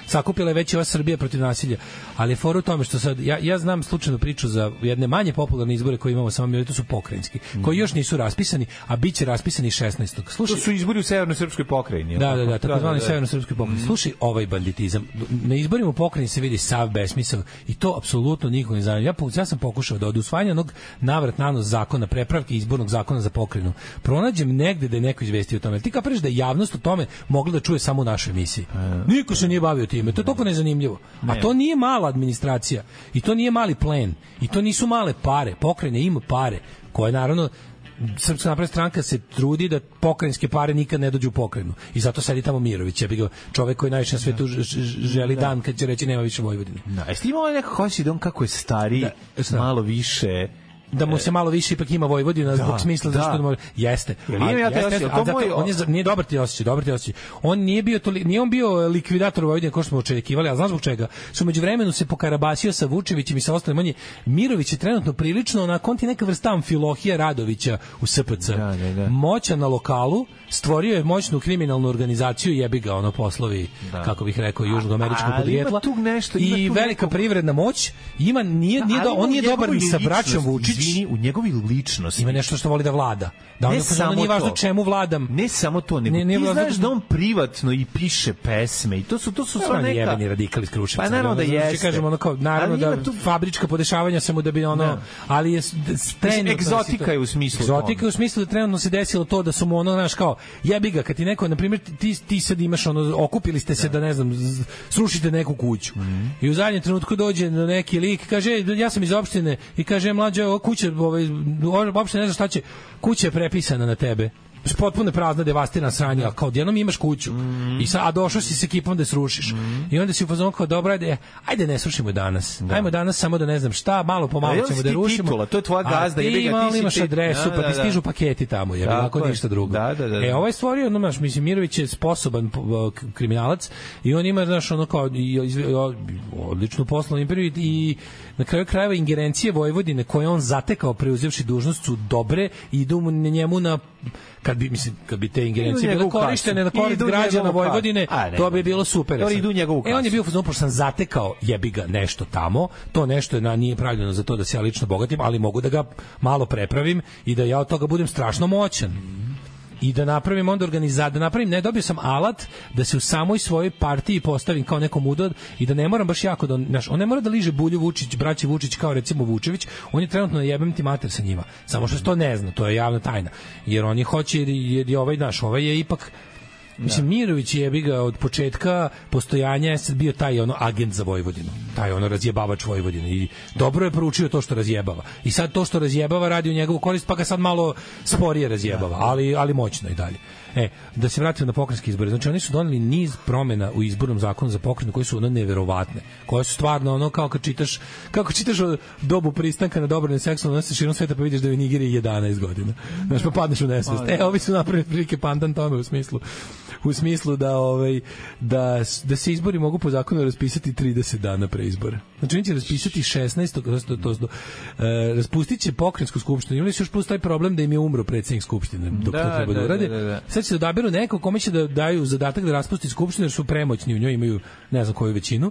[SPEAKER 6] sakupila je već i ova Srbija protiv nasilja. Ali je fora u tome što sad, ja, ja znam slučajnu priču za jedne manje popularne izbore koje imamo samo mi, ali to su pokrajinski, koji još nisu raspisani, a bit će raspisani 16. Slušaj,
[SPEAKER 7] To su izbori u Severnoj-Srpskoj pokrajini. je li
[SPEAKER 6] Da,
[SPEAKER 7] tako?
[SPEAKER 6] da, da, takozvani severno-srpski pokret. Slušaj ovaj banditizam. Na izborima u pokrajini se vidi sav besmisao i to apsolutno nikoga ne zanima. Ja, po- ja sam pokušao da od usvajanja onog navrat nanos zakona, prepravke izbornog zakona za pokrajinu, pronađem negde da je neko izvestio o tome. Ti kapiraš da je javnost o tome mogla da čuje samo u našoj emisiji. Niko se nije bavio time. To je toliko nezanimljivo. A to nije mala administracija. I to nije mali plen. I to nisu male pare. Pokrajina ima pare koje naravno Srpska napredna stranka se trudi da pokrajinske pare nikad ne dođu u pokrajinu. I zato sedi tamo Mirović, ja bih ga, čovek koji najviše na svetu ž- ž- želi dan kad će reći nema više Vojvodine.
[SPEAKER 7] Da, jesi ti imao nekako hoći da on kako je stariji,
[SPEAKER 6] znam.
[SPEAKER 7] malo više...
[SPEAKER 6] Da mu se malo više ipak ima Vojvodina zbog smisla
[SPEAKER 7] E. da.
[SPEAKER 6] zašto da može. Jeste.
[SPEAKER 7] Jel
[SPEAKER 6] A-
[SPEAKER 7] imam ja taj
[SPEAKER 6] jeste,
[SPEAKER 7] osjećaj?
[SPEAKER 6] a
[SPEAKER 7] To
[SPEAKER 6] zato
[SPEAKER 7] moj-
[SPEAKER 6] on je za- nije dobar ti osjećaj, dobar ti osjećaj. On nije bio toli, nije on bio e, likvidator Vojvodine kao što smo očekivali, a znaš zbog čega? Su međuvremenu se pokarabasio sa Vučevićem i sa ostalim. On je Mirović je trenutno prilično na konti neka vrsta amfilohije Radovića u SPC.
[SPEAKER 7] Da, da, da.
[SPEAKER 6] Moćan na lokalu, stvorio je moćnu kriminalnu organizaciju, jebi ga ono poslovi,
[SPEAKER 7] Da.
[SPEAKER 6] kako bih rekao, južnoameričkog
[SPEAKER 7] ali ima
[SPEAKER 6] podrijetla.
[SPEAKER 7] tu nešto, ima
[SPEAKER 6] I
[SPEAKER 7] tu
[SPEAKER 6] velika privredna moć, ima nije, nije
[SPEAKER 7] Ali
[SPEAKER 6] do, on nije
[SPEAKER 7] ima u njegovoj
[SPEAKER 6] dobar ni sa braćom
[SPEAKER 7] ličnosti,
[SPEAKER 6] Vučić
[SPEAKER 7] Izvini, u njegovi ličnosti.
[SPEAKER 6] ima nešto što voli da vlada. Da on
[SPEAKER 7] Ne
[SPEAKER 6] je
[SPEAKER 7] samo
[SPEAKER 6] fazonu, nije važno
[SPEAKER 7] to.
[SPEAKER 6] čemu vladam.
[SPEAKER 7] Ne samo to, nego
[SPEAKER 6] Ne, ne,
[SPEAKER 7] ti
[SPEAKER 6] vlada-
[SPEAKER 7] znaš da on privatno i piše pesme i to su to su
[SPEAKER 6] Sve
[SPEAKER 7] sva
[SPEAKER 6] neka...
[SPEAKER 7] neka
[SPEAKER 6] jebeni radikal iz Kruševca.
[SPEAKER 7] Pa naravno
[SPEAKER 6] Ono,
[SPEAKER 7] da
[SPEAKER 6] znači,
[SPEAKER 7] jeste.
[SPEAKER 6] Kažem, ono kao, naravno
[SPEAKER 7] Ali ima
[SPEAKER 6] da
[SPEAKER 7] tu-
[SPEAKER 6] fabrička podešavanja samo da bi ono,
[SPEAKER 7] Da.
[SPEAKER 6] ali je s- d- s- trenutno
[SPEAKER 7] egzotika
[SPEAKER 6] situa-
[SPEAKER 7] je u smislu
[SPEAKER 6] Egzotika
[SPEAKER 7] tome.
[SPEAKER 6] je u smislu da trenutno se desilo to da su mu ono, znaš, kao, jebi ga, kad ti neko, na primjer, ti, ti sad imaš ono, okupili ste se da, ne znam, z- srušite neku kuću.
[SPEAKER 7] Mhm.
[SPEAKER 6] I u zadnjem trenutku dođe neki lik i kaže, "Ej, ja sam iz opštine i kaže, "E, mlađe, ova kuća, ovaj, ova opština ne zna šta će, kuća je prepisana na tebe potpuno prazna, devastirana sranja,
[SPEAKER 7] Da.
[SPEAKER 6] ali kao odjednom imaš kuću.
[SPEAKER 7] Mhm.
[SPEAKER 6] I sa, a došao si s ekipom da je srušiš. I onda si u fazonu kao dobro, ajde, e, ajde ne srušimo je danas. Ajmo danas samo da ne znam šta, malo po
[SPEAKER 7] Ali
[SPEAKER 6] malo
[SPEAKER 7] on
[SPEAKER 6] ćemo
[SPEAKER 7] si
[SPEAKER 6] da
[SPEAKER 7] ti
[SPEAKER 6] rušimo.
[SPEAKER 7] titula, to je tvoja gazda,
[SPEAKER 6] A ti
[SPEAKER 7] jebi ga, ti
[SPEAKER 6] malo
[SPEAKER 7] si
[SPEAKER 6] imaš
[SPEAKER 7] ti-
[SPEAKER 6] adresu,
[SPEAKER 7] Da,
[SPEAKER 6] pa
[SPEAKER 7] da,
[SPEAKER 6] ti
[SPEAKER 7] da.
[SPEAKER 6] stižu paketi tamo, je
[SPEAKER 7] Tako
[SPEAKER 6] ako
[SPEAKER 7] je.
[SPEAKER 6] ništa drugo.
[SPEAKER 7] Da, da, da,
[SPEAKER 6] E,
[SPEAKER 7] da.
[SPEAKER 6] ovaj stvorio, no, znaš, mislim, Mirović je sposoban p- k- kriminalac i on ima, znaš, ono kao i- i- o- odličnu poslovnu imperiju i na kraju krajeva ingerencije Vojvodine koje je on zatekao preuzevši dužnost su dobre i idu mu na njemu na kad bi mislim kad bi te ingerencije
[SPEAKER 7] njegovu
[SPEAKER 6] bile korištene na
[SPEAKER 7] kasu.
[SPEAKER 6] korist
[SPEAKER 7] Idu u
[SPEAKER 6] građana
[SPEAKER 7] njegovu kasu.
[SPEAKER 6] Vojvodine
[SPEAKER 7] A, ne,
[SPEAKER 6] to bi
[SPEAKER 7] ne.
[SPEAKER 6] bilo super
[SPEAKER 7] Dobro, idu u njegovu
[SPEAKER 6] e on je
[SPEAKER 7] kasu.
[SPEAKER 6] bio u fazonu pošto sam zatekao jebi ga nešto tamo to nešto je na nije pravljeno za to da se ja lično bogatim ali mogu da ga malo prepravim i da ja od toga budem strašno moćan i da napravim onda organiza da napravim ne dobio sam alat da se u samoj svojoj partiji postavim kao nekom udod i da ne moram baš jako da naš on ne mora da liže Bulju Vučić braći Vučić kao recimo Vučević on je trenutno na jebem ti mater sa njima samo što se to ne zna to je javna tajna jer oni hoće jer, jer je ovaj naš ovaj je ipak Mislim, Mirović je bi ga od početka postojanja je sad bio taj ono agent za Vojvodinu, taj ono razjebavač Vojvodine i dobro je proučio to što razjebava. I sad to što razjebava radi u njegovu korist, pa ga sad malo sporije razjebava, ali, ali moćno i dalje. E, da se vratimo na pokrajinske izbore. Znači, oni su doneli niz promena u izbornom zakonu za pokrajinu koji su ono neverovatne, koje su stvarno ono kao kad čitaš, kako čitaš o dobu pristanka na dobrovoljni seksualni odnos sa širom sveta pa vidiš da je u Nigeriji 11 godina. Znaš, pa padneš u nesvest.
[SPEAKER 7] da.
[SPEAKER 6] E, ovi su napravili prilike pandan tome u smislu u smislu da ovaj da s- da se izbori mogu po zakonu raspisati 30 dana pre izbora. Znači oni će raspisati 16. odnosno to, to, e, raspustit će pokrajinsku skupštinu. Imali su još plus taj problem da im je umro predsednik skupštine dok
[SPEAKER 7] Da,
[SPEAKER 6] to treba da,
[SPEAKER 7] da,
[SPEAKER 6] urade.
[SPEAKER 7] da, da, da.
[SPEAKER 6] Sad će da odaberu neko kome će da daju zadatak da raspusti skupštinu jer su premoćni u njoj, imaju ne znam koju većinu.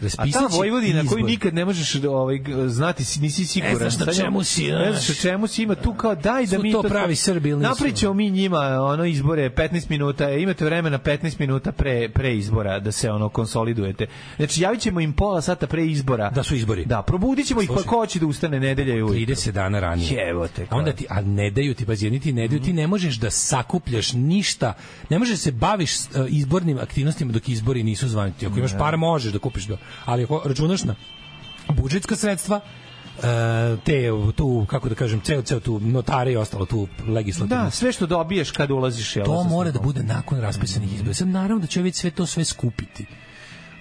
[SPEAKER 7] A
[SPEAKER 6] Raspisat
[SPEAKER 7] ta
[SPEAKER 6] će
[SPEAKER 7] Vojvodina koju
[SPEAKER 6] izbor.
[SPEAKER 7] nikad ne možeš ovaj, g- znati, si- nisi siguran.
[SPEAKER 6] Ne znaš na
[SPEAKER 7] Sad njom-
[SPEAKER 6] čemu si,
[SPEAKER 7] Ne
[SPEAKER 6] znaš.
[SPEAKER 7] znaš na čemu si, ima tu kao daj da
[SPEAKER 6] Su
[SPEAKER 7] mi
[SPEAKER 6] to pravi Srbi ili nisu?
[SPEAKER 7] Napričamo mi njima ono izbore 15 minuta, ima imate vremena 15 minuta pre, pre izbora da se ono konsolidujete. Znači, javit ćemo im pola sata pre izbora. Da
[SPEAKER 6] su izbori.
[SPEAKER 7] Da, probudit ćemo ih pa ko hoće da ustane nedelja i ujutro.
[SPEAKER 6] 30 dana ranije.
[SPEAKER 7] Evo te.
[SPEAKER 6] A onda ti, a ne daju ti, pazi, oni ti ne daju, ti ne možeš da sakupljaš ništa, ne možeš da se baviš s, e, izbornim aktivnostima dok izbori nisu zvanični. Ako imaš
[SPEAKER 7] Ne.
[SPEAKER 6] para, možeš da kupiš, do, ali ako računaš na budžetska sredstva, e, te tu kako da kažem ceo ceo tu notare i ostalo tu legislativno
[SPEAKER 7] Da, sve što dobiješ kad ulaziš. Jel,
[SPEAKER 6] to
[SPEAKER 7] sa
[SPEAKER 6] mora da
[SPEAKER 7] snimanjem.
[SPEAKER 6] bude nakon raspisanih izbora. Sad naravno da će ovi sve to sve skupiti.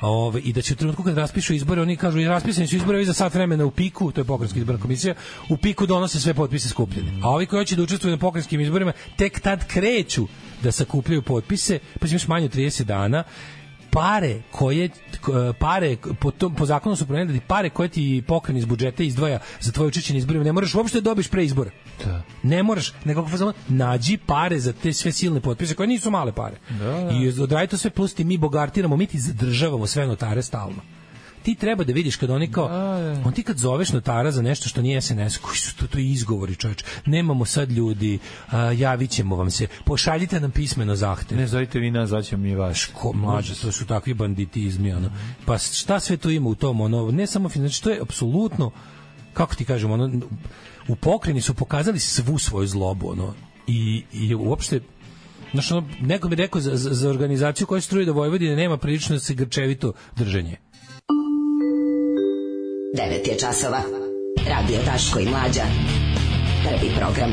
[SPEAKER 6] Ove, i da će u trenutku kad raspišu izbore, oni kažu i raspisani su izbore ovi za sat vremena u piku, to je pokrenjska izborna komisija, u piku donose sve potpise skupljene. A ovi koji hoće da učestvuju na pokrenjskim izborima, tek tad kreću da sakupljaju potpise, pa će imaš manje od 30 dana, pare koje k- pare po, tom, po zakonu su promenili da ti pare koje ti pokren iz budžeta izdvaja za tvoje učešće na izborima ne moraš uopšte da dobiš pre izbora. Da. Ne moraš, nego kako fazon nađi pare za te sve silne potpise koje nisu male pare. Da, da. I odradi to sve plus ti mi bogartiramo, mi ti zadržavamo sve notare stalno. Ti treba da vidiš kad oni kao on ti kad zoveš notara za nešto što nije SNS, koji su to, to je izgovori, čoveče. Nemamo sad ljudi, a, javićemo vam se. Pošaljite nam pismeno zahtev.
[SPEAKER 7] Ne zovite vi nas, zvaćemo mi vas.
[SPEAKER 6] Ko, mlađe, to su takvi banditizmi, ono. Pa šta sve to ima u tom, ono, ne samo, fin- znači, to je apsolutno, kako ti kažem, ono, u pokreni su pokazali svu svoju zlobu, ono, i, i uopšte, znaš, ono, neko mi je rekao za, za, za organizaciju koja struje do Vojvodine nema prilično da se grčevito držanje.
[SPEAKER 5] 9 je časova. Radio Daško i Mlađa. Prvi program.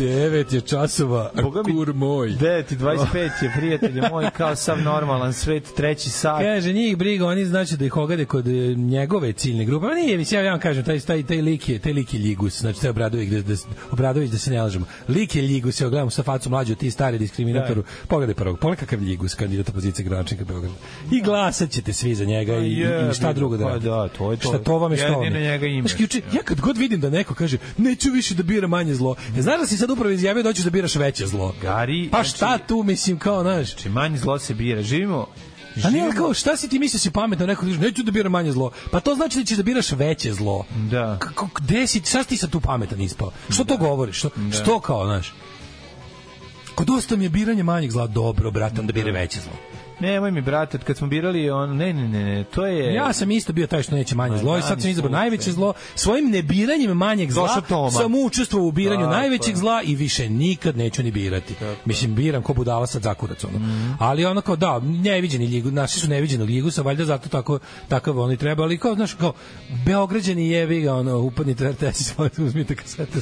[SPEAKER 6] 9 je časova, Boga kur moj.
[SPEAKER 7] 9 i 25 je, prijatelje moj, kao sam normalan svet, treći sat.
[SPEAKER 6] Kaže, njih briga, oni znači da ih ogade kod e, njegove ciljne grupe. Ma nije, mislim, ja vam kažem, taj, taj, taj, lik je, taj lik je ljigus, znači taj Obradović, da, da, Obradović, da se ne lažemo. Lik je ljigus, ja gledam sa facu mlađu, ti stari
[SPEAKER 7] Da.
[SPEAKER 6] diskriminatoru. Pogledaj prvog, pogledaj kakav ljigus kandidat opozicije gradonačnika Beograda. I glasat ćete svi za njega i, i, i šta
[SPEAKER 7] Jebi,
[SPEAKER 6] drugo da
[SPEAKER 7] pa
[SPEAKER 6] radite.
[SPEAKER 7] da, to je to.
[SPEAKER 6] Šta to vam je što vam
[SPEAKER 7] Jedino
[SPEAKER 6] je.
[SPEAKER 7] njega imaš.
[SPEAKER 6] Znaš, juče, ja kad god vidim da neko kaže, neću više da bira manje zlo, ja znaš da si sad upravo izjavio da hoćeš da biraš veće zlo.
[SPEAKER 7] Gari,
[SPEAKER 6] Pa šta tu, mislim, kao, znaš,
[SPEAKER 7] Znači, manje zlo se bira. Živimo,
[SPEAKER 6] A nije ali kao, šta si ti mislio si pametno, neko kaže, neću da biram manje zlo. Pa to znači da ćeš da biraš veće zlo.
[SPEAKER 7] da.
[SPEAKER 6] Kako, gde si, šta si ti sad tu pametan ispao? Što to govoriš? Što, što kao, znaš? Kod dosta mi je biranje manjeg zla, dobro, brate, onda bire veće zlo.
[SPEAKER 7] Nemoj mi, brate, kad smo birali, on, ne, ne, ne, ne, to je...
[SPEAKER 6] Ja sam isto bio taj što neće manje zlo i sad sam izabrao najveće zlo. Svojim nebiranjem manjeg zla
[SPEAKER 7] Došao Toma.
[SPEAKER 6] sam učestvovao u biranju
[SPEAKER 7] Da,
[SPEAKER 6] najvećeg
[SPEAKER 7] pa.
[SPEAKER 6] zla i više nikad neću ni birati. Mislim, biram ko budala sad zakurac. Ono.
[SPEAKER 7] Mhm.
[SPEAKER 6] Ali ono kao, da, neviđeni ljigu, naši su neviđeni ljigu, sa valjda zato tako, takav oni treba, ali kao, znaš, kao, Beograđani jebi ga, ono, upadnite u RTS i svoj- uzmite kasete,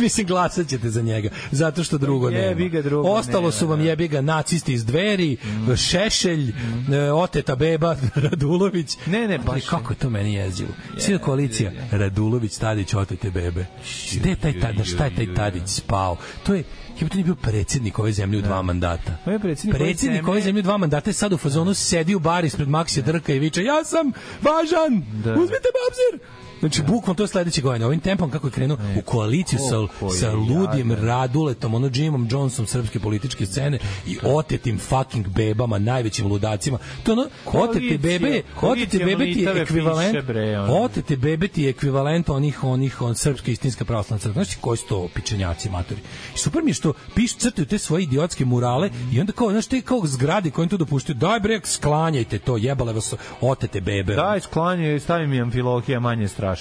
[SPEAKER 6] mislim, glasat ćete za njega, zato što drugo nema.
[SPEAKER 7] Pa Jebi ga, drugo
[SPEAKER 6] Ostalo su
[SPEAKER 7] nema,
[SPEAKER 6] vam
[SPEAKER 7] da.
[SPEAKER 6] jebi ga nacisti iz dveri, Šešelj, e, oteta beba Radulović.
[SPEAKER 7] Mhm. Ne, ne,
[SPEAKER 6] Ali
[SPEAKER 7] baš.
[SPEAKER 6] kako je to meni jezivo. Sina koalicija, Radulović, Tadić, otete bebe. Gde je taj, taj, na šta je taj Tadić spao? To je, je to nije bio predsjednik ove zemlje u dva mandata.
[SPEAKER 7] On Da. je predsjednik ove
[SPEAKER 6] Predsjednik ove
[SPEAKER 7] zemlje.
[SPEAKER 6] zemlje u dva mandata je sad u fazonu sedi u bar ispred Maksija Drka i viče ja sam važan,
[SPEAKER 7] Da.
[SPEAKER 6] uzmite me u obzir. Znači, bukvalno to je sledeće godine. Ovim tempom kako je krenuo u koaliciju sa,
[SPEAKER 7] koliko E, je
[SPEAKER 6] sa ludim Raduletom, ono Jimom Johnsonom srpske političke scene i
[SPEAKER 7] Da.
[SPEAKER 6] otetim fucking bebama, najvećim ludacima. To ono, otete
[SPEAKER 7] Koalicija-
[SPEAKER 6] bebe, je- otete
[SPEAKER 7] koalicija
[SPEAKER 6] bebe ti je
[SPEAKER 7] mlitave
[SPEAKER 6] ekvivalent,
[SPEAKER 7] piše, bre, ono.
[SPEAKER 6] otete bebe ti je ekvivalent onih, onih, on, srpske istinska pravoslavna crkva. Znaš ti koji su to pičenjaci, matori? I super mi je što piš, crtaju te svoje idiotske murale i onda kao, znaš, te kao zgrade koje im to dopuštaju, daj bre, sklanjajte to, jebale vas otete bebe.
[SPEAKER 7] Daj, sklanjaj, stavi mi amfilohija, manje je strašno.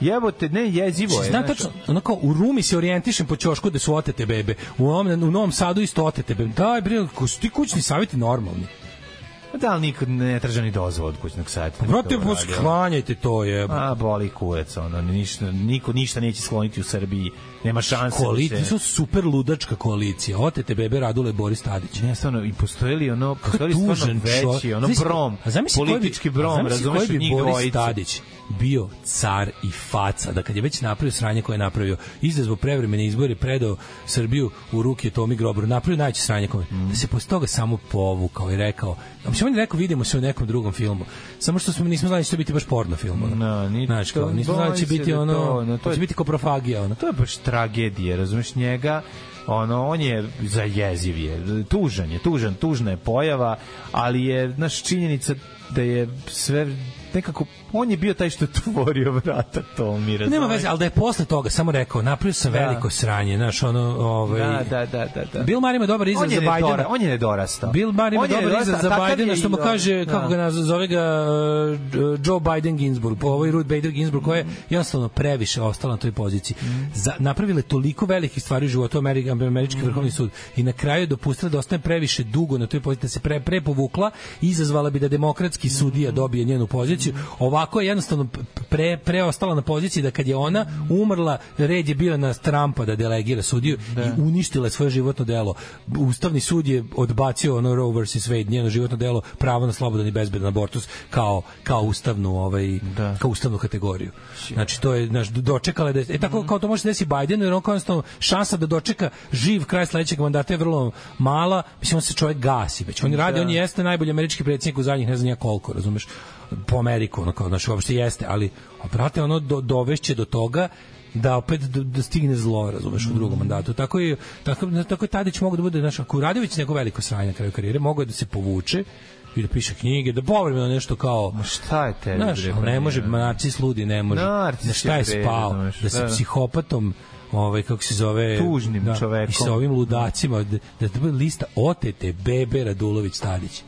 [SPEAKER 7] Jebote, ne, jezivo je.
[SPEAKER 6] Znam
[SPEAKER 7] znaš,
[SPEAKER 6] tačno, ono kao, u rumi se orijentišem po ćošku da su otete bebe. U, ovom, u Novom Sadu isto otete bebe. Daj, bre, ko su ti kućni savjeti normalni?
[SPEAKER 7] Da li nikad ne traža ni dozvol od kućnog sajta?
[SPEAKER 6] Brate, pa sklanjajte to, jebe.
[SPEAKER 7] A, boli kurac, ono, ništa, niko ništa neće skloniti u Srbiji, nema šanse. da
[SPEAKER 6] Koalicija,
[SPEAKER 7] se-
[SPEAKER 6] su super ludačka koalicija. Otete bebe Radule Boris Tadić.
[SPEAKER 7] Ne, stvarno, i postoji li ono, postoji li stvarno
[SPEAKER 6] čo-
[SPEAKER 7] veći, ono,
[SPEAKER 6] Zamisli-
[SPEAKER 7] brom,
[SPEAKER 6] a zamisli koji bi-
[SPEAKER 7] politički
[SPEAKER 6] a
[SPEAKER 7] brom,
[SPEAKER 6] zamisli
[SPEAKER 7] razumeš,
[SPEAKER 6] koji
[SPEAKER 7] od
[SPEAKER 6] bi
[SPEAKER 7] njih
[SPEAKER 6] Boris
[SPEAKER 7] dvojice.
[SPEAKER 6] Tadić bio car i faca, da kad je već napravio sranje koje je napravio, izazvo prevremene izbore, predao Srbiju u ruke Tomi Groboru, napravio najveće sranje koje,
[SPEAKER 7] Mhm.
[SPEAKER 6] da se posle toga samo povukao i rekao, a mislim, on je rekao, vidimo se u nekom drugom filmu, samo što smo, nismo znali da će to biti baš porno film, ono.
[SPEAKER 7] No, ni-
[SPEAKER 6] Znaš, kao,
[SPEAKER 7] to-
[SPEAKER 6] nismo znali da će
[SPEAKER 7] bojim se
[SPEAKER 6] biti
[SPEAKER 7] da
[SPEAKER 6] ono,
[SPEAKER 7] to- no, to
[SPEAKER 6] da će
[SPEAKER 7] je-
[SPEAKER 6] biti koprofagija, ono.
[SPEAKER 7] To je baš tragedija, razumeš njega, ono, on je zajeziv je, tužan je, tužan, tužna je pojava, ali je, znaš, činjenica da je sve nekako, on je bio taj što je otvorio vrata Tolmira.
[SPEAKER 6] Nema
[SPEAKER 7] znaš.
[SPEAKER 6] veze, ali da je posle toga samo rekao, napravio sam
[SPEAKER 7] Da.
[SPEAKER 6] veliko sranje, znaš, ono, ovaj...
[SPEAKER 7] Da, da, da, da, da.
[SPEAKER 6] Bill Maher ima dobar izraz
[SPEAKER 7] On je
[SPEAKER 6] za Bajdena.
[SPEAKER 7] nedora- on je nedorastao.
[SPEAKER 6] Bill Maher ima
[SPEAKER 7] On je
[SPEAKER 6] dobar
[SPEAKER 7] nedorastao,
[SPEAKER 6] izraz za
[SPEAKER 7] takav je
[SPEAKER 6] Bajdena, što mu
[SPEAKER 7] i-
[SPEAKER 6] kaže,
[SPEAKER 7] da.
[SPEAKER 6] kako ga nazva, zove ga uh, Joe Biden Ginsburg, po ovoj Ruth Bader Ginsburg,
[SPEAKER 7] Mm.
[SPEAKER 6] koja je jednostavno previše ostala na toj poziciji. Za, napravile toliko velikih stvari u životu Ameri- Američki
[SPEAKER 7] Mm.
[SPEAKER 6] vrhovni sud i na kraju je dopustila da ostane previše dugo na toj poziciji, da se pre, prepovukla i izazvala bi da demokratski sudija
[SPEAKER 7] Mm.
[SPEAKER 6] dobije njenu poziciju. Ovako je jednostavno p- pre, preostala na poziciji da kad je ona umrla, red je bio na Trumpa da delegira sudiju i uništila je svoje životno delo. Ustavni sud je odbacio ono Roe vs. Wade, njeno životno delo, pravo na slobodan i bezbedan abortus kao, kao ustavnu ovaj da. kao ustavnu kategoriju. Znači to je znaš dočekala je da je- e tako kao to može se desi Bajdenu jer on konstantno šansa da dočeka živ kraj sledećeg mandata je vrlo mala, mislim on se čovjek gasi već. On radi,
[SPEAKER 7] Da.
[SPEAKER 6] on jeste najbolji američki predsjednik u zadnjih ne znam ja koliko, razumeš? po Ameriku, ono kao, znači, uopšte jeste, ali, a, brate, ono do, dovešće do toga da opet do, da stigne zlo, razumeš, u drugom mandatu. Tako je, tako, tako je Tadić mogu da bude, znaš, ako Radović neko veliko sranje na kraju karijere, mogu je da se povuče i da piše knjige, da povremeno nešto kao... Ma
[SPEAKER 7] šta je tebi,
[SPEAKER 6] Znaš,
[SPEAKER 7] bre,
[SPEAKER 6] ali ne
[SPEAKER 7] pa
[SPEAKER 6] može,
[SPEAKER 7] nije.
[SPEAKER 6] ma, narcis ludi ne može.
[SPEAKER 7] Narcis
[SPEAKER 6] Na šta
[SPEAKER 7] je
[SPEAKER 6] je
[SPEAKER 7] bre,
[SPEAKER 6] spao?
[SPEAKER 7] razumeš,
[SPEAKER 6] Da se
[SPEAKER 7] da.
[SPEAKER 6] psihopatom ovaj kako se zove
[SPEAKER 7] Tužnim
[SPEAKER 6] da,
[SPEAKER 7] čovekom.
[SPEAKER 6] i sa ovim ludacima da, da to bude lista otete bebe Radulović Tadić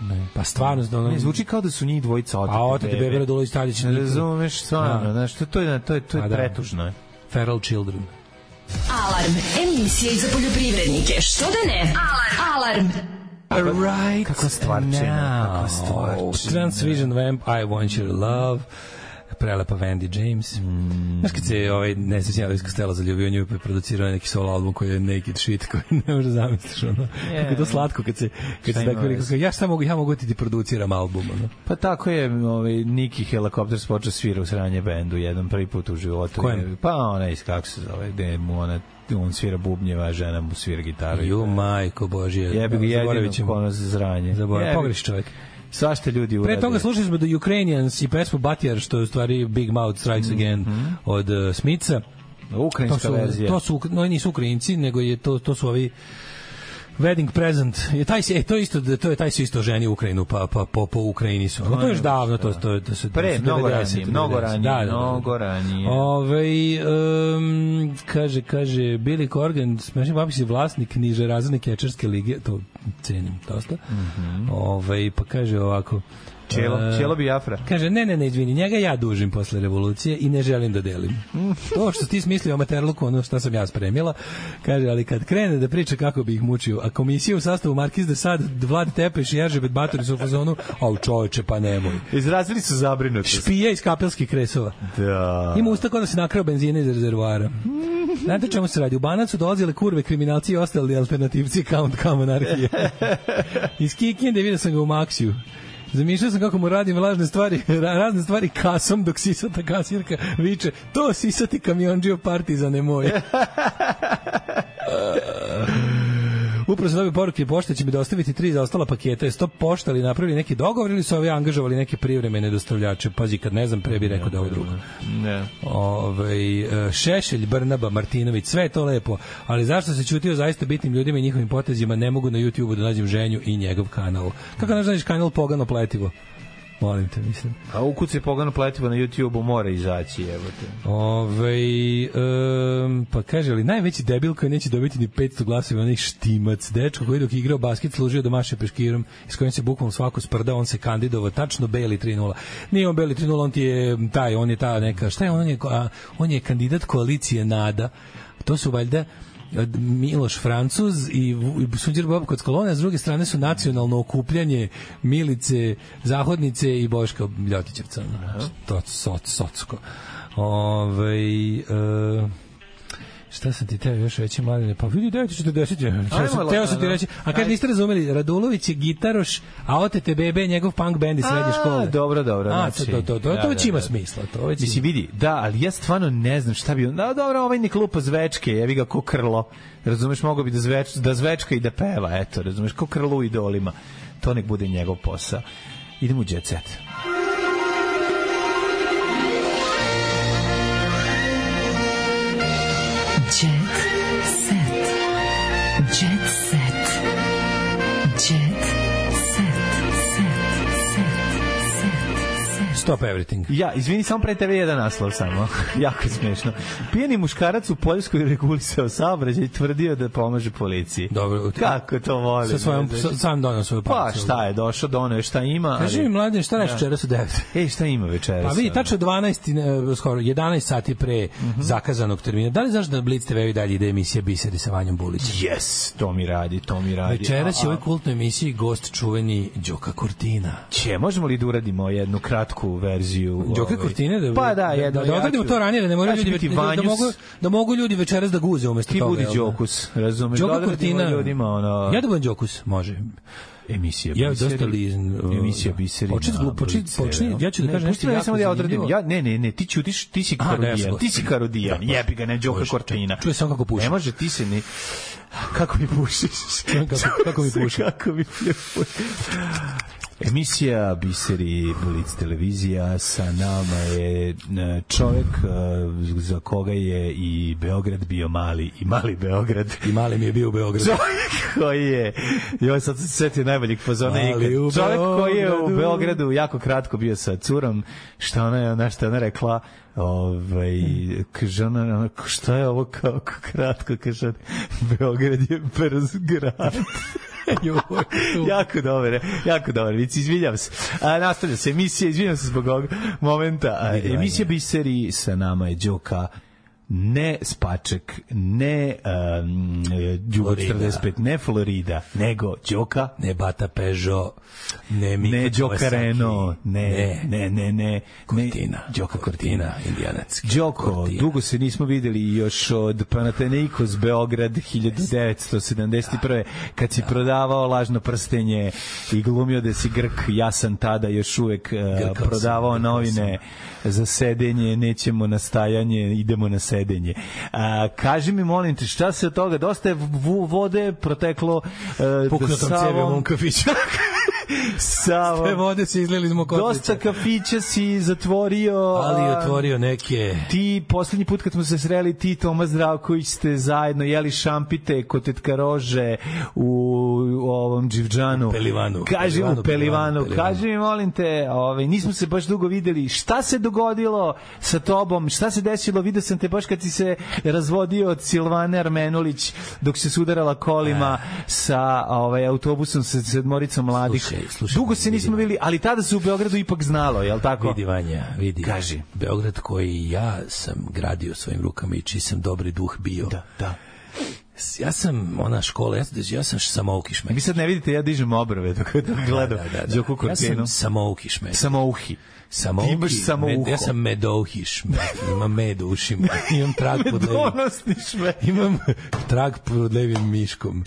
[SPEAKER 6] ne. pa stvarno da ono,
[SPEAKER 7] Ne, zvuči kao da su njih dvojica otete.
[SPEAKER 6] A otete bebe Radulović Tadić.
[SPEAKER 7] Ne razumeš, stvarno, znaš, to, to je, to je, to je
[SPEAKER 6] A da.
[SPEAKER 7] pretužno. je.
[SPEAKER 6] Feral Children.
[SPEAKER 5] Alarm, emisija i za poljoprivrednike. Što da ne? Alarm.
[SPEAKER 6] Right
[SPEAKER 7] Kakva stvarčina, kakva stvarčina.
[SPEAKER 6] Transvision Vamp, I Want Your Love, prelepa Wendy James.
[SPEAKER 7] Mm.
[SPEAKER 6] Znaš kad se ovaj nesrećni Elvis Costello zaljubio u nju pa je producirao neki solo album koji je Naked Shit koji ne možeš da zamisliš ono. Kako je to slatko kad se kad
[SPEAKER 7] Šta
[SPEAKER 6] se
[SPEAKER 7] ima
[SPEAKER 6] tako rekao
[SPEAKER 7] veze?
[SPEAKER 6] ja šta mogu ja mogu da ti ti produciram album ono.
[SPEAKER 7] Pa tako je ovaj, Niki Helicopters počeo svira u sranje bendu jedan prvi put u životu.
[SPEAKER 6] Kojem?
[SPEAKER 7] Pa ona iz kako se zove, gde mu ona, on svira bubnjeva, a žena mu svira gitaru.
[SPEAKER 6] Ju majko božje.
[SPEAKER 7] da. Jebi ga
[SPEAKER 6] zaboravit
[SPEAKER 7] jedino
[SPEAKER 6] ćemo. Da
[SPEAKER 7] ponos za zranje.
[SPEAKER 6] Zaboravit,
[SPEAKER 7] Jebi-
[SPEAKER 6] pogreši čovjek.
[SPEAKER 7] Svašta ljudi uradili.
[SPEAKER 6] Pre toga slušali smo The Ukrainians i pesmu Batjar, što je u stvari Big Mouth Strikes
[SPEAKER 7] Mhm.
[SPEAKER 6] Again od uh, Smica. To
[SPEAKER 7] Ukrajinska
[SPEAKER 6] su,
[SPEAKER 7] verzija.
[SPEAKER 6] to su, no, nisu Ukrajinci, nego je to, to su ovi wedding present. Je taj se e, to je isto to je taj se isto ženi Ukrajinu pa pa po, po Ukrajini su. No, to je još davno to to to se
[SPEAKER 7] Pa, da. Pre, mnogo ranije, mnogo ranije,
[SPEAKER 6] Da,
[SPEAKER 7] mnogo ranije.
[SPEAKER 6] Ovaj um, kaže kaže Billy Corgan, smešni papić je vlasnik niže razredne kečerske lige, to cenim dosta. Ovaj pa kaže ovako
[SPEAKER 7] Mhm. Čelo,
[SPEAKER 6] e,
[SPEAKER 7] čelo Biafra.
[SPEAKER 6] Kaže, ne, ne, ne, izvini, njega ja dužim posle revolucije i ne želim da delim. To što ti smislio o materluku, ono što sam ja spremila, kaže, ali kad krene da priča kako bi ih mučio, a komisija u sastavu Markiz de Sad, Vlad Tepeš i Eržebet Baturi su u fazonu, au čoveče, pa nemoj.
[SPEAKER 7] Izrazili su zabrinutost.
[SPEAKER 6] Špija iz kapelskih kresova.
[SPEAKER 7] Da.
[SPEAKER 6] Ima usta kao da se nakrao benzina iz rezervoara. Znate čemu se radi? U Banac su dolazile kurve, kriminalci i ostali alternativci Count Kamonarhije. Iz Kikinde vidio sam ga u Maksiju. Zamišljao sam kako mu radim lažne stvari, ra- razne stvari kasom dok sisata kasirka viče to sisati kamionđio partizane moje. Upravo sam dobio poruke pošte će mi dostaviti tri zaostala paketa. Jesu to poštali napravili neki dogovor ili su ovi angažovali neke privremene dostavljače? Pazi, kad ne znam, pre bi rekao da je ovo drugo.
[SPEAKER 7] Ne.
[SPEAKER 6] Ovaj e, Šešelj, Brnaba, Martinović, sve je to lepo, ali zašto se ćutio zaista bitnim ljudima i njihovim potezima, ne mogu na YouTubeu da nađem ženju i njegov kanal. Kako ne znaš kanal Pogano pletivo? Molim te, mislim.
[SPEAKER 7] A ukuci pogano pletivo na YouTube-u mora izaći, evo te.
[SPEAKER 6] Ove, um, pa kaže, ali najveći debil koji neće dobiti ni 500 glasova je onaj štimac, dečko koji dok je igrao basket služio da maše peškirom i s kojim se bukvalno svako sprda, on se kandidovao tačno Beli 3-0. Nije on Beli 3-0, on ti je taj, on je ta neka, šta je on, on je, ko- a, on je kandidat koalicije NADA, to su valjda e, Miloš Francuz i Vu- i Sunđer Bob kod kolone, a s druge strane su nacionalno okupljanje Milice, Zahodnice i Boška Ljotićevca. To soc, socsko. Ove, e, šta sam ti teo još reći, mladine? Pa vidi, 940 je. Teo sam,
[SPEAKER 7] Ajmo,
[SPEAKER 6] teo sam ti
[SPEAKER 7] da, da.
[SPEAKER 6] reći. A kad niste razumeli, Radulović je gitaroš, a otete bebe je njegov punk band iz srednje
[SPEAKER 7] A,
[SPEAKER 6] škole.
[SPEAKER 7] dobro, dobro,
[SPEAKER 6] A, to,
[SPEAKER 7] znači,
[SPEAKER 6] to, to, to,
[SPEAKER 7] da,
[SPEAKER 6] to već
[SPEAKER 7] da,
[SPEAKER 6] ima
[SPEAKER 7] da.
[SPEAKER 6] smisla. To već
[SPEAKER 7] Mislim, vidi, da, ali ja stvarno ne znam šta bi on... Da, dobro, ovaj nek lupa zvečke, jevi ga ko krlo. Razumeš, mogao bi da, zveč, da zvečka i da peva, eto, razumeš, ko krlo u idolima. To nek bude njegov posao. Idemo u jet set.
[SPEAKER 5] Jet set. Jet set. Jet set. Set. Set. Set. Set.
[SPEAKER 6] Stop everything.
[SPEAKER 7] Ja, izvini, samo pre tebe jedan naslov samo. jako je smešno. Pijeni muškarac u Poljskoj regulisao saobraćaj i tvrdio da pomaže policiji.
[SPEAKER 6] Dobro.
[SPEAKER 7] Kako to volim.
[SPEAKER 6] Sa svojom,
[SPEAKER 7] ne,
[SPEAKER 6] sa, sam donao svoju
[SPEAKER 7] Pa
[SPEAKER 6] palicu.
[SPEAKER 7] šta Da. je, došao, doneo je, šta ima.
[SPEAKER 6] Kaži mi, mladen, šta radiš večeras u 9?
[SPEAKER 7] Ej, šta ima večeras?
[SPEAKER 6] Pa vidi, tačno 12, i, e, skoro 11 sati pre
[SPEAKER 7] Mhm.
[SPEAKER 6] zakazanog termina. Da li znaš da na Blitz TV i dalje ide emisija Biseri sa Vanjom Bulićem?
[SPEAKER 7] Yes, to mi radi, to mi radi.
[SPEAKER 6] Pa Večeras je
[SPEAKER 7] A,
[SPEAKER 6] u
[SPEAKER 7] a,
[SPEAKER 6] ovoj kultnoj emisiji gost čuveni Đoka Kurtina.
[SPEAKER 7] Će, možemo li da uradimo jednu kratku verziju?
[SPEAKER 6] Đoka
[SPEAKER 7] ovaj?
[SPEAKER 6] Kurtine da
[SPEAKER 7] Pa da,
[SPEAKER 6] da,
[SPEAKER 7] jedno.
[SPEAKER 6] da, da odradimo to ranije da ne moraju ljudi da, da, mogu da mogu ljudi večeras da guze umesto
[SPEAKER 7] Ti
[SPEAKER 6] toga.
[SPEAKER 7] budi
[SPEAKER 6] jel da?
[SPEAKER 7] Đokus, razumeš? Da
[SPEAKER 6] Đoka
[SPEAKER 7] odradimo
[SPEAKER 6] Kurtina.
[SPEAKER 7] ljudima, ono-
[SPEAKER 6] Ja da budem Đokus, može.
[SPEAKER 7] Emisija
[SPEAKER 6] Ja
[SPEAKER 7] Biseri.
[SPEAKER 6] dosta lizn, uh,
[SPEAKER 7] Emisija Biseri.
[SPEAKER 6] Počni s glup- počni- počni, ja ću da kažem nešto
[SPEAKER 7] Ne,
[SPEAKER 6] jako
[SPEAKER 7] pusti me samo da ja odradim.
[SPEAKER 6] zanimljivo.
[SPEAKER 7] Ja, ne, ne, ne, ti ćutiš, ti si
[SPEAKER 6] Aha, da, ja sam
[SPEAKER 7] karodijan.
[SPEAKER 6] gost.
[SPEAKER 7] Ti si karodijan.
[SPEAKER 6] Da,
[SPEAKER 7] Jebi ga, ne, Đoka
[SPEAKER 6] Čuješ,
[SPEAKER 7] Kortina.
[SPEAKER 6] čuj samo kako puši.
[SPEAKER 7] Ne može, ti se ni... Kako mi pušiš?
[SPEAKER 6] kako- kako mi puši.
[SPEAKER 7] kako mi puši. Emisija Biseri Blic televizija sa nama je e, čovek e, za koga je i Beograd bio mali i mali Beograd
[SPEAKER 6] I mali mi je bio u Beogradu.
[SPEAKER 7] čovjek koji je joj sad sam se setio najboljih fazona
[SPEAKER 6] Ali
[SPEAKER 7] ikad.
[SPEAKER 6] u
[SPEAKER 7] čovjek koji je u
[SPEAKER 6] Beogradu.
[SPEAKER 7] Beogradu jako kratko bio sa curom šta ona je ona šta je ona rekla ovaj kaže ona, ona šta je ovo kao kratko kaže Beograd je brz grad jako dobro, jako dobro. Vici, izvinjam se. A, nastavlja se emisija, izvinjam se zbog ovog momenta. A, emisija Biseri, sa nama je Đoka ne Spaček, ne um, Đugo
[SPEAKER 6] Florida.
[SPEAKER 7] 45, ne Florida, nego Đoka,
[SPEAKER 6] Ne Bata Peugeot, ne Mika
[SPEAKER 7] ne Đoka
[SPEAKER 6] Kawasaki,
[SPEAKER 7] Reno, ne,
[SPEAKER 6] ne,
[SPEAKER 7] ne, ne, ne,
[SPEAKER 6] Kurtina.
[SPEAKER 7] Đoka Kurtina.
[SPEAKER 6] indijanacki.
[SPEAKER 7] Đoko,
[SPEAKER 6] Kurtina.
[SPEAKER 7] dugo se nismo videli još od Panathinaikos Beograd 1971. kad
[SPEAKER 6] Da.
[SPEAKER 7] si prodavao lažno prstenje i glumio da si Grk, ja sam tada još uvek eh,
[SPEAKER 6] Grkao sam,
[SPEAKER 7] prodavao
[SPEAKER 6] grkao
[SPEAKER 7] novine za sedenje, nećemo na stajanje, idemo na sedenje. A, kaži mi, molim te, šta se od toga, dosta je vu- vode proteklo eh,
[SPEAKER 6] Puknuo sam
[SPEAKER 7] Savom-
[SPEAKER 6] cevi u mom kafiću.
[SPEAKER 7] Savom.
[SPEAKER 6] Sve vode se izlili iz mog
[SPEAKER 7] Dosta kafića si zatvorio.
[SPEAKER 6] ali je
[SPEAKER 7] a-
[SPEAKER 6] otvorio neke
[SPEAKER 7] Ti, poslednji put kad smo se sreli, ti i Toma Zdravković ste zajedno jeli šampite kod tetka Rože u, u ovom Dživdžanu.
[SPEAKER 6] U Pelivanu.
[SPEAKER 7] Kaži
[SPEAKER 6] Pelivanu,
[SPEAKER 7] u Pelivanu.
[SPEAKER 6] Pelivanu.
[SPEAKER 7] Kaži mi, molim te, ovaj, nismo se baš dugo videli. Šta se dogodilo sa tobom? Šta se desilo? Video sam te baš kad si se razvodio od Silvane Armenulić dok se sudarala kolima
[SPEAKER 6] E.
[SPEAKER 7] sa ovaj, autobusom sa sedmoricom mladih.
[SPEAKER 6] Slušaj, slušaj,
[SPEAKER 7] dugo se nismo videli, ali tada se u Beogradu ipak znalo, jel tako?
[SPEAKER 6] Vidi Vanja, vidi.
[SPEAKER 7] Kaži.
[SPEAKER 6] Beograd koji ja sam gradio svojim rukama i čiji sam dobri duh bio. Da,
[SPEAKER 7] da.
[SPEAKER 6] Ja sam, ona škola, ja, ja sam samoukiš
[SPEAKER 7] Pa Vi sad ne vidite, ja dižem obrve dok dok gledam da, da, da, Đoku
[SPEAKER 6] Ja
[SPEAKER 7] Kurtinu.
[SPEAKER 6] sam samoukiš meni.
[SPEAKER 7] samouhi.
[SPEAKER 6] Samouki,
[SPEAKER 7] Ti imaš samouho.
[SPEAKER 6] med- ja sam medouhiš, med- imam med u ušima, imam trag pod levim,
[SPEAKER 7] Donosniš me.
[SPEAKER 6] imam trag pod levim miškom.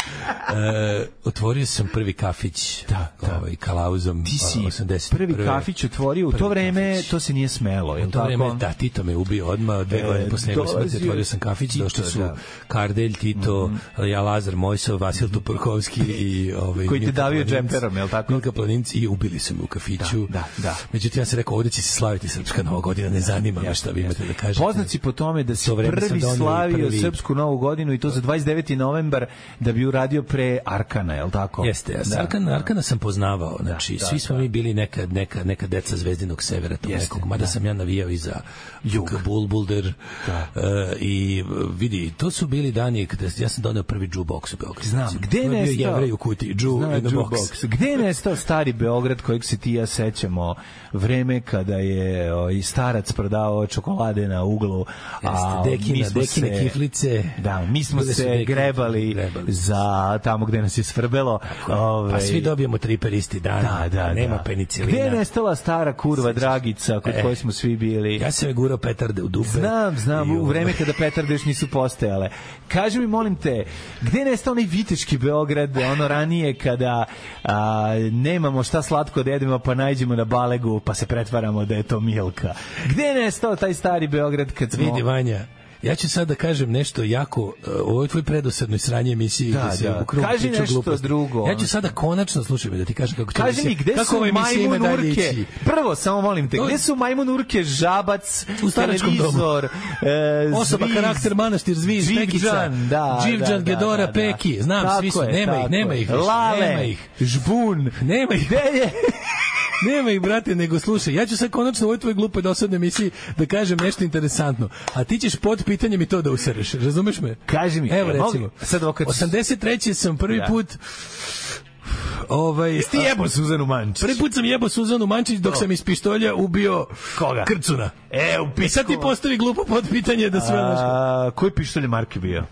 [SPEAKER 6] E, otvorio sam prvi kafić, da, da. ovaj, kalauzom,
[SPEAKER 7] Ti si
[SPEAKER 6] 81..
[SPEAKER 7] prvi kafić otvorio, u to
[SPEAKER 6] Prvi
[SPEAKER 7] vreme
[SPEAKER 6] kafić.
[SPEAKER 7] to se nije smelo, je
[SPEAKER 6] U to
[SPEAKER 7] tako?
[SPEAKER 6] vreme, da, Tito me ubio odmah, dve
[SPEAKER 7] E,
[SPEAKER 6] godine posle njegove smrti
[SPEAKER 7] dolazio
[SPEAKER 6] otvorio sam kafić,
[SPEAKER 7] Tito,
[SPEAKER 6] došli su
[SPEAKER 7] da. Mhm.
[SPEAKER 6] Kardelj, Tito, ja Lazar Mojsov, Vasil Tupurkovski i... Ovaj,
[SPEAKER 7] Koji te
[SPEAKER 6] Milka
[SPEAKER 7] davio
[SPEAKER 6] Planinc.
[SPEAKER 7] džemperom, jel tako?
[SPEAKER 6] Milka Planinc i ubili su me u kafiću.
[SPEAKER 7] Da, da, da.
[SPEAKER 6] Međutim, ja sam rekao, ovde će se slaviti Srpska Nova godina, ne zanima me šta vi imate da kažete.
[SPEAKER 7] Poznat si po tome da si
[SPEAKER 6] To vreme sam
[SPEAKER 7] prvi
[SPEAKER 6] donio i
[SPEAKER 7] slavio
[SPEAKER 6] prvi-
[SPEAKER 7] Srpsku novu godinu i to za 29. novembar da bi uradio pre Arkana, je tako?
[SPEAKER 6] Jeste, ja sam,
[SPEAKER 7] Da.
[SPEAKER 6] Arkana, Arkana sam poznavao, znači
[SPEAKER 7] da,
[SPEAKER 6] svi smo mi bili neka, neka, neka deca Zvezdinog severa, to
[SPEAKER 7] Jeste,
[SPEAKER 6] nekog, mada sam ja navijao i za Jug, Bulbulder
[SPEAKER 7] Da.
[SPEAKER 6] e, i e, vidi, to su bili dani kada ja sam doneo prvi jukebox u Beograd.
[SPEAKER 7] Znam, gde
[SPEAKER 6] je
[SPEAKER 7] je
[SPEAKER 6] nestao?
[SPEAKER 7] nestao?
[SPEAKER 6] Jevrej u kutiji, ju
[SPEAKER 7] Znam,
[SPEAKER 6] in the box.
[SPEAKER 7] jukebox. Gde je nestao stari Beograd kojeg se ti i ja sećamo vreme kada je o, i starac prodavao čokolade na uglu, a
[SPEAKER 6] Jeste, dekina-
[SPEAKER 7] mi smo
[SPEAKER 6] dekine
[SPEAKER 7] se-
[SPEAKER 6] kiflice.
[SPEAKER 7] Da, mi smo
[SPEAKER 6] Bile su
[SPEAKER 7] se
[SPEAKER 6] dekine,
[SPEAKER 7] grebali,
[SPEAKER 6] grebali.
[SPEAKER 7] za tamo gde nas je svrbelo.
[SPEAKER 6] Pa
[SPEAKER 7] ovaj,
[SPEAKER 6] svi dobijemo triper isti dan,
[SPEAKER 7] Da, da,
[SPEAKER 6] nema
[SPEAKER 7] da.
[SPEAKER 6] penicilina.
[SPEAKER 7] Gde je nestala stara kurva Dragica kod
[SPEAKER 6] E.
[SPEAKER 7] koje smo svi bili?
[SPEAKER 6] Ja sam je gurao petarde u dupe.
[SPEAKER 7] Znam, znam,
[SPEAKER 6] I
[SPEAKER 7] u vreme kada petarde još nisu postojale. Kaži mi, molim te, gde je nestao onaj viteški Beograd, ono ranije kada a, nemamo šta slatko da jedemo, pa najđemo na balegu, pa se pretvaramo da je to Milka. Gde je nestao taj stari Beograd kad smo...
[SPEAKER 6] Vidi Vanja, ja ću sad da kažem nešto jako, e, o ovoj tvoj predosadnoj sranje emisiji
[SPEAKER 7] Da,
[SPEAKER 6] da, se
[SPEAKER 7] da.
[SPEAKER 6] u krug
[SPEAKER 7] Kaži
[SPEAKER 6] priča
[SPEAKER 7] nešto
[SPEAKER 6] gluposti.
[SPEAKER 7] drugo,
[SPEAKER 6] Ja
[SPEAKER 7] ono.
[SPEAKER 6] ću sada konačno, slušaj me da ti kažem kako će
[SPEAKER 7] Kaži
[SPEAKER 6] emisija-
[SPEAKER 7] mi, gde
[SPEAKER 6] kako
[SPEAKER 7] su
[SPEAKER 6] ova emisija ima dalje
[SPEAKER 7] majmunurke?
[SPEAKER 6] ići.
[SPEAKER 7] Prvo, samo molim te,
[SPEAKER 6] To-
[SPEAKER 7] gde su majmunurke, žabac,
[SPEAKER 6] U staračkom domu.
[SPEAKER 7] televizor, e,
[SPEAKER 6] Osoba,
[SPEAKER 7] zviz,
[SPEAKER 6] karakter, manastir, zviz,
[SPEAKER 7] Živđan,
[SPEAKER 6] pekica,
[SPEAKER 7] da,
[SPEAKER 6] Živđan,
[SPEAKER 7] da, da,
[SPEAKER 6] Gedora,
[SPEAKER 7] da, da.
[SPEAKER 6] Peki, znam, svi
[SPEAKER 7] Tako
[SPEAKER 6] su,
[SPEAKER 7] je,
[SPEAKER 6] nema ih,
[SPEAKER 7] tako
[SPEAKER 6] nema
[SPEAKER 7] je.
[SPEAKER 6] ih više,
[SPEAKER 7] Lale,
[SPEAKER 6] nema ih.
[SPEAKER 7] žbun,
[SPEAKER 6] Nema ih.
[SPEAKER 7] Gde je?
[SPEAKER 6] Nema ih, brate, nego slušaj, ja ću sad konačno u ovoj tvoj glupoj dosadnoj emisiji da kažem nešto interesantno, a ti ćeš pod pitanjem i to da usereš, razumeš me?
[SPEAKER 7] Kaži mi,
[SPEAKER 6] Evo
[SPEAKER 7] e, mogu-
[SPEAKER 6] recimo,
[SPEAKER 7] sad ovo kad-
[SPEAKER 6] 83. sam prvi
[SPEAKER 7] Da.
[SPEAKER 6] put Ovaj,
[SPEAKER 7] Jesi ti jebao Suzanu Mančić?
[SPEAKER 6] Prvi put sam jebao Suzanu Mančić dok sam iz pištolja ubio
[SPEAKER 7] Koga?
[SPEAKER 6] Krcuna.
[SPEAKER 7] E, u
[SPEAKER 6] I sad ti
[SPEAKER 7] pičku.
[SPEAKER 6] postavi glupo podpitanje da sve znaš.
[SPEAKER 7] A, koji pištolj je marke bio?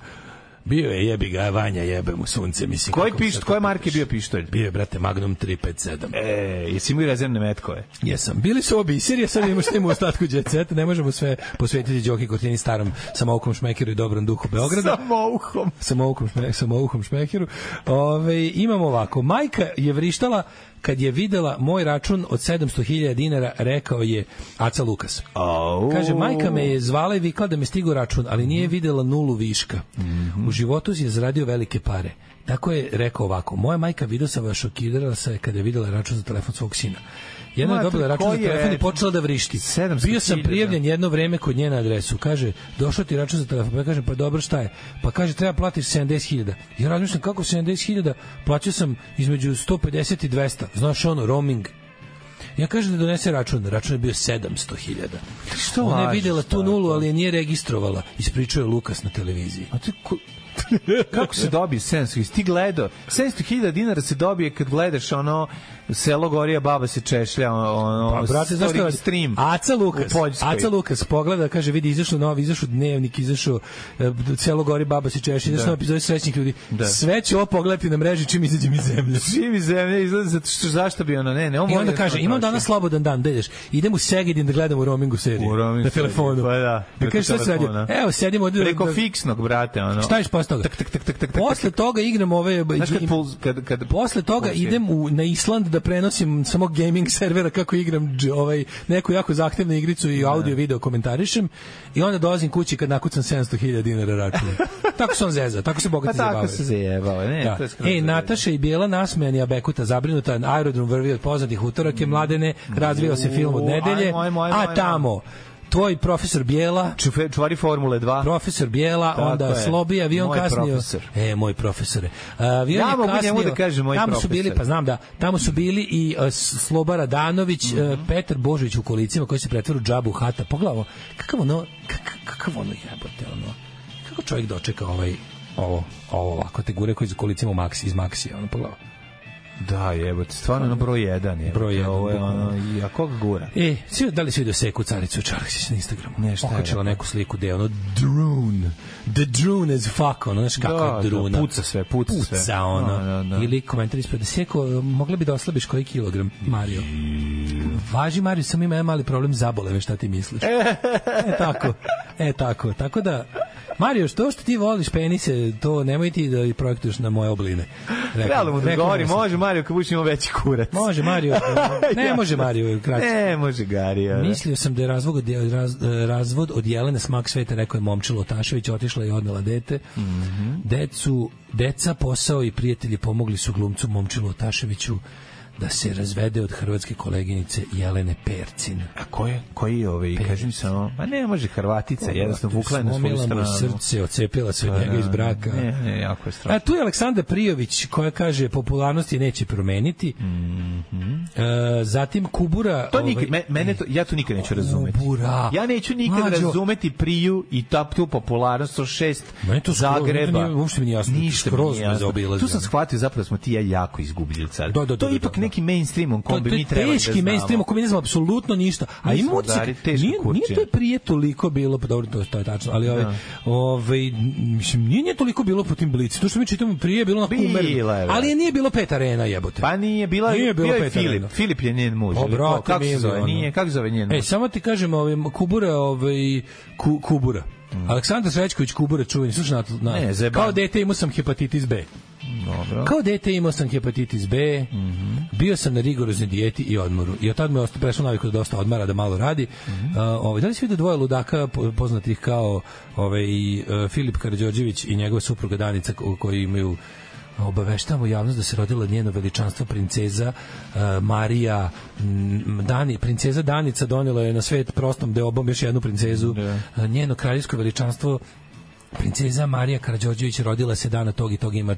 [SPEAKER 6] Bio je jebi ga, Vanja jebe mu sunce, mislim.
[SPEAKER 7] Koji
[SPEAKER 6] kako
[SPEAKER 7] piš,
[SPEAKER 6] sad-
[SPEAKER 7] koje marke je bio pištolj?
[SPEAKER 6] Bio je, brate, Magnum 357.
[SPEAKER 7] E, jesi mi rezervne metkove?
[SPEAKER 6] Jesam. Bili su obi serije, sad imamo šta ima u ostatku jet seta. Ne možemo sve posvetiti Đoki Kurtini starom samoukom šmekeru i dobrom duhu Beograda.
[SPEAKER 7] Samoukom.
[SPEAKER 6] Samoukom, šme, samoukom šmekeru. Ove, imamo ovako. Majka je vrištala kad je videla moj račun od 700.000 dinara, rekao je Aca Lukas.
[SPEAKER 7] Au.
[SPEAKER 6] Kaže, majka me je zvala i vikla da mi stigu račun, ali nije videla nulu viška. U životu si je zaradio velike pare. Tako je rekao ovako, moja majka video sam vas šokirala se kada je videla račun za telefon svog sina. Jedna je
[SPEAKER 7] Mater,
[SPEAKER 6] dobila račun
[SPEAKER 7] ko
[SPEAKER 6] za
[SPEAKER 7] je?
[SPEAKER 6] telefon i počela da vrišti.
[SPEAKER 7] 700.000.
[SPEAKER 6] Bio sam prijavljen jedno vreme kod nje na adresu. Kaže, došao ti račun za telefon. Pa ja kažem, pa dobro, šta je? Pa kaže, treba platiš 70.000. Ja razmišljam, kako 70.000? Plaćao sam između 150 i 200. Znaš, ono, roaming. Ja kažem da donese račun. Račun je bio 700.000.
[SPEAKER 7] Što
[SPEAKER 6] Ona je
[SPEAKER 7] lažeš,
[SPEAKER 6] videla tu
[SPEAKER 7] tako?
[SPEAKER 6] nulu, ali je nije registrovala. Ispričao je Lukas na televiziji.
[SPEAKER 7] A ti ko... Kako se dobije 700.000? Ti gledao. 700.000 dinara se dobije kad gledaš ono selo gorija, baba se češlja, ono,
[SPEAKER 6] Pa, brate, znaš šta
[SPEAKER 7] story
[SPEAKER 6] radi?
[SPEAKER 7] stream.
[SPEAKER 6] Aca Lukas,
[SPEAKER 7] u Poljskoj.
[SPEAKER 6] Aca Lukas pogleda, kaže, vidi, izašao novi, izašao dnevnik, izašao e, celo gori baba se češi, izašao
[SPEAKER 7] Da.
[SPEAKER 6] novi epizod srećnih ljudi.
[SPEAKER 7] Da.
[SPEAKER 6] Sve ću ovo pogledati na mreži čim izađem iz zemlje.
[SPEAKER 7] Živi zemlje, izgleda zato što zašto bi ono, ne, ne, on
[SPEAKER 6] I
[SPEAKER 7] voli
[SPEAKER 6] onda
[SPEAKER 7] da
[SPEAKER 6] kaže,
[SPEAKER 7] to
[SPEAKER 6] imam
[SPEAKER 7] troši.
[SPEAKER 6] danas slobodan dan, da ideš. Idem u Segedin da gledam u roamingu seriju.
[SPEAKER 7] U roamingu
[SPEAKER 6] na
[SPEAKER 7] seriju,
[SPEAKER 6] telefonu.
[SPEAKER 7] pa da,
[SPEAKER 6] Da
[SPEAKER 7] preko
[SPEAKER 6] kaže, šta se radi?
[SPEAKER 7] telefona.
[SPEAKER 6] Evo, sedimo ovde. da-
[SPEAKER 7] Preko
[SPEAKER 6] da-
[SPEAKER 7] fiksnog, brate, ono.
[SPEAKER 6] Šta ješ posle toga?
[SPEAKER 7] Tak, tak, tak, tak, tak, tak.
[SPEAKER 6] Posle toga igram ove...
[SPEAKER 7] Znaš kad puls- kad- kad-
[SPEAKER 6] Posle toga
[SPEAKER 7] puls-
[SPEAKER 6] idem u, na Island da prenosim samo gaming servera kako igram dž- ovaj, neku jako zahtevnu igricu
[SPEAKER 7] Da.
[SPEAKER 6] i audio video komentarišem i onda dolazim kući kad nakucam 700.000 dinara računa. tako se on zeza, tako se
[SPEAKER 7] Pa
[SPEAKER 6] bogati
[SPEAKER 7] tako
[SPEAKER 6] zabavaju.
[SPEAKER 7] se zajebao, ne,
[SPEAKER 6] Da.
[SPEAKER 7] to je skroz.
[SPEAKER 6] E, Nataša i Bijela nasmejani, a Bekuta zabrinuta, aerodrom vrvi od poznatih utorak je mladene, razvio se film od
[SPEAKER 7] Mm. U,
[SPEAKER 6] nedelje,
[SPEAKER 7] ajmo, ajmo, ajmo,
[SPEAKER 6] a
[SPEAKER 7] ajmo.
[SPEAKER 6] tamo tvoj profesor Bijela
[SPEAKER 7] Čufe- čuvari Formule 2.
[SPEAKER 6] profesor Bijela,
[SPEAKER 7] Tako
[SPEAKER 6] onda
[SPEAKER 7] je.
[SPEAKER 6] Slobi, avion
[SPEAKER 7] Moj
[SPEAKER 6] kasnio.
[SPEAKER 7] profesor.
[SPEAKER 6] E, moj profesore. E, Avion
[SPEAKER 7] Ja
[SPEAKER 6] je
[SPEAKER 7] mogu
[SPEAKER 6] kasnio.
[SPEAKER 7] njemu da kažem moj
[SPEAKER 6] tamo
[SPEAKER 7] profesor.
[SPEAKER 6] su bili, pa znam da, tamo su bili i uh, Sloba Radanović, mm
[SPEAKER 7] Mhm.
[SPEAKER 6] -hmm. uh, Petar Božović u kolicima koji se pretvara u džabu hata. Pogledaj ovo, kakav ono, kak, kakav ono jebote, ono, kako čovjek dočeka ovaj, ovo, ovo ovako, te gure koji iz kolicima u maksi, iz maksija, ono, pogledaj ovo.
[SPEAKER 7] Da, jebote, stvarno ono broj 1 je.
[SPEAKER 6] Broj jedan,
[SPEAKER 7] Ovo je
[SPEAKER 6] bukvalno.
[SPEAKER 7] ono, i- a koga gura?
[SPEAKER 6] E, si, da li si vidio seku caricu Čarksić na Instagramu?
[SPEAKER 7] Ne, šta je
[SPEAKER 6] Okačila neku sliku gde je ono drune. The drune as fuck, ono, znaš kako
[SPEAKER 7] Da,
[SPEAKER 6] je druna.
[SPEAKER 7] da, puca sve, puca sve.
[SPEAKER 6] Puca, ono.
[SPEAKER 7] Da, da, da.
[SPEAKER 6] Ili komentar ispod da seko, mogla bi da oslabiš koji kilogram, Mario. Važi, Mario, samo ima jedan mali problem zaboleve, šta ti misliš? E, tako. E, tako. Tako da, Mario, što što ti voliš penise, to nemoj ti da i projektuješ na moje obline. Rekao-
[SPEAKER 7] Trebalo mu da
[SPEAKER 6] rekao
[SPEAKER 7] odgovori,
[SPEAKER 6] sam.
[SPEAKER 7] može Mario kad budeš imao veći kurac.
[SPEAKER 6] Može, Mario. Ne
[SPEAKER 7] Ja.
[SPEAKER 6] može, Mario, kraće.
[SPEAKER 7] Ne, može Gari. ono.
[SPEAKER 6] Mislio sam da je razvod od, raz, razvod od Jelene Smak Sveta, rekao je Momčilo Tašević, otišla je i odnela dete. Mm
[SPEAKER 7] Mhm.
[SPEAKER 6] -hmm. Decu, deca, posao i prijatelji pomogli su glumcu Momčilo Taševiću da se razvede od hrvatske koleginice Jelene Percin.
[SPEAKER 7] A ko je, koji je ovaj, kaži mi samo, ma ne može Hrvatica, jednostavno Da vukla je na svoju
[SPEAKER 6] Slomila mu
[SPEAKER 7] stranu.
[SPEAKER 6] srce, ocepila se
[SPEAKER 7] Pa,
[SPEAKER 6] od njega
[SPEAKER 7] da,
[SPEAKER 6] iz braka.
[SPEAKER 7] Ne, ne, jako je
[SPEAKER 6] A
[SPEAKER 7] strašno.
[SPEAKER 6] tu je Aleksandra Prijović koja kaže popularnosti neće promeniti. Mm -hmm. e, zatim Kubura...
[SPEAKER 7] Mhm.
[SPEAKER 6] ovaj,
[SPEAKER 7] To nikad, me, mene to, ja to nikad neću razumeti.
[SPEAKER 6] Kubura.
[SPEAKER 7] Ja neću nikad
[SPEAKER 6] Mlađo.
[SPEAKER 7] razumeti Priju i ta tu popularnost od šest
[SPEAKER 6] Meni to skroz-
[SPEAKER 7] Zagreba.
[SPEAKER 6] meni to nije- uopšte mi nije jasno,
[SPEAKER 7] Ništa mi
[SPEAKER 6] skroz
[SPEAKER 7] nije
[SPEAKER 6] me
[SPEAKER 7] jasno.
[SPEAKER 6] zaobilazi,
[SPEAKER 7] Tu sam
[SPEAKER 6] ono.
[SPEAKER 7] shvatio zapravo da smo ti i ja jako izgubili car.
[SPEAKER 6] Da, da, da,
[SPEAKER 7] to je
[SPEAKER 6] da,
[SPEAKER 7] ipak
[SPEAKER 6] da.
[SPEAKER 7] neki mainstream o
[SPEAKER 6] To,
[SPEAKER 7] kom bi
[SPEAKER 6] to
[SPEAKER 7] mi
[SPEAKER 6] je
[SPEAKER 7] trebali da znamo.
[SPEAKER 6] teški mainstream o kome ne znamo apsolutno ništa. A
[SPEAKER 7] Mi
[SPEAKER 6] ima
[SPEAKER 7] smo
[SPEAKER 6] utisak,
[SPEAKER 7] udari teško
[SPEAKER 6] nije, nije
[SPEAKER 7] kurčine.
[SPEAKER 6] to je prije toliko bilo, pa dobro, to, je- to je tačno, ali
[SPEAKER 7] Da.
[SPEAKER 6] ove, ove, mislim, nije, nije toliko bilo po tim blici. To što mi čitamo prije je bilo onako
[SPEAKER 7] Bila je,
[SPEAKER 6] umereno.
[SPEAKER 7] bre.
[SPEAKER 6] Ali nije bilo pet arena, jebote.
[SPEAKER 7] Pa nije bila,
[SPEAKER 6] Nije
[SPEAKER 7] nije
[SPEAKER 6] bilo
[SPEAKER 7] bio je
[SPEAKER 6] pet
[SPEAKER 7] Filip.
[SPEAKER 6] arena.
[SPEAKER 7] Filip je njen muž.
[SPEAKER 6] O,
[SPEAKER 7] ili
[SPEAKER 6] bravo,
[SPEAKER 7] ko- kako se
[SPEAKER 6] mili,
[SPEAKER 7] zove?
[SPEAKER 6] Pa ono.
[SPEAKER 7] Nije, kako se zove njen
[SPEAKER 6] E,
[SPEAKER 7] muž?
[SPEAKER 6] samo ti kažem, ovaj, Kubura, ovaj, ku, Kubura.
[SPEAKER 7] Mm.
[SPEAKER 6] Aleksandar Srećković Kubura čuveni, slušaj na, to- na
[SPEAKER 7] Ne, zajebano.
[SPEAKER 6] kao dete imao sam hepatitis B.
[SPEAKER 7] Dobro. Mhm.
[SPEAKER 6] Kao dete imao sam hepatitis B, mm -hmm. bio sam na rigoroznoj dijeti i odmoru. I od tad me osta, prešlo naviku da dosta odmara, da malo radi. Mm
[SPEAKER 7] Mhm.
[SPEAKER 6] -hmm. uh, ovaj, da li si vidio dvoje ludaka po- poznatih kao ovaj, uh, Filip Karadžorđević i njegova supruga Danica ko, koji imaju obaveštavamo javnost da se rodila njeno veličanstvo princeza uh, Marija m, Dani, princeza da
[SPEAKER 7] Da.
[SPEAKER 6] Danica donela je na svet prostom deobom još jednu princezu yeah. njeno kraljevsko E, veličanstvo Princeza Marija Karađorđević rodila se dana tog i tog ima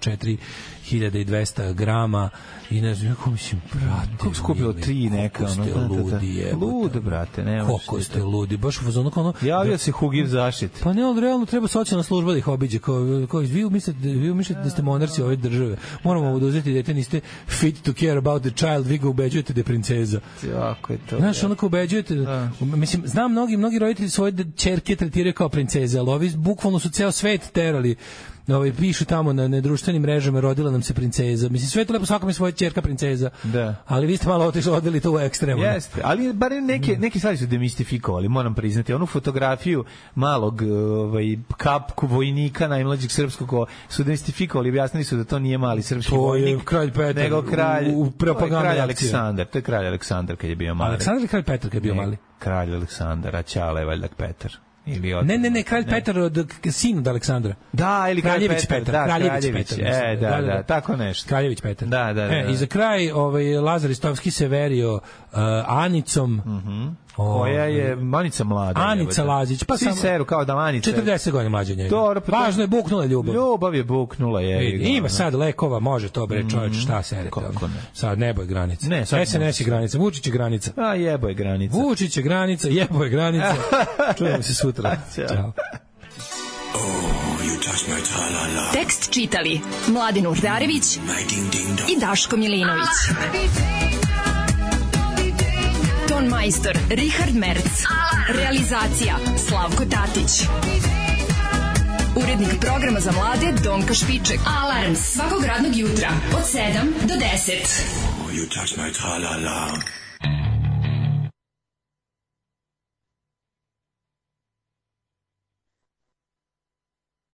[SPEAKER 6] 4200 grama i ne znam, kako mislim, brate.
[SPEAKER 7] Kako skupilo
[SPEAKER 6] mili,
[SPEAKER 7] tri neka,
[SPEAKER 6] Kako ste
[SPEAKER 7] ono, da, da, da.
[SPEAKER 6] ludi, jebote.
[SPEAKER 7] Lude, brate, ne možeš
[SPEAKER 6] Kako
[SPEAKER 7] ti
[SPEAKER 6] ste
[SPEAKER 7] to.
[SPEAKER 6] ludi, baš u fazonu kao ono...
[SPEAKER 7] Javio se Hugiv zaštit.
[SPEAKER 6] Pa ne, ali realno treba socijalna služba da ih obiđe. Kao, kao, vi, mislite, vi mislite da ste monarci ove države. Moramo vam oduzeti dete, niste fit to care about the child, vi ga ubeđujete da je princeza.
[SPEAKER 7] Jako je to.
[SPEAKER 6] Znaš, onako ubeđujete. Da. Mislim, znam mnogi, mnogi roditelji svoje de- čerke tretiraju kao princeze, ali ovi bukvalno su ceo svet terali. Ovaj, pišu tamo na nedruštvenim mrežama rodila nam se princeza. Mislim, sve je to lepo, svakome je svoja čerka princeza.
[SPEAKER 7] Da.
[SPEAKER 6] Ali vi ste malo otišli, odveli to u ekstremu.
[SPEAKER 7] Jeste, ali barem
[SPEAKER 6] Da.
[SPEAKER 7] neke, neke stvari su demistifikovali, moram priznati. Onu fotografiju malog ovaj, kapku vojnika najmlađeg srpskog ko- su demistifikovali, objasnili su da to nije mali srpski
[SPEAKER 6] To je
[SPEAKER 7] vojnik.
[SPEAKER 6] kralj Petar
[SPEAKER 7] Nego kralj,
[SPEAKER 6] u- u propagandnoj
[SPEAKER 7] to je kralj
[SPEAKER 6] akciji.
[SPEAKER 7] Aleksandar, to je kralj Aleksandar kad je bio mali.
[SPEAKER 6] Aleksandar ili kralj Petar kad je bio
[SPEAKER 7] Ne,
[SPEAKER 6] mali?
[SPEAKER 7] Kralj Aleksandar, a Ćala je valjda Petar. Ili od...
[SPEAKER 6] Ne, ne, ne, kralj Petar od k- sin od Aleksandra.
[SPEAKER 7] Da, ili kralj
[SPEAKER 6] Kraljević
[SPEAKER 7] Petar,
[SPEAKER 6] Petar,
[SPEAKER 7] da,
[SPEAKER 6] Kraljević
[SPEAKER 7] Kraljević,
[SPEAKER 6] Petar, mislim,
[SPEAKER 7] e, da, da, tako nešto.
[SPEAKER 6] Kraljević Petar.
[SPEAKER 7] Da, da, da,
[SPEAKER 6] E,
[SPEAKER 7] da.
[SPEAKER 6] I za kraj ovaj Lazar Istovski se verio uh, Anicom. Mhm.
[SPEAKER 7] Koja je Manica mlada.
[SPEAKER 6] Anica
[SPEAKER 7] jebote.
[SPEAKER 6] Lazić, pa
[SPEAKER 7] Svi
[SPEAKER 6] samo-
[SPEAKER 7] seru kao da Manica.
[SPEAKER 6] 40 godina mlađe od njega.
[SPEAKER 7] Dobro, pa to-
[SPEAKER 6] Važno je buknula ljubav.
[SPEAKER 7] Ljubav je buknula, je.
[SPEAKER 6] Vidi, E, ima sad lekova, može to bre čovjek, šta se redi.
[SPEAKER 7] Mhm. Kako ne?
[SPEAKER 6] Sad nebo je granica.
[SPEAKER 7] Ne, sad
[SPEAKER 6] SNS je granica, Vučić je granica.
[SPEAKER 7] A jebo je granica.
[SPEAKER 6] Vučić je granica, jebo je granica. Čujemo se sutra.
[SPEAKER 7] Ćao.
[SPEAKER 6] Ćao.
[SPEAKER 5] Tekst čitali Mladin Urdarević i Daško Milinović. Ton majstor Richard Merc. Realizacija Slavko Tatić. Urednik programa za mlade Donka Špiček. Alarms svakog radnog jutra od 7 do 10.
[SPEAKER 9] Oh, you touch my tra-la-la.